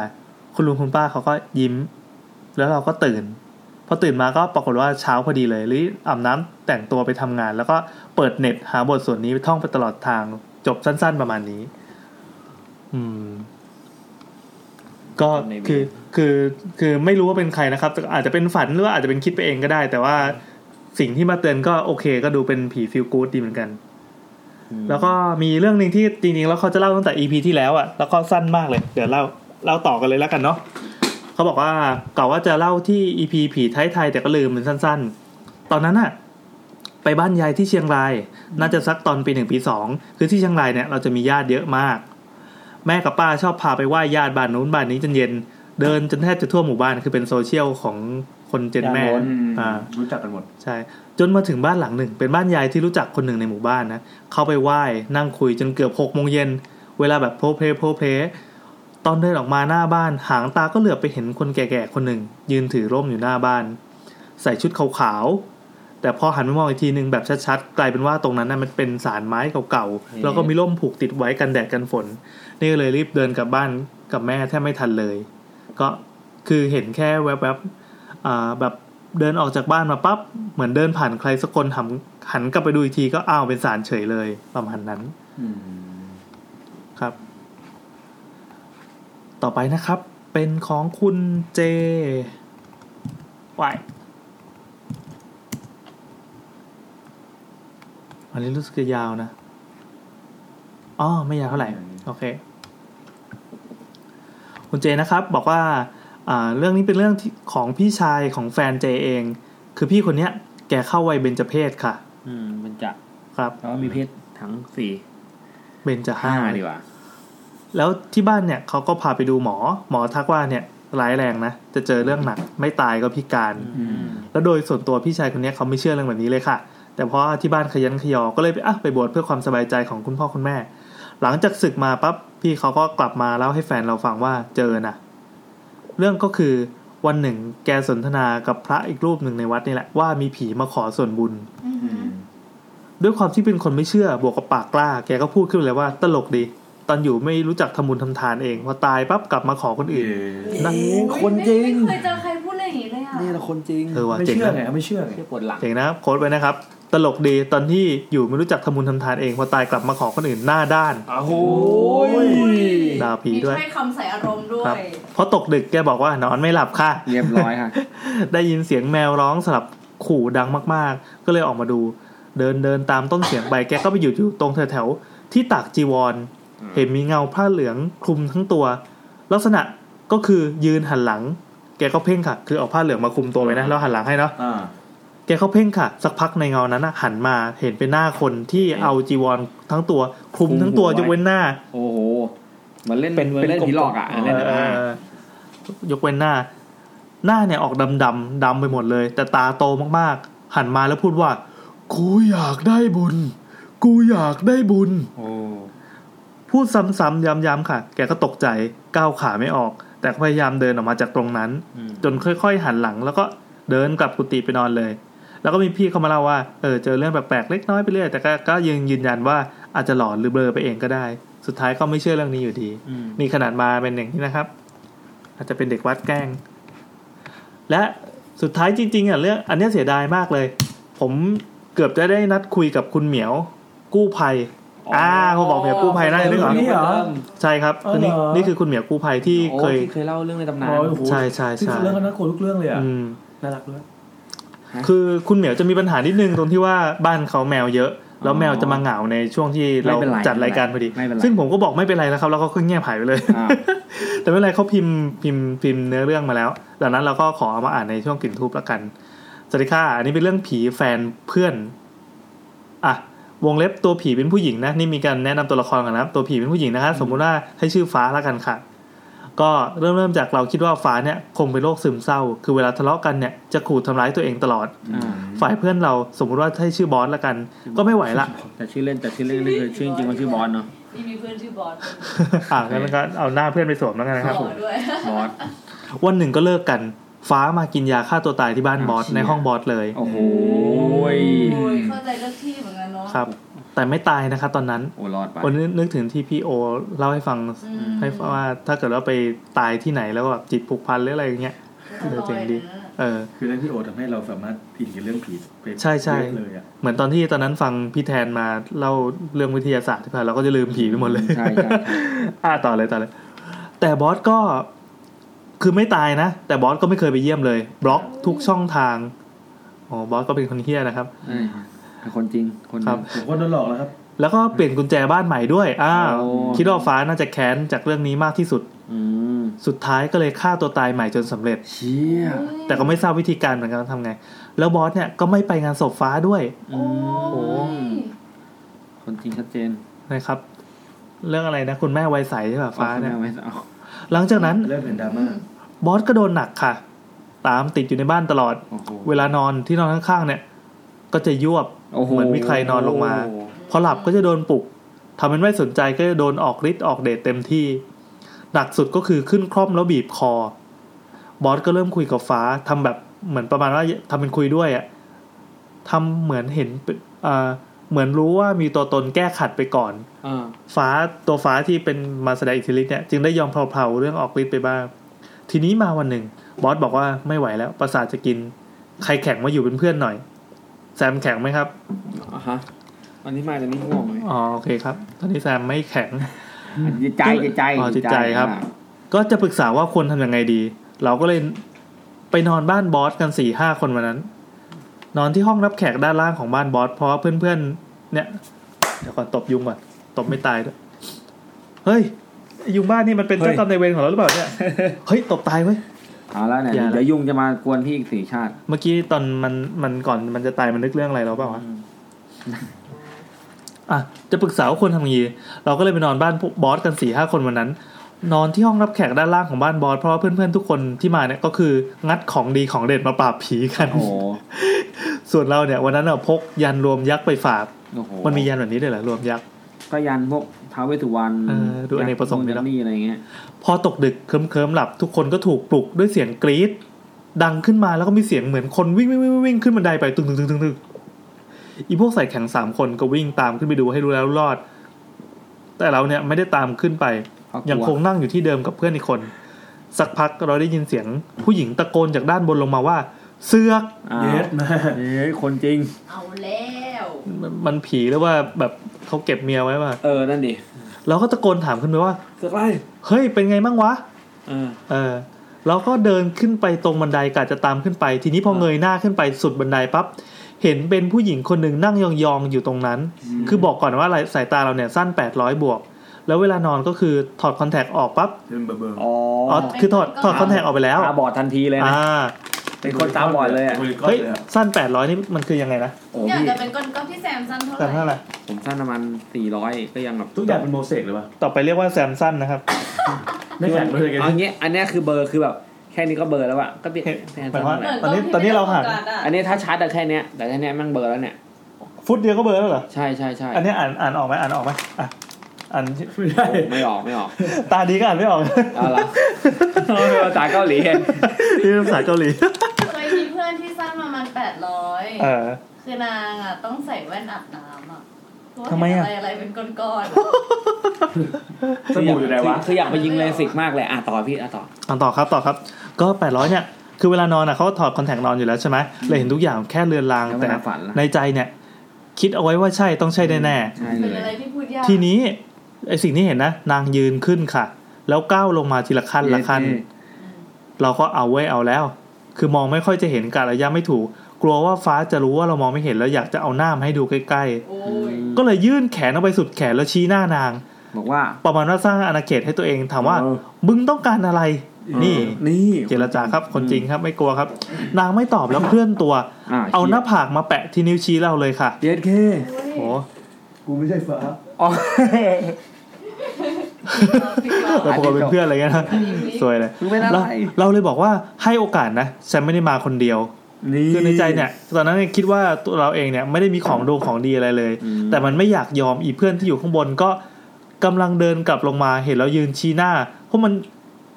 S1: คุณลุงคุณป้าเขาก็ยิ้ม แล้วเราก็ตื่น พอตื่นมาก็ปรากฏว่าเช้าพอดีเลยรีบอาบน้ำแต่งตัวไปทำงาน แล้วก็เปิดเน็ตหาบทส่วนนี้ไปท่องไปตลอดทางจบสั้น ๆ ประมาณนี้ อืม ก็คือ คือคือไม่รู้ว่าเป็นใครนะครับแต่อาจจะเป็นฝันหรือว่าอาจจะเป็นคิดไปเองก็ได้ แต่ว่าสิ่งที่มาเตือนก็โอเค ก็ดูเป็นผีฟิลกูดดีเหมือนกัน แล้วก็มีเรื่องหนึ่งที่จริงๆแล้วเขาจะเล่าตั้งแต่ EP ที่แล้วอะแล้วก็สั้นมากเลย เดี๋ยวเล่าเล่าต่อกันเลยแล้วกันเนาะเขาบอกว่ากล่าวว่าจะเล่าที่ EP ผีไทยไทยแต่ก็ลืมมันสั้น ๆ ตอนนั้นอะไปบ้านยายที่เชียงราย น่าจะสักตอนปีหนึ่งปีสองคือที่เชียงรายเนี่ยเราจะมีญาติเยอะมาก แม่กับป้าชอบพาไปไหว้ญาติบ้านนู้นบ้านนี้จนเย็น เดินจนแทบจะทั่วหมู่บ้านคือเป็นโซเชียลของคนเจนแม่
S9: ย่านโน้น
S1: อ่า
S9: รู้จักกันหมด
S1: ใช่ จนมาถึงบ้านหลังหนึ่ง เป็นบ้านยายที่รู้จักคนหนึ่งในหมู่บ้านนะ เข้าไปไหว้ นั่งคุยจนเกือบหกโมงเย็น เวลาแบบโพลเพลโพลเพลตอนเดินออกมาหน้าบ้าน หางตาก็เหลือบไปเห็นคนแก่ๆคนหนึ่ง ยืนถือร่มอยู่หน้าบ้าน ใส่ชุดขาวๆ แต่พอหันไปมองอีกทีหนึ่งแบบชัดๆ กลายเป็นว่าตรงนั้นน่ะมันเป็นสารไม้เก่าๆ แล้วก็มีร่มผูกติดไว้กันแดดกันฝน นี่ก็เลยรีบเดินกลับบ้านกับแม่แทบไม่ทันเลย ก็คือเห็นแค่แวบๆอ่าแบบ เดินออกจากบ้านมาปั๊บเหมือนเดินผ่านใครสักคนหันหันกลับไปดูอีกทีก็อ้าวเป็นสารเฉยเลยประมาณนั้นครับ ต่อไปนะครับ เป็นของคุณเจวายอันนี้รู้สึกจะยาวนะอ๋อไม่ยาวเท่าไหร่ โอเค คุณเจนะครับ บอกว่า อ่าเรื่องนี้เป็นเรื่องที่ของพี่ชายของแฟนเจเอง คือพี่คนเนี้ย แกเข้าวัยเบญจเพศค่ะ
S2: อืมมันจะ
S1: ครับ
S2: แล้วก็มีเพศทั้งสี่
S1: เบญจห้า
S2: ห้าดีกว่า
S1: แล้วที่บ้านเนี่ยเขาก็พาไปดูหมอ หมอทักว่าเนี่ยร้ายแรงนะ จะเจอเรื่องหนักไม่ตายก็พิการ แล้วโดยส่วนตัวพี่ชายคนเนี้ยเขาไม่เชื่อเรื่องแบบนี้เลยค่ะ แต่เพราะที่บ้านขยันขยอ ก็เลยไปอ่ะไปบวชเพื่อความสบายใจของคุณพ่อคุณแม่ หลังจากศึกมาปั๊บพี่เขาก็กลับมาเล่าให้แฟนเราฟังว่าเจอนะเรื่องก็คือวันหนึ่งแกสนทนากับพระอีกรูปหนึ่งในวัดนี่แหละว่ามีผีมาขอส่วนบุญ ด้วยความที่เป็นคนไม่เชื่อบวกกับปากกล้า แกก็พูดขึ้นเลยว่าตลกดี ตอนอยู่ไม่รู้จักทำบุญทำทานเองพอตายปั๊บกลับมาขอคนอื่นนะ
S2: คนจริง
S3: ไม่เคยเจอใครพูดอะไรอย่างนี้เลยอ่ะ
S2: นี่แหละคนจริง
S1: เออว่ะ
S9: ไม่
S1: เจ๋ง
S9: เชื่อ
S1: นะ
S9: ไงไม่เชื่อไง
S2: เที่ยวปวดหลัง
S1: เจ๋งนะโค้ดไว้นะครับ ตลกดีตอนที่อยู่ไม่รู้จักทำบุญทำทานเองพอตายกลับมาขอคนอื่นหน้าด้าน
S9: โอ้โห
S1: ดาวผีด้วย
S3: มีใช้คำใส่อารมณ์ด้ว
S1: ครับ
S3: ย
S1: พอตกดึกแกบอกว่านอนไม่หลับค่ะ
S4: เรียบร้อยค่ะ
S1: ได้ยินเสียงแมวร้องสลับขู่ดังมากๆ ก็เลยออกมาดู เดินเดินตามต้นเสียงไป แกก็ไปหยุดอยู่ตรงแถวๆ ที่ตากจีวร เห็นมีเงาผ้าเหลืองคลุมทั้งตัว ลักษณะก็คือยืนหันหลัง แกก็เพ่งค่ะ คือเอาผ้าเหลืองมาคลุมตัวไว้นะแล้วหันหลังให้เนาะ
S9: อ่า
S1: แกเขาเพ่งค่ะ สักพักในเงานั้นนะหันมาเห็นเป็นหน้าคนที่เอาจีวรทั้งตัวคลุม
S4: คลุม
S1: ทั้งตัว
S4: หัวไว้
S1: ยกเว้นหน้า
S4: โอ้โหเหมันเล่น
S1: เป็น
S4: หมือเล่น
S1: กลม
S4: ผี
S1: ๆ
S4: หลอกอ่ะเล่น
S1: เอ
S4: อ่า
S1: อยกเว้นหน้า หน้าเนี่ยออกดำดำๆดำไปหมดเลย แต่ตาโตมากๆ หันมาแล้วพูดว่า กูอยากได้บุญ กูอยากได้บุญ
S4: โอ้
S1: พูดซ้ำๆย้ำๆค่ะ แกก็ตกใจก้าวขาไม่ออก แต่ก็พยายามเดินออกมาจากตรงนั้น จนค่อยๆ หันหลัง แล้วก็เดินกลับกุฏิไปนอนเลย แล้วก็มีพี่เขามาเล่าว่าเออเจอเรื่องแปลกๆเล็กน้อยไปเรื่อยแต่ก็ก็ยังยืนยันว่าอาจจะหลอนหรือเบลอไปเองก็ได้ สุดท้ายก็ไม่เชื่อเรื่องนี้อยู่ดี นี่ขนาดมาเป็นอย่างนี้นะครับ อาจจะเป็นเด็กวัดแกล้ง และสุดท้ายจริงๆอ่ะเรื่องอันเนี้ยเสียดายมากเลย ผมเกือบจะได้นัดคุยกับคุณเหมียวกู้ภัยอ่าผมบอกเหมียวกู้ภัยได้หรือเปล่า
S9: นี่เหรอ
S1: ใช่ครับ
S9: อ๋อ
S1: คือนี่
S9: เหรอ
S1: นี่คือคุณเหมียวกู้ภัยที่
S2: โอ้
S1: เคย
S2: ที่เคยเล่าเรื่องในตำนาน
S9: โอ้โห
S1: ใช่ใช่
S9: ซึ่ง
S1: ใช่
S9: เรื่องนั้นน่ากลัวทุกเรื่องเลยอ่ะ
S1: อืม
S9: น่ารักด้วย
S1: คือคุณเหมียวจะมีปัญหานิดนึงตรงที่ว่าบ้านเขาแมวเยอะ แล้วแมวจะมาเหงาในช่วงที่เรา
S4: ไม่เป็นไร
S1: จัดรายการพอดี
S4: ไม่เป็นไร
S1: ซึ่งผมก็บอกไม่เป็นไรแล้วครับ แล้วก็เงียบหายไปเลย
S4: อ่า
S1: แต่ไม่เป็นไรเขาพิมพ์พิมพ์พิมพ์เนื้อเรื่องมาแล้ว ดังนั้นเราก็ขอเอามาอ่านในช่วงกลิ่นทูบละกัน สวัสดีค่ะอันนี้เป็นเรื่องผีแฟนเพื่อน อ่ะ วงเล็บตัวผีเป็นผู้หญิงนะ นี่มีการแนะนำตัวละครกันนะครับ ตัวผีเป็นผู้หญิงนะคะ สมมุติว่าให้ชื่อฟ้าละกันค่ะ ก็เริ่มเริ่มจากเราคิดว่าฟ้าเนี่ยคงเป็นโรคซึมเศร้า คือเวลาทะเลาะกันเนี่ยจะขู่ทำร้ายตัวเองตลอด ฝ่ายเพื่อนเราสมมุติว่าให้ชื่อบอสละกัน ก็ไม่ไหวละ
S2: แต่ชื่อเล่นแต่ชื่อเล่นนี่คือชื่อจริงมันชื่อบอลเนาะ
S3: นี่มีเพื่อนชื่อบอส
S1: อ่ะงั้นก็เอาหน้าเพื่อนไปสวมแล้วกันนะครับ
S3: หล่อด้วย
S2: บอส
S1: วันหนึ่งก็เลิกกัน ฟ้ามากินยาฆ่าตัวตายที่บ้าน
S2: อ้าว
S1: บอส
S2: เชี่ย
S1: ในห้องบอสเลย
S2: โอ้โหย
S3: โอ้ยเข้าใจเลือกที่เหมือนกันเนาะ
S1: ครับ แต่ไม่ตายนะคะตอนนั้น
S2: โอ้รอดไป
S1: วันนี้นึกถึงที่พี่โอเล่าให้ฟัง
S3: อืม
S1: ให้ฟังว่าถ้าเกิดว่าไปตายที่ไหนแล้วแบบจิตผูกพันหรืออะไรอย่างเงี้ย
S3: ก็ลอย
S1: เจ๋งดี
S3: นะ
S1: เออ
S9: คือเรื่องพี่โอทำให้เราสามารถอินกับเรื่องผีไป
S1: ใช่ใช่
S9: เยอะเลยอ่ะ
S1: เหมือนตอนที่ตอนนั้นฟังพี่แทนมาเล่าเรื่องวิทยาศาสตร์ที่ผ่านเราก็จะลืมผีไปหมดเลย
S2: ใช่ใช่
S1: อ่าต่อเลยต่อเลย แต่บอสก็คือไม่ตายนะ แต่บอสก็ไม่เคยไปเยี่ยมเลย บล็อกทุกช่องทางอ๋อบอสก็เป็นคนเฮี้ยนะครับ
S2: เอ้ยเป็นคนจริงคนหนึ่ง
S1: ครับ
S9: ผมก็โดนหลอกแล้วครับ
S1: แล้วก็เปลี่ยนกุญแจบ้านใหม่ด้วย อ้าว
S2: โอ้
S1: คิดว่าฟ้าน่าจะแค้นจากเรื่องนี้มากที่สุด
S2: อืม
S1: สุดท้ายก็เลยฆ่าตัวตายใหม่จนสำเร็จ
S2: เชี่ย
S1: แต่ก็ไม่ทราบวิธีการเหมือนกันว่าทำไง แล้วบอสเนี่ยก็ไม่ไปงานศพฟ้าด้วย
S2: อืมคนจริงชัดเจน
S1: นะครับ เรื่องอะไรนะ คุณแม่ไวยใสใช่ป่ะฟ้าเนี่ย
S2: เอไม่เอา
S1: หลังจากนั้น
S9: เริ่มเห็นดราม่า
S1: บอสก็โดนหนักค่ะ ตามติดอยู่ในบ้านตลอด
S2: โอ้โห
S1: เวลานอนที่นอนข้างๆเนี่ย ก็จะยวบ
S2: โอ้โห
S1: เหมือนมีใครนอนลงมา พอหลับก็จะโดนปลุกทำเป็นไม่สนใจก็จะโดนออกฤทธิ์ออกเดชเต็มที่ หนักสุดก็คือขึ้นคร่อมแล้วบีบคอ บอสก็เริ่มคุยกับฟ้าทำแบบเหมือนประมาณว่าทำเป็นคุยด้วยอะทำเหมือนเห็นเป็นเอ่อเหมือนรู้ว่ามีตัวตนแก้ขัดไปก่อน
S2: อ่า
S1: ฟ้าตัวฟ้าที่เป็นมาแสดงอิทธิฤทธิ์เนี่ยจึงได้ยอมเผาๆเรื่องออกฤทธิ์ไปบ้าง ทีนี้มาวันหนึ่ง บอสบอกว่าไม่ไหวแล้ว ประสาทจะกิน ใครแข็งมาอยู่เป็นเพื่อนหน่อย แซมแข็งไหมครับ
S2: อ่ะฮะอันนี้มาจากนี้ง่วงไหม
S1: อ๋อโอเคครับ ตอนนี้แซมไม่แข็ง
S2: อันนี้ใจใจใจ
S1: อ๋อจิตใจครับ
S2: อ่ะ
S1: ก็จะปรึกษาว่าควรทำยังไงดี เราก็เลยไปนอนบ้านบอสกันสี่ห้าคนวันนั้น นอนที่ห้องรับแขกด้านล่างของบ้านบอสเพราะว่าเพื่อนๆเนี่ยเดี๋ยวก่อนตบยุงก่อนตบไม่ตายด้วยเฮ้ยไอ้ยุงบ้านนี่มันเป็นเจ้ากรรมนายเวรของเราหรือเปล่าเนี่ยเฮ้ยตบตายเว้ย
S2: เอาละเนี่ย
S1: อย่าละ
S2: เดี๋ยวยุ่งจะมากวนพี่อีกสี่ชาติ
S1: เมื่อกี้ตอนมันมันก่อนมันจะตายมันนึกเรื่องอะไรเราเปล่าวะ อ่ะจะปรึกษาว่าควรทำยังไงดีเราก็เลยไปนอนบ้านบอสกันสี่ห้าคนวันนั้น นอนที่ห้องรับแขกด้านล่างของบ้านบอสเพราะว่าเพื่อนๆทุกคนที่มาเนี่ยก็คืองัดของดีของเด็ดมาปราบผีกัน
S2: โอ้โห
S1: ส่วนเราเนี่ยวันนั้นเราพกยันรวมยักษ์ไปฝาก
S2: โอ้โห
S1: มันมียันแบบนี้ด้วยเหรอรวมยักษ์
S2: ก็ยันพวกท้าวเวสสุวรรณ
S1: เออดูอเนกประสงค์ดี
S2: ยั
S1: เนอะ
S2: นี่อะไรเงี้ย
S1: พอตกดึกเคลิ้มๆหลับ ทุกคนก็ถูกปลุกด้วยเสียงกรี๊ดดังขึ้นมาแล้วก็มีเสียงเหมือนคนวิ่งวิ่งวิ่งวิ่งวิ่งขึ้นบันไดไปตึงตึงตึงตึงตึงอีพวกใส่แข็งสามคนก็วิ่งตามขึ้นไปดูให้รู้แล้วรอด แต่เราเนี่ยไม่ได้ตามขึ้นไป
S2: เพราะกลัว
S1: ยังคงนั่งอยู่ที่เดิมกับเพื่อนอีกคน สักพักเราได้ยินเสียงผู้หญิงตะโกนจากด้านบนลงมาว่า เสือก
S2: อ้าว
S9: เยสมาก
S2: เฮ้ยคนจริง
S3: เอาแล้ว
S1: มันมันผีหรือว่าแบบเขาเก็บเมียไว้ป่ะ
S2: เออ นั่นดิ
S1: เราก็ตะโกนถามขึ้นไปว่า
S2: เสือกไร
S1: เฮ้ยเป็นไงบ้างวะ
S2: เออ
S1: เออเราก็เดินขึ้นไปตรงบันไดกะจะตามขึ้นไป ทีนี้พอ
S2: อ่า
S1: เงยหน้าขึ้นไปสุดบันไดปั๊บเห็นเป็นผู้หญิงคนหนึ่งนั่งยองๆอยู่ตรงนั้น คือบอกก่อนว่าสายตาเราเนี่ยสั้น 800 บวก แล้วเวลานอนก็คือถอดคอนแทคออกปั๊บ
S9: เป็นเบอร์เบอร์
S2: อ๋อ
S1: อ๋อคือถอดถอดคอนแทคออกไปแล้ว
S2: ตาบอดทันทีเลยนะ
S1: อ่า
S2: เป็นคนตาบอดเลยอ่ะ
S1: เฮ้ยสั้น 800 นี่มันคือยังไงนะ
S2: โอ้
S3: อยาก
S2: พี่
S3: จะเป็นก้อนก้อนพี่แซมสั้นเท่าไห
S1: แซ
S3: ร่
S1: มเท่าไหร่
S2: ผมสั้นประมาณสี่ร้อยก็ยังแบบ
S9: ทุกอย่างเป็นโมเสกเลยวะ
S1: ต่อไปเรียกว่าแซมสั้นนะครับ
S9: ไม่แข็งเลยกัน
S2: เอาเงี้ยอันเนี้ยคือเบอร์คือแบบแค่นี้ก็เบอร์แล้วอะก็เปลี่ยนแทน
S1: หมายค
S2: สั้น
S1: วามว่า
S2: หน่อย
S1: ตอนนี้ตอนนี้เราผ่าน
S2: อันเนี้ยถ้าชาร์จแต่แค่เนี้ยแต่แค่เนี้ยแมันเบอร์แล้วเนี่ย
S1: ฟุตเดียวก็เบลอแล้วเหรอ
S2: ใช่ใช่ใช่
S1: อันนี้อ่านอ่านออกไหมอ่านออกไหมอ่ะอ่าน
S9: ไม่ได้
S2: ไม่ออกไม่ออก
S1: ตาดีก็อ่านไม่ออก
S2: เอาละ ภาษาเกาหลี
S1: นี่ภาษาเกาหลี
S3: เคยมีเพื่อนที่สั้นประมาณแปดร้อย
S1: เออ
S3: คือนางอ่ะต้องใส่แว่นอาบน้ำอ่ะเพราว่า
S1: ทำไมอะ
S3: เห็นอะไรอะไรเป็นก้อนก้อน
S9: สบู่อยู่ไหนวะ
S2: คืออยากไปยิงเลสิกมากเลยอ่ะต่อพี่อ่ะต่อ
S1: เอาต่อครับต่อครับ ก็แปดร้อยเนี่ย คือเวลานอนอ่ะเขาถอดคอนแทคนอนอยู่แล้วใช่ไหมเลยเห็นทุกอย่างแค่เรือนราง
S2: แล้วเว
S1: แต่
S2: ลาฝันล่ะ
S1: ในใจเนี่ย คิดเอาไว้ว่าใช่ต้องใช่แน่
S2: ใช่
S3: ๆ
S2: เล
S3: เป็นอะไร
S2: ย
S3: ที่พูดยาก
S1: ๆทีนี้ไอสิ่งที่เห็นนะ นางยืนขึ้นค่ะ แล้วก้าวลงมาทีละขั้นละขั้น เราก็เอาไว้ยเอาแล้ว คือมองไม่ค่อยจะเห็นการระยะไม่ถูก กลัวว่าฟ้าจะรู้ว่าเรามองไม่เห็นแล้วอยากจะเอาหน้ามาให้ดูใกล้
S3: โอ้ย
S1: ๆ ก็เลยยื่นแขนออกไปสุดแขนแล้วชี้หน้านาง
S2: บอกว่า
S1: ประมาณว่าสร้างอาณาเขตให้ตัวเองถามว่า
S2: เออ
S1: มึงต้องการอะไร นี่
S4: นี่
S1: เจรจาครับ คนจริงครับไม่กลัวครับ นางไม่ตอบแล้วเคลื่อนตัว
S4: ะ
S1: เอาหน้าผากมาแปะที่นิ้วชี้เราเลยค่ะ
S4: เย็ดเค
S1: โห
S9: กูไม่ใช่ฟ้า
S4: อ๋อ
S1: เราปกติเป็นเพื่อนอะไรเงี้ยนะสวยเลย
S4: มึงเป็นอะไร
S1: เราเราเลยบอกว่าให้โอกาสนะฉันไม่ได้มาคนเดียว
S4: นี่
S1: คือในใจเนี่ยตอนนั้นเนี่ยคิดว่าตัวเราเองเนี่ยไม่ได้มีของดงของดีอะไรเลย แต่มันไม่อยากยอมอีเพื่อนที่อยู่ข้างบนก็กำลังเดินกลับลงมาเห็นเรายืนชี้หน้าพวกมัน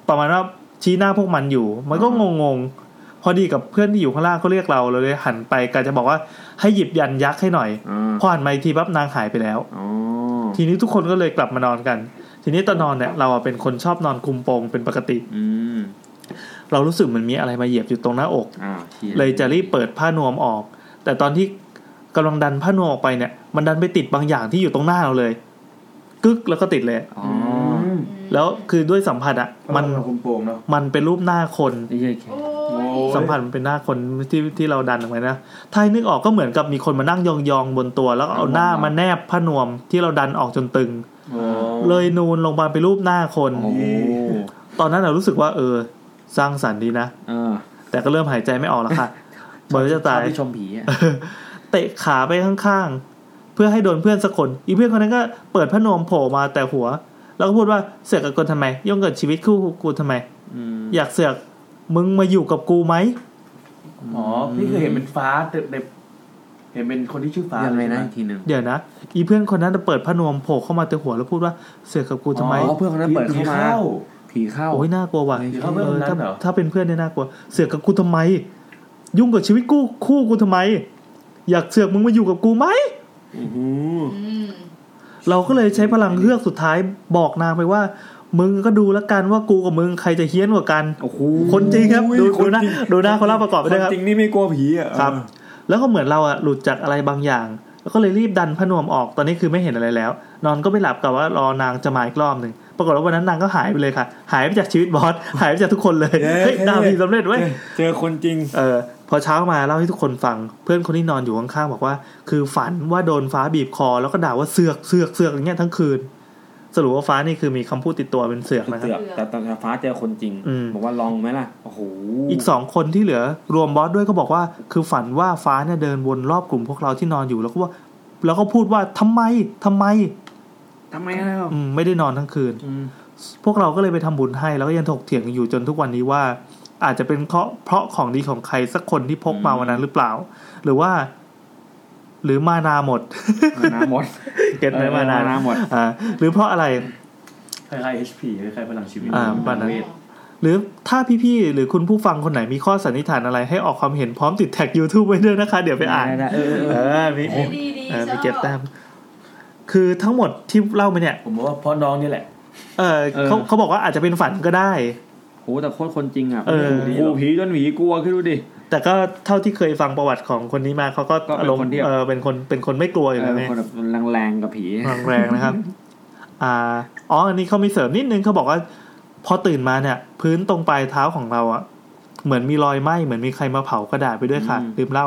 S1: ประมาณว่าชี้หน้าพวกมันอยู่ มันก็งงๆพอดีกับเพื่อนที่อยู่ข้างล่างเขาเรียกเราเราเลยหันไปกาจะบอกว่าให้หยิบยันยักษ์ให้หน่อย
S4: อ่า
S1: พอหันมาอีกทีปั๊บนางหายไปแล้ว
S4: อ๋อ
S1: ทีนี้ทุกคนก็เลยกลับมานอนกัน ทีนี้ตอนนอนเนี่ยเราอะเป็นคนชอบนอนคลุมโปงเป็นปกติ
S4: อืม
S1: เรารู้สึกเหมันมีอะไรมาเหยียบอยู่ตรงหน้าอก
S4: อ่าชี่
S1: เลยจะรีบเปิดผ้านวมออก แต่ตอนที่กำลังดันผ้านวมออกไปเนี่ย มันดันไปติดบางอย่างที่อยู่ตรงหน้าเราเลย กึกแล้วก็ติดเลย
S4: อ๋อ
S1: แล้วคือด้วยสัมผัสอ่ะมั
S9: มั
S1: น น
S9: คุมโปงเนาะ
S1: มันเป็นรูปหน้าคน
S4: เย็ดเค
S1: สัมผัสมันเป็นหน้าคนที่ที่เราดันออกไปนะถ้าให้นึกออกก็เหมือนกับมีคนมานั่งยองๆบนตัว แล้วก็เอาหน้ามาแนบผ้านวมที่เราดันออกจนตึง เลยนูนลงมาเป็นรูปหน้าคน
S4: โอ้โห
S1: ตอนนั้นเรารู้สึกว่าเออ สร้างสรรค์ดีนะ
S4: เออ
S1: แต่ก็เริ่มหายใจไม่ออกแล้วค่ะเหมือนจะตาย
S4: ชอบที่ชมผีอ่ะ
S1: เตะขาไปข้างๆ เพื่อให้โดนเพื่อนสักคน อีเพื่อนคนนั้นก็เปิดผ้านวมโผล่มาแต่หัว แล้วก็พูดว่าเสือกกับกูทำไมย่งกับชีวิตคู่กูทำไม
S4: อืม
S1: อยากเสือกมึงมาอยู่กับกูไหม
S9: อ๋อพี่เคยเห็นเป็นฟ้าแต่ในเห็นเป็นคนที่ชื่อฟ้า
S4: ยังไง
S9: เล
S4: นะ
S9: ใช่หม
S4: อีกทีหนึ่ง
S1: เดี๋ยวนะอีเพื่อนคนนั้นเปิดผ้านวมโผล่เข้ามาแต่หัวแล้วพูดว่าเสือกกับกูทำไม
S4: อ๋อเพื่อนคนนั้นเปิดเข้ามาผีเข้า
S1: โอ้ยน่ากลัวว่ะ
S9: ผีเข้าเพื่อน
S1: เอ
S9: ค
S1: อน
S9: นั้
S1: ถ้าน
S9: เหรอ
S1: ถ้าเป็นเพื่อนเนี่ยน่ากลัว เสือกกับกูทำไม ยุ่งกับชีวิตกูคู่กูทำไม อยากเสือกมึงมาอยู่กับกูไหม เราก็เลยใช้พลังเฮือกสุดท้ายบอกนางไปว่า มึงก็ดูแล้วกันว่ากูกับมึงใครจะเฮี้ยนกว่ากัน
S4: โอ้โห
S1: คนจริงครับดู
S4: ค
S1: ดู
S4: น
S1: หน้า
S4: จริง
S1: ดูหน้าเขาเล่าประกอบไปด้วยครับ
S4: คนจริงนี่ไม่กลัวผีอ่ะ
S1: ครับ แล้วก็เหมือนเราอะหลุดจากอะไรบางอย่าง แล้วก็เลยรีบดันผนวมออกตอนนี้คือไม่เห็นอะไรแล้ว นอนก็ไม่หลับกับว่ารอนางจะมาอีกรอบหนึ่งปรากฏว่าวันนั้นนางก็หายไปเลยค่ะ หายไปจากชีวิตบอสหายไปจากทุกคนเลยเฮ้ยดาวดีสำเร็จ
S4: เอ
S1: เว้ย
S4: อเจอคนจริง
S1: เออพอเช้ามาเล่าให้ทุกคนฟัง เพื่อนคนที่นอนอยู่ข้างๆบอกว่า คือฝันว่าโดนฟ้าบีบคอ แล้วก็ด่าว่าเสือกเสือกเสือกอย่างเงี้ยทั้งคืน สรุปว่าฟ้านี่คือมีคำพูดติดตัวเป็นเสือกนะค
S4: เสื
S1: รับ
S4: อกแต่ตอนฟ้าเจอคนจริง
S1: อืม
S4: บอกว่าลองไหมล่ะ โอ้โห
S1: อีกสองคนที่เหลือรวมบอสด้วยก็บอกว่า คือฝันว่าฟ้าเนี่ยเดินวนรอบกลุ่มพวกเราที่นอนอยู่แล้วก็ว่า แล้วก็พูดว่าทำไมทำไม
S4: ทำไมอะเรา
S1: อืมไม่ได้นอนทั้งคืน
S4: อืม
S1: พวกเราก็เลยไปทำบุญให้แล้วก็ยังถกเถียงกันอยู่จนทุกวันนี้ว่า อาจจะเป็นเพราะเพราะของดีของใครสักคนที่พกมาวันนั้นหรือเปล่า หรือว่า หรือมานาหมด
S4: มานาหมด
S1: เก็ตไหมมานา
S4: นาหมด
S1: อ่าหรือเพราะอะไร
S9: คล้ายๆ HP คล้ายๆพลังชีวิต
S1: อ่าประมาณนั้น หรือถ้าพี่ๆหรือคุณผู้ฟังคนไหนมีข้อสันนิษฐานอะไร ให้ออกความเห็นพร้อมติดแท็ก YouTube ไว้ด้วยนะคะ เดี๋ยวไปอ่าน
S4: ได้ได้เออเออเออ
S1: เออมี
S3: ดีดี
S1: เออ
S3: ช
S1: มี
S3: อบ
S1: เก็บแต้มคือทั้งหมดที่เล่ามาเนี่ย
S9: ผมว่าเพ่อน้องนี่แหละ
S1: เออเขาเขาบอกว่าอาจจะเป็นฝันก็ได้
S4: โหแต่โคตรคนจริงอ่ะ
S1: เออ
S4: กูผีจนหวีกลัวขึ้นดูดิ
S1: แต่ก็เท่าที่เคยฟังประวัติของคนนี้มาเขาก็
S4: ก็เป็น
S1: อารมณ์
S4: คนที่แบบ
S1: เออเป็นคนเป็นคนไม่กลัวอยู่
S4: เอ
S1: แล้
S4: อ
S1: วเนี่ย
S4: คนแบบแรงๆกับผี
S1: แรงแรง นะครับ อ่าอ๋ออันนี้เขามีเสริมนิดนึงเขาบอกว่า พอตื่นมาเนี่ย พื้นตรงปลายเท้าของเราอะเหมือนมีรอยไหม้เหมือนมีใครมาเผากระดาษไปด้วยค่ะ
S4: อืม
S1: ลืมเล่า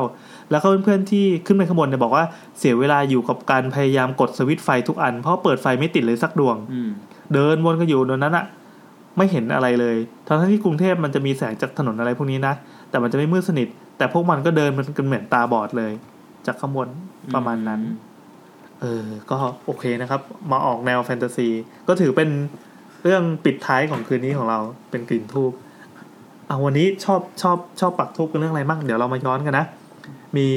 S1: แล้วก็เพื่อนๆที่ขึ้นไปข้างบนเนี่ยบอกว่าเสียเวลาอยู่กับการพยายามกดสวิตช์ไฟทุกอันเพราะเปิดไฟไม่ติดเลยสักดวง
S4: อืม
S1: เดินวนกันอยู่ตรงนั้นอะไม่เห็นอะไรเลยทั้งๆที่กรุงเทพมันจะมีแสงจากถนนอะไรพวกนี้นะ แต่มันจะไม่มืดสนิท แต่พวกมันก็เดินมันกันเหมือนตาบอดเลย จากข้างบนประมาณนั้น เออ ก็โอเคนะครับ มาออกแนวแฟนตาซี ก็ถือเป็นเรื่องปิดท้ายของคืนนี้ของเราเป็นกลิ่นทูบอ่ะวันนี้ชอบชอบชอบปักทูบกันเรื่องอะไรบ้างเดี๋ยวเรามาย้อนกันนะ มี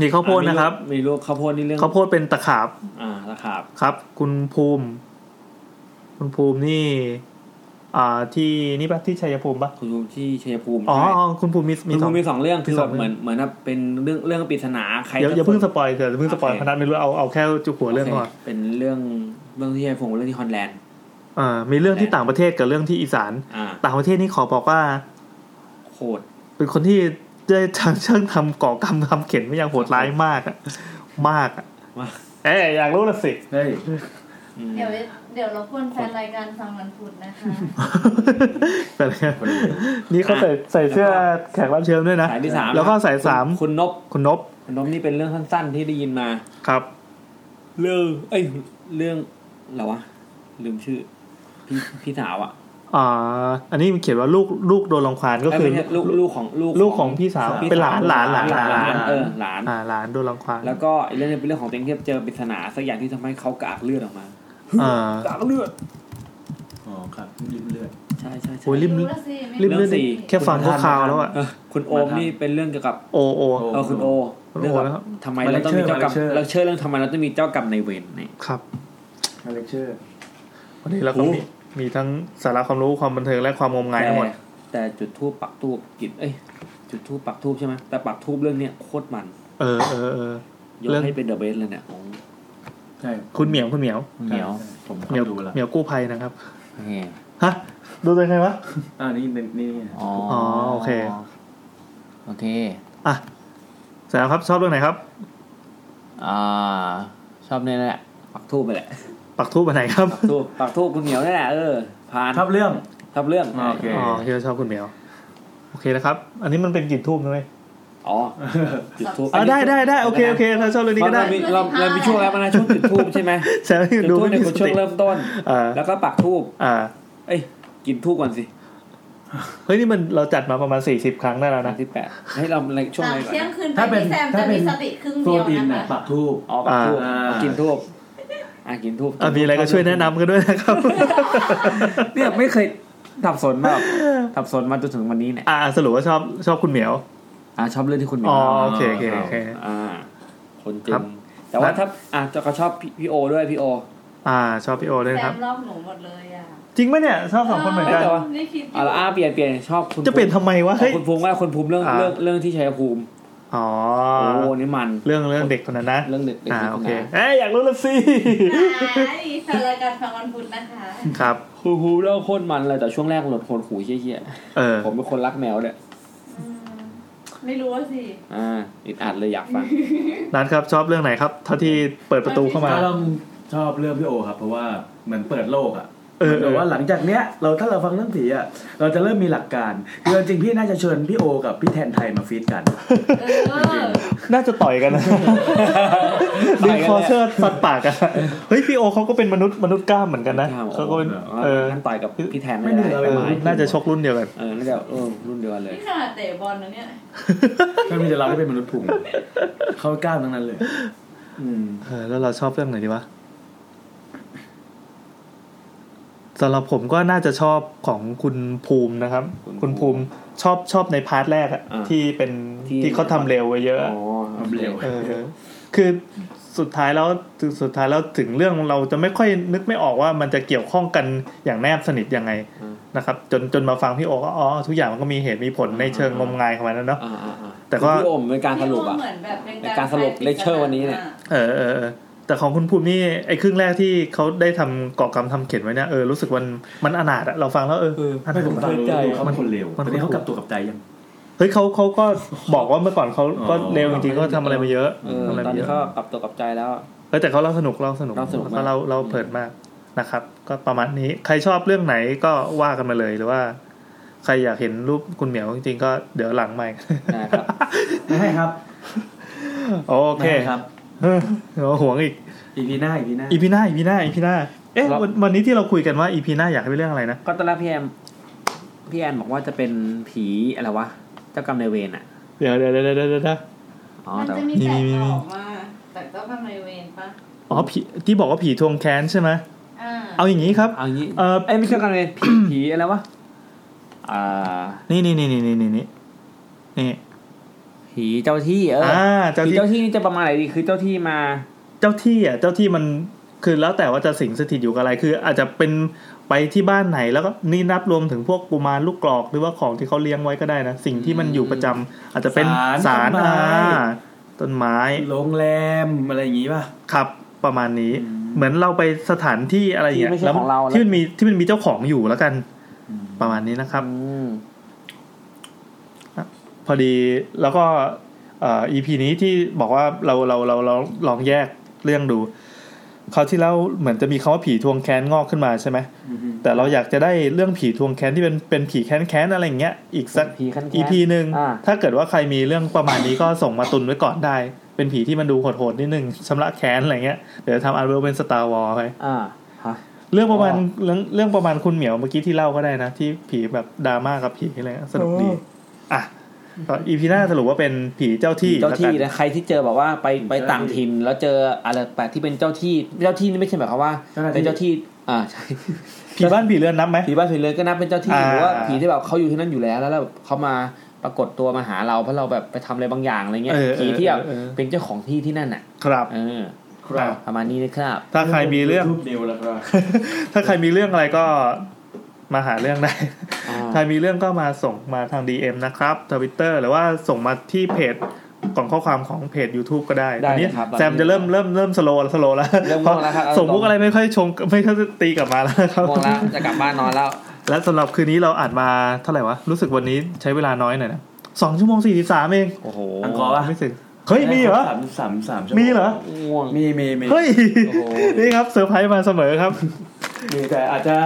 S1: มีข้าวโพดนะครับ
S4: มีลูกข้าวโพดนี่เรื่อง
S1: ข้าวโพดเป็นตะขาบ
S4: อ่าตะขาบ
S1: ครับ คุณภูมิ คุณภูมินี่ อ่าที่นี่ปะที่ชัยภูมิปะ
S4: คุณภูมิที่ชัยภูมิ
S1: อ๋ออ๋อคุณภูมิมี
S4: คุ
S1: มี
S4: ณ
S1: ส
S4: ภู
S1: อง
S4: มิมีสองเรื่องคือ
S1: ส
S4: แบ
S1: อง
S4: บเห
S1: เรื่อง
S4: มือนเหมือนแบบเป็นเรื่องเรื่องปริศนาใคร
S1: อย่าอย่าเพิ่งส
S4: สัก
S1: ปอยเถอะอย่าเพิ่งสปอย
S4: โอเค
S1: พนันไม่รู้เอาเอาแค่จุหัวเรื่องก่อน
S4: โคเป็นเรื่องเรื่องที่ชัยภูมิกับเรื่องที่ฮอนแลนด์
S1: อ่ามีเรื่องที่
S4: โอเค
S1: ต่างประเทศกับเรื่องที่อีสาน
S4: อ่า
S1: ต่างประเทศนี่ขอบอกว่า
S4: โคตร
S1: เป็นคนที่ได้ทางช่างทำก่อกรรมทำเข็นไม่อย่างโหดร้ายมากอะมากอะ
S4: มาก
S1: เอ๊อยากรู้ละสิ
S9: เฮ้ย
S4: อืม
S3: เดี๋ยวเดี๋ยวเราควรแฟนรายการฟังวันพุธนะคะ
S1: แต่เนี่ยนี่เขาใส่ใส่เสื้อแขกรับเชิญด้วยนะ
S4: สายที่สาม
S1: แล้วก็สายสาม
S4: คุณนบ
S1: คุณนบ
S4: คุณนบนี่เป็นเรื่องสั้นๆที่ได้ยินมา
S1: ครับ
S4: เรื่องเอ้ยเรื่องอะไรวะลืมชื่อ พี่พี่สาวอะ
S1: อ่าอันนี้มันเขียนว่าลูกลูกโดนรังควานก็คือ
S2: เยไม่ใช่ลูกลูกของลูก
S1: ลูกของพี่สาว
S2: ของพี่
S1: เป็นหลานหลานหลาน
S2: หลาน
S1: หลาน
S2: เออหลาน
S1: อ่าหลานโดนรังควาน
S2: แล้วก็อีกเรื่องหนึงเป็นเรื่องของเต็งเทียบเจอปริศนาสักอย่างที่ทำให้เขากระอักเลือดออกมา
S1: อ่าก
S2: ระอักเลือด
S9: อ๋อครับริมเลือด
S2: ใช่ใช่ใช่
S1: โอ้ยริม
S3: รู้แล้วสิไม่
S1: ริมเลือด
S2: เรื่องสี่
S1: แค่ฟังก็คาวแล้วอ่ะ
S2: เออคุณโอมนี่เป็นเรื่องเกี่ยวกับ
S1: โอโอ
S2: เออคุณโอ
S1: คุณโอ
S2: เรื่องแบ
S1: นะครับ
S2: บทำไมเราต้องมีเจ้ากรรม
S9: มาเลค
S2: เรา
S9: เชอร์
S2: เชื่อเรื่องทำไมเราต้องมีเจ้ากรรมในายเวรเนี่ย
S1: ครับ
S9: มาเลคเชอร์
S1: วันนี้เราก็มีมีทั้งสาระความรู้ความบันเทิงและความงมงายทั้งหมด
S2: แต่แต่จุดทูปปักทูปกินเอ้ยจุดทูปปักทูปใช่ไหมแต่ปักทูปเรื่องเนี้ยโคตรมัน
S1: เออเออเออ
S2: ยก
S1: เรื่อง
S2: ให้เป็นเดอะเบสเลยเนี่ยของ
S9: ใช่
S1: คุณเหมียวคุณเหมียว
S2: เหนียว
S9: ผม
S1: เหมียว
S9: ดูละ
S1: เหมียวกู้ภัยนะครับ
S2: แหม่
S1: ฮะดูได้ไงวะ
S9: อ่านี่นี่นี่
S2: อ๋อ
S1: อโอเค
S2: โอเค
S1: อ่ะสาระครับชอบเรื่องไหนครับ
S2: อ่าชอบเนี่ยแหละปักทูบไปแหละ
S1: ปักทูบอันไหนครับ
S2: ปักทูบปักทูบคุณเหนียวนี่แหละเออผ่าน
S9: ทับเรื่อง
S2: ทับเรื่อง
S9: โอเค
S1: อ๋อที่เราชอบคุณเหมียว โอเคนะครับ อันนี้มันเป็นกลิ่นทูบใช่ไหม
S2: อ๋อจุดทูบ
S1: อ่ะได้ได้ได้โอเคโอเคถ้าชอบเรื่องนี้ก็ได้
S2: เรามีเราเรามีช่วงแล้วมันนะช่วงจุดทูบใช่ไหม
S1: ใช่
S2: จุด
S1: ดู
S2: ทูบ
S1: ไม่
S2: เนี่ย
S1: มี
S2: คื
S1: ส
S2: อช่ว
S1: ติ
S2: งเริ่มต้น
S1: อ่า
S2: แล้วก็ปักทูบ
S1: อ่า
S2: เอ้ยกินทูบก่อนสิ
S1: เฮ้ยนี่มันเราจัดมาประมาณสี่สิบครั้งได้แล้ว
S2: วัน
S1: นะ
S2: ที่แปดให้เราในช่วง
S3: ห
S2: ไห
S3: ลั
S2: น
S3: ง
S2: ก่อน
S3: เที่ยงคืนไป
S9: ถ้าเป็น
S3: พี่แซม
S9: ถ้า
S3: จะ
S9: เป็
S3: มี
S9: น
S3: สติครึ่ง
S9: โปร
S3: เดียว
S9: ตีน
S3: นะ
S9: น่ะ
S3: คะ
S9: ปักทูบ
S2: อ๋อปักทูบ
S1: อ่า
S2: เอากินทูบอ่ะกินทูบ
S1: อ่ะมีอะไรก็ช่วยแนะนำกันด้วยนะครับ
S2: เนี่ยไม่เคยทับสนมากทับสนมาจนถึงวันนี้เนี่ย
S1: อ่าสรุปว่าชอบชอบคุณเหมียว
S2: อ่ะชอบเรื่องที่คุณเหนีย
S1: อ๋
S2: ว
S1: อ
S2: เล่า
S1: โอเคโอเคโอเค
S2: อ่า คนจริ
S1: ครับ
S2: งแต่ว่า
S1: แล้ว
S2: ถ้าอ่ะจะก็ชอบพี่พี่โอด้วยพี่โอ
S1: อ่า ชอบพี่โอด้วย
S3: แซ
S1: นะครับ
S3: มรอบหนูหมดเลยอ่ะ
S1: จริงไหมเนี่ยชอบสองคนเหมือนกัน
S2: แต่ว่า
S3: ไม่คิดอยู่
S2: อ่ะแล้วอ่ะเปลี่ยนเปลี่ยนชอบคุณ
S1: จะเปลี่ยนทำไมวะ
S2: ภู
S1: เฮ้
S2: มิ
S1: ย
S2: คุณภูมิว่าคนภูมิเรื่อง
S1: อ่า
S2: เรื่องเรื่องที่ชัยภูมิ
S1: อ๋อ
S2: โอ้โหนี่มัน
S1: เรื่องเรื่องเด็กคนนั้นนะ
S2: เรื่องเด็กเด็ก
S1: อ่า
S2: คน
S1: โอ
S2: นั้น
S1: เคเอ้ยอยากรู้ละสิ
S3: ได้สารายการฟังวันพุธนะคะ
S1: ครับ
S2: คุณภูมิเล่าโคตรมันเลยแต่ช่วงแรกหลดโคนหูเยี่ย
S1: เออ
S2: ๆผมเป็นคนรักแมวเนี่ย
S3: อืมไม่รู้ว่าสิ
S2: อ่าอิดอัดเลยอยากฟัง
S1: นัทครับชอบเรื่องไหนครับ เท่าที่เปิดประตูเข้ามา
S9: ถ้าเราชอบเรื่องพี่โอครับ เพราะว่าเหมือนเปิดโลกอ่ะ
S1: เออ
S9: หมือนแบบว่าหลังจากเนี้ย เราถ้าเราฟังเรื่องผีอ่ะเราจะเริ่มมีหลักการคือจริงๆพี่น่าจะเชิญพี่โอ กับพี่แทนไทยมาฟีดกัน
S3: เออ
S1: น่าจะต่อยกันนะดึงคอเสื้อฟันปากกันเฮ้ยพี่โอเขาก็เป็นมนุษย์มนุษย์กล้ามเหมือนกันนะเขาก็เป็นเออ
S2: นั่นต่อยกับพี่แทน
S9: ไม่เหนื่อย
S2: ด้
S9: เล
S1: เออย น่าจะชกรุ่นเดียวกัน
S2: เออน่าจะเออรุ่นเดียวกันเลย
S3: นี่ขนาดเตะบอลนะเนี่ย
S9: ก็มีแต่เราที่เป็นมนุษย์พุงเขากล้ามทั้งนั้นเลย อืม
S1: เออแล้วเราชอบเรื่องไหนดีวะสำหรับผมก็น่าจะชอบของคุณภูมินะครับ
S2: คุ
S1: คุณ
S2: ณภู
S1: ภู
S2: มิ
S1: มิชอบชอบในพาร์ทแรกอะ
S2: อ่า
S1: ที่เป็น
S2: ที่
S1: ที่เขาทำเร็วไว้เยอะ
S2: อ๋อ
S1: อะ
S9: เร็ว
S1: เออ คือสุดท้ายแล้วสุดท้ายแล้วถึงเรื่องเราจะไม่ค่อยนึกไม่ออกว่ามันจะเกี่ยวข้องกันอย่างแนบสนิทยังไงนะครับ จนจนมาฟังพี่โอก็อ๋อทุกอย่างมันก็มีเหตุมีผลในเชิงงมงายของมันนะเนาะ
S2: อ่าอ่าอ่า
S1: แต่ก็
S2: พี่โอมเป็นการสรุป
S3: พี่
S2: อ่ะ
S3: ว่าเหมือนแบบเป็น
S2: เป็นกา
S3: การ
S2: รสรุปเลคเชอร์วันนี้เนี่ย
S1: เออเออเออแต่ของคุณภูมินี่ไอ้ครึ่งแรกที่เขาได้ทำก่อกรรมทำเขียนไว้เนี่ยเออรู้สึกมันมันอนาถอะเราฟังแล้วเอออ
S9: ไม่
S1: นาถ
S9: ผมฟัง
S1: ว่ะ
S9: ดูดูเขาเป็นคนเร็ว
S1: มัน
S9: ตอนนี้เขากลับตัวกลับใจยัง
S1: เฮ้ยเขาเขาก็บอกว่าเมื่อก่อนเขาก็
S9: อ๋อ
S1: เร็วจริงๆก็ทำอะไรมาเยอะ
S2: เออ
S1: ทำอะไร
S2: ตอน
S1: มาเย
S2: นี้
S1: อะ
S2: ก็กลับตัวกลับใจแล้ว
S1: เฮ้ยแต่เขาเล่าสนุกเล่าสนุก
S2: เล่าสนุกมาก
S1: เขาเล่าเล่าเพลินมากนะครับ ก็ประมาณนี้ใครชอบเรื่องไหนก็ว่ากันมาเลยหรือว่า ใครอยากเห็นรูปคุณเหมียวจริงๆก็เดี๋ยวหลังใหม่
S2: นะครับ
S9: ไม่ให้ครับ
S1: โอเค
S9: ไม่ให้ครับ
S1: เออเดี๋ยวห่วงอีก
S9: อีพีหน้าอีพีหน้า
S1: อีพีหน้าอีพีหน้าอีพีหน้าเอ๊ะ
S2: ครับ
S1: วันวันนี้ที่เราคุยกันว่าอีพีหน้าอยากให้เป็นเรื่องอะไรนะ
S2: ก็ตอนแรกพี่แอมพี่แอนบอกว่าจะเป็นผีอะไรวะเจ้ากรรมนายเวรอ่ะ
S1: เดี๋ยวเดี๋ยวเดี๋ยวเดี๋ยวเดี๋ยวเดี๋ยว
S2: อ๋อ
S3: มัน
S2: แต่
S3: จะ
S2: ว่า
S3: มี
S1: มีมี
S3: แตก
S1: มี
S3: ออกมาแต่เจ้ากรรมนายเวรปะ
S1: อ๋อผีที่บอกว่าผีทวงแค้นใช่ไหม
S3: อ่า
S1: เอาอย่างนี้ครับ
S2: เอางี้
S1: เออ
S2: เอ้ยไม่ใช่เจ้ากรรมนายเวร ผีผีอะไรวะอ่า
S1: นี่นี่นี่นี่นี่นี่นี่นี่
S2: ผีเจ้าที่เออ
S1: อ่าเจ้า
S2: ผี
S1: ที่
S2: เจ้าที่นี่จะประมาณไหนดีคือเจ้าที่มา
S1: เจ้าที่อ่ะเจ้าที่มันคือแล้วแต่ว่าจะสิงสถิตอยู่กับอะไรคือ อาจจะเป็นไปที่บ้านไหนแล้วก็นี่นับรวมถึงพวกกุมารลูกกรอกหรือว่าของที่เขาเลี้ยงไว้ก็ได้นะสิ่งที่มันอยู่ประจำอาจจะเป็นสารอ่าต้นไม้
S9: โรงแรมอะไรอย่างงี้ป่ะ
S1: ครับประมาณนี้ เหมือนเราไปสถานที่อะไรอย่างเงี้ย
S2: ที่ไม่ใช่
S1: แล้ว
S2: ของเราแล้ว
S1: ที่มันมีที่มันมีเจ้าของอยู่แล้วกัน ประมาณนี้นะครับ
S2: อืม
S1: พอดีแล้วก็เอ่อ EP นี้ที่บอกว่าเราเราเราเราลองแยกเรื่องดูคราวที่แล้วเหมือนจะมีคำว่าผีทวงแค้นงอกขึ้นมาใช่ไหมแต่เราอยากจะได้เรื่องผีทวงแค้นที่เป็นเป็นผีแค้นแค้นอะไรอย่างเงี้ยอีกสัก
S2: ผีขั้นแค้น
S1: EP หนึ่ง
S2: อ่า
S1: ถ้าเกิดว่าใครมีเรื่องประมาณนี้ก็ ส่งมาตุนไว้ก่อนได้ เป็นผีที่มันดูโหดๆนิดนึงชำระแค้นอะไรเงี้ยเดี๋ยวทำอาร์เวลเป็นสตาร์วอลไป
S2: อ่าฮะ
S1: เรื่องประมาณเรื่องเรื่องประมาณคุณเหมียวเมื่อกี้ที่เล่าก็ได้นะ ที่ผีแบบดราม่ากับผีอะไรอะสนุกดี อ่ะก็อีพีหน้าสรุปว่าเป็นผีเจ้าที่
S2: เจ้าที่
S1: แล้วกัน
S2: นะใครที่เจอแบบว่าไปไปต่างถิ่นแล้วเจออะไรแปลกที่เป็นเจ้าที่เจ้าที่นี่ไม่ใช่หมายความว่าเป็นเจ้าที่อ่าใช่
S1: ผีบ้านผีเรือนนับไหม
S2: ผีบ้านผีเรือนก็นับเป็นเจ้าที่
S1: อ่า
S2: หรือว่าผีที่แบบเขาอยู่ที่นั่นอยู่แล้วแล้วแบบเขามาปรากฏตัวมาหาเราเพราะเราแบบไปทำอะไรบางอย่างอะไรเงี้ย
S1: เออเอ
S2: ผี
S1: อ
S2: ที่แบบ
S1: เออ
S2: เป็นเจ้าของที่ที่นั่นน่ะ
S1: ครับ
S2: เออ
S9: ครับ
S2: ประมาณนี้นะครับ
S1: ถ้าใครมีเรื่อง
S9: ทูบเดียวแล้วครับ
S1: ถ้าใครมีเรื่องอะไรก็มาหาเรื่องได้
S2: อ่า
S1: ใครมีเรื่องก็มาส่งมาทาง DM นะครับทวิตเตอร์หรือว่าส่งมาที่เพจกล่องข้อความของเพจ YouTube ก็ได้
S2: ได้
S1: ตอนนี้
S2: นะครับ
S1: แซมจะเริ่มเริ่มเริ่มสโลสโลแล้ว
S2: เริ่มง่วงแล้วครับ
S1: ส่งมุกอะไรไม่ค่อยชงไม่ค่อยตีกลับมาแล้วครับ
S2: ง่วงแล้วจะกลับบ้านนอนแล้ว
S1: และสำหรับคืนนี้เราอัดมาเท่าไหร่วะ รู้สึกวันนี้ใช้เวลาน้อยหน่อยนะสองชั่วโมงสี่สิบสามเอง
S2: โอ้โห
S9: อังกอร์วะ
S1: ไม่ถึงเฮ้ย มีเหรอ
S9: สามสามสามชั่ว
S1: มี
S9: โมี
S1: เหรอ
S2: ง่วง
S9: มีมีมี
S1: เฮ้ย
S2: โอ้โห
S1: นี่ครับเซอร์ไพรส์มาเสมอครับ
S9: มีแต่อาจจะ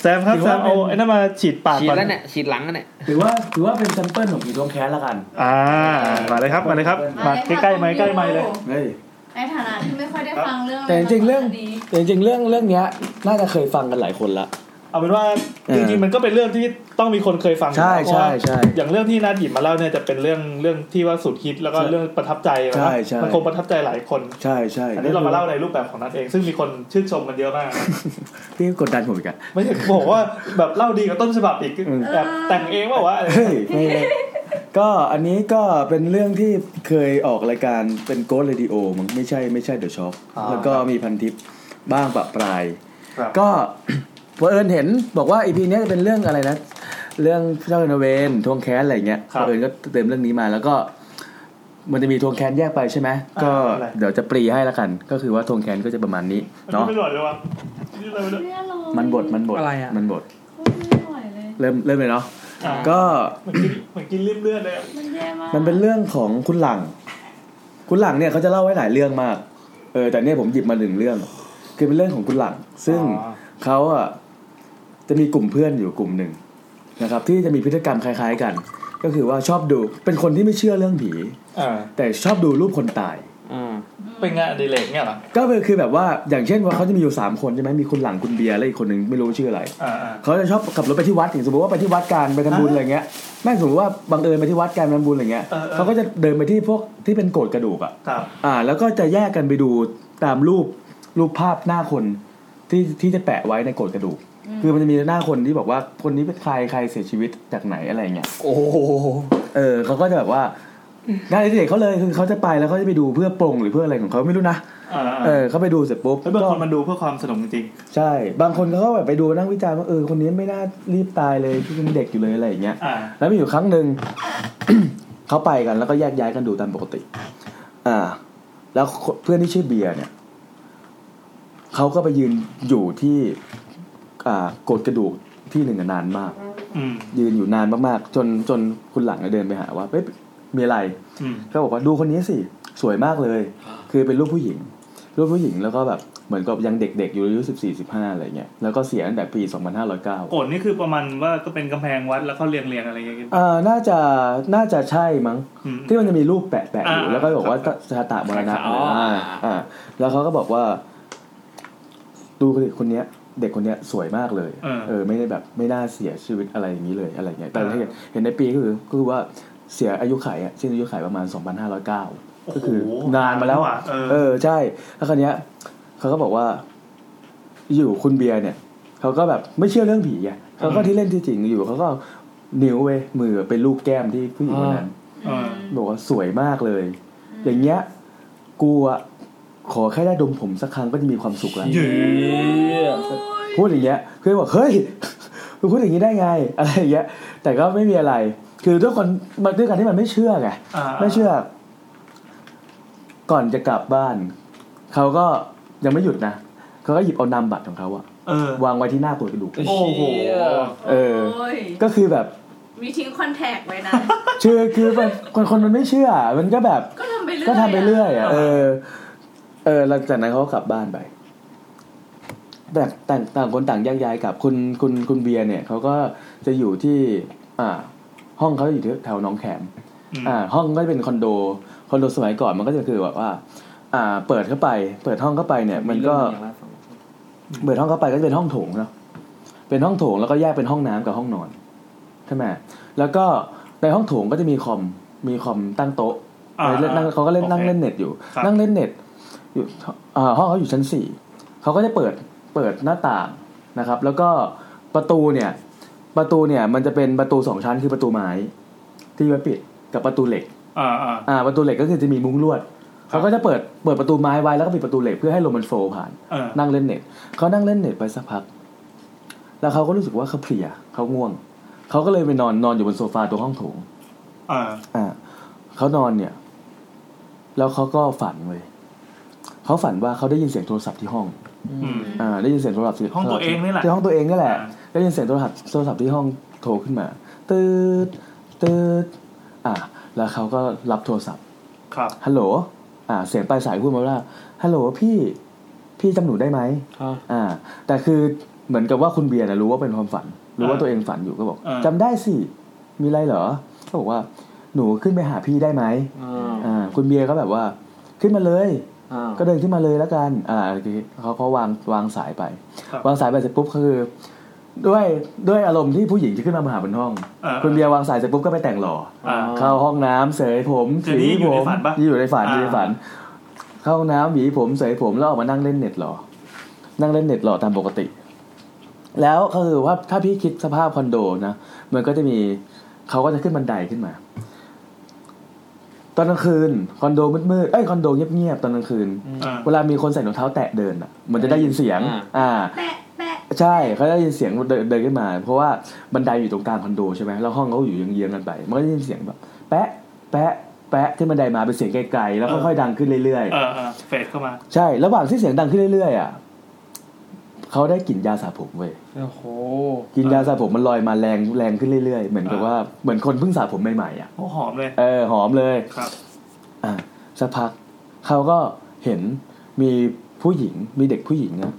S1: แซมครับ
S9: ถือ
S1: แซ
S9: ว่าม เป็น
S1: เอาไอ้นั่นมาฉีดปาก
S2: ฉีด
S1: ก่อน
S2: แล้วเนี่ยฉีดหลังแล้วเนี่ย
S9: ถือว่าถือว่าเป็นแซมเปิลของผีดวงแค้นละกัน
S1: อ่ามาเลยครับมาเลยครับ มาใกล้ๆไหมใกล้ๆไหมเลย
S9: เฮ้ย
S3: ในฐานะที่ไม่ค่อยได้ฟังเรื่อง
S9: แต่จริงๆเรื่อง
S3: ดี
S9: แต่จริงๆเรื่องเรื่องเนี้ยน่าจะเคยฟังกันหลายคนละ
S1: เอาเป็นว่า
S9: เออ
S1: จริงๆมันก็เป็นเรื่องที่ต้องมีคนเคยฟัง
S9: ใช่
S1: อยู่แล้ว
S9: ใช่
S1: เพราะว่า
S9: ใช่
S1: อย่างเรื่องที่นัดหยิบมาเล่าเนี่ยจะเป็นเรื่องเรื่องที่ว่าสุดฮิตแล้วก็
S9: ใช่
S1: เรื่องประทับใจนะ
S9: ใช่ใช่
S1: มันคงประทับใจหลายคน
S9: ใช่ใช่
S1: อันนี้เรามาเล่าในรูปแบบของนัดเอง ซึ่งมีคนชื่นชมกันเยอะมาก
S9: พี่กดดันผมอีกอะ
S1: ไม่ใช่บอกว่าแบบเล่าดีกว่าต้นฉบับอีกแบบแต่งเองว่าวะ
S9: เฮ้ยไม่เลยก็อันนี้ก็เป็นเรื่องที่เคยออกรายการเป็นโกดเรดิโอมั้งไม่ใช่ไม่ใช่เดอะช็อคแล้วก็มีพันทิปบ้างปะปลาย
S1: ครับ
S9: ก็ พอเผอิญเห็นบอกว่าอีพีนี้ยจะเป็นเรื่องอะไรนะ เรื่องเจ้าอนเวนทวงแค้นอะไรเงี้ย
S1: ครั
S9: พ
S1: บ
S9: อเผอิญก็เต็มเรื่องนี้มาแล้วก็ มันจะมีทวงแค้นแยกไปใช่ไหมก็
S1: อะไร
S9: เดี๋ยวจะปรีให้ละกัน ก็คือว่าทวงแค้นก็จะประมาณนี้เนาะ
S1: ไม่หล่อเลยวะนี่อะไรวะเนี่ย
S3: เรื่องเลย
S9: มันบทมันบท
S2: อะไรอะ
S9: มันบท
S3: ไม่ไหวเลย
S9: เริ่มเริ่มเลยเนาะ
S1: อ่ะ
S9: ก็
S1: เหมือนกินเหมือนกินริมเลือดเลยอะ
S3: มันแย่มาก
S9: มันเป็นเรื่องของคุณหลัง คุณหลังเนี่ยเขาจะเล่าไว้หลายเรื่องมาก เออแต่เนี่ยผมหยิบมาหนึ่งเรื่อง คือเป็นเรื่องของคุณหลัง ซึ่งเขาอ่ะจะมีกลุ่มเพื่อนอยู่กลุ่มหนึ่งนะครับ ที่จะมีพฤติกรรมคล้าย ๆกัน ก็คือว่าชอบดู เป็นคนที่ไม่เชื่อเรื่องผี
S1: อ่า
S9: แต่ชอบดูรูปคนตาย
S2: อ่า
S1: เป็นงานอดีเลกเนี่ยเหรอ
S9: ก็คือคือแบบว่า อย่างเช่นว่าเขาจะมีอยู่สามคนใช่ไหมมีคุณหลังคุณเบียร์และอีกคนหนึ่งไม่รู้ชื่ออะไร
S1: อ่าอ่า
S9: เขาจะชอบขับรถไปที่วัดอย่างสมมติว่าไปที่วัดการไปทำบุญ
S1: อ่า
S9: อะไรเงี้ยแม่งสมมติว่าบังเอิญไปที่วัดการไปทำบุญอะไรเงี้ย
S1: เออเออ
S9: เขาก็จะเดินไปที่พวกที่เป็นโกดกระดูกอ่ะ
S1: ครับ
S9: อ่า แล้วก็จะแยกกันไปดูตามรูปรูปภาพหน้าคนที่ที่จะแปะไว้ในโกดกระดูก คือมันจะมีหน้าคนที่บอกว่าคนนี้เป็นใครใครเสียชีวิตจากไหนอะไรเงี้ย
S2: โอ้โห
S9: เออเขาก็จะแบบว่างานอดิเด็กเขาเลยคือเขาจะไปแล้วเขาจะไปดูเพื่อปรงหรือเพื่ออะไรของเขาไม่รู้นะ
S1: อ่าอ่า
S9: เออเขาไปดูเสร็จปุ๊บ
S1: แล้วบาง
S9: ก็
S1: คนมันดูเพื่อความสนุกจริง
S9: ใช่ บางคนเขาก็แบบไปดูนั่งวิจารณ์ว่าเออคนนี้ไม่น่ารีบตายเลยที่เป็นเด็กอยู่เลยอะไรอย่างเงี้ย
S1: ๆอ่า
S9: แล้วมีอยู่ครั้งหนึ่ง เขาไปกันแล้วก็แยกย้ายกันดูตามปกติ อ่า แล้วเพื่อนที่ชื่อเบียร์เนี่ยเขาก็ไปยืนอยู่ที่ อ่าโกดกระดูกที่หนึ่งอะนานมาก
S1: อืม
S9: ยืนอยู่นานมากๆจนจนคุณหลังอะเดินไปหาว่าเฮ้ยมีอะไร
S1: อืม
S9: ก็บอกว่าดูคนนี้สิสวยมากเลย คือเป็นรูปผู้หญิง รูปผู้หญิงแล้วก็แบบเหมือนกับยังเด็กๆ อยู่อายุสิบสี่สิบห้าอะไรเงี้ยแล้วก็เสียตั้งแต่ปีสองพันห้าร้อยเก้า
S1: โกรธนี่คือประมาณว่าก็เป็นกำแพงวัดแล้วเขาเรียงเรียงๆอะไรอย่างเงี้ย
S9: อ่าน่าจะน่าจะใช่มั้ง
S1: อืม
S9: ที่มันจะมีรูปแปะๆอยู่
S1: อ่า
S9: แล้วก็บอกว่า
S1: ครับ
S9: ชาตะมรณะอะไรอ่าอ่า แล้วเขาก็บอกว่า ดูคนคนเนี้ย เด็กคนเนี้ยสวยมากเลยเออ ไม่ได้แบบไม่น่าเสียชีวิตอะไรอย่างนี้เลยอะไรเงี้ยแต่ถ้าเห็นเห็นในปีก็คือก็คือว่าเสียอายุไขอ่ะสิ้นอายุไขประมาณสองพันห้าร้อยเก้า
S1: โโห
S9: ก็คือนานมาแล้วอ่ะ
S1: เออ
S9: เออใช่ แล้วคนเนี้ยเขาก็บอกว่า อยู่คุณเบียร์เนี่ยเขาก็แบบไม่เชื่อเรื่องผีอ่ะเขาก็ที่เล่นที่จริงอยู่เขาก็เอานิ้วเว้ยมือเป็นลูกแก้มที่ผู้หญิงคนนั้น
S1: เออ
S9: บอกว่าสวยมากเลย อย่างเงี้ยกูอะขอแค่ได้ดมผมสักครั้งก็จะมีความสุขแล้ว
S1: เย้
S9: พูดอย่างเงี้ยเพื่อนบอกเฮ้ยมึงพูดอย่างนี้ได้ไง อะไรอย่างเงี้ย แต่ก็ไม่มีอะไร คือด้วยคนมันด้วยการที่มันไม่เชื่อไง
S1: า
S9: ไม่เชื่อ ก่อนจะกลับบ้าน เขาก็ยังไม่หยุดนะ เขาก็หยิบเอานามบัตรของเขาอะ
S1: เออ
S9: วางไว้ที่หน้าตัวกระดูก
S1: โอ้โห
S9: เออ
S3: โย
S9: ก็คือแบบ
S3: มีทิ้งคอนแทคไว้นะ
S9: ชื่อคือมันคนคนมันไม่เชื่อ มันก็แบบ
S3: ก็ทำไปเรื่อย
S9: ก็ทำไปเรื่อยอ่ะ
S1: อ่ะ
S9: เออ เออหลังจากนั้นเขาก็กลับบ้านไปแต่ต่างต่างคนต่างแยกย้ายกลับคุณคุณคุณเบียร์เนี่ยเขาก็จะอยู่ที่ อ่า ห้องเขาอยู่ที่แถวหน้องแขม
S1: ม
S9: อ่า ห้องก็จะเป็นคอนโด คอนโดสมัยก่อนมันก็จะคือแบบว่า อ่า เปิดเข้าไป เปิดห้องเข้าไปเนี่ย มันก็ เปิดห้องเข้าไปก็จะเป็นห้องโถงเนาะเป็นห้องโถงแล้วก็แยกเป็นห้องน้ำกับห้องนอนใช่ไหมแล้วก็ในห้องโถงก็จะมีคอมมีคอมตั้งโต๊ะ
S7: อ่า
S9: ไว้เล่นนั่งเขาก็เล่น
S7: โอเค
S9: นั่งเล่นเน็ตอยู่
S7: ครับ
S9: นั่งเล่นเน็ตอยู่อ่าห้องเขาอยู่ชั้นสี่เขาก็จะเปิดเปิดหน้าต่างนะครับ แล้วก็ประตูเนี่ย ประตูเนี่ยมันจะเป็นประตูสองชั้นคือประตูไม้ ที่ไว้ปิดกับประตูเหล็ก
S7: อ่าอ่า
S9: อ่าประตูเหล็กก็คือจะมีมุ้งลวด
S7: ครับ
S9: เขาก็จะเปิดเปิดประตูไม้ไว้แล้วก็ปิดประตูเหล็กเพื่อให้ลมมันโฟลว์ผ่าน
S7: อ่า
S9: นั่งเล่นเน็ตเขานั่งเล่นเน็ตไปสักพัก แล้วเขาก็รู้สึกว่าเขาเพลียเขาง่วง เขาก็เลยไปนอนนอนอยู่บนโซฟาตัวห้องโถง
S7: อ่า
S9: อ่าเขานอนเนี่ย แล้วเขาก็ฝันเลยเขาฝันว่าเขาได้ยินเสียงโทรศัพท์ที่ห้อง
S7: อืม
S9: อ่าได้ยินเสียงโทรศัพท์ที่
S7: ห้องตัวเองนี่แหละ
S9: ที่ห้องตัวเองนี่แหละ
S7: อ่า
S9: ได้ยินเสียงโทรศัพท์โทรศัพท์ที่ห้องโทรขึ้นมา ตืดตืดอ่า แล้วเขาก็รับโทรศัพท์
S7: ครับ
S9: ฮัลโหล อ่า เสียงปลายสายพูดมาว่า ฮัลโหลพี่ พี่จำหนูได้ไหม
S2: ครับ
S9: อ่า แต่คือเหมือนกับว่าคุณเบียร์นะรู้ว่าเป็นความฝัน รู้ว่า
S7: อ่า
S9: ตัวเองฝันอยู่ก็บอก
S7: อ่า
S9: จำได้สิ มีอะไรเหรอเขาบอกว่า หนูขึ้นไปหาพี่ได้ไหม
S2: อ่า
S9: อ่า คุณเบียร์ก็แบบว่า ขึ้นมาเลย
S2: อ่า
S9: ก็เดินขึ้นมาเลยแล้วกัน อ่าโอเคเขาเขาวางวางสายไป
S7: ครับ
S9: วางสายไปเสร็จปุ๊บคือ ด้วยด้วยอารมณ์ที่ผู้หญิงจะขึ้นมามาหาบนห้อง
S7: อ่า
S9: คุณเบียร์วางสายเสร็จปุ๊บก็ไปแต่งหล่อ
S7: อ่า
S9: เข้าห้องน้ำเสยผม
S7: คือนี่อยู่ในฝันปะ
S9: นี่อยู่ในฝัน
S7: อ่า
S9: อยู่ในฝัน เข้าห้องน้ำหวีผมเสยผมแล้วออกมานั่งเล่นเน็ตหรอ นั่งเล่นเน็ตหรอตามปกติ แล้วก็คือว่าถ้าพี่คิดสภาพคอนโดนะมันก็จะมีเขาก็จะขึ้นบันไดขึ้นมา ตอนกลางคืนคอนโดมืดๆเอ้ยคอนโดเงียบๆตอนกลางคืน
S7: อ่า
S9: เวลามีคนใส่รองเท้าแตะเดินอ่ะ มันจะได้ยินเสียง อ่า
S3: แปะแปะ
S9: ใช่เขาได้ยินเสียงเดินเดินขึ้นมา เพราะว่าบันไดอยู่ตรงกลางคอนโดใช่ไหมแล้วห้องเขาอยู่เยื้องๆกันไปมันก็ได้ยินเสียงแบบ แปะแปะแปะขึ้นบันไดมาเป็นเสียงไกลๆแล้วค่อยๆดังขึ้นเรื่อย
S7: เออเออเฟดเข้ามา
S9: ๆใช่ระหว่างที่เสียงดังขึ้นเรื่อยๆอ่ะเขาได้กลิ่นยาสระผมเว้ย
S2: โอ้โห
S9: กลิ่นยาสระผมมันลอยมาแรงแรงขึ้นเรื่อยๆ เหมือนกับ
S7: อ่า
S9: ว่าเหมือนคนเพิ่งสระผมใหม่ๆอ่ะ
S7: โอ้หอมเลย
S9: เออหอมเลย
S7: ครับ
S9: อ่ะสักพักเขาก็เห็นมีผู้หญิงมีเด็กผู้หญิงนะ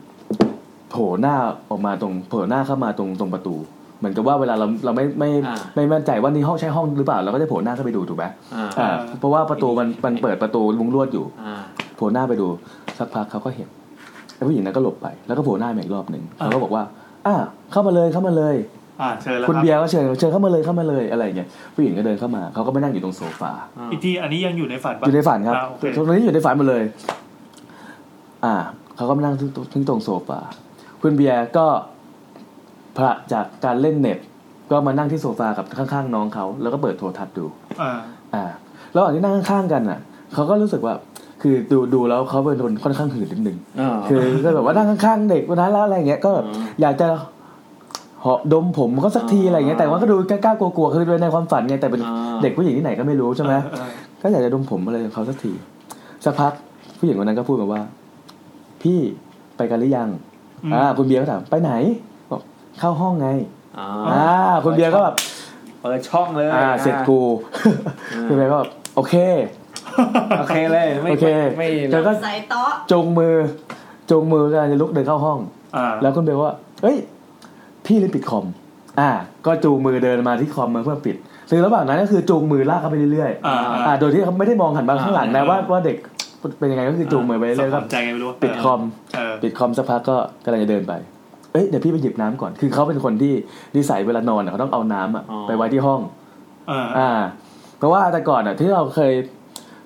S9: โผล่หน้าออกมาตรงโผล่หน้าเข้ามาตรงตรงประตู เหมือนกับว่าเวลาเราเราไม่ไม่
S2: อ่า
S9: ไม่มั่นใจว่านี่ห้องใช่ห้องหรือเปล่าเราก็จะโผล่หน้าเข้าไปดูถูกไหม
S2: อ่า
S9: อ่า
S7: อ่า
S9: เพราะว่าประตูมันมันเปิดประตูลุงลวดอยู่
S2: อ่า
S9: โผล่หน้าไปดูสักพักเขาก็เห็นไอ้ผู้หญิงนั้นก็หลบไปแล้วก็โผล่หน้ามาอีกรอบหนึ่งเขาก็บอกว่าอ่าเข้ามาเลยเข้ามาเลย
S7: อ่าเชิญแล้ว
S9: คุณ
S7: ครับ
S9: เบียร์ก็เชิญเชิญเข้ามาเลยเข้ามาเลยอะไรอย่างเงี้ยผู้หญิงก็เดินเข้ามาเขาก็ไปนั่งอยู่ตรงโซฟา
S7: อีกที่อันนี้ยังอยู่ในฝัน
S9: อ
S7: ปะ
S9: ยู่ในฝันครับ
S7: อ่าโอเค
S9: ตรงนี้อยู่ในฝันหมดเลย อ่า เขาก็มานั่งทึ่งตรงโซฟา คุณเบียร์ก็พระจากการเล่นเน็ต ก็มานั่งที่โซฟากับข้างๆน้องเขา แล้วก็เปิดโทรทัศน์ดู
S7: อ่า
S9: อ่า แล้วอ่อนที่นั่งข้างๆกันอ่ะ เขาก็รู้สึกว่า คือดูดูแล้วเขาเป็นคนค่อนข้างหืดนิดนึง
S2: อ่า
S9: คือก็แบบว่านั่งข้างๆเด็กวันนั้นแล้วอะไรอย่างเงี้ยก็แบบ
S2: อืม
S9: อยากจะเหาะดมผมเขาสักทีอะไรอย่างเงี้ยแต่ว่าก็ดูกล้าๆกลัวๆคือเป็นในความฝันไงแต่เป็น
S2: อ่า
S9: เด็กผู้หญิงที่ไหนก็ไม่รู้ใช่ไหม
S7: เออเออ
S9: ก็อยากจะดมผมอะไรของเขาสักทีสักพักผู้หญิงคนนั้นก็พูดมาว่า พี่ไปกันหรือยัง
S7: อืม
S9: อ่าคุณเบียร์ก็ถามไปไหนบอกเข้าห้องไง
S2: อ่า
S9: อ่าคุณเบียร์ก็แบบ
S2: เปิดช่องเลย
S9: อ่าเสร็จกู
S2: อ่า
S9: คุณเบียร์ก็แบบโอเค
S2: โอเคเลยไม่
S9: โอเค
S2: ไม่
S9: เธอก็
S3: ใส่โต๊ะ
S9: จงมือจงมือกำลันจะลุกเดินเข้าห้อง
S7: อ่า
S9: แล้วคุณเบลว่า เอ้ย พี่ลืมปิดคอม อ่า ก็จูงมือเดินมาที่คอมมาเพื่อปิด ซึ่งระหว่างนั้นก็คือจูงมือลากเขาไปเรื่อย
S7: อ่า
S9: ๆ อ่า โดยที่เขาไม่ได้มองหันมาข้างหลังนะว่าว่าเด็กเป็นยังไงก็คือจูงมือไปเรื่อย
S7: ส
S9: ๆก็
S7: นใจไงไม่รู้
S9: ปิดคอม
S7: เออ
S9: ปิดคอมสักพักก็กำลังจะเดินไป เอ้ย เดี๋ยวพี่ไปหยิบน้ำก่อน คือเขาเป็นคนที่นิสัยเวลานอนอะเขาต้องเอาน้ำอะไปไว้ที่ห้อง
S7: เออ
S9: อ่า เพราะว่าแต่ก่อนอ่ะที่เราเคย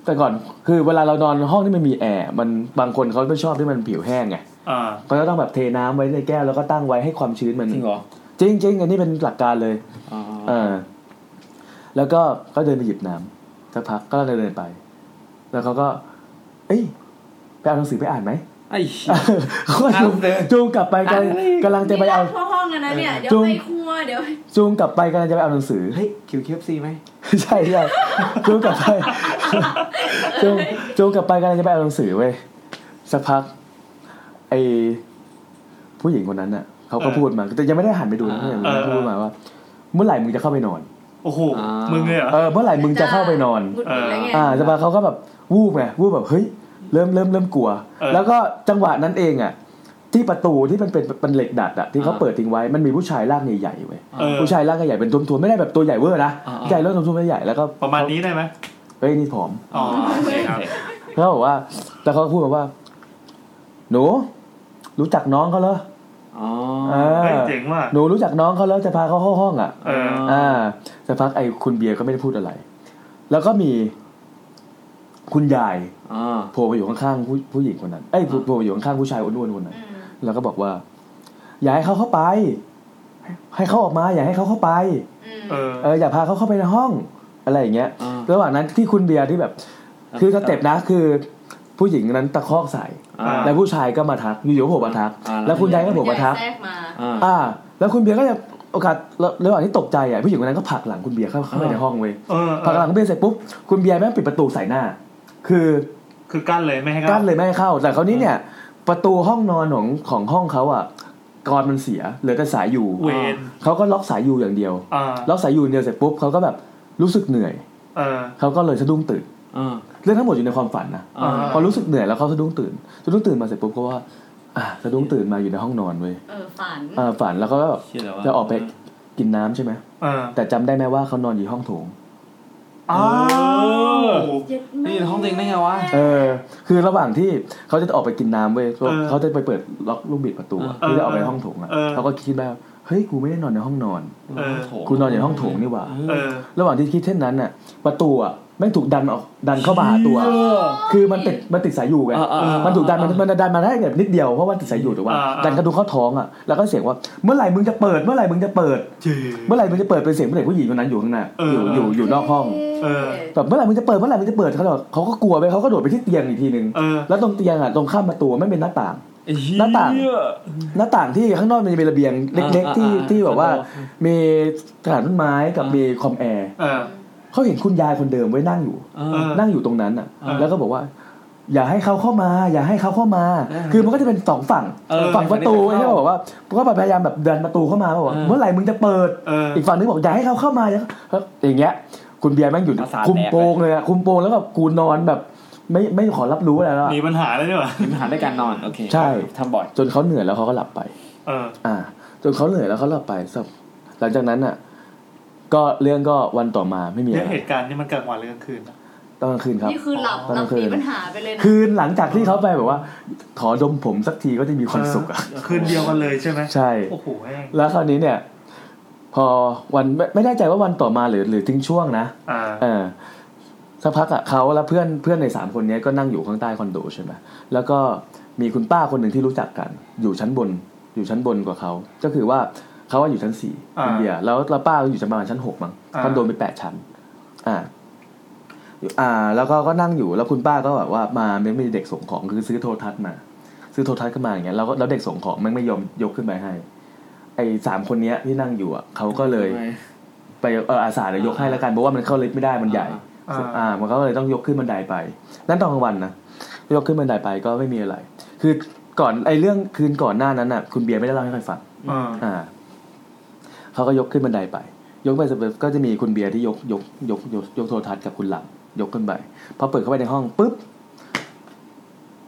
S9: แต่ก่อนคือเวลาเรานอนห้องที่มันมีแอร์ มันบางคนเขาไม่ชอบที่มันผิวแห้งไง
S7: อ่า
S9: เขาจะต้องแบบเทน้ำไว้ในแก้วแล้วก็ตั้งไว้ให้ความชื้นมัน
S2: จริงเหรอ
S9: จริงจริงอันนี้เป็นหลักการเลย
S2: อ่า
S9: เออแล้วก็ก็เดินไปหยิบน้ำสักพักก็เดินไป แล้วเขาก็ เอ้ยไปเอาหนังสือไปอ่านไหม
S2: ไอ้เหี้ย
S9: เขาก็จูง
S2: อ่านเลย
S9: จูงกลับไปกำลันกำลังจะไปเอา
S3: นี่นั่งทั่วห้องกันนะเนี่ยเดี๋ยว
S9: จุ๊บ
S3: ไปครัวเดี๋ยว
S9: จูงกลับไปกำลังจะไปเอาหนังสือ
S2: เฮ้ยคิวเคฟซีไหม
S9: ใช่ใช่จูงกลับไปจูงจูงกลับไปกำลังจะไปเอาหนังสือเว้ยสักพัก ไอผู้หญิงคนนั้นน่ะเขาก็
S7: เออ
S9: พูดมาแต่ยังไม่ได้หันไปดูนะยังไม่ได้
S7: เออเออ
S9: พูดมาว่า เมื่อไหร่มึงจะเข้าไปนอน
S7: โอ้โห มึงเลยเหรอ
S9: เออเมื่อไหร่มึงจะเข้าไปนอน
S3: หงุดหงิดแล้วไง
S9: อ่าสักพักเขาก็แบบวูบไงวูบแบบเฮ้ยเริ่มเริ่มเริ่มกลัว
S7: เออ
S9: แล้วก็จังหวะนั้นเองอ่ะที่ประตูที่มันเป็นเป็นเหล็กดัดอ่ะที่เขาเปิดทิ้งไว้มันมีผู้ชายร่างใหญ่ๆเว้ย
S7: เออ
S9: ผู้ชายร่างใหญ่ๆเป็นทุมๆไม่ได้แบบตัวใหญ่เวอร์นะ
S2: อ่า
S9: ใหญ่เริ่มทุมๆใหญ่ๆแล้วก็
S7: ประมาณนี้ได้ไหม
S9: เฮ้ยนี่ผอม
S7: อ๋อโอเคครับ
S9: เขาบอกว่า แต่เขาก็พูดมาว่า หนู รู้จักน้องเขาเหรอ
S2: อ๋อ
S9: อ่า
S7: เฮ้ยเจ๋งว่ะ
S9: หนูรู้จักน้องเขาแล้วจะพาเขาเข้าห้องอ่ะ
S7: เออ
S9: อ่าสักพักไอ้คุณเบียร์ก็ไม่ได้พูดอะไร แล้วก็มีคุณยาย
S2: อ๋อ
S9: โผล่มาอยู่ข้างๆผู้ผู้หญิงคนนั้น เอ้ยโผล่โผล่มาอยู่ข้างๆผู้ชายอ้วนๆคนนั้น
S3: อืม
S9: แล้วก็บอกว่า อย่าให้เขาเข้าไป ให้เขาออกมา อย่าให้เขาเข้าไป
S3: อืม
S7: เออ
S9: เอออย่าพาเขาเข้าไปในห้อง อะไรอย่างเงี้ย
S2: อ๋อ
S9: ระหว่างนั้นที่คุณเบียร์ที่แบบ คือสเต็ปนะคือ ผู้หญิงนั้นตะคอกใส่
S2: อ่า
S9: แล้วผู้ชายก็มาทักอยู่ๆก็โผล่มาทัก
S2: อ่า
S9: แล้วคุณยายก็โผล่มาทัก
S3: แทรกมา
S2: อ่า
S9: อ่า แล้วคุณเบียร์ก็จะโอกาสระระหว่างที่ตกใจอ่ะผู้หญิงคนนั้นก็ผลักหลังคุณเบียร์เข้าเข้าไป
S2: อ่า
S9: ในห้องเว้ย
S7: เออ
S9: ผลักหลังคุณเบียร์เสร็จปุ๊บคุณเบียร์แม่งปิดประตูใส่หน้า คือ
S7: คือกั้นเลยไม่ให้
S9: กั้
S7: กั้
S9: นเลยไม่ให้เข้า แต่คราวนี้เนี่ย ประตูห้องนอนของของห้องเขาอ่ะกรอนมันเสียเหลือแต่สายอยู่
S7: เวน
S9: เขาก็ล็อกสายอยู่อย่างเดียว
S7: อ่า
S9: ล็อกสายอยู่อย่างเดียวเสร็จปุ๊บเขาก็แบบรู้สึกเหนื่อย
S7: เออ
S9: เขาก็เลยสะดุ้งตื่น
S2: อ่า
S9: เรื่องทั้งหมดอยู่ในความฝันนะ
S7: อ่า
S9: พอรู้สึกเหนื่อยแล้วเขาสะดุ้งตื่นสะดุ้งตื่นมาเสร็จปุ๊บเขาว่าอ่ะสะดุ้งตื่นมาอยู่ในห้องนอนเว้ย
S3: เออฝัน
S9: อ่าฝันแล้วก็แบบ
S2: เชื่อแล้วว่า
S9: จะออกไปกินน้ำใช่ไหม
S7: เออ
S9: แต่จำได้ไหมว่าเขานอนอยู่ห้องโถง
S7: อ้าว
S2: นี่ห้องตัวเองได้ไงวะ
S9: เออ คือระหว่างที่เขาจะออกไปกินน้ำเว้ยเขา
S7: เออ
S9: เขาจะไปเปิดล็อกลูกบิดประตูอะ
S7: เออ
S9: เพื่อจะออกไปห้องโถงอ่ะ
S7: เออ
S9: เขาก็คิดแบบเฮ้ย กูไม่ได้นอนในห้องนอน
S7: เออ
S9: กูนอนอยู่ห้องโถงนี่หว่า
S7: เออ
S9: ระหว่างที่คิดเช่นนั้นน่ะ ประตูอ่ะแม่งถูกดันออก ดันเข้ามาหา ตัว คือมันติด มันติดสายอยู่ไง
S2: อ่าอ่าอ่ามั
S9: มันถูกดัน มันมันดันมาได้แบบนิดเดียว เพราะว่าติดสายอยู่ถูกป่ะ
S7: อ่าอ่า
S9: ดันกระดูกเข้าท้องอ่ะ แล้วก็เสียงว่า เมื่อไหร่มึงจะเปิด เมื่อไหร่มึงจะเปิด
S7: เจ๋ง
S9: เมื่อไหร่มึงจะเปิด เป็นเสียงผู้เด็กผู้หญิงคนนั้นอยู่ข้างหน้า
S7: เออ
S9: อ
S7: อ
S9: ยู่ อยู่ อยู่นอกห้อง
S7: เออ
S9: แบบเมื่อไหร่มึงจะเปิดเมื่อไหร่มึงจะเปิดเขาบอกเขาก็กลัวไปเขาก็โดดไปที่เตียงอีกทีหนึ่ง
S7: เออ
S9: แล้วตรงเตียงอ่ะตรงข้ามประตูไม่เป็นหน้าต่าง หน้าต่าง หน้าต่างที่ข้างนอกมันจะมีระเบียงเล็ก ๆ
S2: อ่าอ่า
S9: ที่
S2: อ่า
S9: ที่แบบว่า
S2: ประตู
S9: มีกระถางต้นไม้กับ
S2: อ่ามี
S9: มีคอมแอร์
S7: เออ
S9: เขาเห็นคุณยายคนเดิมไว้นั่งอยู่
S2: อ่า
S7: อ
S9: นั่งอยู่ตรงนั้นอ่ะ
S2: อ่า
S9: แล้วก็บอกว่า อย่าให้เขาเข้ามา อย่าให้เขาเข้ามา
S2: อ่า
S9: คือมันก็จะเป็นสองฝั่ง
S2: เออ
S9: ฝั่งประตู
S2: ฝั่งนี้
S9: ที่บอกว่าก็พยายามแบบดันประตูเข้ามาบอกว่า
S2: อ่า
S9: เมื่อไหร่มึงจะเปิด
S7: เออ
S9: อีกฝั่งนึงบอกอย่าให้เขาเข้ามาอย่าแล้วอย่างเงี้ย คุณเบียร์แม่งอยู่
S2: ประสาท
S9: คุม
S2: แดก
S9: โปงเลยอะคุมโปงแล้วแบบกูนอนแบบ ไม่ไม่ขอรับรู้อะไรแล้วอะ
S7: มีปัญหาแล้วเนี่ยว่ะ
S2: มีปัญหาด้วยการนอน โอเค
S9: ใช่
S2: ทำบ่อย
S9: จนเขาเหนื่อยแล้วเขาก็หลับไป
S7: เออ
S9: อ่า จนเขาเหนื่อยแล้วเขาหลับไปสักหลังจากนั้นอ่ะ ก็เรื่องก็วันต่อมาไม่มี
S7: เรื่
S9: อะ
S7: อง
S9: ไร
S7: เหตุการณ์นี่มันกลางวันหรือกลางคืนนะ
S9: ตอนกลางคืนครับ
S3: นี่คือหลับ
S9: ตอน
S3: หลับ
S9: กลางคืน
S3: มีปัญหาไปเลยนะ
S9: คืนหลังจากที่เขาไปแบบว่า ขอดมผมสักทีก็จะมีความสุขอ่ะ
S7: เคืนเดียวกันเลยใช่ไหม
S9: ใช่
S7: โอ้โหแม่ง
S9: แล้วคราวนี้เนี่ย พอวันไม่ไม่แน่ใจว่าวันต่อมาหรือหรือทิ้งช่วงนะ
S7: อ่า
S9: เออสักพักอ่ะเขาและเพื่อนเพื่อนในสามคนเนี้ยก็นั่งอยู่ข้างใต้คอนโดใช่ไหมแล้วก็มีคุณป้าคนหนึ่งที่รู้จักกัน อยู่ชั้นบน อยู่ชั้นบนกว่าเขาก็คือว่าเขาว่าอยู่ชั้นสี่
S7: อ่า
S9: อินเดียแล้วแล้วป้าก็อยู่ชั้นประมาณชั้นหกมั้ง
S7: อ่า
S9: คอนโดมีแปดชั้น อ่าอยู่อ่า แล้วก็ก็นั่งอยู่แล้วคุณป้าก็แบบว่ามาไม่มีเด็กส่งของคือซื้อโทรทัศน์มา ซื้อโทรทัศน์ขึ้นมาอย่างเงี้ยแล้วก็แล้วเด็กส่งของแม่งไม่ยอมยกขึ้นไปให้ ไอ้สามคนเนี้ยที่นั่งอยู่อ่ะเขาก็เลย ไปเอออาสาเดี๋ยวยกให้แล้วกันเพราะว่ามันเข้าลิฟต์ไม่ได้มันใหญ่
S7: อ่า
S9: ซึ่งอ่ามันก็เลยต้องยกขึ้นบันไดไป นั่นตอนกลางวันนะยกขึ้นบันไดไปก็ไม่มีอะไร คือก่อนไอ้เรื่องคืนก่อนหน้านั้นน่ะ คุณเบียร์ไม่ได้เล่าให้ใครฟัง
S7: อ่า
S9: อ่าเขาก็ยกขึ้นบันไดไป ยกไปเสร็จปุ๊บก็จะมีคุณเบียร์ที่ยกยกยกยกยกโทรทัศน์กับคุณหลังยกขึ้นไปพอเปิดเข้าไปในห้องปุ๊บ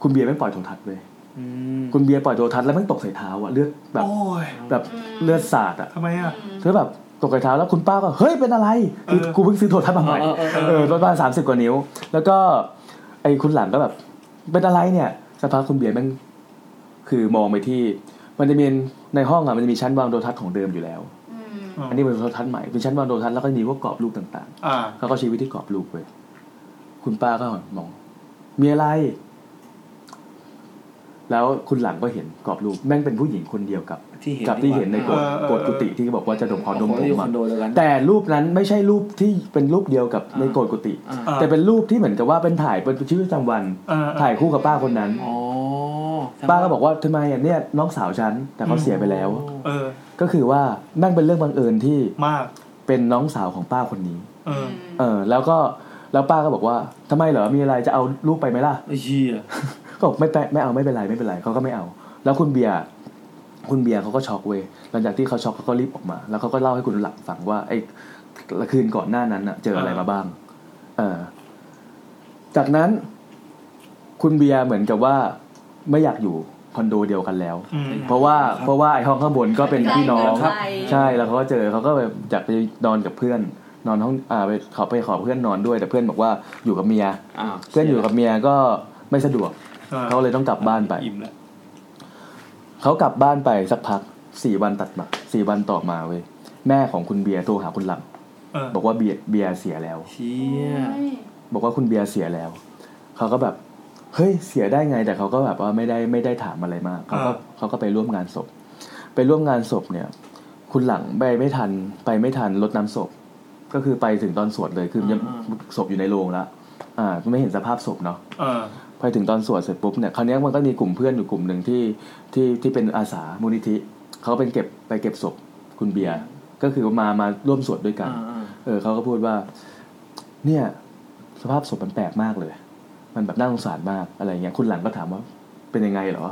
S9: คุณเบียร์ไม่งปล่อยโทรทัศน์เลยคุณเบียร์ปล่อยโทรทัศน์แล้วมันตกใส่เท้าอะเลือดแบบ
S7: โอ้ย
S9: แบบเลือดสาดอะ
S7: ทำไมอ่ะ
S9: เธอแบบตกไก่เท้าแล้วคุณป้าก็เฮ้ยเป็นอะไรคือ
S7: เออ
S9: กูเพิ่งซื้อโทรทัศน์มาใหม่
S2: เออเออเออ
S9: เออประมาณสามสิบกว่านิ้ว แล้วก็ไอ้คุณหลังก็แบบ เป็นอะไรเนี่ยสักพักคุณเบียร์แมันคือมองไปที่ มันจะมีในห้องอะมันจะมีชั้นวางโทรทัศน์ของเดิมอยู่แล้ว
S3: อืม
S9: อันนี้เป็นโทรทัศน์ใหม่เป็นชั้นวางโทรทัศน์แล้วก็มีพวกกรอบรูปต่าง
S7: อ่า
S9: ๆเขาก็ชี้วิธีกรอบรูปเว้ยคุณป้าก็หันมอง มีอะไร แล้วคุณหลังก็เห็นกรอบรูปแม่งเป็นผู้หญิงคนเดียวกับ
S2: ที่เห็น
S9: กับที่เห็นในกฎ
S7: เออเออ
S9: กฎกุฏิที่บอกว่าจะดมขอด
S2: ด
S9: ม
S2: มผ
S9: ผ
S2: มค
S9: ม
S2: อ
S9: อะ
S2: นโดเดียวกัน
S9: แต่รูปนั้นไม่ใช่รูปที่เป็นรูปเดียวกับ
S2: อ่า
S9: ในโกฎกุฏิ
S2: อ่า
S7: อ่า
S9: แต่เป็นรูปที่เหมือนกับว่าเป็นถ่ายเป็นชีวิตประจำวัน
S7: อ่า
S9: ถ่ายคู่กับป้าคนนั้น
S2: อ๋อ
S9: ป้าก็บอกว่าทำไมอ่ะเนี่ยน้องสาวฉันแต่เขา
S7: อืม
S9: เสียไปแล้ว
S7: เออ
S9: ก็คือว่านั่งเป็นเรื่องบังเอิญที่
S7: มาก
S9: เป็นน้องสาวของป้าคนนี้
S7: เออ
S9: เออ แล้วก็แล้วป้าก็บอกว่าทำไมเหรอมีอะไรจะเอาลูกไปไหมล่ะ
S2: ไอ้เหี้ย
S9: ก็บอกไม่ไปไม่เอาไม่เป็นไรไม่เป็นไรเขาก็ไม่เอา แล้วคุณเบียร์คุณเบียร์เขาก็ช็อกเว้ยหลังจากที่เขาช็อกเขาก็รีบออกมา แล้วเขาก็เล่าให้คุณหลังฟังว่าไอ้คืนก่อนหน้านั้นน่ะ เจออะไรมาบ้างเออจากนั้น คุณเบียร์เหมือนกับว่าไม่อยากอยู่คอนโดเดียวกันแล้ว
S7: อืม
S9: เพราะว่าเพราะว่าไอ้ห้องข้างบนก็เป็นพี่น้อง
S3: ใกล้เกิไป
S9: ใช่แล้วเขาก็เจอเขาก็แบบอยากไปนอนกับเพื่อน นอนห้องอ่าไปขอไปขอเพื่อนนอนด้วย แต่เพื่อนบอกว่าอยู่กับเมีย
S2: อ่า
S9: เพื่อนอยู่กับเมียก็ไม่สะดวก
S7: ออ
S9: เขาเลยต้องกลับบ้านไป
S7: อิ่มแล้ว
S9: เขากลับบ้านไปสักพักสี่วันตัดมาสี่วันต่อมาเว้ยแม่ของคุณเบียร์โทรหาคุณหลัง
S7: เออ
S9: บอกว่าเบียร์เบียร์เสียแล้ว
S7: เชี่ย
S9: บอกว่าคุณเบียร์เสียแล้ว เขาก็แบบ เฮ้ย เสียได้ไง แต่เขาก็แบบว่าไม่ได้ไม่ได้ถามอะไรมาก เขาก็เขาก็ไปร่วมงานศพ ไปร่วมงานศพเนี่ย คุณหลังไปไม่ทัน ไปไม่ทันรดน้ำศพ ก็คือไปถึงตอนสวดเลย คือยังศพอยู่ในโรงละอ่า ไม่เห็นสภาพศพเนาะ
S7: เออ
S9: พอถึงตอนสวดเสร็จปุ๊บเนี่ยคราวเนี้ยมันก็มีกลุ่มเพื่อนอยู่กลุ่มหนึ่งที่ที่ที่เป็นอาสามูลนิธิเขาเป็นเก็บไปเก็บศพคุณเบียร์ก็คือมามาร่วมสวดด้วยกัน เออเขาก็พูดว่า เนี่ย สภาพศพมันแปลกมากเลย มันแบบน่าสงสารมากอะไรเงี้ยคุณหลังก็ถามว่า เป็นยังไงเหรอ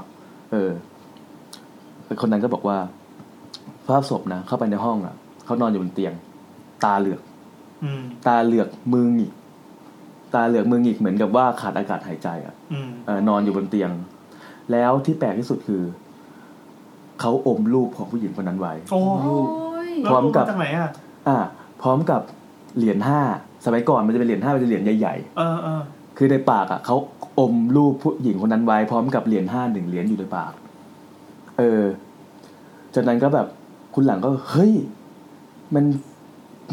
S9: เออคนนั้นก็บอกว่าสภาพศพนะเข้าไปในห้องอ่ะเขานอนอยู่บนเตียง ตาเหลือก
S7: อืม
S9: ตาเหลือกมือหงิกตาเหลือกมือหงิกเหมือนกับว่าขาดอากาศหายใจอ่ะ
S7: อืม
S9: เออนอนอยู่บนเตียง แล้วที่แปลกที่สุดคือ เขาอมรูปของผู้หญิงคนนั้นไว้
S7: โอ้
S3: โอ้ย
S7: แล้ว
S9: พร้อมกับ
S7: าจากไหนอ่ะ
S9: อ่า พร้อมกับเหรียญห้าสมัยก่อนมันจะเป็นเหรียญห้าเป็นเหรียญใหญ่
S7: เออเออ
S9: ๆ คือในปากอ่ะเขาอมรูปผู้หญิงคนนั้นไว้ พร้อมกับเหรียญห้าหนึ่งเหรียญอยู่ในปาก เออ จากนั้นก็แบบคุณหลังก็เฮ้ย มัน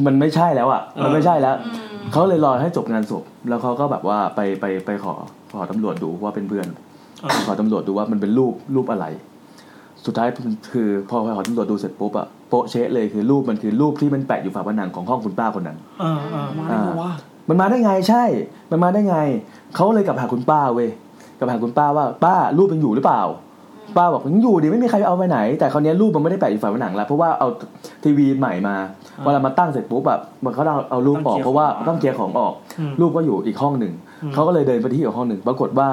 S9: มันไม่ใช่แล้วอ่ะ มันไม่ใช่แล้ว
S3: อืม
S9: เขาเลยรอให้จบงานศพ แล้วเขาก็แบบว่าไปไปไปขอขอตำรวจดูว่าเป็นเพื่อน
S7: เออ
S9: ขอตำรวจดูว่ามันเป็นรูปรูปอะไร สุดท้ายคือพอขอตำรวจดูเสร็จปุ๊บอะโปะเชะเลยคือรูปมันคือรูปที่มันแปะอยู่ฝาผนังของห้องคุณป้าคนนั้น
S7: เออเออ
S9: อ่า มันมาได้ไงใช่ มันมาได้ไง เขาเลยกลับหาคุณป้าเว้ยกลับหาคุณป้าว่าป้ารูปยังอยู่หรือเปล่า ป้าบอกยังอยู่ดิไม่มีใครเอาไปไหน แต่คราวเนี้ยรูปมันไม่ได้แปะอยู่ฝาผนังแล้วเพราะว่าเอาทีวีใหม่มาเวลามาตั้งเสร็จปุ๊บแบบมันเขาเอาเอารูปออกเพราะว่าต้องเคลียร์ของออก
S7: อืม
S9: รูปก็อยู่อีกห้องหนึ่ง
S7: อืม
S9: เขาก็เลยเดินไปที่อีกห้องหนึ่ง ปรากฏว่า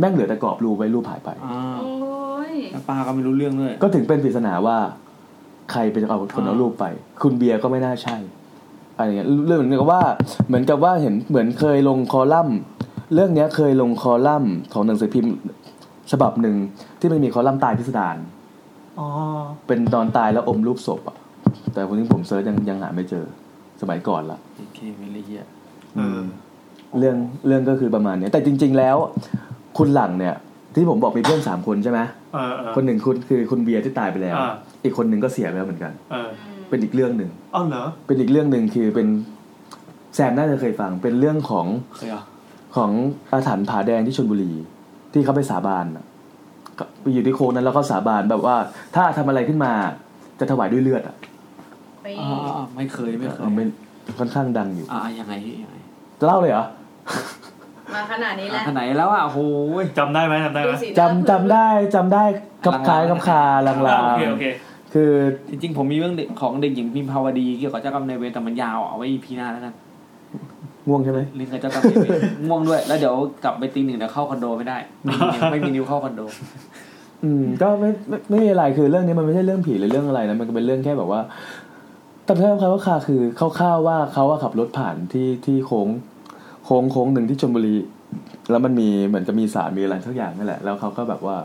S9: แม่งเหลือแต่กรอบรูปไว้รูปหายไป
S2: อ่า
S3: โอ้ย
S2: แล้วป้าก็ไม่รู้เรื่องด้วย
S9: ก็ถึงเป็นปริศนาว่า ใครเป็นเอาคนเอารูปไป คุณเบียร์ก็ไม่น่าใช่อะไรเงี้ยเรื่องเหมือนกับว่า เหมือนกับว่าเห็นเหมือนเคยลงคอลัมน์ เรื่องเนี้ยเคยลงคอลัมน์ของหนังสือพิมพ์ฉบับหนึ่งที่มันมีคอลัมน์ตายพิสดาร
S7: อ๋อ
S9: เป็นตอนตายแล้วอมรูปศพอ่ะแต่คนที่ผมเซิร์ชยังยังหาไม่เจอสมัยก่อนละ
S2: โอเคไม่เลยเหี้ย
S7: เออ
S9: เรื่องเรื่องก็คือประมาณเนี้ยแต่จริง ๆ แล้ว คุณหลังเนี่ย ที่ผมบอกมีเพื่อนสามคนใช่ไหม
S7: เออเออ
S9: คนหนึ่งคุณคือคุณเบียร์ที่ตายไปแล้ว
S7: อ่า
S9: อีกคนหนึ่งก็เสียไปแล้วเหมือนกัน
S7: เออ
S9: เป็นอีกเรื่องหนึ่ง
S7: เอาเหรอ
S9: เป็นอีกเรื่องหนึ่งคือเป็นแซมน่าจะเคยฟังเป็นเรื่องของ
S2: เคยเหรอ
S9: ของอาถรรพ์ผาแดงที่ชลบุรี ที่เขาไปสาบานอะก็ไปอยู่ที่โค้งนั้นแล้วก็สาบานแบบว่า ถ้าทำอะไรขึ้นมาจะถวายด้วยเลือดอ่ะ
S3: ไป
S2: อ่าอ่าอ่าไม่เคยไม่เคย
S9: เอาเป็นค่อนข้างดังอยู่
S2: อ่ายังไงพี่ยังไง
S9: จะเล่าเลยเหรอ
S3: มาขนาดนี้
S2: อ่า
S3: แล้ว
S2: ขนาดไหนแล้วอ่ะโอ้โหย
S7: จำได้ไหมจำได้ไหม
S3: ดูสิ
S9: จำจำได้จำได้กับคล้ายกับคาลาง
S7: อ่า
S9: ลา
S7: โอเค โอเค
S9: คือ
S2: จริงๆผมมีเรื่องเด็กของเด็กหญิงพิมพาวดีเกี่ยวกับเจ้ากรรมนายเวรแต่มันยาวอ่ะเอาไว้ EP หน้าแล้วกัน
S9: ง่วงใช่ไหม
S2: เรื่องกับเจ้ากรรมนายเวร ง่วงด้วยแล้วเดี๋ยวกลับไปตีหนึ่งเดี๋ยวเข้าคอนโดไม่ได้ ไม่มีนิ้วไม่มีนิ้วเข้าคอนโด
S9: อืมก็ไม่ไม่ไม่มีอะไรคือเรื่องนี้มันไม่ใช่เรื่องผีหรือเรื่องอะไรนะมันก็เป็นเรื่องแค่แบบว่าตำนานคล้ายกับคาคือคร่าวๆว่าเขาอะขับรถผ่านที่ที่โค้งโค้งโค้งหนึ่งที่ชลบุรี แล้วมันมีเหมือนกับมีสารมีอะไรสักอย่างนั่นแหละ แล้วเขาก็แบบว่า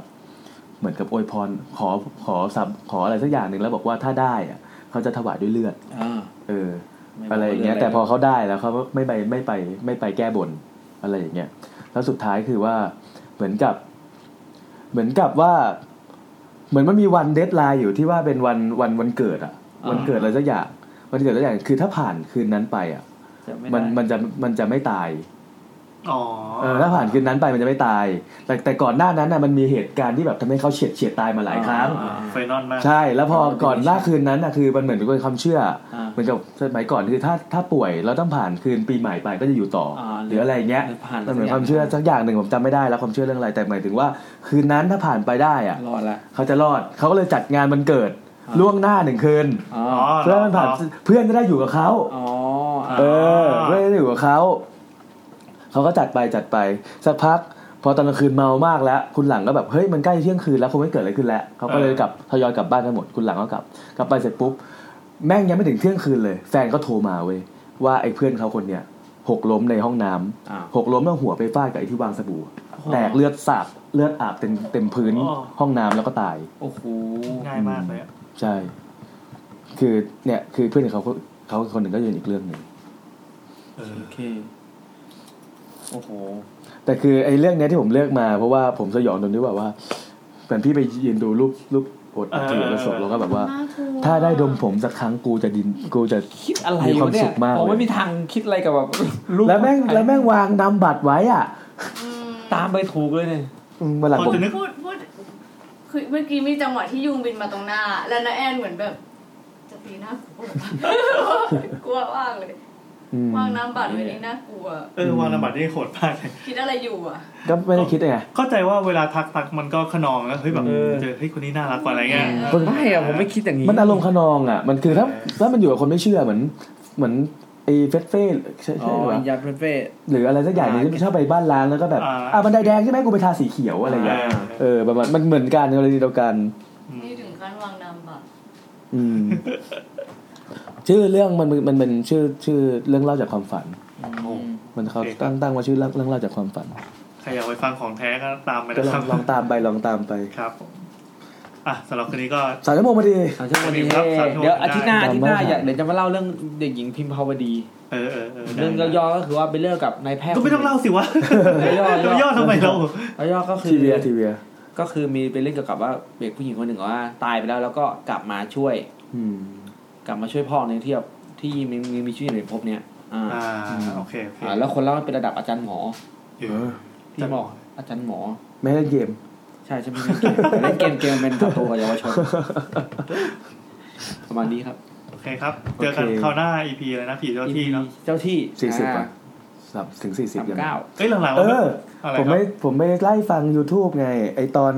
S9: เหมือนกับอวยพรขอขอสับขออะไรสักอย่างหนึ่งแล้วบอกว่าถ้าได้อะเขาจะถวายด้วยเลือด
S2: อ่า
S9: เออ อะไรอย่างเงี้ยแต่พอเขาได้แล้วเขาไม่ไปไม่ไปไม่ไปแก้บนอะไรอย่างเงี้ยแล้วสุดท้ายคือว่าเหมือนกับ เหมือนกับว่า เหมือนมันมีวันเดทไลน์อยู่ที่ว่าเป็นวันวันวันเกิดอะวันเกิดอะไรสักอย่างวันเกิดอะไรสักอย่างคือถ้าผ่านคืนนั้นไปอะ
S2: จะไได้
S9: มันมันจะมันจะไม่ตาย
S7: อ๋อ
S9: เออถ้าผ่านคืนนั้นไปมันจะไม่ตาย แต่แต่ก่อนหน้านั้นน่ะมันมีเหตุการณ์ที่แบบทำให้เขาเฉียดเฉียดตายมาหลายครั้ง
S2: อ่า
S7: ไฟนอลมาก
S9: ใช่ แล้วพอก่อนหน้าคืนนั้นน่ะคือมันเหมือนเป็นความเชื่อ
S2: อ่า
S9: เหมือนกับสมัยก่อนคือถ้าถ้าป่วยเราต้องผ่านคืนปีใหม่ไปก็จะอยู่ต่ออา หรืออะไรเงี้ย
S2: หรือผ่าน
S9: มันเหมือนความเชื่อสักอย่างหนึ่งผมจำไม่ได้แล้วความเชื่อเรื่องอะไรแต่หมายถึงว่า คืนนั้นถ้าผ่านไปได้อะ
S2: รอดละ
S9: เขาจะรอดเขาก็เลยจัดงานวันเกิด
S2: อ่า
S9: ล่วงหน้าหนึ่งคืน
S2: อ๋อ
S7: อ๋อ
S9: เพื่อให้มันผ่าน
S7: อ๋อ
S9: เพื่อนจะได้อยู่กับเขา
S2: อ๋อ
S7: อ่า
S9: เออเพื่อนจะได้อยู่กับเขาเขาก็จัดไปจัดไปสักพัก พอตอนกลางคืนเมามากแล้ว คุณหลังก็แบบเฮ้ยมันใกล้เที่ยงคืนแล้วคงไม่เกิดอะไรขึ้นแล้วเขาก็เลยกลับทยอยกลับบ้านกันหมดคุณหลังก็กลับ กลับไปเสร็จปุ๊บ แม่งยังไม่ถึงเที่ยงคืนเลย แฟนก็โทรมาเว้ยว่าไอ้เพื่อนเขาคนเนี้ยหกล้มในห้องน้ำ
S2: อ่า
S9: หกล้มแล้วหัวไปฟาดกับไอ้ที่วางสบู่แตกเลือดสาบเลือดอาบเต็มเต็มพื้น
S7: อ๋อ
S9: ห้องน้ำแล้วก็ตาย
S2: โอ้โห
S7: ง่ายมากเลยอะ
S9: ใช่ คือเนี่ยคือเพื่อนเขาก็เขาคนหนึ่งก็ยืนอีกเรื่องหนึ่ง
S7: เออ
S2: โอเคโอ้โห
S9: แต่คือไอ้เรื่องเนี้ยที่ผมเลือกมาเพราะว่าผมสยองตรงที่แบบว่า เหมือนพี่ไปยืนดูรูปรูปโอดที่อยู่ในศพแล้วก็แบบว่า ถ้าได้ดมผมสักครั้งกูจะดินกูจะ
S2: คิดอะไร
S9: มี
S2: อ
S9: ควา
S2: ยู่
S9: ม
S2: เนี่
S9: สุ
S2: ย
S9: ขมากเลย
S2: ผมไม่มีทางคิดอะไรกับแบบ ก
S9: แล้วแม่งแล้วแม่งวางนำบัตรไว้อ่ะ
S2: ตามไปถูกเลยเนี่ย
S9: อืมวันหลัง
S1: พอ
S9: ผม
S1: จะนึก
S3: พูดพูดคือเมื่อกี้มีจังหวะที่ยุงบินมาตรงหน้า แล้วนาแอนเหมือนแบบ จะตีหน้ากูเหร อกลัวมากเลย
S9: อืม
S3: วางน้ำบัตรไว้นี่น่ากลัว
S1: เออวางนามบัตรนี่โหดมากเลย
S3: คิดอะไรอยู่อ่ะ
S9: ก็ไม่ได้คิดไง
S1: เข้าใจว่าเวลาทักทักมันก็ขนองนะเฮ้ยแบบเจอเฮ้ยคนนี้น่ารักกว่าอะไรเงี้ย
S2: ไม่อะผมไม่คิดอย่างนี้
S9: มันอารมณ์ขนองอ่ะ มันคือถ้าถ้ามันอยู่กับคนไม่เชื่อเหมือน เหมือนไอ้เฟสเฟ่ใช่
S2: อ๋
S9: ใช่
S2: อ
S9: หรือเปล่า
S2: ยาเฟ่เฟ่
S9: หรืออะไรสักอย่างหนึงที่ชอบไปบ้านล้างแล้วก็แบบอ่าบันไดแดงใช่ไหมกูไปทาสีเขียวอะไรอย่างเงี้ยเออประมาณมันเหมือนกันในกรณีเดียวกัน
S3: นี่ถึงขั้นวางน้ำบัตร
S9: อืม ชื่อเรื่องมันมันเป็นชื่อชื่อเรื่องเล่าจากความฝัน มันเขาตั้งตั้งว่าชื่อเรื่องเรื่องเล่าจากความฝัน
S1: ใครอยากไปฟังของแท้ก็ตามไป
S9: ก็
S1: นะ
S9: ล
S1: ค
S9: อ
S1: รั
S9: ง
S1: บ
S9: ลองตามไปลองตามไป
S1: ครับผมอ่ะสำหรับคืนนี้ก็
S9: สามชั่วโมงพอดี
S2: สามชั่วโมงนี้
S1: ครับสามชั่วโมง
S2: เดี๋ยวอาทิตย์หน้า
S9: ได้
S2: อาทิตย์หน้าอยากเดี๋ยวจะมาเล่าเรื่องเด็กหญิงพิมพาวดี
S1: เออเออเออ
S2: เรื่องย่อๆก็คือว่าไปเลิกกับนายแพทย์
S1: ก็ไม่ต้องเล่าสิวะ
S2: เออย่อๆ
S1: ย่อทำไมเรา
S2: แล้วย่อก็คือ
S9: ทีเวียทีเวีย
S2: ก็คือมีไปเรื่องเกี่ยวกับว่าเด็กผู้หญิงคนหนึ่งว่าตายไปแล้วแล้วก็กลับมาช่วย
S9: อืม
S2: กลับมาช่วยพ่อในเที่ยวที่มีมีมีชื่ออยู่ในภพเนี่ยอ่า
S1: อ่าโอเคโอเค
S2: อ่า แล้วคนเล่าเป็นระดับอาจารย์หมอ
S1: เออ
S2: ที่บอกอาจารย์หมอ
S9: ไม่ได้เกม
S2: ใช่ใช่ไหมเล่นเกมเล่นเกมเกมเป็นตัวเยาวชนประมาณนี้ครับ
S1: โอเคครับ เจอกันคราวหน้า EP อะไรนะผีเจ้าที่เนาะ
S2: เจ้าที่
S9: สี่สิบ
S2: อ่า
S9: อ่ะสามถึงสี่สิบ
S2: สาม
S9: ยัง
S2: เก้า
S1: เอ้ยหลังๆ
S9: เอ
S1: ว่า
S9: อ
S1: อะไร
S9: ผม
S1: ครั
S9: ไม่
S1: บ
S9: ผมไม่ไล่ฟัง YouTube ไง ไอตอน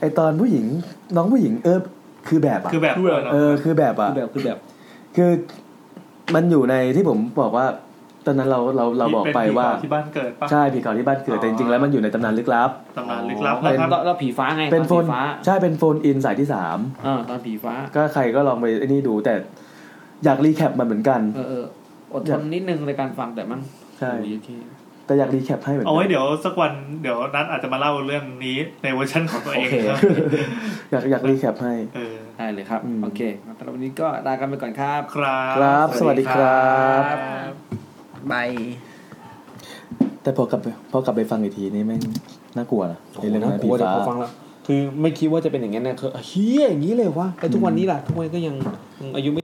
S9: ไอตอนผู้หญิง น้องผู้หญิงเออคือแบบอ่ะ
S1: คือแบบ
S9: เออคือแบบอ่ะ
S2: คือแบบคือแบบ
S9: คือมันอยู่ในที่ผมบอกว่า ตอนนั้นเราเราเราบอกไปว่า
S1: ที่บ้านเกิดปะ
S9: ใช่ผีเขาที่บ้านเกิดแต่จริงๆแล้วมันอยู่ในตำนานลึกลับ
S1: ตำนานลึกลับ
S2: อ๋
S1: นะค
S2: อเป็
S1: รั
S2: น
S1: บ
S2: เราเราผีฟ้าไง
S9: เป็นโฟ
S2: ตอน ผีฟ้า
S9: ใช่เป็นโฟนอินสายที่สาม
S2: อ่าตอนผีฟ้า
S9: ก็ใครก็ลองไปไอ้นี่ดูแต่อยากรีแคปมันเหมือนกัน
S2: เออเอออดทนนิดนึงในการฟังแต่มัน
S9: ใช่
S2: โอ้ยโอเค
S9: แต่อยากรีแคปให้เหมือนกั
S1: เอาไว้
S9: น
S1: เดี๋ยวสักวันเดี๋ยวนัทอาจจะมาเล่าเรื่องนี้ในเวอร์ชันของตัวเองครับ
S9: อยากอยากรีแคปให้
S1: เออ
S2: ได้เลยครับ
S9: อืม
S2: โอเคงั้นสำหรับวันนี้ก็ลากันไปก่อนครับ
S1: ครับ
S9: ครับ สวัสดีครับ
S2: บาย
S9: แต่พอกลับไปพอกลับไปฟังอีกทีนี่แม่งน่ากลัวนะไอ้เรื่องนั้นผี
S2: เดี๋ยว
S9: ฟ้า
S2: พอฟังแล้ว คือไม่คิดว่าจะเป็นอย่างนั้นนะคือเฮียอย่างนี้เลยวะแต่ทุกวันนี้ล่ะ ทุกวันนก็ยังยังอายุไม่